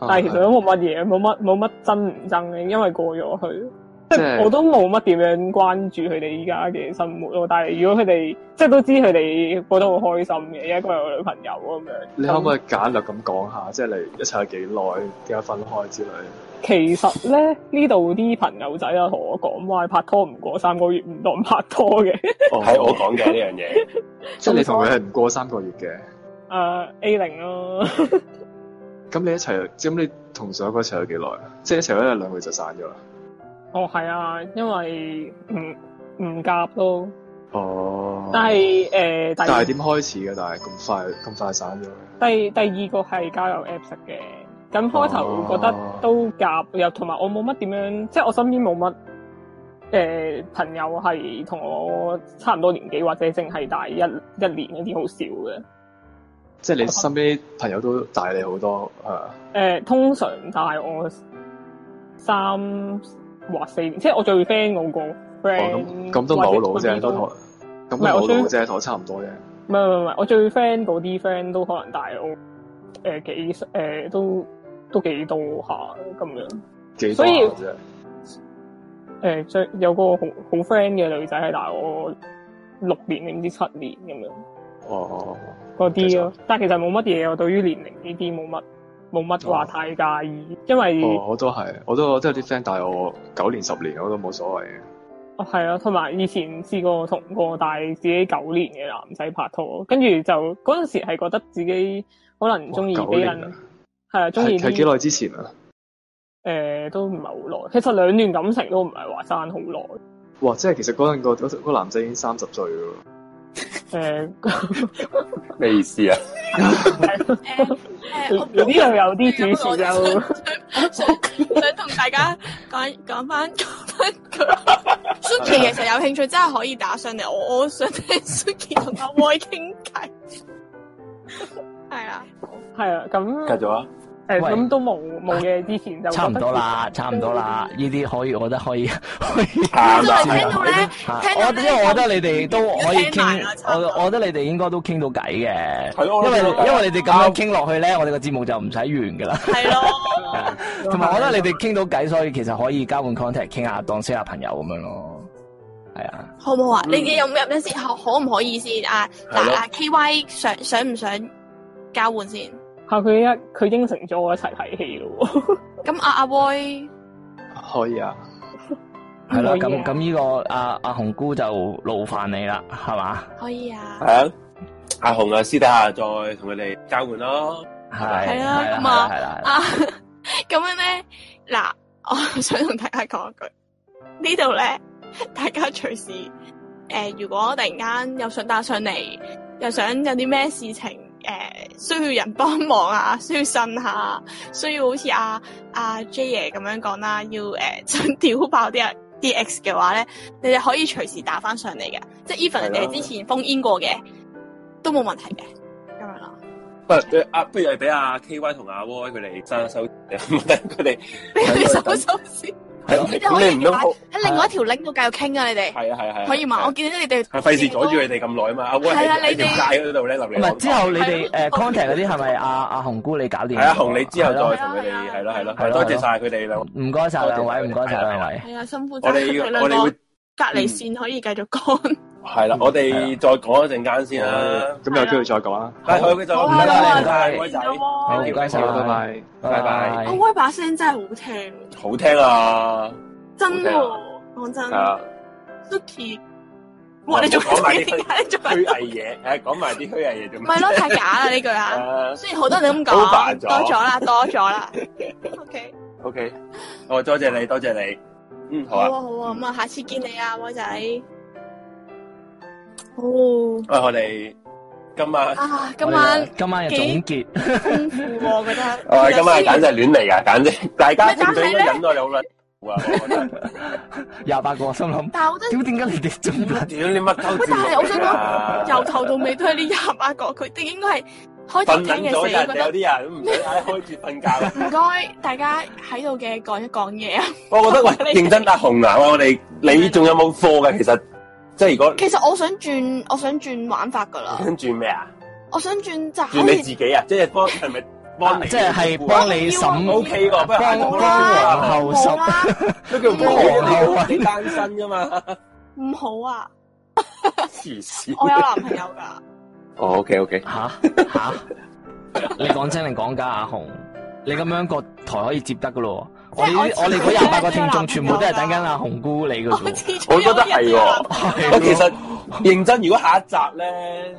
Speaker 8: 啊
Speaker 9: 但係其實都冇乜嘢，冇乜冇乜爭唔爭嘅，因為過咗去。即
Speaker 8: 即
Speaker 9: 係
Speaker 8: 係
Speaker 9: 我都冇乜點樣關注佢哋依家嘅生活咯，但係如果佢哋即係都知佢哋過得好開心嘅，因為佢有女朋友咁樣。
Speaker 8: 你可唔可以簡略咁講下，即係你一齊有幾耐，點解分開 之類？
Speaker 9: 其實咧，呢度啲朋友仔啊，同我講話拍拖唔過三個月唔當拍拖嘅。誒、
Speaker 8: 哦
Speaker 2: 係我講嘅呢樣嘢，
Speaker 8: 即係你同佢係唔過三個月嘅，
Speaker 9: 啊 A 零咯，
Speaker 8: 咁你一齊，咁你同上一個一齊有幾耐啊？即係一齊咗一兩個月就散咗啦。
Speaker 9: 哦係啊，因為唔唔夾咯。
Speaker 8: 哦，
Speaker 9: 但係誒、呃
Speaker 8: 但係
Speaker 9: 第
Speaker 8: 點開始嘅？但係咁快咁快散咗嘅，
Speaker 9: 第第二個係交友 Apps 嘅。咁開頭覺得
Speaker 8: 哦
Speaker 9: 都夾，又同埋我冇乜點樣，即係我身邊冇乜誒朋友係同我差唔多年紀或者淨係大一一年嗰啲好少嘅。
Speaker 8: 即係你身邊朋友都大你好多，係啊
Speaker 9: 誒、呃通常大我三或四年，即係我最 friend 我個
Speaker 8: 哦咁
Speaker 9: friend，
Speaker 8: 咁都唔係好老啫，都同
Speaker 9: 嗯
Speaker 8: 咁
Speaker 9: 唔係唔係
Speaker 8: 都
Speaker 9: 我
Speaker 8: 好老
Speaker 9: 最
Speaker 8: 啫，同我差唔多啫。
Speaker 9: 唔係唔係，我最 friend 嗰啲 friend 都可能大我誒、幾誒、都都幾多下咁樣。誒、
Speaker 8: 幾多啊
Speaker 9: 所以
Speaker 8: 下啫？
Speaker 9: 最呃有個好好 friend 嘅女仔係大我六年定唔知七年咁樣
Speaker 8: 哦，
Speaker 9: 嗰
Speaker 8: 其
Speaker 9: 啲
Speaker 8: 實
Speaker 9: 咯，但係其實冇乜嘢，我對於年齡呢啲冇乜冇乜話太介意，因為。
Speaker 8: 哦，我都係，我都我都有啲 friend 大我九年十年，我都冇所謂嘅。
Speaker 9: 哦，係啊，同埋以前試過同個大自己九年嘅男仔拍拖，跟住就嗰陣時係覺得自己可能中意
Speaker 8: 哇九
Speaker 9: 俾
Speaker 8: 年
Speaker 9: 人
Speaker 8: 啊
Speaker 9: 係啊，中意
Speaker 8: 係係幾
Speaker 9: 啲
Speaker 8: 耐之前啊？
Speaker 9: 誒都唔係好耐。其實兩段感情都唔係話生好耐。
Speaker 8: 哇！即係其實嗰陣個嗰個男仔已經三十歲咯。
Speaker 9: 誒、
Speaker 2: 咩意思啊？
Speaker 9: 有有啲又有
Speaker 6: 啊
Speaker 9: 啲主 持就
Speaker 6: 想想同大家講講翻講翻佢 Suki 其實有興趣真係可以打上嚟，我我想聽 Suki 同阿 Y 傾偈。係啦，
Speaker 9: 係啊，咁
Speaker 2: 繼續啊！
Speaker 9: 誒
Speaker 3: 喂
Speaker 9: 咁都冇冇嘢。之前就
Speaker 3: 差唔多啦，
Speaker 9: 覺得
Speaker 3: 差唔多啦，
Speaker 6: 嗯
Speaker 3: 呢啲可以，我覺得可以， 可以。
Speaker 2: 啊
Speaker 6: 因
Speaker 2: 嗱
Speaker 6: 為聽到咧，
Speaker 3: 啊
Speaker 6: 聽
Speaker 3: 我
Speaker 6: 到
Speaker 3: 因為我覺得你哋都可以
Speaker 6: 聽埋
Speaker 3: 傾
Speaker 6: 啦，差唔多
Speaker 3: 我我覺得你哋應該都傾到偈嘅，
Speaker 2: 係啊咯
Speaker 3: 因
Speaker 2: 我都
Speaker 3: 為
Speaker 2: 覺得
Speaker 3: 因為你哋咁樣傾落去咧，我哋個節目就唔使完噶啦。
Speaker 6: 係咯，
Speaker 2: 啊
Speaker 3: 同埋我覺得你哋傾到偈，所以其實可以交換 contact 傾下，當識下朋友咁樣咯。係啊，
Speaker 6: 好唔好啊？你哋有冇入咧先？可可唔可以先啊？
Speaker 2: 係
Speaker 6: 嗱
Speaker 2: 咯
Speaker 6: 啊，K Y 想想唔想交換先？
Speaker 9: 嚇佢一佢應承咗我一齊睇戲咯喎。
Speaker 6: 咁阿阿 Y
Speaker 8: 可以啊，
Speaker 3: 係啦，
Speaker 9: 可以啊
Speaker 3: 咁咁呢個阿阿紅姑就勞煩你啦，係嘛？
Speaker 6: 可以啊？
Speaker 2: 係啊，阿紅啊，私底下再同佢哋交換咯。
Speaker 3: 係
Speaker 6: 係啊
Speaker 3: 係啦
Speaker 6: 咁啊
Speaker 3: 係啦係啦，
Speaker 6: 啊，咁樣咧，嗱，我 想同大家講一句，呢度咧，大家隨時誒、呃如果突然間又想打上嚟，又想有啲咩事情誒、呃需要人幫忙啊， 需要呻下，需要好似阿阿 J 爺咁樣講啦，要誒、呃 想屌爆啲人。D X 嘅話咧，你哋可以隨時打翻上嚟嘅，即係 even
Speaker 2: 係
Speaker 6: 你
Speaker 2: 啦
Speaker 6: 哋之前封煙過嘅，都冇問題嘅，咁樣啦。
Speaker 2: 不如啊，不如 係俾阿 K Y 同阿 Y 佢哋生一收，佢哋
Speaker 6: 你哋手收先。
Speaker 2: 係咯
Speaker 6: 你哋可
Speaker 2: 咁
Speaker 6: 以
Speaker 2: 你唔好
Speaker 6: 喺另外一條 link 度繼續傾啊！你哋
Speaker 2: 係啊係啊係啊，
Speaker 6: 可以嘛？我見到你哋
Speaker 2: 係費事阻住你哋咁耐啊嘛，阿威
Speaker 6: 係啊
Speaker 2: 喺喺
Speaker 6: 你哋
Speaker 2: 條街嗰度咧留
Speaker 3: 唔
Speaker 2: 嚟
Speaker 3: 係
Speaker 2: 講。
Speaker 3: 之後你哋
Speaker 6: 啊
Speaker 3: 誒 contact 嗰啲係咪阿阿紅姑你搞掂咗？
Speaker 2: 係啊，紅你之後
Speaker 3: 係
Speaker 2: 再
Speaker 3: 咯
Speaker 2: 同佢哋係咯係
Speaker 3: 係咯
Speaker 2: 咯，係多謝晒佢哋兩位。
Speaker 3: 唔該晒兩位，唔該晒兩位。
Speaker 1: 系啊，辛苦
Speaker 2: 我哋
Speaker 1: 你
Speaker 2: 我哋
Speaker 1: 兩
Speaker 2: 會
Speaker 1: 個隔離線可以繼續講。
Speaker 2: 係啦，我哋再講一陣間先啦。
Speaker 8: 咁有機會再講啦。
Speaker 2: 係，好，佢就
Speaker 1: 好
Speaker 2: 唔
Speaker 1: 啊
Speaker 2: 該
Speaker 1: 好
Speaker 2: 啦，
Speaker 1: 啊
Speaker 2: 唔該，
Speaker 3: 好啊
Speaker 2: 威仔，
Speaker 3: 好，唔
Speaker 2: Thank you，
Speaker 3: 該晒，
Speaker 2: thank you
Speaker 8: 拜
Speaker 2: 拜
Speaker 8: 拜
Speaker 2: 拜
Speaker 1: 阿威把聲真係好聽，
Speaker 2: 好聽啊！
Speaker 1: 真
Speaker 2: 好
Speaker 1: 喎，講真
Speaker 2: 係啊，
Speaker 1: ，Suki，哇！你做
Speaker 2: 唔好講埋
Speaker 1: 緊
Speaker 2: 呢句
Speaker 1: 點
Speaker 2: 啊
Speaker 1: 解你做緊？
Speaker 2: 虛偽嘢，誒講埋啲虛偽嘢做
Speaker 6: 唔
Speaker 2: 咩？
Speaker 6: 係咯，太假啦呢句啊！
Speaker 2: 誒
Speaker 6: 雖然好多人都咁
Speaker 2: Over
Speaker 6: 講，
Speaker 2: 咗啊
Speaker 6: 多咗啦，多咗啦。OK，
Speaker 2: ，OK，哦，多謝你，多謝你，嗯，好
Speaker 6: 好啊
Speaker 2: 啊。
Speaker 6: 好啊，咁啊，下次見你啊，威仔。
Speaker 2: 喂，我哋今晚，
Speaker 6: 哦啊，今晚
Speaker 3: 今晚嘅總結
Speaker 6: 豐富喎，我覺 得。
Speaker 2: 我哦哋今晚
Speaker 6: 雖然
Speaker 2: 簡直係亂嚟噶，簡直大家
Speaker 6: 咪但係
Speaker 2: 正正應
Speaker 6: 咧
Speaker 2: 該忍耐你好啦。好啊，我覺得
Speaker 3: 廿八個，心諗
Speaker 6: 但係我覺得
Speaker 3: 屌點解你哋仲
Speaker 2: 屌你乜鳩
Speaker 6: 但係我想
Speaker 2: 講
Speaker 6: 由頭到尾都係呢廿八個，佢哋應該係開頭
Speaker 2: 瞓
Speaker 6: 聽
Speaker 2: 緊
Speaker 6: 嘅
Speaker 2: 咗，
Speaker 6: 時候
Speaker 2: 人
Speaker 6: 覺
Speaker 2: 哋有
Speaker 6: 得。
Speaker 2: 啲人唔使開住瞓 覺。
Speaker 6: 唔該，大家喺度嘅講一講嘢啊！
Speaker 2: 我覺得喂，認真打紅啊！喂我哋你仲有冇課嘅？其實即係如果
Speaker 6: 其實我想轉，我想轉玩法噶 啦，
Speaker 2: 跟住咩啊？
Speaker 6: 我想轉就
Speaker 2: 住
Speaker 6: 好
Speaker 2: 你
Speaker 6: 似
Speaker 2: 自己啊！即係幫係咪幫你？
Speaker 3: 啊即係係幫你
Speaker 2: ，O
Speaker 3: 審
Speaker 2: K 喎，不如下
Speaker 3: 幫
Speaker 2: 個
Speaker 3: 幫
Speaker 6: 冇啦
Speaker 2: 啦
Speaker 3: 皇后
Speaker 6: 啊冇啊
Speaker 3: 審，
Speaker 6: 啦，
Speaker 2: 都叫
Speaker 3: 皇后啊
Speaker 2: 你單身噶嘛？
Speaker 6: 唔好 啊！
Speaker 2: 黐線！
Speaker 6: 我有男朋友 噶，
Speaker 2: 哦，OK OK，
Speaker 3: 吓吓，你講真定講假啊？阿紅，你咁樣個台可以接得噶咯？我哋呢
Speaker 6: 即係我
Speaker 3: 我哋嗰廿八個聽眾
Speaker 6: 我
Speaker 3: 全部都係等緊阿紅姑你噶
Speaker 6: 我
Speaker 3: 啫
Speaker 6: 始終
Speaker 2: 我覺得
Speaker 6: 有一日都
Speaker 2: 係
Speaker 6: 有
Speaker 2: 喎
Speaker 6: 男朋友。
Speaker 2: 我其實認真，如果下一集咧，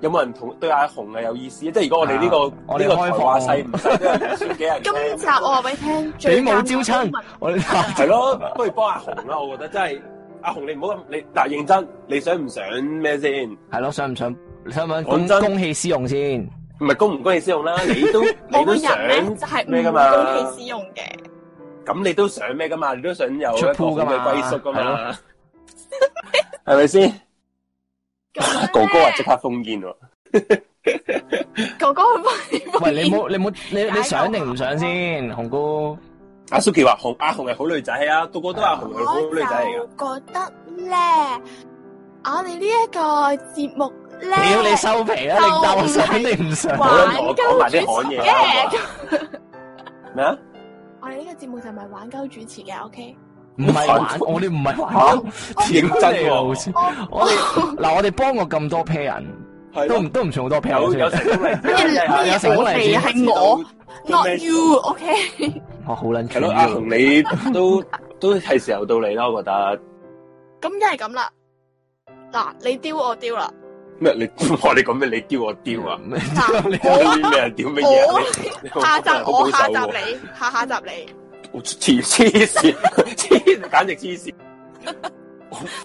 Speaker 2: 有冇人同對阿紅係有意思？即係如果我哋呢
Speaker 3: 啊我
Speaker 2: 個
Speaker 3: 哋
Speaker 2: 呢個
Speaker 3: 開
Speaker 2: 台
Speaker 3: 放
Speaker 2: 話細唔細都有二千幾人聽，
Speaker 6: 今集我話俾你聽，
Speaker 3: 喎，
Speaker 6: 最
Speaker 3: 你冇招
Speaker 6: 尷尬嘅
Speaker 3: 親，我哋
Speaker 2: 係咯，不如幫阿紅啦。我覺得真係阿紅，你唔好咁你嗱認真，你想唔想咩先？
Speaker 3: 係咯，想唔想想唔想
Speaker 2: 講
Speaker 3: 公
Speaker 2: 真
Speaker 3: 公器私用先？
Speaker 2: 唔係公唔公器私用啦，你 都你
Speaker 6: 我個
Speaker 2: 都想
Speaker 6: 人啊咧就係
Speaker 2: 咩㗎
Speaker 6: 唔
Speaker 2: 嘛
Speaker 6: 公器私用嘅，
Speaker 2: 咁你都想咩噶嘛？你都想有一
Speaker 3: 出
Speaker 2: 個好
Speaker 3: 鋪㗎
Speaker 2: 嘅
Speaker 3: 嘛
Speaker 2: 歸宿噶
Speaker 3: 係
Speaker 2: 嘛？ 係咪 先？
Speaker 6: 咁
Speaker 2: 哥哥啊，即刻封煙喎！
Speaker 6: 哥哥去幫你
Speaker 3: 喂，你冇你冇你
Speaker 6: 解
Speaker 3: 你想定唔想先，紅姑？
Speaker 2: 阿 Suki 話紅阿紅係好女仔啊，個個都話紅係好
Speaker 6: 我
Speaker 2: 女
Speaker 6: 就
Speaker 2: 仔嚟噶。
Speaker 6: 覺得咧，我哋呢一個節目咧，
Speaker 3: 屌你收皮啦！你答我想定唔想？
Speaker 2: 唔好
Speaker 6: 玩
Speaker 2: 啦同我講埋啲
Speaker 6: 鳩
Speaker 2: 罕
Speaker 6: 主持
Speaker 2: 嘢啦
Speaker 6: 嘅，
Speaker 2: 咩啊？
Speaker 6: 我哋呢個節目就唔係玩鳩主持嘅，OK？
Speaker 3: 唔係玩，我哋唔係
Speaker 2: 嚇
Speaker 3: 玩。
Speaker 2: 認真喎
Speaker 3: 老師，我哋嗱，我哋幫過咁多 pair 人，
Speaker 2: 係
Speaker 3: 都
Speaker 2: 咯
Speaker 3: 唔都唔算好多 pair
Speaker 2: 有有
Speaker 3: 人先。
Speaker 2: 成功嚟，
Speaker 6: 乜嘢
Speaker 3: 有成功
Speaker 6: 乜
Speaker 3: 例
Speaker 6: 嘢
Speaker 3: 子
Speaker 6: 我係我
Speaker 2: 做
Speaker 6: ，not
Speaker 2: 咩
Speaker 6: you，OK？
Speaker 3: 我好撚
Speaker 2: 係
Speaker 3: 串
Speaker 2: 咯，阿紅
Speaker 3: 喎
Speaker 2: 你都都係時候到你啦，我覺得。
Speaker 6: 咁一係咁啦，嗱，你丟我丟啦，
Speaker 2: 咩？你 我你講咩？你丟我丟啊？
Speaker 6: 嗱，
Speaker 2: 你啲咩人屌乜嘢啊你？你好
Speaker 6: 下集
Speaker 2: 好
Speaker 6: 我
Speaker 2: 保
Speaker 6: 下
Speaker 2: 守
Speaker 6: 集
Speaker 2: 喎
Speaker 6: 你，下下集 你，
Speaker 2: 黐黐線，黐簡直黐線。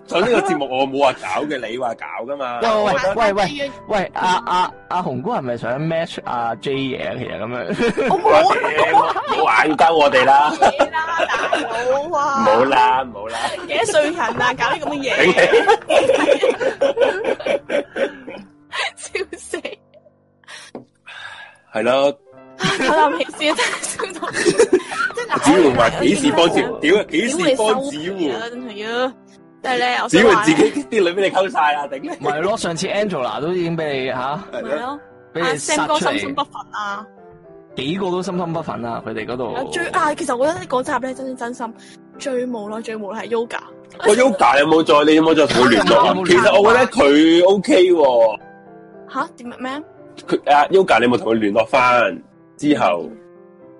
Speaker 2: 就呢個節目我冇話搞嘅，你話搞噶嘛？
Speaker 3: 喂喂
Speaker 6: 啊
Speaker 3: 喂喂喂
Speaker 6: 喂，
Speaker 3: 喂，阿阿阿紅姑係咪想 match 阿 J 嘢啊？其實咁樣，
Speaker 6: 我
Speaker 2: 我
Speaker 6: 冇
Speaker 2: 冇玩鳩我哋啦，
Speaker 6: 嘢啦，大佬啊，
Speaker 2: 冇，啦冇啦，
Speaker 6: 幾多歲人啊，搞啲咁嘅
Speaker 2: 頂
Speaker 6: 嘢，
Speaker 2: 你
Speaker 6: 笑死，
Speaker 2: 係咯，
Speaker 6: 唞啖氣先，笑到，即係嗱，
Speaker 2: 子
Speaker 6: 我
Speaker 2: 桓話幾時幫子？屌啊幾
Speaker 6: 屌
Speaker 2: 時
Speaker 6: 你
Speaker 2: 幫
Speaker 6: 收
Speaker 2: 子
Speaker 6: 皮啊啦，
Speaker 2: 桓？
Speaker 6: 真係要，但係咧，我
Speaker 2: 子
Speaker 6: 想啊
Speaker 2: 桓
Speaker 6: 話
Speaker 2: 自
Speaker 6: 咧，
Speaker 2: 己啲女俾你溝晒啦，頂你！
Speaker 3: 咪咯，上次 Angela 都已經俾你吓，
Speaker 6: 咪咯，
Speaker 3: 俾
Speaker 6: 阿
Speaker 3: 你殺
Speaker 6: 啊 Sam 哥
Speaker 3: 出
Speaker 6: 心心不
Speaker 3: 嚟，
Speaker 6: 忿啊。
Speaker 3: 幾個都心心不忿啦，佢哋嗰
Speaker 2: 哦
Speaker 6: 啊
Speaker 3: 度。
Speaker 6: 最啊，其實我覺得呢嗰集咧真真真心最無奈最無奈係 Yoga，
Speaker 2: 我 Yoga 有冇再你有冇再同佢聯絡啊
Speaker 3: 有？冇
Speaker 2: 其
Speaker 3: 聯絡啊
Speaker 2: 實我覺得佢 OK 喎，
Speaker 6: 吓點咩啊？
Speaker 2: 佢啊 Yoga 你有冇同佢聯絡翻之後？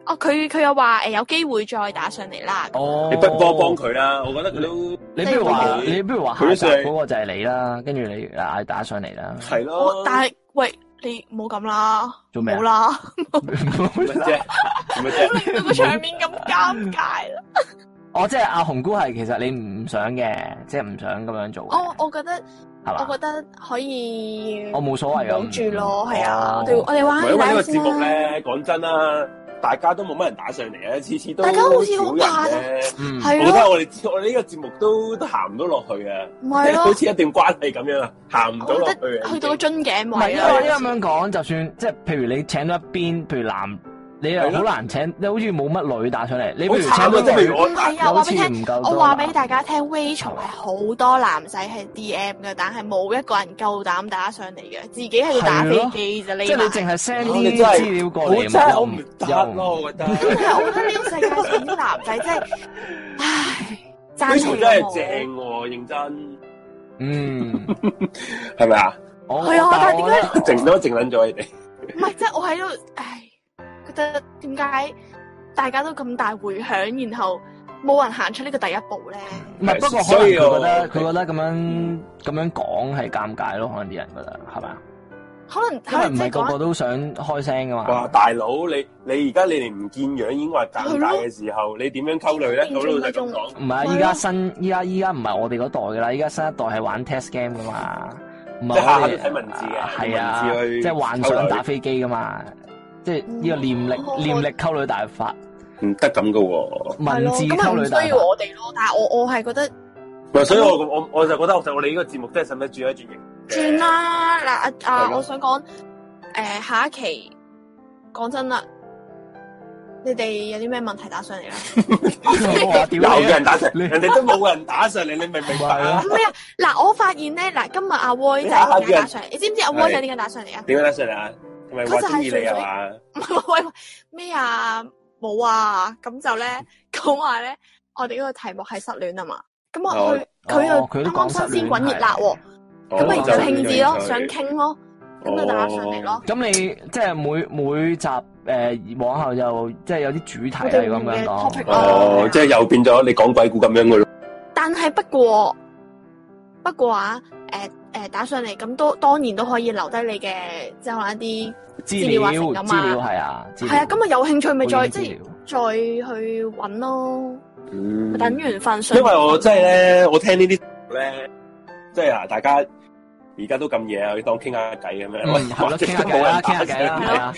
Speaker 6: 哦，佢佢又話誒有機會再打上嚟啦，
Speaker 3: 哦，
Speaker 2: 你不幫幫佢啦，我覺得佢都
Speaker 3: 你不如話，
Speaker 2: 你
Speaker 3: 你不如話
Speaker 2: 佢
Speaker 3: 下
Speaker 2: 都
Speaker 3: 集
Speaker 2: 算係
Speaker 3: 嗰個就係你啦，跟住你啊嗌打上嚟 啦，
Speaker 2: 係
Speaker 6: 我
Speaker 2: 咯。
Speaker 6: 但係喂你唔好咁啦，
Speaker 3: 做咩啊
Speaker 6: 冇？啦，
Speaker 2: 做 乜啫？做乜啫？
Speaker 6: 令到個場面咁尷尬啦。
Speaker 3: 哦，即係阿紅姑係其實你唔想嘅，即係唔想咁樣做嘅，
Speaker 6: 我我覺得
Speaker 3: 係
Speaker 6: 我
Speaker 3: 嘛？
Speaker 6: 覺得可以
Speaker 3: 我冇所謂
Speaker 6: 保
Speaker 3: 咁
Speaker 6: 住咯，係
Speaker 4: à?
Speaker 6: 啊，我哋
Speaker 3: 哦
Speaker 6: 我哋
Speaker 2: 唔
Speaker 6: 玩
Speaker 2: 係因為呢
Speaker 6: 下
Speaker 2: 個
Speaker 6: 先
Speaker 2: 節目
Speaker 6: 啦。
Speaker 2: 咧，講真啦，大家都冇乜人打上嚟啊，次次都
Speaker 6: 大家好似好
Speaker 2: 少
Speaker 6: 怕啊
Speaker 2: 人啫。
Speaker 3: 嗯，
Speaker 2: 我
Speaker 6: 係
Speaker 2: 覺
Speaker 6: 咯，
Speaker 2: 得我哋我哋呢個節目都都行唔到落去啊，
Speaker 6: 唔係
Speaker 2: 好
Speaker 6: 咯，
Speaker 2: 似一段關係咁樣啊，行唔到
Speaker 6: 我
Speaker 2: 落
Speaker 6: 覺
Speaker 2: 去
Speaker 6: 得
Speaker 2: 啊。
Speaker 6: 去到個樽頸
Speaker 3: 唔係
Speaker 6: 位
Speaker 3: 因
Speaker 6: 啦
Speaker 3: 為。咁樣講，就算即係譬如你請到一邊，譬如男你又好難請，你好似冇乜女打上嚟，你不如
Speaker 2: 好慘啊
Speaker 3: 請
Speaker 2: 真
Speaker 3: 到
Speaker 2: 係
Speaker 3: 女
Speaker 2: 我
Speaker 6: 唔係啊，
Speaker 3: 好
Speaker 6: 話
Speaker 3: 似
Speaker 6: 俾你
Speaker 3: 唔
Speaker 6: 聽，
Speaker 3: 夠多
Speaker 6: 我話俾大家聽，Rachel 係好多男仔係 DM 嘅，但係冇一個人夠膽打上嚟嘅，自己喺度打飛機咋。
Speaker 3: 即係你
Speaker 6: 埋
Speaker 3: 淨係 send
Speaker 2: 我哋
Speaker 3: 啲
Speaker 2: 真係
Speaker 3: 資料過
Speaker 2: 我
Speaker 3: 嚟，
Speaker 2: 真係我唔
Speaker 3: 又
Speaker 2: 得咯，我 覺得。
Speaker 6: 真係，我覺得呢個世界上啲男仔真係， 唉，
Speaker 2: 呢
Speaker 6: 爭
Speaker 2: 場
Speaker 6: 氣
Speaker 2: 真係
Speaker 6: 都冇
Speaker 2: 正喎，認真
Speaker 3: 嗯，
Speaker 2: 係咪啊？
Speaker 3: 我
Speaker 6: 係啊但係點解
Speaker 2: 靜都靜撚咗你哋，
Speaker 6: 唔係，即係我喺度，唉，覺得點解大家都咁大回響，然後冇人行出呢個第一步咧？
Speaker 3: 唔係，不過可能
Speaker 2: 所以
Speaker 3: 佢
Speaker 2: 我
Speaker 3: 覺得佢覺得咁樣咁樣講係尷尬咯，可能啲人覺得係嘛？
Speaker 6: 可能
Speaker 3: 因
Speaker 6: 可
Speaker 3: 為
Speaker 6: 能
Speaker 3: 唔
Speaker 6: 即
Speaker 3: 係
Speaker 6: 係
Speaker 3: 個
Speaker 6: 講
Speaker 3: 個都想開聲噶
Speaker 2: 哇！
Speaker 3: 嘛。
Speaker 2: 大佬，你你而家你哋唔見樣已經話尷尬嘅時候，你點樣溝女咧？
Speaker 6: 認
Speaker 2: 好
Speaker 6: 真
Speaker 2: 老實咁講，
Speaker 3: 唔係啊，
Speaker 6: 係咯
Speaker 3: 依家新依家依家唔係我哋嗰代噶啦，依家新一代係玩 test game 噶嘛，唔係
Speaker 2: 即係下下
Speaker 3: 我
Speaker 2: 都
Speaker 3: 哋
Speaker 2: 睇文字嘅，
Speaker 3: 係啊，
Speaker 2: 用文字去
Speaker 3: 即係幻
Speaker 2: 溝
Speaker 3: 想
Speaker 2: 女
Speaker 3: 打飛機噶嘛，即係呢個念力
Speaker 6: 哦
Speaker 3: 念力溝女大法，
Speaker 2: 唔得咁噶喎。
Speaker 6: 係
Speaker 3: 文
Speaker 6: 咯，
Speaker 3: 字
Speaker 6: 咁咪
Speaker 3: 溝
Speaker 6: 唔
Speaker 3: 女大
Speaker 6: 需要
Speaker 3: 法。
Speaker 6: 我哋咯。但係我我係覺得
Speaker 2: 唔係所以我我我就覺得我我哋呢個節目真係使唔使轉一轉型？
Speaker 6: 轉啦，嗱啊
Speaker 2: 係
Speaker 6: 啊！
Speaker 2: 咯
Speaker 6: 我想講誒下一期，講真啦，你哋有啲咩問題打上嚟啦？啊
Speaker 3: 我話屌
Speaker 2: 有
Speaker 3: 你啊
Speaker 2: 嘅人打上，
Speaker 3: 你
Speaker 2: 人哋都冇人打上嚟，你明唔明白 啊？
Speaker 6: 唔係啊，嗱，我發現咧，嗱，今日阿 Y 仔點解打上嚟？你知唔知阿 Y 仔點解打上嚟啊？
Speaker 2: 點樣打上嚟啊？係咪話中意你係嘛？
Speaker 6: 喂喂咩啊？冇啊！ 咁就咧講話咧，我哋嗰個題目係失戀啊嘛。咁我去佢
Speaker 3: 哦
Speaker 6: 又
Speaker 3: 佢
Speaker 6: 啱
Speaker 3: 都
Speaker 6: 啱
Speaker 3: 講
Speaker 6: 新鮮
Speaker 3: 失戀
Speaker 6: 滾熱辣喎，
Speaker 2: 哦
Speaker 6: 咁咪
Speaker 3: 就
Speaker 6: 有興致咯，
Speaker 2: 就
Speaker 6: 想傾咯，咁
Speaker 2: 哦
Speaker 6: 就打上嚟咯。
Speaker 3: 咁你即係每每集誒往後又即係有啲主題
Speaker 6: 我
Speaker 3: 係
Speaker 6: 哋
Speaker 3: 咁
Speaker 6: 唔同嘅
Speaker 3: 樣講
Speaker 6: topic。
Speaker 2: 哦，即係又變咗你講鬼故咁樣嘅咯。
Speaker 6: 但係不過不過啊，誒誒打上嚟咁都當然都可以留低你嘅，即係可能一
Speaker 3: 資
Speaker 6: 資料啊
Speaker 3: 料
Speaker 6: 成咁啊
Speaker 3: 資料係啊，
Speaker 6: 啲
Speaker 2: 嗯
Speaker 3: 資料
Speaker 6: 係啊，咁啊有興趣咪
Speaker 3: 好
Speaker 6: 再
Speaker 3: 嘅資
Speaker 6: 即係
Speaker 3: 料
Speaker 6: 再去揾咯，
Speaker 2: 嗯
Speaker 6: 等緣分上。
Speaker 2: 因為我真係咧，我聽呢啲咧，即係啊嗱，大家而家都咁夜啊，要當傾下偈咁
Speaker 3: 嗯
Speaker 2: 樣。
Speaker 3: 係咯，傾下偈啦，傾下偈啦，係啊。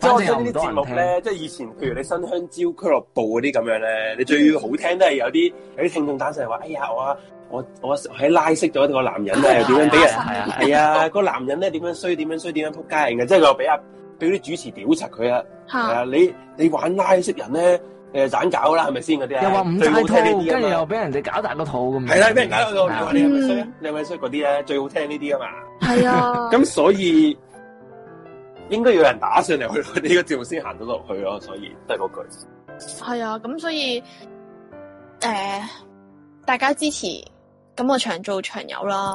Speaker 2: 即係我
Speaker 3: 反正
Speaker 2: 聽
Speaker 3: 又
Speaker 2: 呢
Speaker 3: 唔
Speaker 2: 啲
Speaker 3: 多
Speaker 2: 節
Speaker 3: 人
Speaker 2: 目
Speaker 3: 聽。
Speaker 2: 咧，即係以前譬如你新香蕉俱樂部嗰啲咁樣咧，你最好聽都係有啲有啲聽眾打上嚟話：哎呀，我啊，我我喺拉識咗個男人 咧，又點樣俾人
Speaker 3: 係啊係啊
Speaker 2: 係啊，個男人咧點樣衰點樣衰點樣撲街人嘅，即係佢又俾阿俾啲主持屌柒佢啊！係
Speaker 6: 嚇
Speaker 2: 啊，你你玩拉識人咧，你就盞搞啦，係咪先嗰啲啊？
Speaker 3: 又話唔
Speaker 2: 最
Speaker 3: 戴
Speaker 2: 好聽呢
Speaker 3: 套，
Speaker 2: 啲啊
Speaker 3: 跟住
Speaker 2: 嘛。
Speaker 3: 又俾人哋搞大個肚咁樣。
Speaker 2: 係啦，俾人搞到我，你話你係咪衰啊
Speaker 6: 嗯？
Speaker 2: 你係咪衰嗰啲咧？最好聽呢啲啊嘛。
Speaker 6: 係啊。
Speaker 2: 咁所以應該要有人打上嚟去我哋呢個節目先行到落去咯。所以都係嗰句。
Speaker 6: 系啊，咁所以诶、呃大家支持，咁我長做長有啦。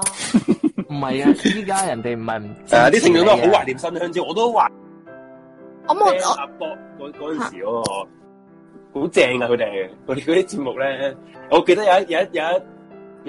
Speaker 3: 唔係啊，依家人哋唔係唔
Speaker 2: 誒，啲聽眾都好
Speaker 3: 啊
Speaker 2: 懷念新香蕉，我都懷
Speaker 6: 咁我
Speaker 2: 念
Speaker 6: 我
Speaker 2: 阿波嗰嗰陣時嗰個好正啊！佢哋佢哋嗰啲節目咧，我記得有一有一有一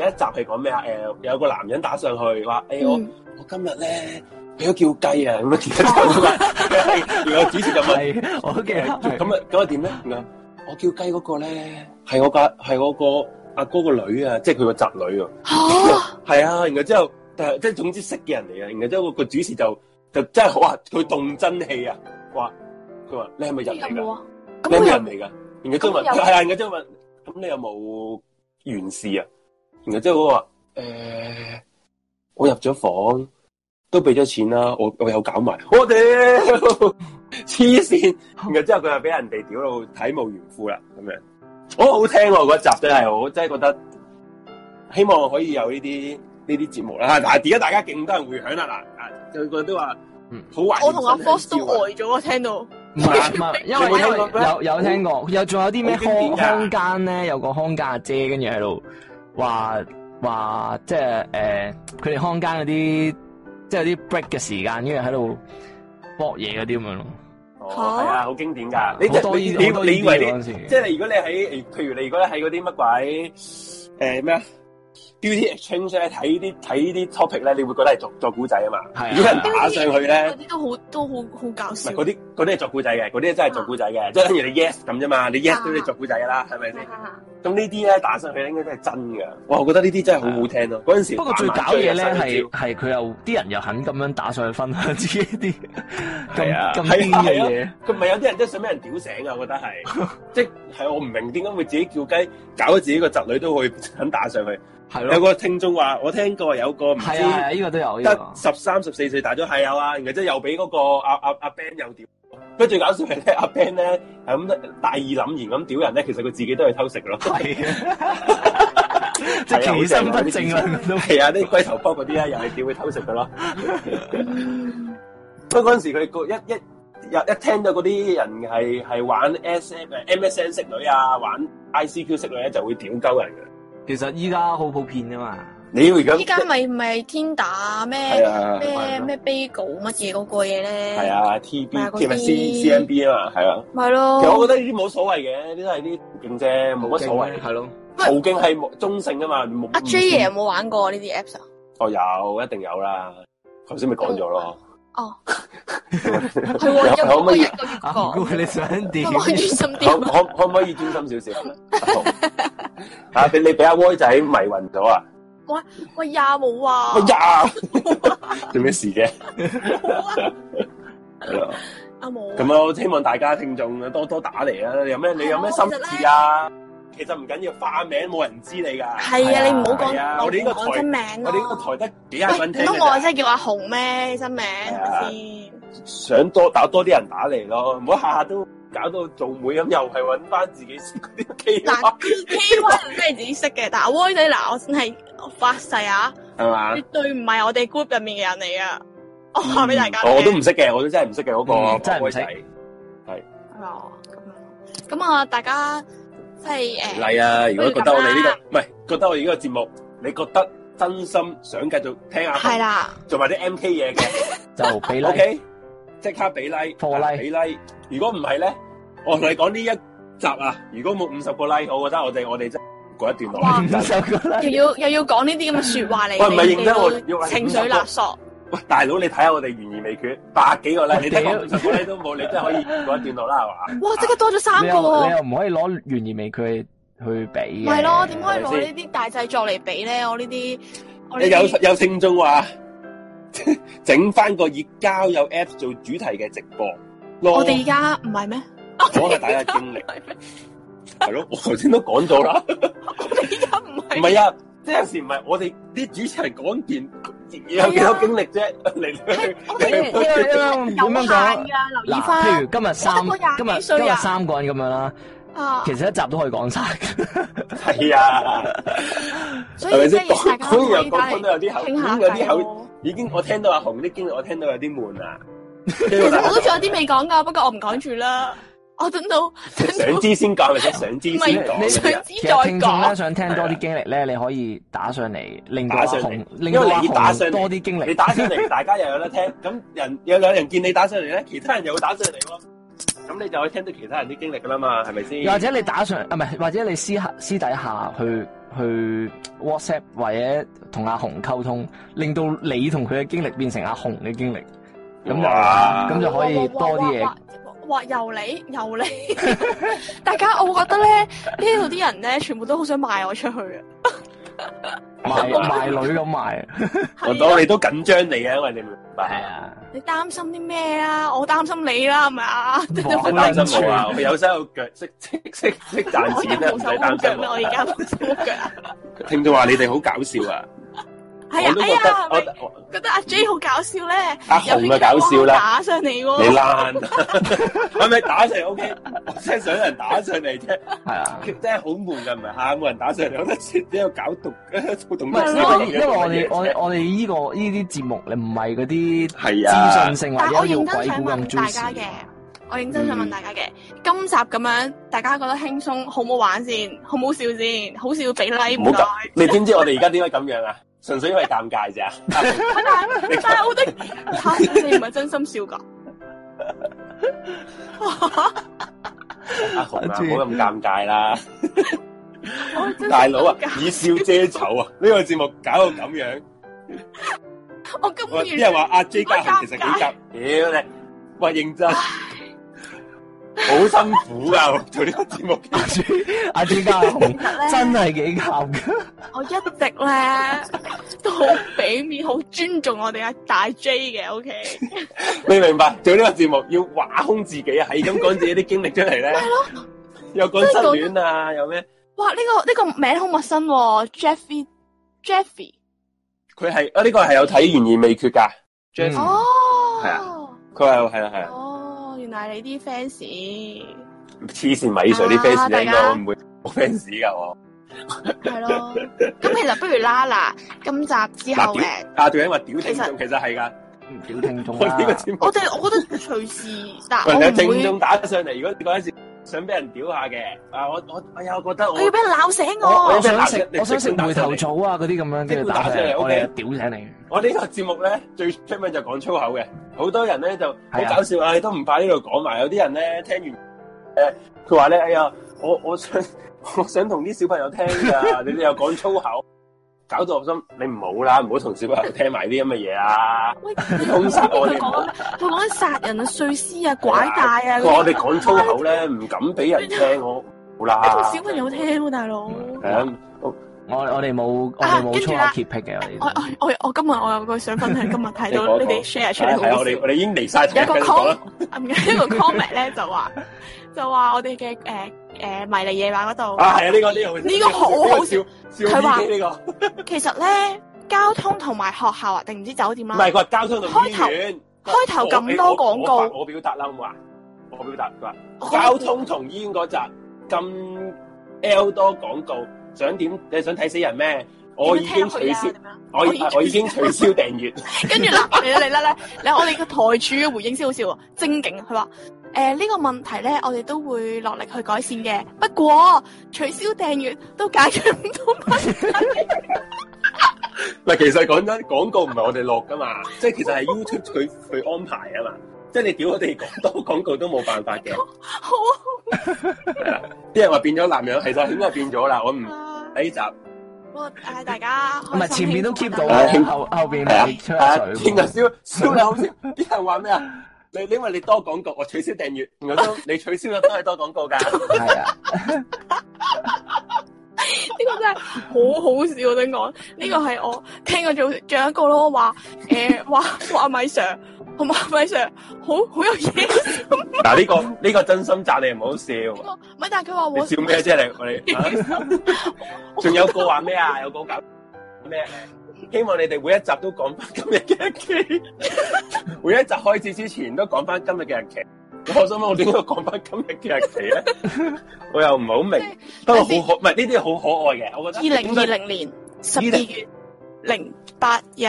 Speaker 2: 有一集係講咩啊？誒，有個男人打上去話：誒我
Speaker 6: 嗯
Speaker 2: 我今日咧俾咗叫雞啊！咁樣結 果就然後主持就問。
Speaker 3: 係，我都記得
Speaker 2: 咁啊，咁啊點咧？然後我叫雞嗰個咧，係我個係我個阿哥個女啊，即係佢個侄女啊。
Speaker 6: 哦
Speaker 2: 係啊，然後之後，但係即係總之識嘅人嚟嘅。然後之後個主持就就真係哇，佢動真氣啊！哇，佢話你係咪人嚟㗎？
Speaker 6: 啊？
Speaker 2: 你
Speaker 6: 咁我
Speaker 2: 係咪
Speaker 6: 又
Speaker 2: 人嚟㗎？然後之後問
Speaker 6: 咁有
Speaker 2: 係啊，然後之後問咁你有冇完事啊？然後之後我話誒、我入咗房。都俾咗錢啦，我我有搞埋，我屌黐線！然後之後佢又俾人哋屌到體無完膚啦，咁樣好好聽喎、嗰集真係，我真係覺得希望可以有呢啲呢啲節目啦。但係而家大家勁多人回響啦，嗱啊，個個都話
Speaker 3: 嗯
Speaker 2: 好懷念
Speaker 6: 我同阿 Force 都
Speaker 2: 新香蕉啊
Speaker 6: 呆咗啊！聽到
Speaker 3: 唔 係唔係，因為
Speaker 2: 你冇
Speaker 3: 因
Speaker 2: 聽過
Speaker 3: 為有有聽過，有仲有啲咩
Speaker 2: 好經典㗎
Speaker 3: 康康間咧，有個康間阿姐跟住喺度話話，即係誒佢哋康間嗰啲，即係有啲 break 嘅時間，跟住喺度搏嘢嗰啲咁樣咯。
Speaker 2: 哦，
Speaker 6: 嚇
Speaker 2: 係啊，好經典㗎。你
Speaker 3: 好多
Speaker 2: 即
Speaker 3: 呢
Speaker 2: 你
Speaker 3: 好多呢
Speaker 2: 你以為
Speaker 3: 啲
Speaker 2: 呢
Speaker 3: 嗰陣時
Speaker 2: 即係你如果你喺，譬如你如果你喺嗰啲乜鬼誒咩啊 beauty exchange 咧睇啲睇啲 topic 咧，你會覺得係作作古仔啊嘛。
Speaker 3: 係啊
Speaker 2: 如果人打上去咧
Speaker 6: 嗰。啲都好都好好搞
Speaker 2: 唔
Speaker 6: 笑
Speaker 2: 係。嗰啲嗰啲係作古仔嘅，嗰啲真係作古仔嘅，即係等於你 yes 咁啫嘛，你 yes 都係作古仔㗎啦，係咪先？咁呢啲咧打上去咧應該都係真嘅，哇！我覺得呢啲真係好好聽咯。嗰陣時
Speaker 3: 啊不過最搞嘢咧
Speaker 2: 慢慢追
Speaker 3: 係
Speaker 2: 嘅
Speaker 3: 係佢又啲人又肯咁樣打上去分享自己 啲
Speaker 2: 係啊
Speaker 3: 咁咁
Speaker 2: 係
Speaker 3: 癲嘅
Speaker 2: 啊係啊
Speaker 3: 嘢。
Speaker 2: 佢唔係有啲人真係想俾人屌醒啊！我覺 得係，即係我唔明點解會自己叫雞，搞到自己個侄女都會肯打上去。
Speaker 3: 係
Speaker 2: 有
Speaker 3: 咯，
Speaker 2: 個聽眾話，我聽過有個唔知
Speaker 3: 係啊啊，係啊，呢個都有呢
Speaker 2: 得
Speaker 3: 個。
Speaker 2: 十三十四歲打咗係有啊，然後即係又俾嗰個阿阿阿 Ben 又屌，跟住搞笑係咧，阿 Ben 咧係咁大義凛然咁屌人咧，其實佢自己都係偷食咯。
Speaker 3: 系啊，即係其身不正啊，都
Speaker 2: 係啊，啲龜頭幫嗰啲咧又係屌佢偷食 噶咯。不過嗰陣時佢個一一又一聽到嗰啲人係係玩 S M MSN 識女啊，玩 I C Q 識女咧，就會屌鳩人嘅。
Speaker 10: 其實依家好普遍噶嘛，
Speaker 2: 你而家
Speaker 6: 依家咪咪 Tinder
Speaker 2: 係
Speaker 6: 咩
Speaker 2: 啊
Speaker 6: 咩咩 Bagel 乜嘢嗰個嘢咧？
Speaker 2: 係，啊 T B
Speaker 6: 買嗰啲哦
Speaker 2: 係咪 C C M B 啊嘛，係啊。
Speaker 6: 咪
Speaker 2: 其實我
Speaker 6: 咯，
Speaker 2: 覺得呢啲冇所謂嘅，呢啲都係啲途徑啫，冇乜所謂。
Speaker 10: 係咯。
Speaker 2: 途徑係冇中性啊噶嘛，冇。
Speaker 6: 啊阿 J 爺有冇玩過呢啲 apps 啊？
Speaker 2: 我哦有，一定有啦。頭先咪講咗咯。
Speaker 6: 哦，
Speaker 2: 係
Speaker 6: 係喎，有
Speaker 2: 可唔可
Speaker 6: 冇
Speaker 2: 以
Speaker 6: 一個月
Speaker 10: 阿
Speaker 6: 過？
Speaker 10: 你想點
Speaker 6: 我？望住心
Speaker 2: 可
Speaker 6: 啲，
Speaker 2: 可可唔可以專 心少少？好啊，俾你俾阿威仔迷暈咗啊！
Speaker 6: 喂呀冇啊
Speaker 2: 哎，呀， 做咩事啫？
Speaker 6: 啊
Speaker 2: 係咯
Speaker 6: 阿冇啊。
Speaker 2: 咁啊，我希望大家聽眾啊多多打嚟啊！你有咩你有咩心事啊？其實唔緊要，化名冇人知你噶。
Speaker 6: 係啊，你唔好
Speaker 2: 係啊
Speaker 6: 講，
Speaker 2: 我哋呢個
Speaker 6: 講
Speaker 2: 台
Speaker 6: 真名
Speaker 2: 我哋呢
Speaker 6: 咯。
Speaker 2: 個台得幾廿
Speaker 6: 喂，
Speaker 2: 蚊
Speaker 6: 唔
Speaker 2: 聽㗎
Speaker 6: 通我
Speaker 2: 咋
Speaker 6: 真係叫阿紅咩？真名係咪先？
Speaker 2: 想多打多啲人打嚟咯，唔好下下都搞到做妹咁，又係揾翻自己識嗰啲 K
Speaker 6: 嗱，K Y 真係自己識嘅，但係阿威仔嗱，我真係我發誓啊，
Speaker 2: 係嘛？
Speaker 6: 絕對唔係我哋 group 入面嘅人嚟啊噶，我話俾大家聽。
Speaker 2: 嗯哦我都唔識嘅，我都真係唔識嘅嗰
Speaker 3: 嗯
Speaker 2: 個，
Speaker 3: 真係唔識
Speaker 6: 哦，咁樣。咁啊，大家即係誒，
Speaker 2: 嚟啊！如果覺得我哋呢
Speaker 6: 不
Speaker 2: 個唔係覺得我哋呢個節目，你覺得真心想繼續聽下
Speaker 6: 係啦，
Speaker 2: 做埋啲 M K 嘢嘅
Speaker 3: 就俾啦。
Speaker 2: ，OK？即刻俾 like，
Speaker 3: 破 like
Speaker 2: 俾 like。如果唔係咧，我同你講呢一集啊，如果冇五十個 like，我覺得我哋我哋真係過一段落
Speaker 6: 哇
Speaker 2: 啦。
Speaker 3: 五十個啦，
Speaker 6: 又要又要講呢啲咁嘅説話嚟，
Speaker 2: 喂唔係認真
Speaker 6: 你
Speaker 2: 我
Speaker 6: 哋
Speaker 2: 要話
Speaker 6: 情緒勒索，
Speaker 2: 喂，大佬，你睇下我哋懸而未決，百幾個 like，你睇
Speaker 3: 屌
Speaker 2: 我五十個 like 都冇，你真係可以過一段落啦，係嘛？
Speaker 6: 哇！即刻多咗三
Speaker 3: 你
Speaker 6: 個
Speaker 3: 又你
Speaker 6: 喎，
Speaker 3: 又唔可以攞懸而未決去比嘅。
Speaker 6: 咪 咯？點可以
Speaker 2: 係咪
Speaker 6: 攞
Speaker 2: 先
Speaker 6: 呢啲大製作嚟比咧？我呢啲我呢
Speaker 2: 你有
Speaker 6: 啲
Speaker 2: 有聽眾話 整翻個以交友 app 做主題嘅直播，
Speaker 6: 我哋而家唔係咩？
Speaker 2: 講下大家 經歷，係咯，我頭先都講咗啦，
Speaker 6: 而家唔
Speaker 2: 唔
Speaker 6: 係
Speaker 2: 係啊，即係有時唔係我哋啲主持人講件
Speaker 6: 啊
Speaker 2: 有幾多經歷啫， 嚟嚟
Speaker 6: 我
Speaker 3: 因
Speaker 6: 哋
Speaker 3: 為因為因為
Speaker 6: 有限
Speaker 3: 點樣講？
Speaker 2: 啊
Speaker 6: 㗎，留意
Speaker 3: 嗱，譬
Speaker 6: 翻
Speaker 3: 如今日三
Speaker 6: 我得個
Speaker 3: 今
Speaker 6: 廿
Speaker 3: 日
Speaker 6: 幾歲啊
Speaker 3: 今日三個人咁 樣啦，
Speaker 6: 啊！
Speaker 3: 其實一集都可以講晒。
Speaker 2: 去係啊，
Speaker 6: 所
Speaker 2: 係咪
Speaker 6: 以即
Speaker 2: 先？
Speaker 6: 係大家
Speaker 2: 講講
Speaker 6: 可
Speaker 2: 完
Speaker 6: 以
Speaker 2: 又
Speaker 6: 翻
Speaker 2: 講，講
Speaker 6: 嚟
Speaker 2: 到有啲口，已
Speaker 6: 傾下
Speaker 2: 經有啲
Speaker 6: 偈
Speaker 2: 口，
Speaker 6: 咯。
Speaker 2: 已經我聽到阿紅啲經歷，我聽到有啲 悶啊，其
Speaker 6: 其實我都仲有啲未講㗎，不過我唔講住啦。我等到等
Speaker 2: 想
Speaker 6: 到
Speaker 2: 知先講，咪先想知
Speaker 6: 唔
Speaker 2: 先
Speaker 6: 係
Speaker 2: 講嗰啲啊
Speaker 6: 想
Speaker 3: 其
Speaker 6: 知再
Speaker 3: 實聽眾咧
Speaker 6: 講。
Speaker 3: 想聽多啲經歷咧，你可以打上嚟，令到阿
Speaker 2: 打上嚟
Speaker 3: 紅，令
Speaker 2: 因
Speaker 3: 到
Speaker 2: 為
Speaker 3: 阿
Speaker 2: 你打上
Speaker 3: 紅
Speaker 2: 嚟
Speaker 3: 多啲經歷
Speaker 2: 你。打上 嚟，大家又有得聽。咁人有兩人見你打上嚟咧，其他人又會打上嚟喎。咁你就可以聽到其他人啲經歷噶啦嘛，係咪先？
Speaker 3: 又或者你打上啊，唔係，或者你私下私底下去去 WhatsApp 或者同阿紅溝通，令到你同佢嘅經歷變成阿紅嘅經歷，咁就
Speaker 2: 哇
Speaker 3: 咁就可以多啲嘢
Speaker 6: 哇。哇！由你由你， 大家我覺得咧呢度啲人咧，全部都好想賣我出去啊！
Speaker 3: 賣賣女咁賣。
Speaker 6: 啊
Speaker 2: 我當你都緊張你啊，因為你明
Speaker 3: 係
Speaker 2: 白。
Speaker 3: 啊，
Speaker 6: 你擔心啲咩啊？我擔心你啦，係咪啊？
Speaker 2: 唔使擔心我啊，我有手有腳，識識識識 賺
Speaker 6: 我有
Speaker 2: 錢啊，
Speaker 6: 冇
Speaker 2: 唔使
Speaker 6: 手冇
Speaker 2: 擔
Speaker 6: 腳
Speaker 2: 心
Speaker 6: 咩？我
Speaker 2: 我
Speaker 6: 而家冇手冇腳啊！
Speaker 2: 聽到話你哋好搞笑啊，
Speaker 6: 係啊
Speaker 2: 我都
Speaker 6: 哎
Speaker 2: 覺
Speaker 6: 呀，咪
Speaker 2: 得我
Speaker 6: 覺得阿 J 好搞笑咧，
Speaker 2: 阿
Speaker 6: 有
Speaker 2: 紅啊搞笑啦，
Speaker 6: 打上嚟
Speaker 2: 你
Speaker 6: 喎，
Speaker 2: 爛， 係咪打上嚟 OK？我真係想有人打上嚟啫，
Speaker 3: 係啊。
Speaker 2: 真係好悶㗎，唔係下冇人打上嚟，我覺得喺度搞毒， 動
Speaker 3: 唔
Speaker 2: 作
Speaker 3: 係，
Speaker 2: 死
Speaker 3: 因為
Speaker 2: 咁樣
Speaker 3: 因為我哋
Speaker 2: 嘅
Speaker 3: 我
Speaker 2: 嘢啫
Speaker 3: 哋我哋依個呢啲節目，你唔係嗰啲
Speaker 2: 係啊，
Speaker 3: 資訊性或
Speaker 6: 但
Speaker 3: 者
Speaker 6: 我
Speaker 3: 要
Speaker 6: 認真
Speaker 3: 鬼
Speaker 6: 想
Speaker 3: 故咁
Speaker 6: 問大家
Speaker 3: juicy
Speaker 6: 嘅，我認真想
Speaker 2: 嗯
Speaker 6: 問大家嘅，今集咁樣大家覺得輕鬆好唔好玩先？好唔好笑先？好笑俾 like
Speaker 2: 唔
Speaker 6: 唔
Speaker 2: 好
Speaker 6: 該。
Speaker 2: 咁，你知唔知我哋而家點解咁樣啊？ 純粹因為尷尬咋，
Speaker 6: 但係我覺得嚇你唔係真心笑㗎，
Speaker 2: 阿紅啊，唔好咁尷尬啦，
Speaker 6: 我真心
Speaker 2: 大佬啊
Speaker 6: 尷，尬
Speaker 2: 以笑遮醜啊！呢個節目搞到咁樣，
Speaker 6: 我根本
Speaker 2: 喂
Speaker 6: 完
Speaker 2: 啲人話阿 J 家
Speaker 6: 好尷尬
Speaker 2: 紅其實幾夾，屌你，喂認真，好辛苦噶做呢個節目，
Speaker 3: 阿朱 阿朱家紅真係幾尷尬。
Speaker 6: 我一直咧都好俾面，好尊重我哋阿大 J 嘅，OK？
Speaker 2: 你明白？做呢個節目要畫空自己啊，係咁講自己啲經歷出 嚟咧，又講失戀啊，又咩？
Speaker 6: 哇！呢、個呢、個名好陌生喎、j e f f y Jeffy，
Speaker 2: 佢係啊，呢個係有睇懸而未決㗎，Jeff，
Speaker 3: 嗯
Speaker 6: 哦，
Speaker 2: 係佢係係啦係啦。啊
Speaker 6: 哦原來你啲 fans
Speaker 2: 黐線米 Sir 啲
Speaker 6: 啊
Speaker 2: fans
Speaker 6: 大家
Speaker 2: 應該唔會冇 fans 噶我。
Speaker 6: 係咯。咁其實不如啦嗱，今集之後
Speaker 2: 嗱屌
Speaker 6: 誒，
Speaker 2: 啊對因話屌
Speaker 6: 其實啊
Speaker 2: 聽眾其實係㗎，
Speaker 3: 屌聽眾
Speaker 2: 我呢個
Speaker 3: 啦，
Speaker 2: 節目。
Speaker 6: 我哋我覺得隨時嗱，
Speaker 2: 喂，
Speaker 6: 我
Speaker 2: 你有
Speaker 6: 唔
Speaker 2: 正
Speaker 6: 會
Speaker 2: 宗，打上嚟，如果你嗰陣時想俾人屌下嘅，啊，我我哎呀，我覺得我
Speaker 6: 我要俾人鬧醒
Speaker 2: 我
Speaker 6: 我
Speaker 3: 哦我。想食我想食回頭草啊嗰啲咁樣，跟住打上
Speaker 2: 即
Speaker 3: 嚟，
Speaker 2: 管打上嚟
Speaker 3: 我哋
Speaker 2: OK
Speaker 3: 屌醒你。
Speaker 2: 我呢個節目咧最出名就講粗口嘅，好多人咧就好
Speaker 3: 係啊
Speaker 2: 搞笑啊，你都唔怕呢度講埋，有啲人咧聽完誒，佢話咧，哎呀，我我想 我想同啲小朋友聽 㗎，你哋又講粗口。搞到我心，你唔好啦，唔好同小朋友聽埋啲咁嘅嘢啦，
Speaker 6: 喂，
Speaker 2: 兇殺我
Speaker 6: 佢
Speaker 2: 哋唔好
Speaker 6: 講佢講殺人啊、碎屍啊、拐帶 啊，
Speaker 2: 佢話我哋講粗口咧，唔敢俾人聽，我好啦。
Speaker 6: 同小朋友聽喎，大佬。
Speaker 2: 係啊，
Speaker 3: 我我哋冇我哋冇粗口潔癖嘅，
Speaker 6: 我
Speaker 3: 我哋
Speaker 6: 我我我今日我有個想分享，今日睇
Speaker 2: 你
Speaker 6: 到
Speaker 2: 講
Speaker 6: 你
Speaker 2: 一講
Speaker 6: 哋 share 出
Speaker 2: 係啊
Speaker 6: 嚟
Speaker 2: 係啊
Speaker 6: 好
Speaker 2: 我
Speaker 6: 笑
Speaker 2: 哋。我哋已經離晒題
Speaker 6: 有
Speaker 2: 啦，
Speaker 6: 個
Speaker 2: 繼續講啦
Speaker 6: com 啊唔係有個 comment 咧就話就話我哋嘅誒誒迷你夜話嗰
Speaker 2: 啊，係啊，呢、個呢、個
Speaker 6: 呢個好好笑
Speaker 2: 呢個笑，笑
Speaker 6: 佢話啊
Speaker 2: 耳機呢、個
Speaker 6: 度，其實咧交通同埋學校啊定唔知酒店
Speaker 2: 唔
Speaker 6: 啦，
Speaker 2: 係佢話交通同醫院，
Speaker 6: 開頭
Speaker 2: 我
Speaker 6: 咁多廣告
Speaker 2: 我我我表達啦，好唔好啊？我表達佢
Speaker 6: 我
Speaker 2: 話
Speaker 6: 覺得
Speaker 2: 交通同醫院嗰集咁 L 多廣告，想點？你想睇死人咩？我已經取消
Speaker 6: 點樣聽落去啊，點樣我
Speaker 2: 我
Speaker 6: 已經
Speaker 2: 我已經取消訂閱，
Speaker 6: 跟住啦嚟啦嚟啦咧，你我哋個台柱嘅回應先好笑喎，正經佢話。誒、呢、個問題咧，我哋都會落力去改善嘅。不過取消訂閱都解決唔到問題。
Speaker 2: 唔係其實講真，廣告唔係我哋落噶嘛，即係其實係 YouTube 佢佢安排啊嘛，即係你屌我哋講多 廣告都冇辦法嘅。
Speaker 6: 好啊
Speaker 2: 啲人話變咗男人，其實應該變咗啦。我唔呢集。
Speaker 6: 我嗌啊大家
Speaker 3: 唔係前面都 keep 到
Speaker 2: 啊
Speaker 3: 嘅，後後邊
Speaker 2: 係啊
Speaker 3: 咪吹
Speaker 2: 啊
Speaker 3: 下水
Speaker 2: 天啊，
Speaker 3: 喎。
Speaker 2: 烧烧你好笑！啲人話咩啊？你因為你多廣告，我取消訂閱，然後都你取消咗都係多廣告㗎。
Speaker 3: 係啊，
Speaker 6: 呢個真係好好笑，我想講呢個係我聽過最最後一個咯，話誒話話米 Sir 同埋米 Sir 好好有嘢笑，啊
Speaker 2: 嗱呢個呢個真心讚你唔好笑，
Speaker 6: 唔係但係佢話
Speaker 2: 你
Speaker 6: 我
Speaker 2: 笑咩啫？你我哋啊仲有個話咩啊？有個搞咩？希望你哋每一集都講翻今日嘅日期， 每一集開始之前都講翻今日嘅日期。我心諗我點解要講翻今日嘅日期咧？我又唔係好明，不過好可唔係呢啲好可愛嘅，我覺
Speaker 6: 二
Speaker 2: 得
Speaker 6: 零
Speaker 2: 應
Speaker 6: 二
Speaker 2: 該
Speaker 6: 零年十二月零八日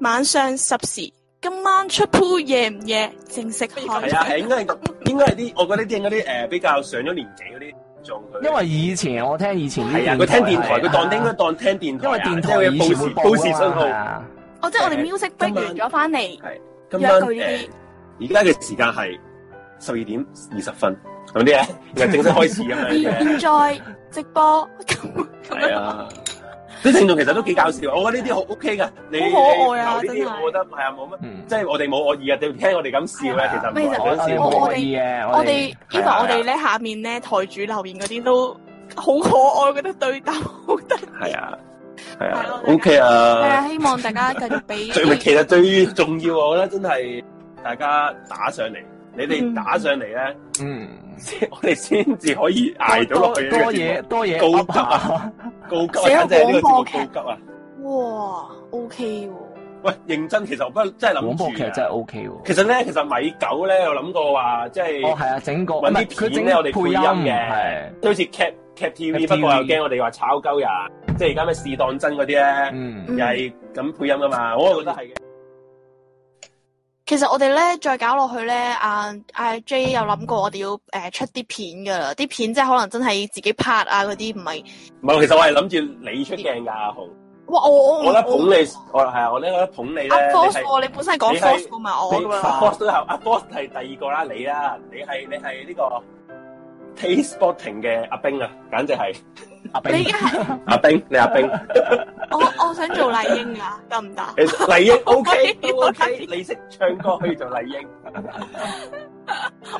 Speaker 6: 晚上十時，今晚出 pool 夜唔夜正式開
Speaker 2: 系啊，係應該係應該係啲，我覺得啲應該啲誒比較上咗年紀嗰啲做佢，
Speaker 3: 因為以前我聽以前
Speaker 2: 係啊，佢聽電台，佢當聽佢當聽電台
Speaker 3: 因
Speaker 2: 啊，
Speaker 3: 為電
Speaker 2: 即
Speaker 3: 台
Speaker 2: 係
Speaker 3: 以前會
Speaker 2: 報報
Speaker 3: 報
Speaker 2: 時信
Speaker 3: 啊嘛係
Speaker 2: 號。
Speaker 3: 啊，
Speaker 6: 哦，即係我哋 music break
Speaker 2: 今晚
Speaker 6: 完咗翻嚟，
Speaker 2: 今晚
Speaker 6: 約佢呢
Speaker 2: 誒，而家嘅時間係十二點二十分，咁啲啊，然後正式開始咁樣嘅，
Speaker 6: 現在直播咁咁樣
Speaker 2: 係。啊。啲聽眾其實都幾搞笑，我覺得呢啲好 OK 噶，你
Speaker 6: 好可愛啊
Speaker 2: 你留呢
Speaker 6: 真係
Speaker 2: 啲我覺得係啊冇乜，
Speaker 3: 嗯，
Speaker 2: 即係我哋冇惡意啊，你聽我哋咁笑咧，其實唔
Speaker 6: 咩
Speaker 2: 係
Speaker 6: 就
Speaker 3: 我我
Speaker 2: 想
Speaker 3: 哋
Speaker 2: 笑
Speaker 6: 我
Speaker 3: 冇
Speaker 6: 啊我
Speaker 3: 惡意嘅，
Speaker 6: 我哋
Speaker 2: 係
Speaker 6: even
Speaker 2: 啊
Speaker 6: 我哋咧下面咧台主留言嗰啲都好可愛，我覺得對 答好得。
Speaker 2: 係啊係
Speaker 6: 係
Speaker 2: 啊
Speaker 6: 我哋
Speaker 2: ，OK
Speaker 6: 係
Speaker 2: 啊。
Speaker 6: 啊，希望大家繼續 俾
Speaker 2: 最咪其實最重要，我覺得真係大家打上嚟，你哋打上嚟咧，
Speaker 3: 嗯，
Speaker 2: 先 我哋先至可以捱到落
Speaker 3: 多
Speaker 2: 去
Speaker 3: 多嘢多嘢
Speaker 2: 高
Speaker 3: up
Speaker 2: 級
Speaker 3: 下
Speaker 2: 啊，高級
Speaker 6: 寫個
Speaker 2: 啊，真係呢個
Speaker 6: 廣播
Speaker 2: 節目高級啊！
Speaker 6: 哇，OK 喎，
Speaker 2: 喂，認真，其實我不真係
Speaker 3: 廣播劇
Speaker 2: 諗
Speaker 3: 真
Speaker 2: 住
Speaker 3: 係
Speaker 2: 啊。
Speaker 3: OK 喎。
Speaker 2: 其實咧，其實米九咧，我諗過話，即
Speaker 3: 哦，
Speaker 2: 係
Speaker 3: 係啊，整個
Speaker 2: 搵啲
Speaker 3: 唔係佢
Speaker 2: 片
Speaker 3: 整
Speaker 2: 咧我哋配音嘅
Speaker 3: 係，
Speaker 2: 都好似 cap cap TV，
Speaker 3: Cap
Speaker 2: 不過又
Speaker 3: TV
Speaker 2: 驚我哋話炒鳩人，即係而家咩試當真嗰啲咧，
Speaker 3: 嗯
Speaker 2: 又係咁配音噶嘛，我覺得係嘅。
Speaker 6: 其實我哋咧再搞落去咧，阿阿 J 有諗過我哋要誒、呃出啲片噶啦，啲片即係可能真係自己拍啊嗰啲，唔係
Speaker 2: 唔係，其實我係諗住你出鏡㗎，阿豪。
Speaker 6: 哇我我
Speaker 3: 嗯
Speaker 2: 我覺得捧你，我係啊，我咧覺得捧你咧，你
Speaker 6: 阿 Force
Speaker 2: 係
Speaker 6: 喎，你本身係講
Speaker 2: 你係
Speaker 6: Force 噶嘛，我
Speaker 2: 你
Speaker 6: 噶
Speaker 2: 阿
Speaker 6: 嘛，
Speaker 2: Boss 都有，阿 Boss 係第二個啦，你啦，你係你係呢個 Taste Sporting 嘅阿冰啊，簡直係
Speaker 3: 阿炳
Speaker 6: 你而家係
Speaker 2: 阿冰，你阿 冰，
Speaker 6: 我我想做麗英啊，得唔得？
Speaker 2: 你麗英 OK 都 OK，你識唱歌可以做麗英。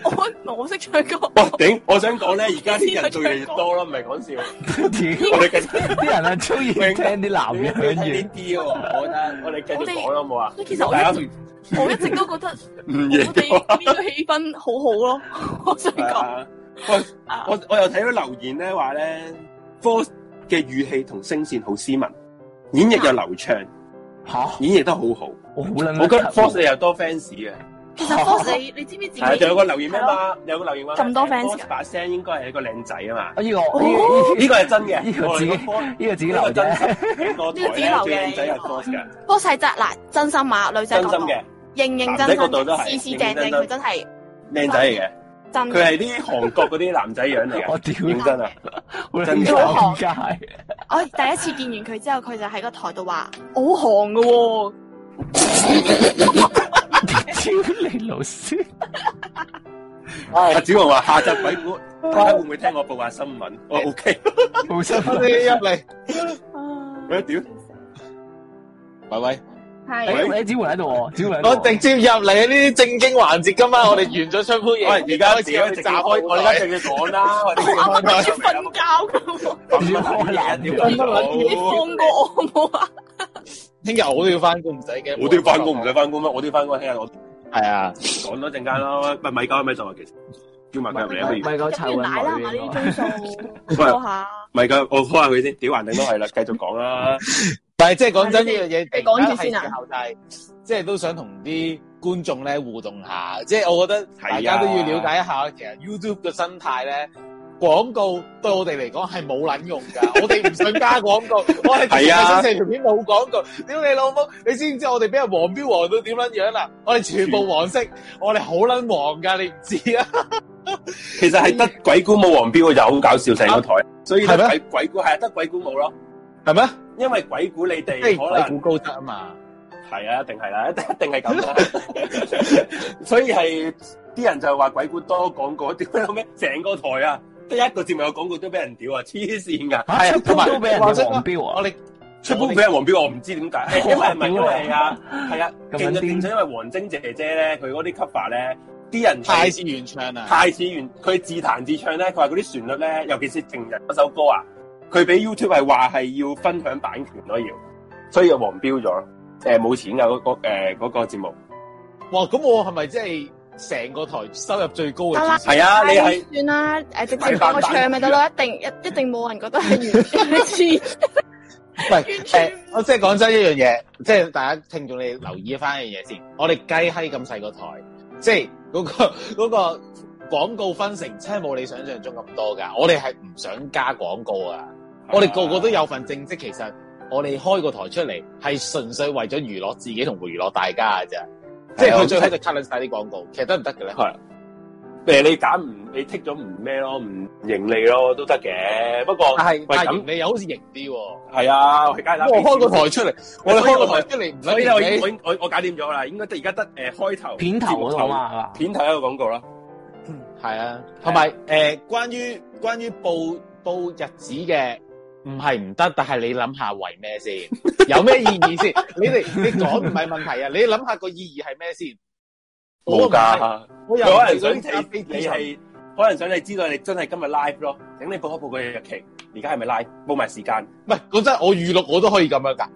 Speaker 6: 我我識唱歌，
Speaker 2: 哇頂！我想講咧，而家啲人做越嚟越多咯，唔係講 笑。 我哋繼續
Speaker 3: 啲人啊中意聽啲男人
Speaker 2: 睇
Speaker 3: 嘅
Speaker 2: 呢啲喎，啊我覺得我哋繼續講啦，好冇啊？
Speaker 6: 其實我
Speaker 2: 大家
Speaker 6: 一
Speaker 2: 唔
Speaker 6: 直我一直都覺得
Speaker 2: 唔
Speaker 6: 我
Speaker 2: 認嘅話
Speaker 6: 哋呢個氣氛好好咯，我 想
Speaker 2: 係
Speaker 6: 講。
Speaker 2: 啊喂，我我又睇到留言咧，話咧科嘅語氣同聲線好斯文，演繹又流暢，
Speaker 3: 吓，我
Speaker 6: 嗯
Speaker 2: 演繹得好好。
Speaker 3: 好撚
Speaker 2: 我覺得
Speaker 3: 級
Speaker 2: 嗯 Force 你又多 fans 嘅，
Speaker 6: 其實 Force 你你知唔知自己
Speaker 2: 係啊，仲有個留言咩嘛？有個留言話
Speaker 6: 咁多 fans 㗎
Speaker 2: Force 把聲應該係一個靚仔啊嘛。
Speaker 3: 呢個哎
Speaker 6: 哦
Speaker 3: 呢
Speaker 2: 呢個係真嘅，
Speaker 3: 呢個
Speaker 2: 我
Speaker 3: 自己
Speaker 2: 哋個 Force-
Speaker 3: 呢個自己
Speaker 2: 呢
Speaker 3: 留
Speaker 2: 個 真
Speaker 3: 啫。
Speaker 2: 實呢個台咧最靚仔係 Force 嘅，
Speaker 6: Force 係真嗱真心話，女仔
Speaker 2: 真
Speaker 6: 角
Speaker 2: 心
Speaker 6: 度
Speaker 2: 嘅
Speaker 6: 認認真
Speaker 2: 男仔
Speaker 6: 真
Speaker 2: 角度都
Speaker 6: 嘅，
Speaker 2: 係
Speaker 6: 事事正正，
Speaker 2: 認認真真
Speaker 6: 佢真係
Speaker 2: 靚仔嚟嘅。
Speaker 11: 嗯
Speaker 6: 真
Speaker 2: 佢
Speaker 6: 嘅。
Speaker 2: 係啲韓國嗰啲男仔樣嚟嘅。
Speaker 3: 我屌
Speaker 2: 認真啊！
Speaker 3: 好
Speaker 2: 真
Speaker 3: 撚尷尬。
Speaker 6: 我第一次見完佢之後，佢就喺個台度話好韓嘅 喎，
Speaker 3: 屌你老師！
Speaker 2: 阿子豪話下集鬼故，大家會唔會聽我報下新聞？ 我 OK，
Speaker 3: 好辛苦
Speaker 11: 我。哋入嚟，
Speaker 2: 喂屌，
Speaker 11: 喂喂，
Speaker 6: 係
Speaker 3: 誒，你子桓喺度喎，子桓喺度喎。
Speaker 11: 我直接入嚟呢啲正經環節噶嘛，我哋完咗春杯
Speaker 2: 喂
Speaker 11: 嘢，
Speaker 2: 而家自己
Speaker 11: 開
Speaker 2: 直
Speaker 11: 始
Speaker 2: 接
Speaker 11: 炸
Speaker 2: 開，
Speaker 11: 開，
Speaker 2: 我
Speaker 11: 我
Speaker 2: 而家
Speaker 11: 哋家
Speaker 2: 直接講 啦，我哋
Speaker 1: 我啱啱要
Speaker 2: 開
Speaker 1: 瞓覺噶，
Speaker 3: 要開冷
Speaker 2: 屌
Speaker 3: 嘅
Speaker 2: 你老母
Speaker 1: 你 放過我冇啊？
Speaker 11: 聽日我都要翻工，唔使驚，
Speaker 2: 我都要翻工，唔使翻工咩？我都要翻工，聽日我
Speaker 11: 係啊，
Speaker 2: 講多陣間啦。喂，米九喺咪就啊？其實叫埋佢入嚟啊，不
Speaker 3: 咪咪夠臭
Speaker 6: 飲完奶啦，係嘛呢
Speaker 3: 女
Speaker 6: 啲鐘
Speaker 3: 應該。
Speaker 6: 數
Speaker 2: 喂
Speaker 6: 多 下。
Speaker 2: 如米九，我開下佢先。屌，環境都係啦，繼續講啦。
Speaker 11: 但係即係講真呢樣嘢，
Speaker 1: 你講住先啊
Speaker 11: 突然間係時候，但係即係都想同啲觀眾咧互動下，即係啊我覺得 大
Speaker 2: 啊
Speaker 11: 家都要了解一下，其實 YouTube 嘅生態咧。廣告對我哋嚟講係冇撚用 㗎，我哋唔想加廣告，我係
Speaker 2: 係啊
Speaker 11: 四條片冇廣告，屌你老母！你知唔知我哋俾人黃標黃到點撚樣啦？我哋全部黃色，我哋好撚黃㗎，你唔知啊？
Speaker 2: 其實係得鬼故冇黃標，就好搞笑成個台。所以得
Speaker 11: 係
Speaker 2: 鬼
Speaker 11: 咩
Speaker 2: 鬼故係得鬼故冇咯，
Speaker 11: 係咩？
Speaker 2: 因為鬼故你哋
Speaker 11: 即係
Speaker 2: 可能
Speaker 11: 鬼。估高質啊嘛！
Speaker 2: 系啊，一定係啦，一 定一定係咁啦。 所以係啲人就話鬼故多廣告，屌你老咩？成個台啊，得一個節目有廣告都俾人屌啊，黐線噶！
Speaker 3: 啊出
Speaker 11: 同埋
Speaker 3: 鋪都俾人哋黃標啊！
Speaker 11: 我哋
Speaker 2: 出波俾人黃標，我唔知點解，係因為係咪因為係啊？係啊，
Speaker 3: 咁
Speaker 2: 勁
Speaker 3: 撚
Speaker 2: 就勁
Speaker 3: 癲
Speaker 2: 咗，因為黃晶姐姐咧，佢嗰啲 cover 咧，啲人
Speaker 11: 太
Speaker 2: 係
Speaker 11: 是原唱啊！
Speaker 2: 太似完，佢自彈自唱咧，佢話嗰啲旋律咧，尤其是情人嗰首歌啊，佢俾 YouTube 係話係要分享版權咯，要，所以就黃標咗。誒、冇錢噶嗰、呃個誒嗰、個節目。
Speaker 11: 哇！咁我係咪即係成個台收入最高嘅主持人？
Speaker 2: 係啊，你係。
Speaker 6: 算啦，誒直接俾我唱咪得咯，一定一一定冇人覺得係 完全黐
Speaker 11: 喂，誒，我即係講真一樣嘢，即係大家聽眾你留意翻一樣嘢先。我哋雞閪咁細個台，即係嗰、個 嗰、個廣告分成真係冇你想象中咁多㗎。我哋係唔想加廣告啊！我哋個個都有份正職，其實我哋開個台出嚟係純粹為咗娛樂自己同娛樂大家㗎啫。即係啊佢最好就 cut 撚晒啲廣告，其實得唔得嘅咧？
Speaker 2: 誒，你揀唔你剔咗唔咩咯，唔盈利咯都得嘅。不過
Speaker 11: 但係
Speaker 2: 喂
Speaker 11: 但
Speaker 2: 咁
Speaker 11: 係你又好似型啲喎。
Speaker 2: 係啊，我梗係啦。
Speaker 11: 我開個台出嚟，我哋開個台出嚟唔
Speaker 2: 所以
Speaker 11: 使
Speaker 2: 咧，我已
Speaker 11: 你
Speaker 2: 我已我我搞掂咗啦。應該得而家得呃誒開頭
Speaker 3: 片
Speaker 11: 啊
Speaker 3: 頭嗰度啊
Speaker 2: 嘛，
Speaker 3: 嘛，
Speaker 2: 片頭一個廣告啦。
Speaker 11: 係啊，同埋誒，關於關於報報日子嘅，唔係唔得，但係你諗下為 咩先？有咩意義先？你哋你講唔係問題啊，你諗下個意義係咩先？我
Speaker 2: 冇
Speaker 11: 唔係，
Speaker 2: 㗎，
Speaker 11: 我又
Speaker 2: 佢
Speaker 11: 唔
Speaker 2: 可
Speaker 11: 係
Speaker 2: 能
Speaker 11: 嗰
Speaker 2: 想
Speaker 11: 啲咖啡
Speaker 2: 你
Speaker 11: 資
Speaker 2: 你
Speaker 11: 訊
Speaker 2: 係可能想你知道你真係今日 live 咯，請你報一報個日期，而家係咪 live？報埋時間。
Speaker 11: 唔係講真，我預錄我都可以咁樣㗎，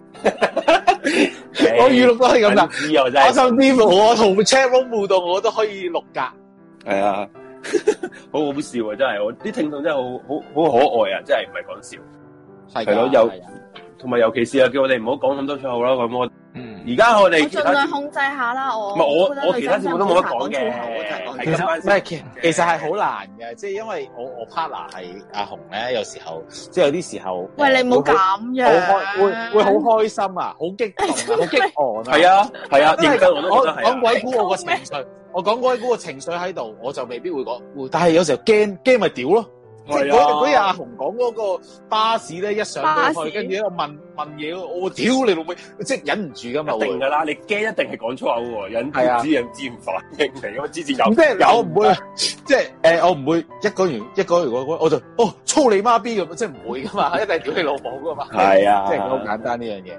Speaker 11: 我
Speaker 2: 我
Speaker 11: 預錄都可以咁㗎，
Speaker 2: 知啊，我真
Speaker 11: 我
Speaker 2: 係。
Speaker 11: 甚至乎我同 chat room 互動我都可以錄㗎。
Speaker 2: 係啊，好好笑啊！真係，我啲聽眾真係好好好可愛啊！真係唔係講笑。
Speaker 11: 係
Speaker 2: 係
Speaker 11: 㗎
Speaker 2: 咯有
Speaker 11: 係啊
Speaker 2: 同埋尤其是啊，叫我哋唔好講咁多粗口啦。咁我
Speaker 3: 嗯。
Speaker 2: 而家我
Speaker 6: 我
Speaker 2: 哋哎其
Speaker 6: 盡
Speaker 2: 他
Speaker 6: 量控制下啦，我
Speaker 2: 唔係我
Speaker 6: 覺得
Speaker 2: 我
Speaker 6: 女
Speaker 2: 其他
Speaker 6: 仔
Speaker 2: 節目
Speaker 6: 真
Speaker 2: 都
Speaker 6: 係
Speaker 2: 冇
Speaker 6: 好難講粗口，我
Speaker 2: 得講
Speaker 6: 真係
Speaker 2: 嘅，
Speaker 6: 講
Speaker 2: 係
Speaker 6: 真
Speaker 2: 今晚
Speaker 11: 唔係，
Speaker 2: 先
Speaker 11: 其其實係好難嘅，即係因為我我 partner 係阿紅咧，有時候即係有啲時候，
Speaker 6: 喂，你唔好
Speaker 11: 會
Speaker 6: 咁
Speaker 11: 好
Speaker 6: 樣，
Speaker 11: 開會會好開心啊，好激 動啊，好激昂啊，
Speaker 2: 係
Speaker 11: 啊，
Speaker 2: 啊係啊，
Speaker 11: 真係
Speaker 2: 認真我都覺得係
Speaker 11: 講
Speaker 2: 啊。
Speaker 11: 鬼故我個情 緒，我講鬼故個情緒喺度，我就未必會講，會但係有時候驚驚咪屌咯。即係
Speaker 2: 係
Speaker 11: 嗰日嗰日
Speaker 2: 啊，
Speaker 11: 阿紅講嗰個巴士咧，一上到去，跟住喺度問問嘢，我屌你老味，即係忍唔住噶嘛
Speaker 2: 一
Speaker 11: 會。
Speaker 2: 定㗎啦，你驚一定係講粗口喎，引
Speaker 11: 係啊
Speaker 2: 自然自然反應嚟㗎嘛，之前
Speaker 11: 唔
Speaker 2: 有
Speaker 11: 即係我唔
Speaker 2: 啊
Speaker 11: 會，即係誒，我唔會一講完一講完我我就哦操你媽逼咁，即係唔會噶嘛， 一定係屌你老母噶嘛。
Speaker 2: 係啊，
Speaker 11: 即係好簡單呢樣嘢，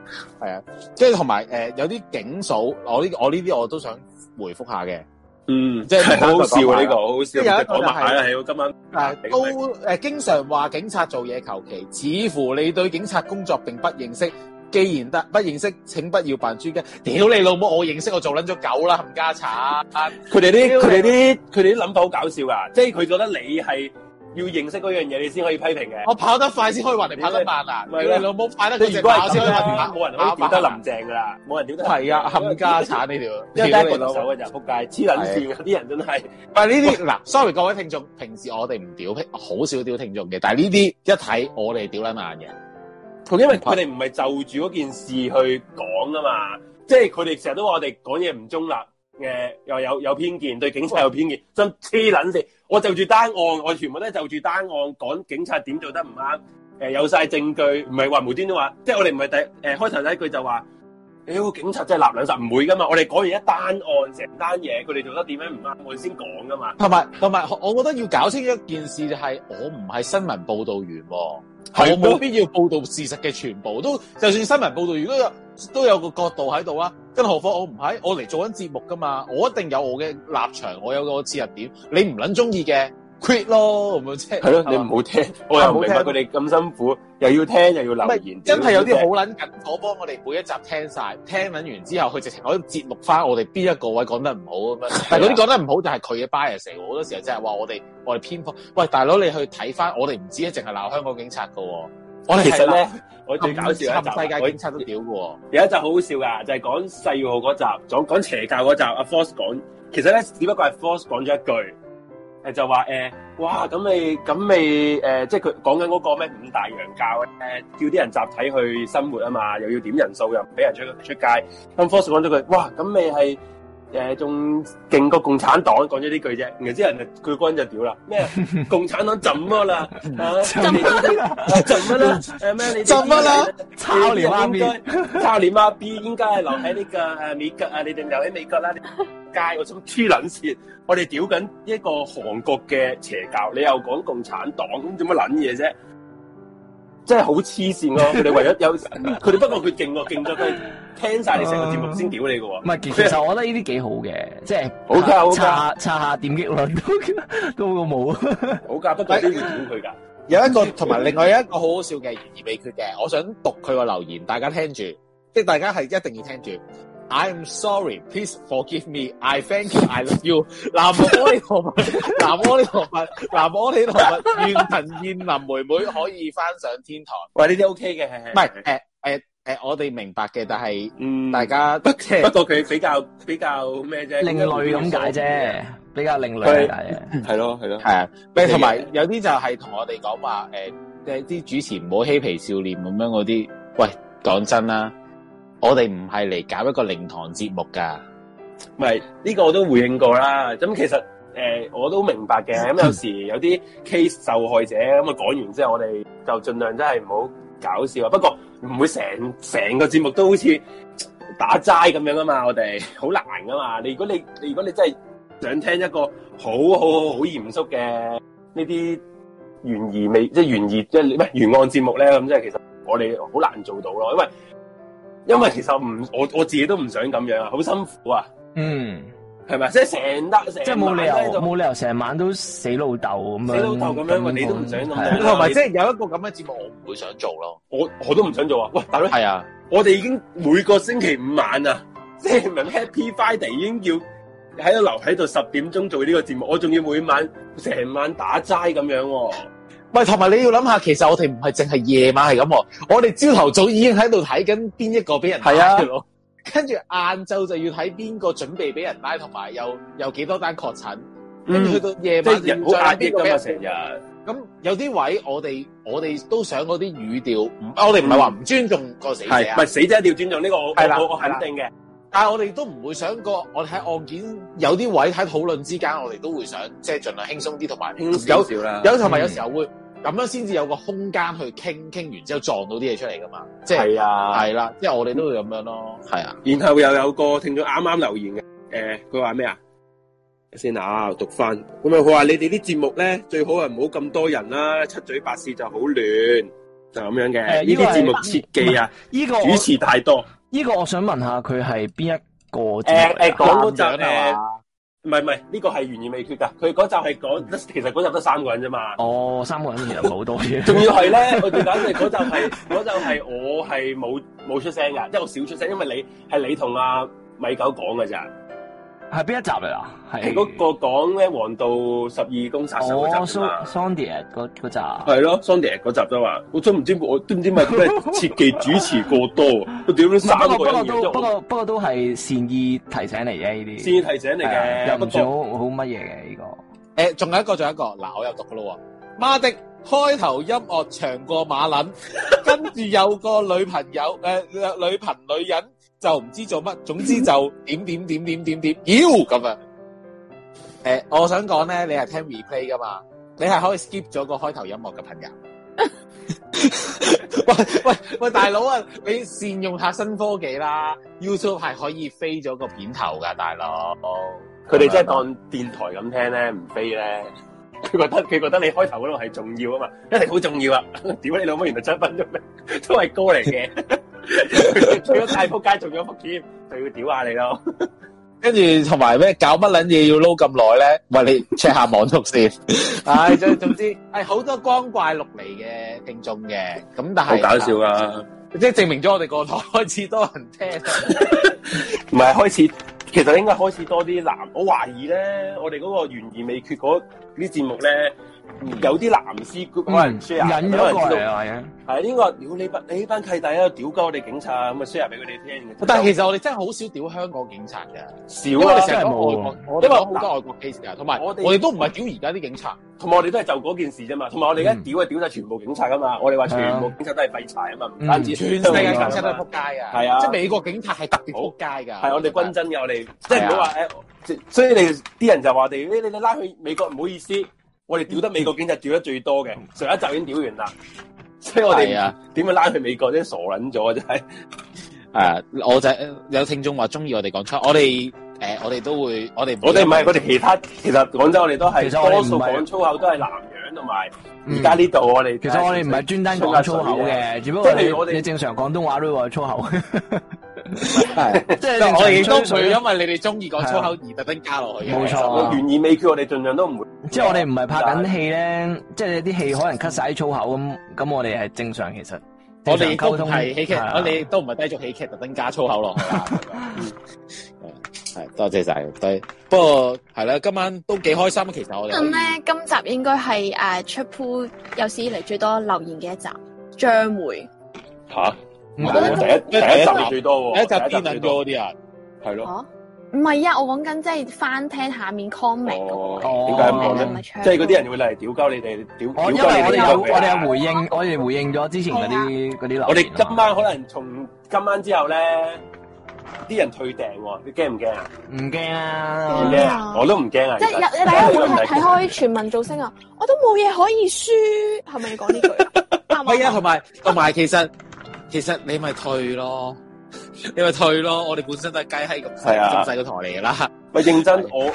Speaker 11: 係啊，即係同埋誒有啲警嫂，我呢我呢啲我都想回覆下嘅，
Speaker 2: 嗯，
Speaker 11: 即係
Speaker 2: 係 好好笑啊！呢個
Speaker 11: 即
Speaker 2: 好好笑，
Speaker 11: 係有一個
Speaker 2: 講
Speaker 11: 就係
Speaker 2: 埋啦，係喎今晚
Speaker 11: 但 係都誒經常話警察做嘢求其，似乎你對警察工作並不認識。既然得不認識，請不要扮專家。屌你老母，我認識我做撚咗狗啦，冚家鏟！
Speaker 2: 佢哋啲
Speaker 11: 屌
Speaker 2: 佢
Speaker 11: 你
Speaker 2: 哋啲佢哋啲諗法好搞笑㗎，即係佢覺得你係要認識嗰樣嘢，你先可以批評嘅。
Speaker 11: 我跑得快先可以話你跑得慢啊！
Speaker 2: 唔係
Speaker 11: 你
Speaker 2: 啦
Speaker 11: 老母快得
Speaker 2: 你
Speaker 11: 嗰只
Speaker 2: 如果
Speaker 11: 馬
Speaker 2: 係
Speaker 11: 先
Speaker 2: 咁
Speaker 11: 可以話你
Speaker 2: 啦
Speaker 11: 跑，
Speaker 2: 冇人可以屌得林鄭噶啦，冇人屌得林鄭。
Speaker 11: 係 啊，冚家產呢條，
Speaker 2: 因為得一個
Speaker 11: 老
Speaker 2: 特首嘅就仆街，黐撚線啊！啲人真係
Speaker 11: 唔係呢啲嗱，sorry 各位聽眾，平時我哋唔屌，好少屌聽眾嘅，但係呢啲一睇我哋屌撚慢嘅。
Speaker 2: 因為佢哋唔係就住嗰件事去講啊嘛，即係佢哋成日都話我哋講嘢唔中立，誒、又有有偏見，對警察有偏見，真黐撚線！我就住單案，我全部都係就住單案講警察點做得唔啱，誒、有晒證據，唔係話無端端話，即係我哋唔係第誒、開頭第一句就話。屌、警察真係立兩實唔會噶嘛！我哋講完一單案成單嘢，佢哋做得點樣唔啱，我哋先講噶嘛。
Speaker 11: 同埋同埋，我覺得要搞清一件事就係，我唔係新聞報導員喎，
Speaker 2: 係
Speaker 11: 我冇必要報導事實嘅全部，都就算新聞報導員都有都有個角度喺度啊。更何況我唔係，我嚟做緊節目噶嘛，我一定有我嘅立場，我有個切入點。你唔撚中意嘅 quit 咯，咁樣即係
Speaker 2: 係咯，你唔好聽，我又唔明白
Speaker 11: 係
Speaker 2: 佢哋咁辛苦，又要聽又要留
Speaker 11: 唔
Speaker 2: 言
Speaker 11: 係，真係有啲
Speaker 2: 屌
Speaker 11: 好撚緊，我幫我哋每一集聽晒，聽撚完之後，佢直情可以節錄翻我哋邊一個位講得唔好咁 樣。但係嗰啲講得唔好就係佢嘅 bias 嚟喎，好多時候真係話我哋我哋偏頗。喂，大佬你去睇翻，我哋唔止係淨係鬧香港警察噶喎，我哋
Speaker 2: 其
Speaker 11: 係
Speaker 2: 實
Speaker 11: 鬧
Speaker 2: 咧，我最搞笑嘅
Speaker 11: 冚世界
Speaker 2: 一集，啊
Speaker 11: 警察都屌噶喎。
Speaker 2: 我有一集好好笑噶，就係講細號嗰集，講講邪教嗰集，阿 Force 講，其實咧只不過係 Force 講咗一句，誒就話誒、哇咁你咁你誒，即係佢講緊嗰個咩五大洋教咧，叫啲人集體去生活啊嘛，又要點人數，又唔俾人出出街，咁 Force 講咗句，哇咁你係。誒仲勁過共產黨，講咗呢句啫，然後之後人就佢軍就屌啦，咩共產黨怎麼啦？啊
Speaker 3: 怎
Speaker 2: 你
Speaker 3: 麼
Speaker 2: 哋啊怎麼啦？誒咩？你哋
Speaker 11: 怎麼啦
Speaker 3: 抄你媽咪
Speaker 2: 應該抄你媽 B 應該係留喺呢個誒美國啊！你哋留喺美國啦，你街我想黐撚線，我哋屌緊一個韓國嘅邪教，你又講共產黨，咁做乜撚嘢啫？真係好黐線 咯！佢哋為咗有，佢哋不過佢勁喎，勁咗佢聽晒你成個節目先屌你嘅喎。
Speaker 3: 唔係，其其實我覺得呢啲幾好嘅，即係
Speaker 2: 好㗎好㗎
Speaker 3: 查查下點擊率都都 好過冇。
Speaker 2: 好噶，不過都要屌佢噶。
Speaker 11: 有一個同埋另外一個好好笑嘅懸而未決嘅，我想讀佢個留言，大家聽住，即係大家係一定要聽住。I am sorry, please forgive me. I thank you, I love you. 南無阿彌陀 佛，南無阿彌陀佛，南無阿彌陀佛，願陳燕林妹妹可以翻上天堂。
Speaker 2: 喂，呢啲 OK 嘅，係係
Speaker 11: 唔係，誒誒誒，我哋明白嘅，但係
Speaker 2: 嗯，
Speaker 11: 大家即係
Speaker 2: 不過佢比較比較咩啫，
Speaker 3: 另類咁解啫，比較另類
Speaker 2: 佢
Speaker 3: 咁解啫。
Speaker 2: 嗯
Speaker 8: 係咯係咯
Speaker 11: 系，啊，咪同埋有啲就係同我哋講話诶，誒啲主持唔好嬉皮笑臉咁樣嗰啲。喂，講真啦，我哋唔係嚟搞一個靈堂節目㗎。
Speaker 2: 唔係呢個我都回應過啦。咁其實誒、呃我都明白嘅。咁有時有啲 case 受害者咁啊講完之後，我哋就盡量真係唔好搞笑啊。不過唔會成成個節目都好似打齋咁樣啊嘛。我哋 好難噶嘛。你如果你你如果你真係想聽一個好好好好嚴肅嘅呢啲懸疑未即係懸疑即係唔係懸案節目咧，咁即係其實我哋好難做到咯，因為。因為其實唔，我我自己都唔想咁樣啊，好辛苦啊！
Speaker 3: 嗯，
Speaker 2: 系咪？即系成得 成
Speaker 3: 即係冇理由
Speaker 2: 晚都喺度
Speaker 3: 冇理由成晚都死老豆咁樣。
Speaker 2: 死老豆咁樣喂你都唔想咁
Speaker 3: 係啊
Speaker 11: 同埋即係有一個咁嘅節目，我唔會想做咯。
Speaker 2: 我我都唔想做啊！喂，大佬，
Speaker 11: 係啊，
Speaker 2: 我哋已經每個星期五晚啊， 即係明 Happy Friday 已經要喺度留喺度十點鐘做呢個節目，我仲要每晚成晚打齋咁樣喎、
Speaker 11: 喂，同埋你要諗下，其實我哋唔係淨係夜晚係咁喎，我哋朝頭早已經喺度睇緊邊一個俾人拉
Speaker 2: 係啊
Speaker 11: 嘅咯。跟住晏晝就要睇邊個準備俾人拉，同埋有有幾多單確診。跟住去
Speaker 2: 嗯，
Speaker 11: 到夜
Speaker 2: 即
Speaker 11: 晚
Speaker 2: 係
Speaker 11: 就要
Speaker 2: 人好壓
Speaker 11: 再睇
Speaker 2: 抑
Speaker 11: 邊個
Speaker 2: 噶
Speaker 11: 俾
Speaker 2: 嘛，
Speaker 11: 人
Speaker 2: 成日。
Speaker 11: 咁有啲位我哋我哋都想嗰啲語調，唔我哋唔係話唔尊重個死者
Speaker 2: 係，
Speaker 11: 啊
Speaker 2: 唔係，死者一定要尊重呢個我
Speaker 11: 係啦
Speaker 2: 我我
Speaker 11: 係啦
Speaker 2: 肯定嘅。
Speaker 11: 但係我哋都唔會想個我哋喺案件有啲位喺討論之間，我哋都會想即係盡量輕鬆啲，同埋
Speaker 2: 輕鬆
Speaker 11: 有
Speaker 2: 少少啦
Speaker 11: 有同埋有時候會
Speaker 2: 嗯
Speaker 11: 咁樣先至有個空間去傾，傾完之後撞到啲嘢出嚟噶嘛，即係
Speaker 2: 係啊，
Speaker 11: 係啦，即係我哋都會咁樣咯，係啊，
Speaker 2: 然後又有個聽眾啱啱留言嘅，誒、佢話咩啊？先啊，我讀翻咁啊，佢話你哋啲節目咧最好係啊唔好咁多人啦，七嘴八舌就好亂，就咁樣嘅。
Speaker 3: 誒
Speaker 2: 呢
Speaker 3: 呢個
Speaker 2: 啲
Speaker 3: 係
Speaker 2: 節目設計啊，
Speaker 3: 呢個
Speaker 2: 主
Speaker 3: 我
Speaker 2: 持太多。
Speaker 3: 呢個我想問下佢係邊一個節目嚟
Speaker 2: 誒
Speaker 3: 㗎？
Speaker 2: 誒，呃講嗰集呃
Speaker 11: 咁樣啊
Speaker 2: 誒，唔係唔係，呢個係懸而未決㗎。佢嗰集係講，其實嗰集得三個人啫嘛。
Speaker 3: 哦，三個人其實冇多嘢。
Speaker 2: 仲要係咧，我最搞笑係嗰集係嗰集係我係冇冇出聲㗎，即係我少出聲，因為你係你同阿米狗講㗎咋。
Speaker 3: 系边一集嚟啊？
Speaker 2: 係
Speaker 3: 系
Speaker 2: 嗰個講咩黃道十二宮殺手嗰
Speaker 3: 我
Speaker 2: 集啊嘛
Speaker 3: Sondy 嗰嗰集，啊
Speaker 2: 係咯 s u n d y 嗰集都話，我真唔知我都唔知咪咩設計主持過多，我屌你三
Speaker 3: 不過
Speaker 2: 個
Speaker 3: 不過
Speaker 2: 人
Speaker 3: 都
Speaker 2: 然
Speaker 3: 不
Speaker 2: 之後
Speaker 3: 過不過都係善意提醒嚟嘅呢啲，
Speaker 2: 善意提醒嚟嘅
Speaker 3: 係啊又
Speaker 2: 不
Speaker 3: 唔
Speaker 2: 過
Speaker 3: 算好好乜嘢嘅呢個。
Speaker 11: 诶，仲有一個，仲有一個，嗱，我又讀噶咯喎。媽的，開頭音樂長過馬撚， 跟住有個女朋友诶、呃女朋女人就唔知做乜，總之就點點點點點點，妖咁啊！诶、我想講咧，你係聽 replay 噶嘛，你係可以 skip 咗個開頭音樂嘅朋友。喂喂喂，大佬啊，你善用下新科技啦，YouTube 係可以飛咗個片頭噶，大佬。
Speaker 2: 佢哋真係當電台咁聽咧，唔飛咧。佢覺得佢覺得你開頭嗰度係重要啊嘛，一定好重要啊！ 屌你老母，原來七分鐘咩 都係歌嚟 嘅，除咗大仆街，仲有福添，就要屌下你咯。
Speaker 11: 跟住同埋咩搞乜撚嘢要撈咁耐咧？喂，你 check 下網速 先。唉、總總之係好多光怪陸離嘅聽眾嘅，咁但係，
Speaker 2: 啊！
Speaker 11: 即係證明咗我哋個台 開始多人聽。
Speaker 2: 唔係開始，其實應該開始多啲男。我懷疑咧，我哋嗰個懸而未決嗰啲節目咧，有啲男師 group
Speaker 11: 嗯
Speaker 2: 可能 share，
Speaker 3: 引嗯
Speaker 2: 有
Speaker 3: 咗
Speaker 2: 人
Speaker 3: 過
Speaker 2: 知
Speaker 3: 嚟
Speaker 2: 道
Speaker 3: 啊，係啊。
Speaker 2: 係應該話屌你班你呢班契弟喺度屌鳩我哋警察，咁啊 share 俾佢哋聽嘅。
Speaker 11: 但係其實我哋真係好少屌香港警察嘅，
Speaker 2: 其
Speaker 11: 因
Speaker 2: 實
Speaker 11: 為
Speaker 2: 少
Speaker 11: 我
Speaker 2: 啊，
Speaker 11: 哋
Speaker 2: 真係
Speaker 11: 成日
Speaker 2: 冇。
Speaker 11: 講外國，我哋
Speaker 2: 因為
Speaker 11: 講好多外國 case 㗎，同埋
Speaker 2: 我
Speaker 11: 我
Speaker 2: 哋
Speaker 11: 哋都唔係屌而家啲警察。
Speaker 2: 同埋我哋都係就嗰件事啫嘛，同埋我哋而家
Speaker 11: 嗯
Speaker 2: 屌啊屌晒全部警察噶嘛，我哋話全部
Speaker 3: 係啊
Speaker 2: 警察都係廢柴啊嘛，唔單止
Speaker 11: 嗯全世界警察都係
Speaker 2: 係
Speaker 11: 撲街㗎，
Speaker 2: 係啊
Speaker 11: 即係美國警察係特別撲
Speaker 3: 啊
Speaker 11: 街㗎。
Speaker 2: 我哋均真嘅，我哋即係唔
Speaker 11: 係啊
Speaker 2: 好話誒，即所以你啲人就話我哋誒你你拉去美國唔好意思，我哋屌得美國警察屌得最多嘅，
Speaker 3: 嗯
Speaker 2: 上一集已經屌完啦，所以我
Speaker 11: 係
Speaker 2: 哋
Speaker 11: 啊
Speaker 2: 點會拉去美國啫？傻撚咗啊真係，
Speaker 11: 係，我就有聽眾話中意我哋講出，我哋誒我哋都會，我哋
Speaker 2: 我哋唔係我哋其他，其實廣州我哋都係
Speaker 3: 其實我哋
Speaker 2: 多
Speaker 3: 唔係嗯
Speaker 2: 數講粗口都係南洋同埋而家呢度我哋
Speaker 3: 其實我哋唔係專登講粗口嘅，只不過
Speaker 2: 即係譬如我
Speaker 3: 你
Speaker 2: 哋
Speaker 3: 你正常廣東話都會話粗口，
Speaker 11: 係。
Speaker 3: 即係
Speaker 11: 但我亦都唔
Speaker 3: 除
Speaker 11: 會因為你哋中意講粗口而特登加落去嘅。
Speaker 3: 冇
Speaker 11: 其
Speaker 3: 錯
Speaker 11: 實
Speaker 3: 啊
Speaker 2: 我懸而未決，我哋盡量都唔會。
Speaker 3: 即係我哋唔係拍緊戲咧，即係啲戲可能 cut 晒啲粗口咁，咁我哋係正常其實。
Speaker 11: 我哋亦
Speaker 3: 正
Speaker 11: 都
Speaker 3: 常溝
Speaker 11: 唔
Speaker 3: 通
Speaker 11: 係喜劇，
Speaker 3: 啊
Speaker 11: 我哋亦都唔係低俗喜劇，特登加粗口落去 啦。係多謝晒，對。不過係啦，今晚都幾開心。其實我哋可
Speaker 6: 咁
Speaker 11: 以
Speaker 6: 咧，今集應該係誒呃出鋪有史以嚟最多留言嘅一集，將會
Speaker 2: 吓，
Speaker 3: 唔
Speaker 2: 我
Speaker 3: 係
Speaker 2: 哋第一第一集係最多
Speaker 11: 第一集
Speaker 2: 喎，
Speaker 11: 癲
Speaker 2: 最
Speaker 11: 撚
Speaker 2: 多
Speaker 11: 咗嗰啲啊，
Speaker 2: 係咯。
Speaker 6: 哦，唔係啊，我講緊即係翻聽下面 comment 嗰個
Speaker 2: 哦，
Speaker 4: 啊
Speaker 2: 點解咁講
Speaker 6: 係咪
Speaker 2: 咧？
Speaker 6: 唱
Speaker 2: 即係嗰啲人會嚟屌鳩你哋，屌
Speaker 3: 我哦因
Speaker 2: 屌
Speaker 3: 為我
Speaker 2: 鳩
Speaker 3: 哋
Speaker 2: 你哋
Speaker 3: 有我哋有回應，我哋回應咗之前嗰啲嗰啲留言啊嘛
Speaker 2: 我哋今晚可能從今晚之後咧，啲人退訂喎，你驚唔驚啊？
Speaker 3: 唔驚
Speaker 2: 唔
Speaker 3: 啦，
Speaker 2: 驚啊！我都唔驚啊！
Speaker 4: 哦即係有
Speaker 2: 其實
Speaker 4: 大家會睇
Speaker 2: 我都唔
Speaker 4: 開全民造星啊！我都冇嘢可以輸，係咪你講呢句啊？ 啱唔
Speaker 11: 係
Speaker 4: 啱
Speaker 11: 啊，
Speaker 4: 啊
Speaker 11: 同埋同埋，其實其實你咪退咯，你咪退咯。我哋本身都係雞閪咁細
Speaker 2: 係啊
Speaker 11: 咁細個台嚟㗎啦。
Speaker 2: 咪認真我。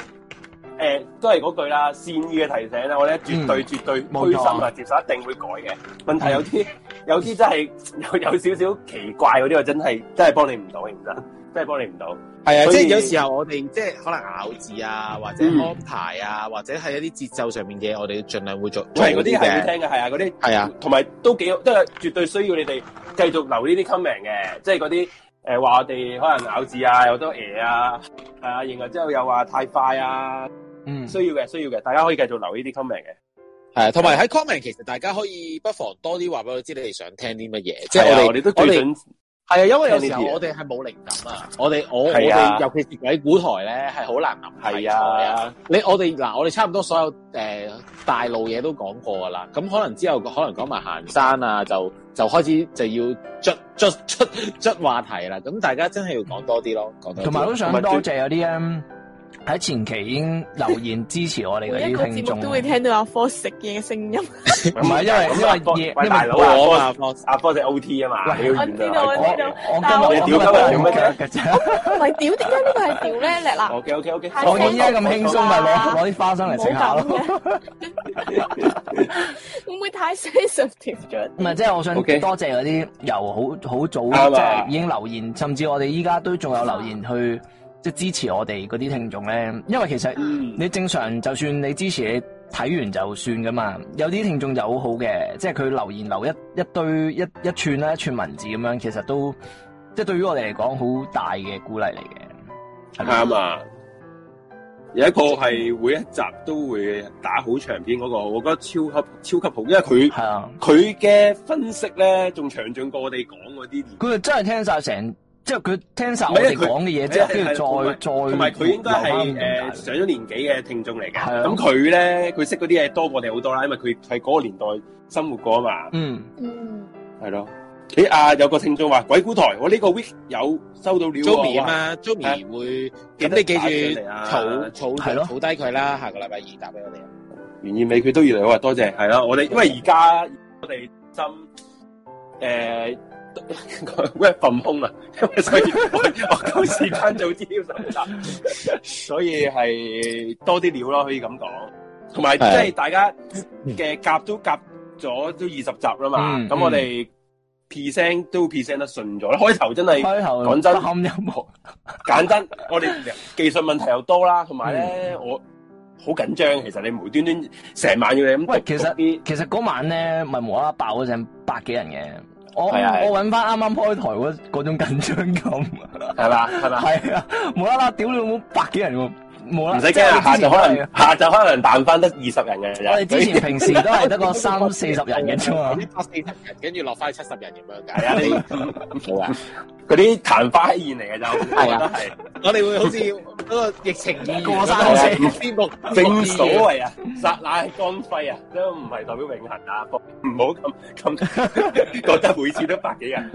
Speaker 2: 誒、都係嗰句啦，善意嘅提醒咧，啊我咧絕對絕對
Speaker 3: 冇錯
Speaker 2: 虛心啊，接受一定會改嘅。問題有啲有啲真係 有有少少奇怪嗰啲，我真係真係幫你唔到，認真真係幫你唔到。
Speaker 11: 係啊，
Speaker 2: 所
Speaker 11: 即
Speaker 2: 以嗯
Speaker 11: 係有時候我哋即係可能咬字啊，或者安排啊，或者係一啲節奏上面嘅嘢，我哋盡量會做。
Speaker 2: 係嗰啲
Speaker 11: 做嘅
Speaker 2: 係會聽嘅，係啊，嗰啲
Speaker 11: 係啊，
Speaker 2: 同埋都幾好，即係絕對需要你哋繼續留呢啲 comment 嘅，即係嗰啲誒話我哋可能咬字啊，有好多嘢啊，係啊，然後之後又話太快啊，
Speaker 3: 嗯，
Speaker 2: 需要嘅，需要嘅，大家可以繼續留呢啲 comment 嘅。
Speaker 11: 係啊，同埋喺 comment，其實大家可以不妨多啲話俾我知你哋想聽啲乜嘢，即
Speaker 2: 係啊
Speaker 11: 係我
Speaker 2: 我哋
Speaker 11: 哋
Speaker 2: 都最
Speaker 11: 我哋
Speaker 2: 準，
Speaker 11: 係啊，因為有時
Speaker 2: 聽呢啲
Speaker 11: 候
Speaker 2: 嘢
Speaker 11: 我哋係冇靈感啊，我哋我我
Speaker 2: 係啊
Speaker 11: 哋尤其是鬼古台咧係好難諗題
Speaker 2: 係
Speaker 11: 材啊。
Speaker 2: 啊，
Speaker 11: 你我哋嗱，我哋差唔多所有誒、呃大路嘢都講過噶啦，咁可能之後可能講埋行山啊，就就開始就要捽捽捽捽話題啦。咁大家真係要講多啲咯，講多啲。
Speaker 3: 同埋都想多謝有啲咧喺前期已經留言支持我哋嗰
Speaker 1: 每一個
Speaker 3: 啲聽
Speaker 1: 節
Speaker 3: 眾啊
Speaker 1: 目，都會聽到阿科食嘢嘅聲音。
Speaker 3: 唔係因為因為夜
Speaker 2: 喂
Speaker 3: 因
Speaker 2: 大
Speaker 3: 為
Speaker 2: 佬
Speaker 11: 我
Speaker 2: 啊，
Speaker 11: 啊，我
Speaker 2: 阿科就 OT 啊嘛，啊
Speaker 3: 喂
Speaker 2: 你要
Speaker 1: 我
Speaker 2: 原
Speaker 1: 知道，我
Speaker 2: 諒
Speaker 1: 知道。但
Speaker 3: 我
Speaker 1: 我
Speaker 3: 今日
Speaker 2: 你屌鳩人做乜
Speaker 3: 嘅啫？
Speaker 4: 唔係屌，點解呢個係屌咧？叻嗱，
Speaker 2: O K O K O K，
Speaker 3: 我見依家咁輕鬆，咪攞攞啲花生嚟食下
Speaker 4: 唔好
Speaker 3: 咯。
Speaker 4: 咁 嘅，會唔會太 sensitive 咗？
Speaker 3: 唔係，啊即係我想
Speaker 2: 嗯 OK
Speaker 3: 多謝嗰啲由好好早
Speaker 2: 啱啊啊
Speaker 3: 即係已經留言，甚至我哋依家都仲有留言去即係支持我哋嗰啲聽眾咧。因為其實
Speaker 2: 嗯
Speaker 3: 你正常就算你支持你睇完就算噶嘛，有啲聽眾就好好嘅，即係佢留言留一一堆一一串啦一串文字咁樣，其實都即係對於我哋嚟講好大嘅鼓勵嚟嘅。
Speaker 2: 啱啊！有一個係每一集都會打好長篇嗰、個，我覺得超級超級好，因為佢
Speaker 3: 啊
Speaker 2: 佢嘅分析咧仲詳盡過我哋講嗰啲。
Speaker 3: 佢真係聽晒成，即係佢聽晒
Speaker 2: 唔
Speaker 3: 我
Speaker 2: 係
Speaker 3: 哋
Speaker 2: 因為佢
Speaker 3: 講嘅嘢之後，跟
Speaker 2: 係
Speaker 3: 住再
Speaker 2: 係
Speaker 3: 再
Speaker 2: 同埋佢應該
Speaker 3: 留
Speaker 2: 係
Speaker 3: 返咁
Speaker 2: 誒
Speaker 3: 解
Speaker 2: 上咗年紀嘅聽眾嚟嘅，
Speaker 3: 係啊
Speaker 2: 咁佢咧佢識嗰啲嘢多過我哋好多啦，因為佢係嗰個年代生活過啊嘛。
Speaker 3: 嗯，
Speaker 4: 嗯，
Speaker 2: 係咯。咦啊！有個聽眾話鬼故台，我呢個 week 有收到料
Speaker 11: Joey
Speaker 2: 喎。
Speaker 11: 啊嘛，Joey 會
Speaker 2: 記
Speaker 11: 咁
Speaker 2: 得
Speaker 11: 你記
Speaker 2: 打上
Speaker 11: 住
Speaker 2: 嚟啊
Speaker 11: 儲儲
Speaker 3: 係咯
Speaker 11: 儲低佢啦，下個禮拜二打俾我哋。
Speaker 2: 袁燕美佢都越嚟越話多謝，係啦，我哋因為而家我哋針誒 work from home 啊，因為所以我我夠時間做資料搜集，所以係多啲料咯，可以咁講。同埋即
Speaker 11: 係
Speaker 2: 係大家嘅夾都夾咗都二十集啦嘛，
Speaker 3: 嗯
Speaker 2: 咁、
Speaker 3: 嗯
Speaker 2: 我哋 present 都 present 得順咗啦。開頭真係
Speaker 3: 開頭
Speaker 2: 講真
Speaker 3: 音樂，
Speaker 2: 簡單，我哋技術問題又多啦，同埋咧我好緊張，其實你無端端成晚要你咁
Speaker 3: 喂
Speaker 2: 讀，
Speaker 3: 其
Speaker 2: 讀啲
Speaker 3: 實其實嗰晚咧，咪無啦啦爆咗成百幾人嘅。我
Speaker 2: 係啊係啊
Speaker 3: 我揾翻啱啱開台嗰嗰種緊張感，
Speaker 2: 係嘛係嘛。
Speaker 3: 係啊，無啦啦屌你老母百幾人喎，無啦啦
Speaker 2: 唔使驚啊！下
Speaker 3: 即係
Speaker 2: 晝
Speaker 3: 我哋之前
Speaker 2: 可
Speaker 3: 都係
Speaker 2: 能下晝可能彈翻得二十人嘅
Speaker 3: 我哋之
Speaker 2: 啫。
Speaker 3: 前平時都係 得個三四十人嘅啫嘛
Speaker 11: 已，經拍四十人，跟住落翻去七十人咁樣解。
Speaker 2: 係啊，你冇啊，嗰啲曇花一現嚟嘅就係啊，係
Speaker 11: 我哋會好似嗰個疫情二
Speaker 3: 過山車
Speaker 11: 邊目
Speaker 2: 正所謂啊，剎那係光輝啊，都唔係代表永恆啊，唔好咁咁 覺得每次都百幾人。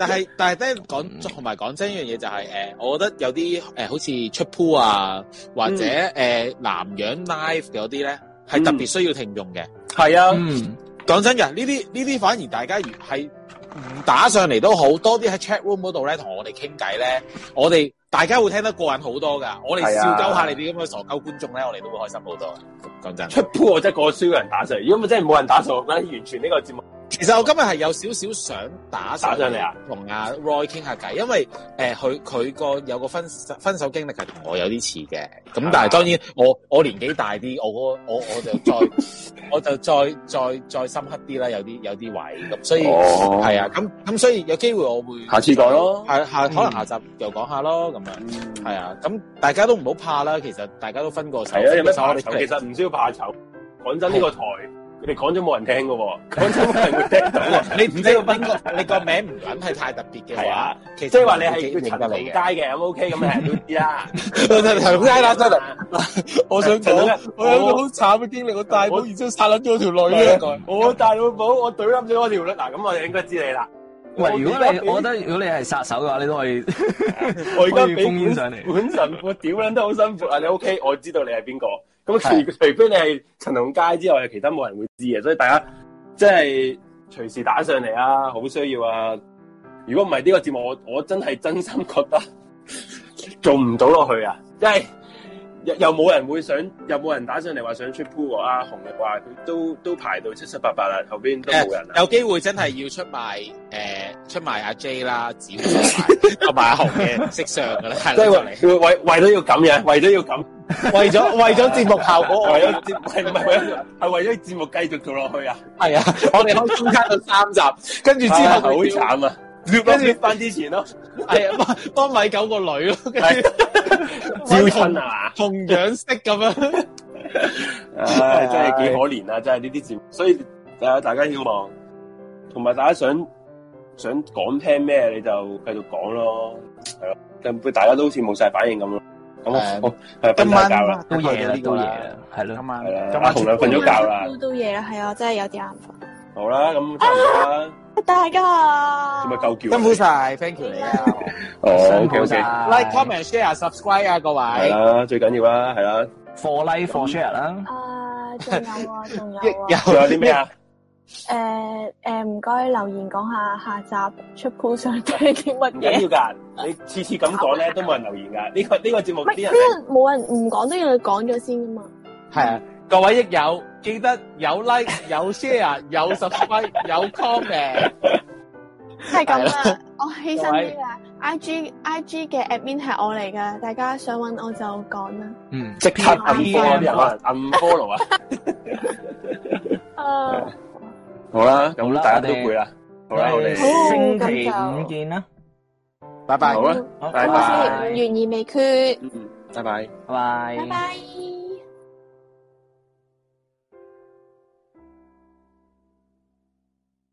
Speaker 11: 但
Speaker 2: 嗯
Speaker 11: 係但係咧講同埋講真一樣嘢就係、誒、我覺得有啲誒、好似出 pool 啊，或者誒、
Speaker 2: 嗯
Speaker 11: 南洋 live 嗰啲咧，係特別需要聽眾嘅。
Speaker 2: 係啊，
Speaker 3: 嗯，
Speaker 11: 講真嘅，呢啲呢啲反而大家如係唔打上嚟都好，多啲喺 chat room 嗰度咧同我哋傾偈咧，我哋大家會聽得過癮好多噶。我哋
Speaker 2: 係
Speaker 11: 笑
Speaker 2: 啊
Speaker 11: 鳩下你哋咁嘅傻鳩觀眾咧，我哋都會開心好多。講真。
Speaker 2: 出 pool 我真係過少人打上嚟，如果真係冇人打上，我覺得完全呢個節目
Speaker 11: 其實我今日係有少少想打
Speaker 2: 打上嚟啊，
Speaker 11: 同阿 Roy 傾下偈，因為誒佢佢個有個分分手經歷係同我有啲似嘅，咁但係當然我我年紀大啲，我嗰我我就再 我就再再再深刻啲啦，有啲有啲位咁，所以
Speaker 2: 哦
Speaker 11: 係啊，咁咁所以有機會我會
Speaker 2: 下次講咯
Speaker 11: 係下可能下集又講下咯，咁樣係啊，咁大家都唔好怕啦，其實大家都分過手，
Speaker 2: 係啊，有
Speaker 11: 分過
Speaker 2: 咩
Speaker 11: 手
Speaker 2: 怕
Speaker 11: 我
Speaker 2: 醜
Speaker 11: 哋？
Speaker 2: 其實唔需要怕醜。講真，呢個台佢哋講咗冇人聽嘅喎，講真冇人會聽到喎。
Speaker 11: 你唔知道邊個，你個名唔撚係太特別嘅
Speaker 2: 係
Speaker 11: 話
Speaker 2: 啊，
Speaker 11: 其實
Speaker 2: 即係 話你
Speaker 11: 自己
Speaker 2: 係
Speaker 11: 認
Speaker 2: 叫
Speaker 11: 得
Speaker 2: 陳同
Speaker 11: 你嘅。
Speaker 2: 佳嘅，咁 OK，咁人都知啦。
Speaker 11: 陳同佳啦真係我想
Speaker 2: 陳老
Speaker 11: 講
Speaker 2: 咧，
Speaker 11: 我有一個好慘嘅經歷，我大佬
Speaker 2: 我
Speaker 11: 然之後殺撚咗我條女
Speaker 2: 係啊
Speaker 11: 啊！
Speaker 2: 我大老母，我懟冧咗我條女，嗱咁我就應該知你啦。
Speaker 3: 喂，如果你，我覺得
Speaker 2: 得
Speaker 3: 如果你係殺手嘅話，你都可以，
Speaker 2: 我而家
Speaker 3: 可以
Speaker 2: 俾
Speaker 3: 封煙
Speaker 2: 本
Speaker 3: 上嚟
Speaker 2: 本神父屌撚得好辛苦啊！你 OK，我知道你係邊個。咁除除非你係陳同佳之外，其他冇人會知嘅，所以大家即係隨時打上嚟啊，好需要啊！如果唔係呢個節目，我我真係真心覺得 做唔到落去啊，因為。又又冇人會想，又冇人打上嚟話想出 pool 喎啊，紅嘅話佢都都排到七七八八啦，後邊都冇人啊啦。
Speaker 11: 有機會真係要出賣誒出賣阿 J 啦、子同埋同埋阿紅嘅色相㗎啦，係
Speaker 2: 即係
Speaker 11: 啦，
Speaker 2: 為為為咗要咁樣，為咗要咁，
Speaker 11: 為
Speaker 2: 哦
Speaker 11: 咗為咗節目效果，
Speaker 2: 為咗節係唔係為咗係為咗節目繼續做落去啊！
Speaker 11: 係啊，我哋可以中間到三集，跟住之
Speaker 2: 唉
Speaker 11: 後
Speaker 2: 好
Speaker 11: 佢叫
Speaker 2: 慘啊！
Speaker 11: 跟
Speaker 2: 跟
Speaker 11: 住
Speaker 2: 住翻之前咯，
Speaker 11: 係啊，幫幫米九個女咯，跟
Speaker 2: 係
Speaker 11: 住
Speaker 2: 招親啊嘛，
Speaker 11: 同樣式咁樣。
Speaker 2: 唉，真係幾可憐啊！真係呢啲節目，所以誒大家希望，同埋大家想想講聽咩，你就繼續講咯，係咯，咁大家都好似冇晒反應咁咯。咁
Speaker 11: 係
Speaker 2: 我我係瞓晒覺
Speaker 11: 啊
Speaker 2: 啦，
Speaker 3: 都夜啦
Speaker 11: 呢，個
Speaker 3: 都
Speaker 11: 啦
Speaker 3: 夜啦，係咯，
Speaker 10: 晚
Speaker 2: 哦係啦，阿紅又瞓咗覺啦，
Speaker 4: 都嘢啦，係啊，真係有啲眼瞓。
Speaker 2: 好啦，咁差唔多啦，
Speaker 4: 大家啊
Speaker 2: 做咪夠叫啊？
Speaker 10: 辛苦晒，thank you 你啊
Speaker 2: 哦
Speaker 3: 辛
Speaker 2: ，OK
Speaker 3: 苦
Speaker 2: OK，
Speaker 3: 晒
Speaker 11: like、comment、share、subscribe 啊，各
Speaker 2: 係
Speaker 11: 位。
Speaker 2: 啦，最緊要啦，係啦。
Speaker 3: ，for like for share 啦，
Speaker 4: 啊，仲有啊，仲有啊。
Speaker 2: 仲有啲咩啊？
Speaker 4: 诶诶，唔該留言講下下集出 pool 想聽啲乜
Speaker 2: 唔
Speaker 4: 嘢
Speaker 2: 緊。要㗎，你次次咁講咧都冇人留言㗎。呢、個呢、個節目
Speaker 4: 唔係
Speaker 2: 啲
Speaker 4: 呢
Speaker 2: 人
Speaker 4: 個冇人唔講都要你講咗先噶嘛。
Speaker 11: 係啊，各位益友記得有 like、有 share、有 subscribe、有 comment。
Speaker 4: 係咁
Speaker 11: 係
Speaker 4: 啦，我犧牲啲啦。I G I G 嘅 admin 係我嚟㗎，大家想揾我就講啦。
Speaker 3: 嗯，
Speaker 2: 即刻 unfollow 啲人可能 unfollow 啊。
Speaker 4: 啊，
Speaker 2: 好啦，
Speaker 3: 好
Speaker 2: 咁
Speaker 3: 啦
Speaker 2: 大家都
Speaker 3: 我哋
Speaker 2: 攰啦。好啦，我哋
Speaker 4: 好
Speaker 3: 星期五見啦，
Speaker 11: 拜拜
Speaker 2: 好。啦，啊
Speaker 4: 好
Speaker 2: 拜
Speaker 4: 我
Speaker 2: 拜。
Speaker 4: 星期五懸而未決。
Speaker 2: 嗯
Speaker 11: 拜拜，
Speaker 3: 拜拜
Speaker 4: 拜拜。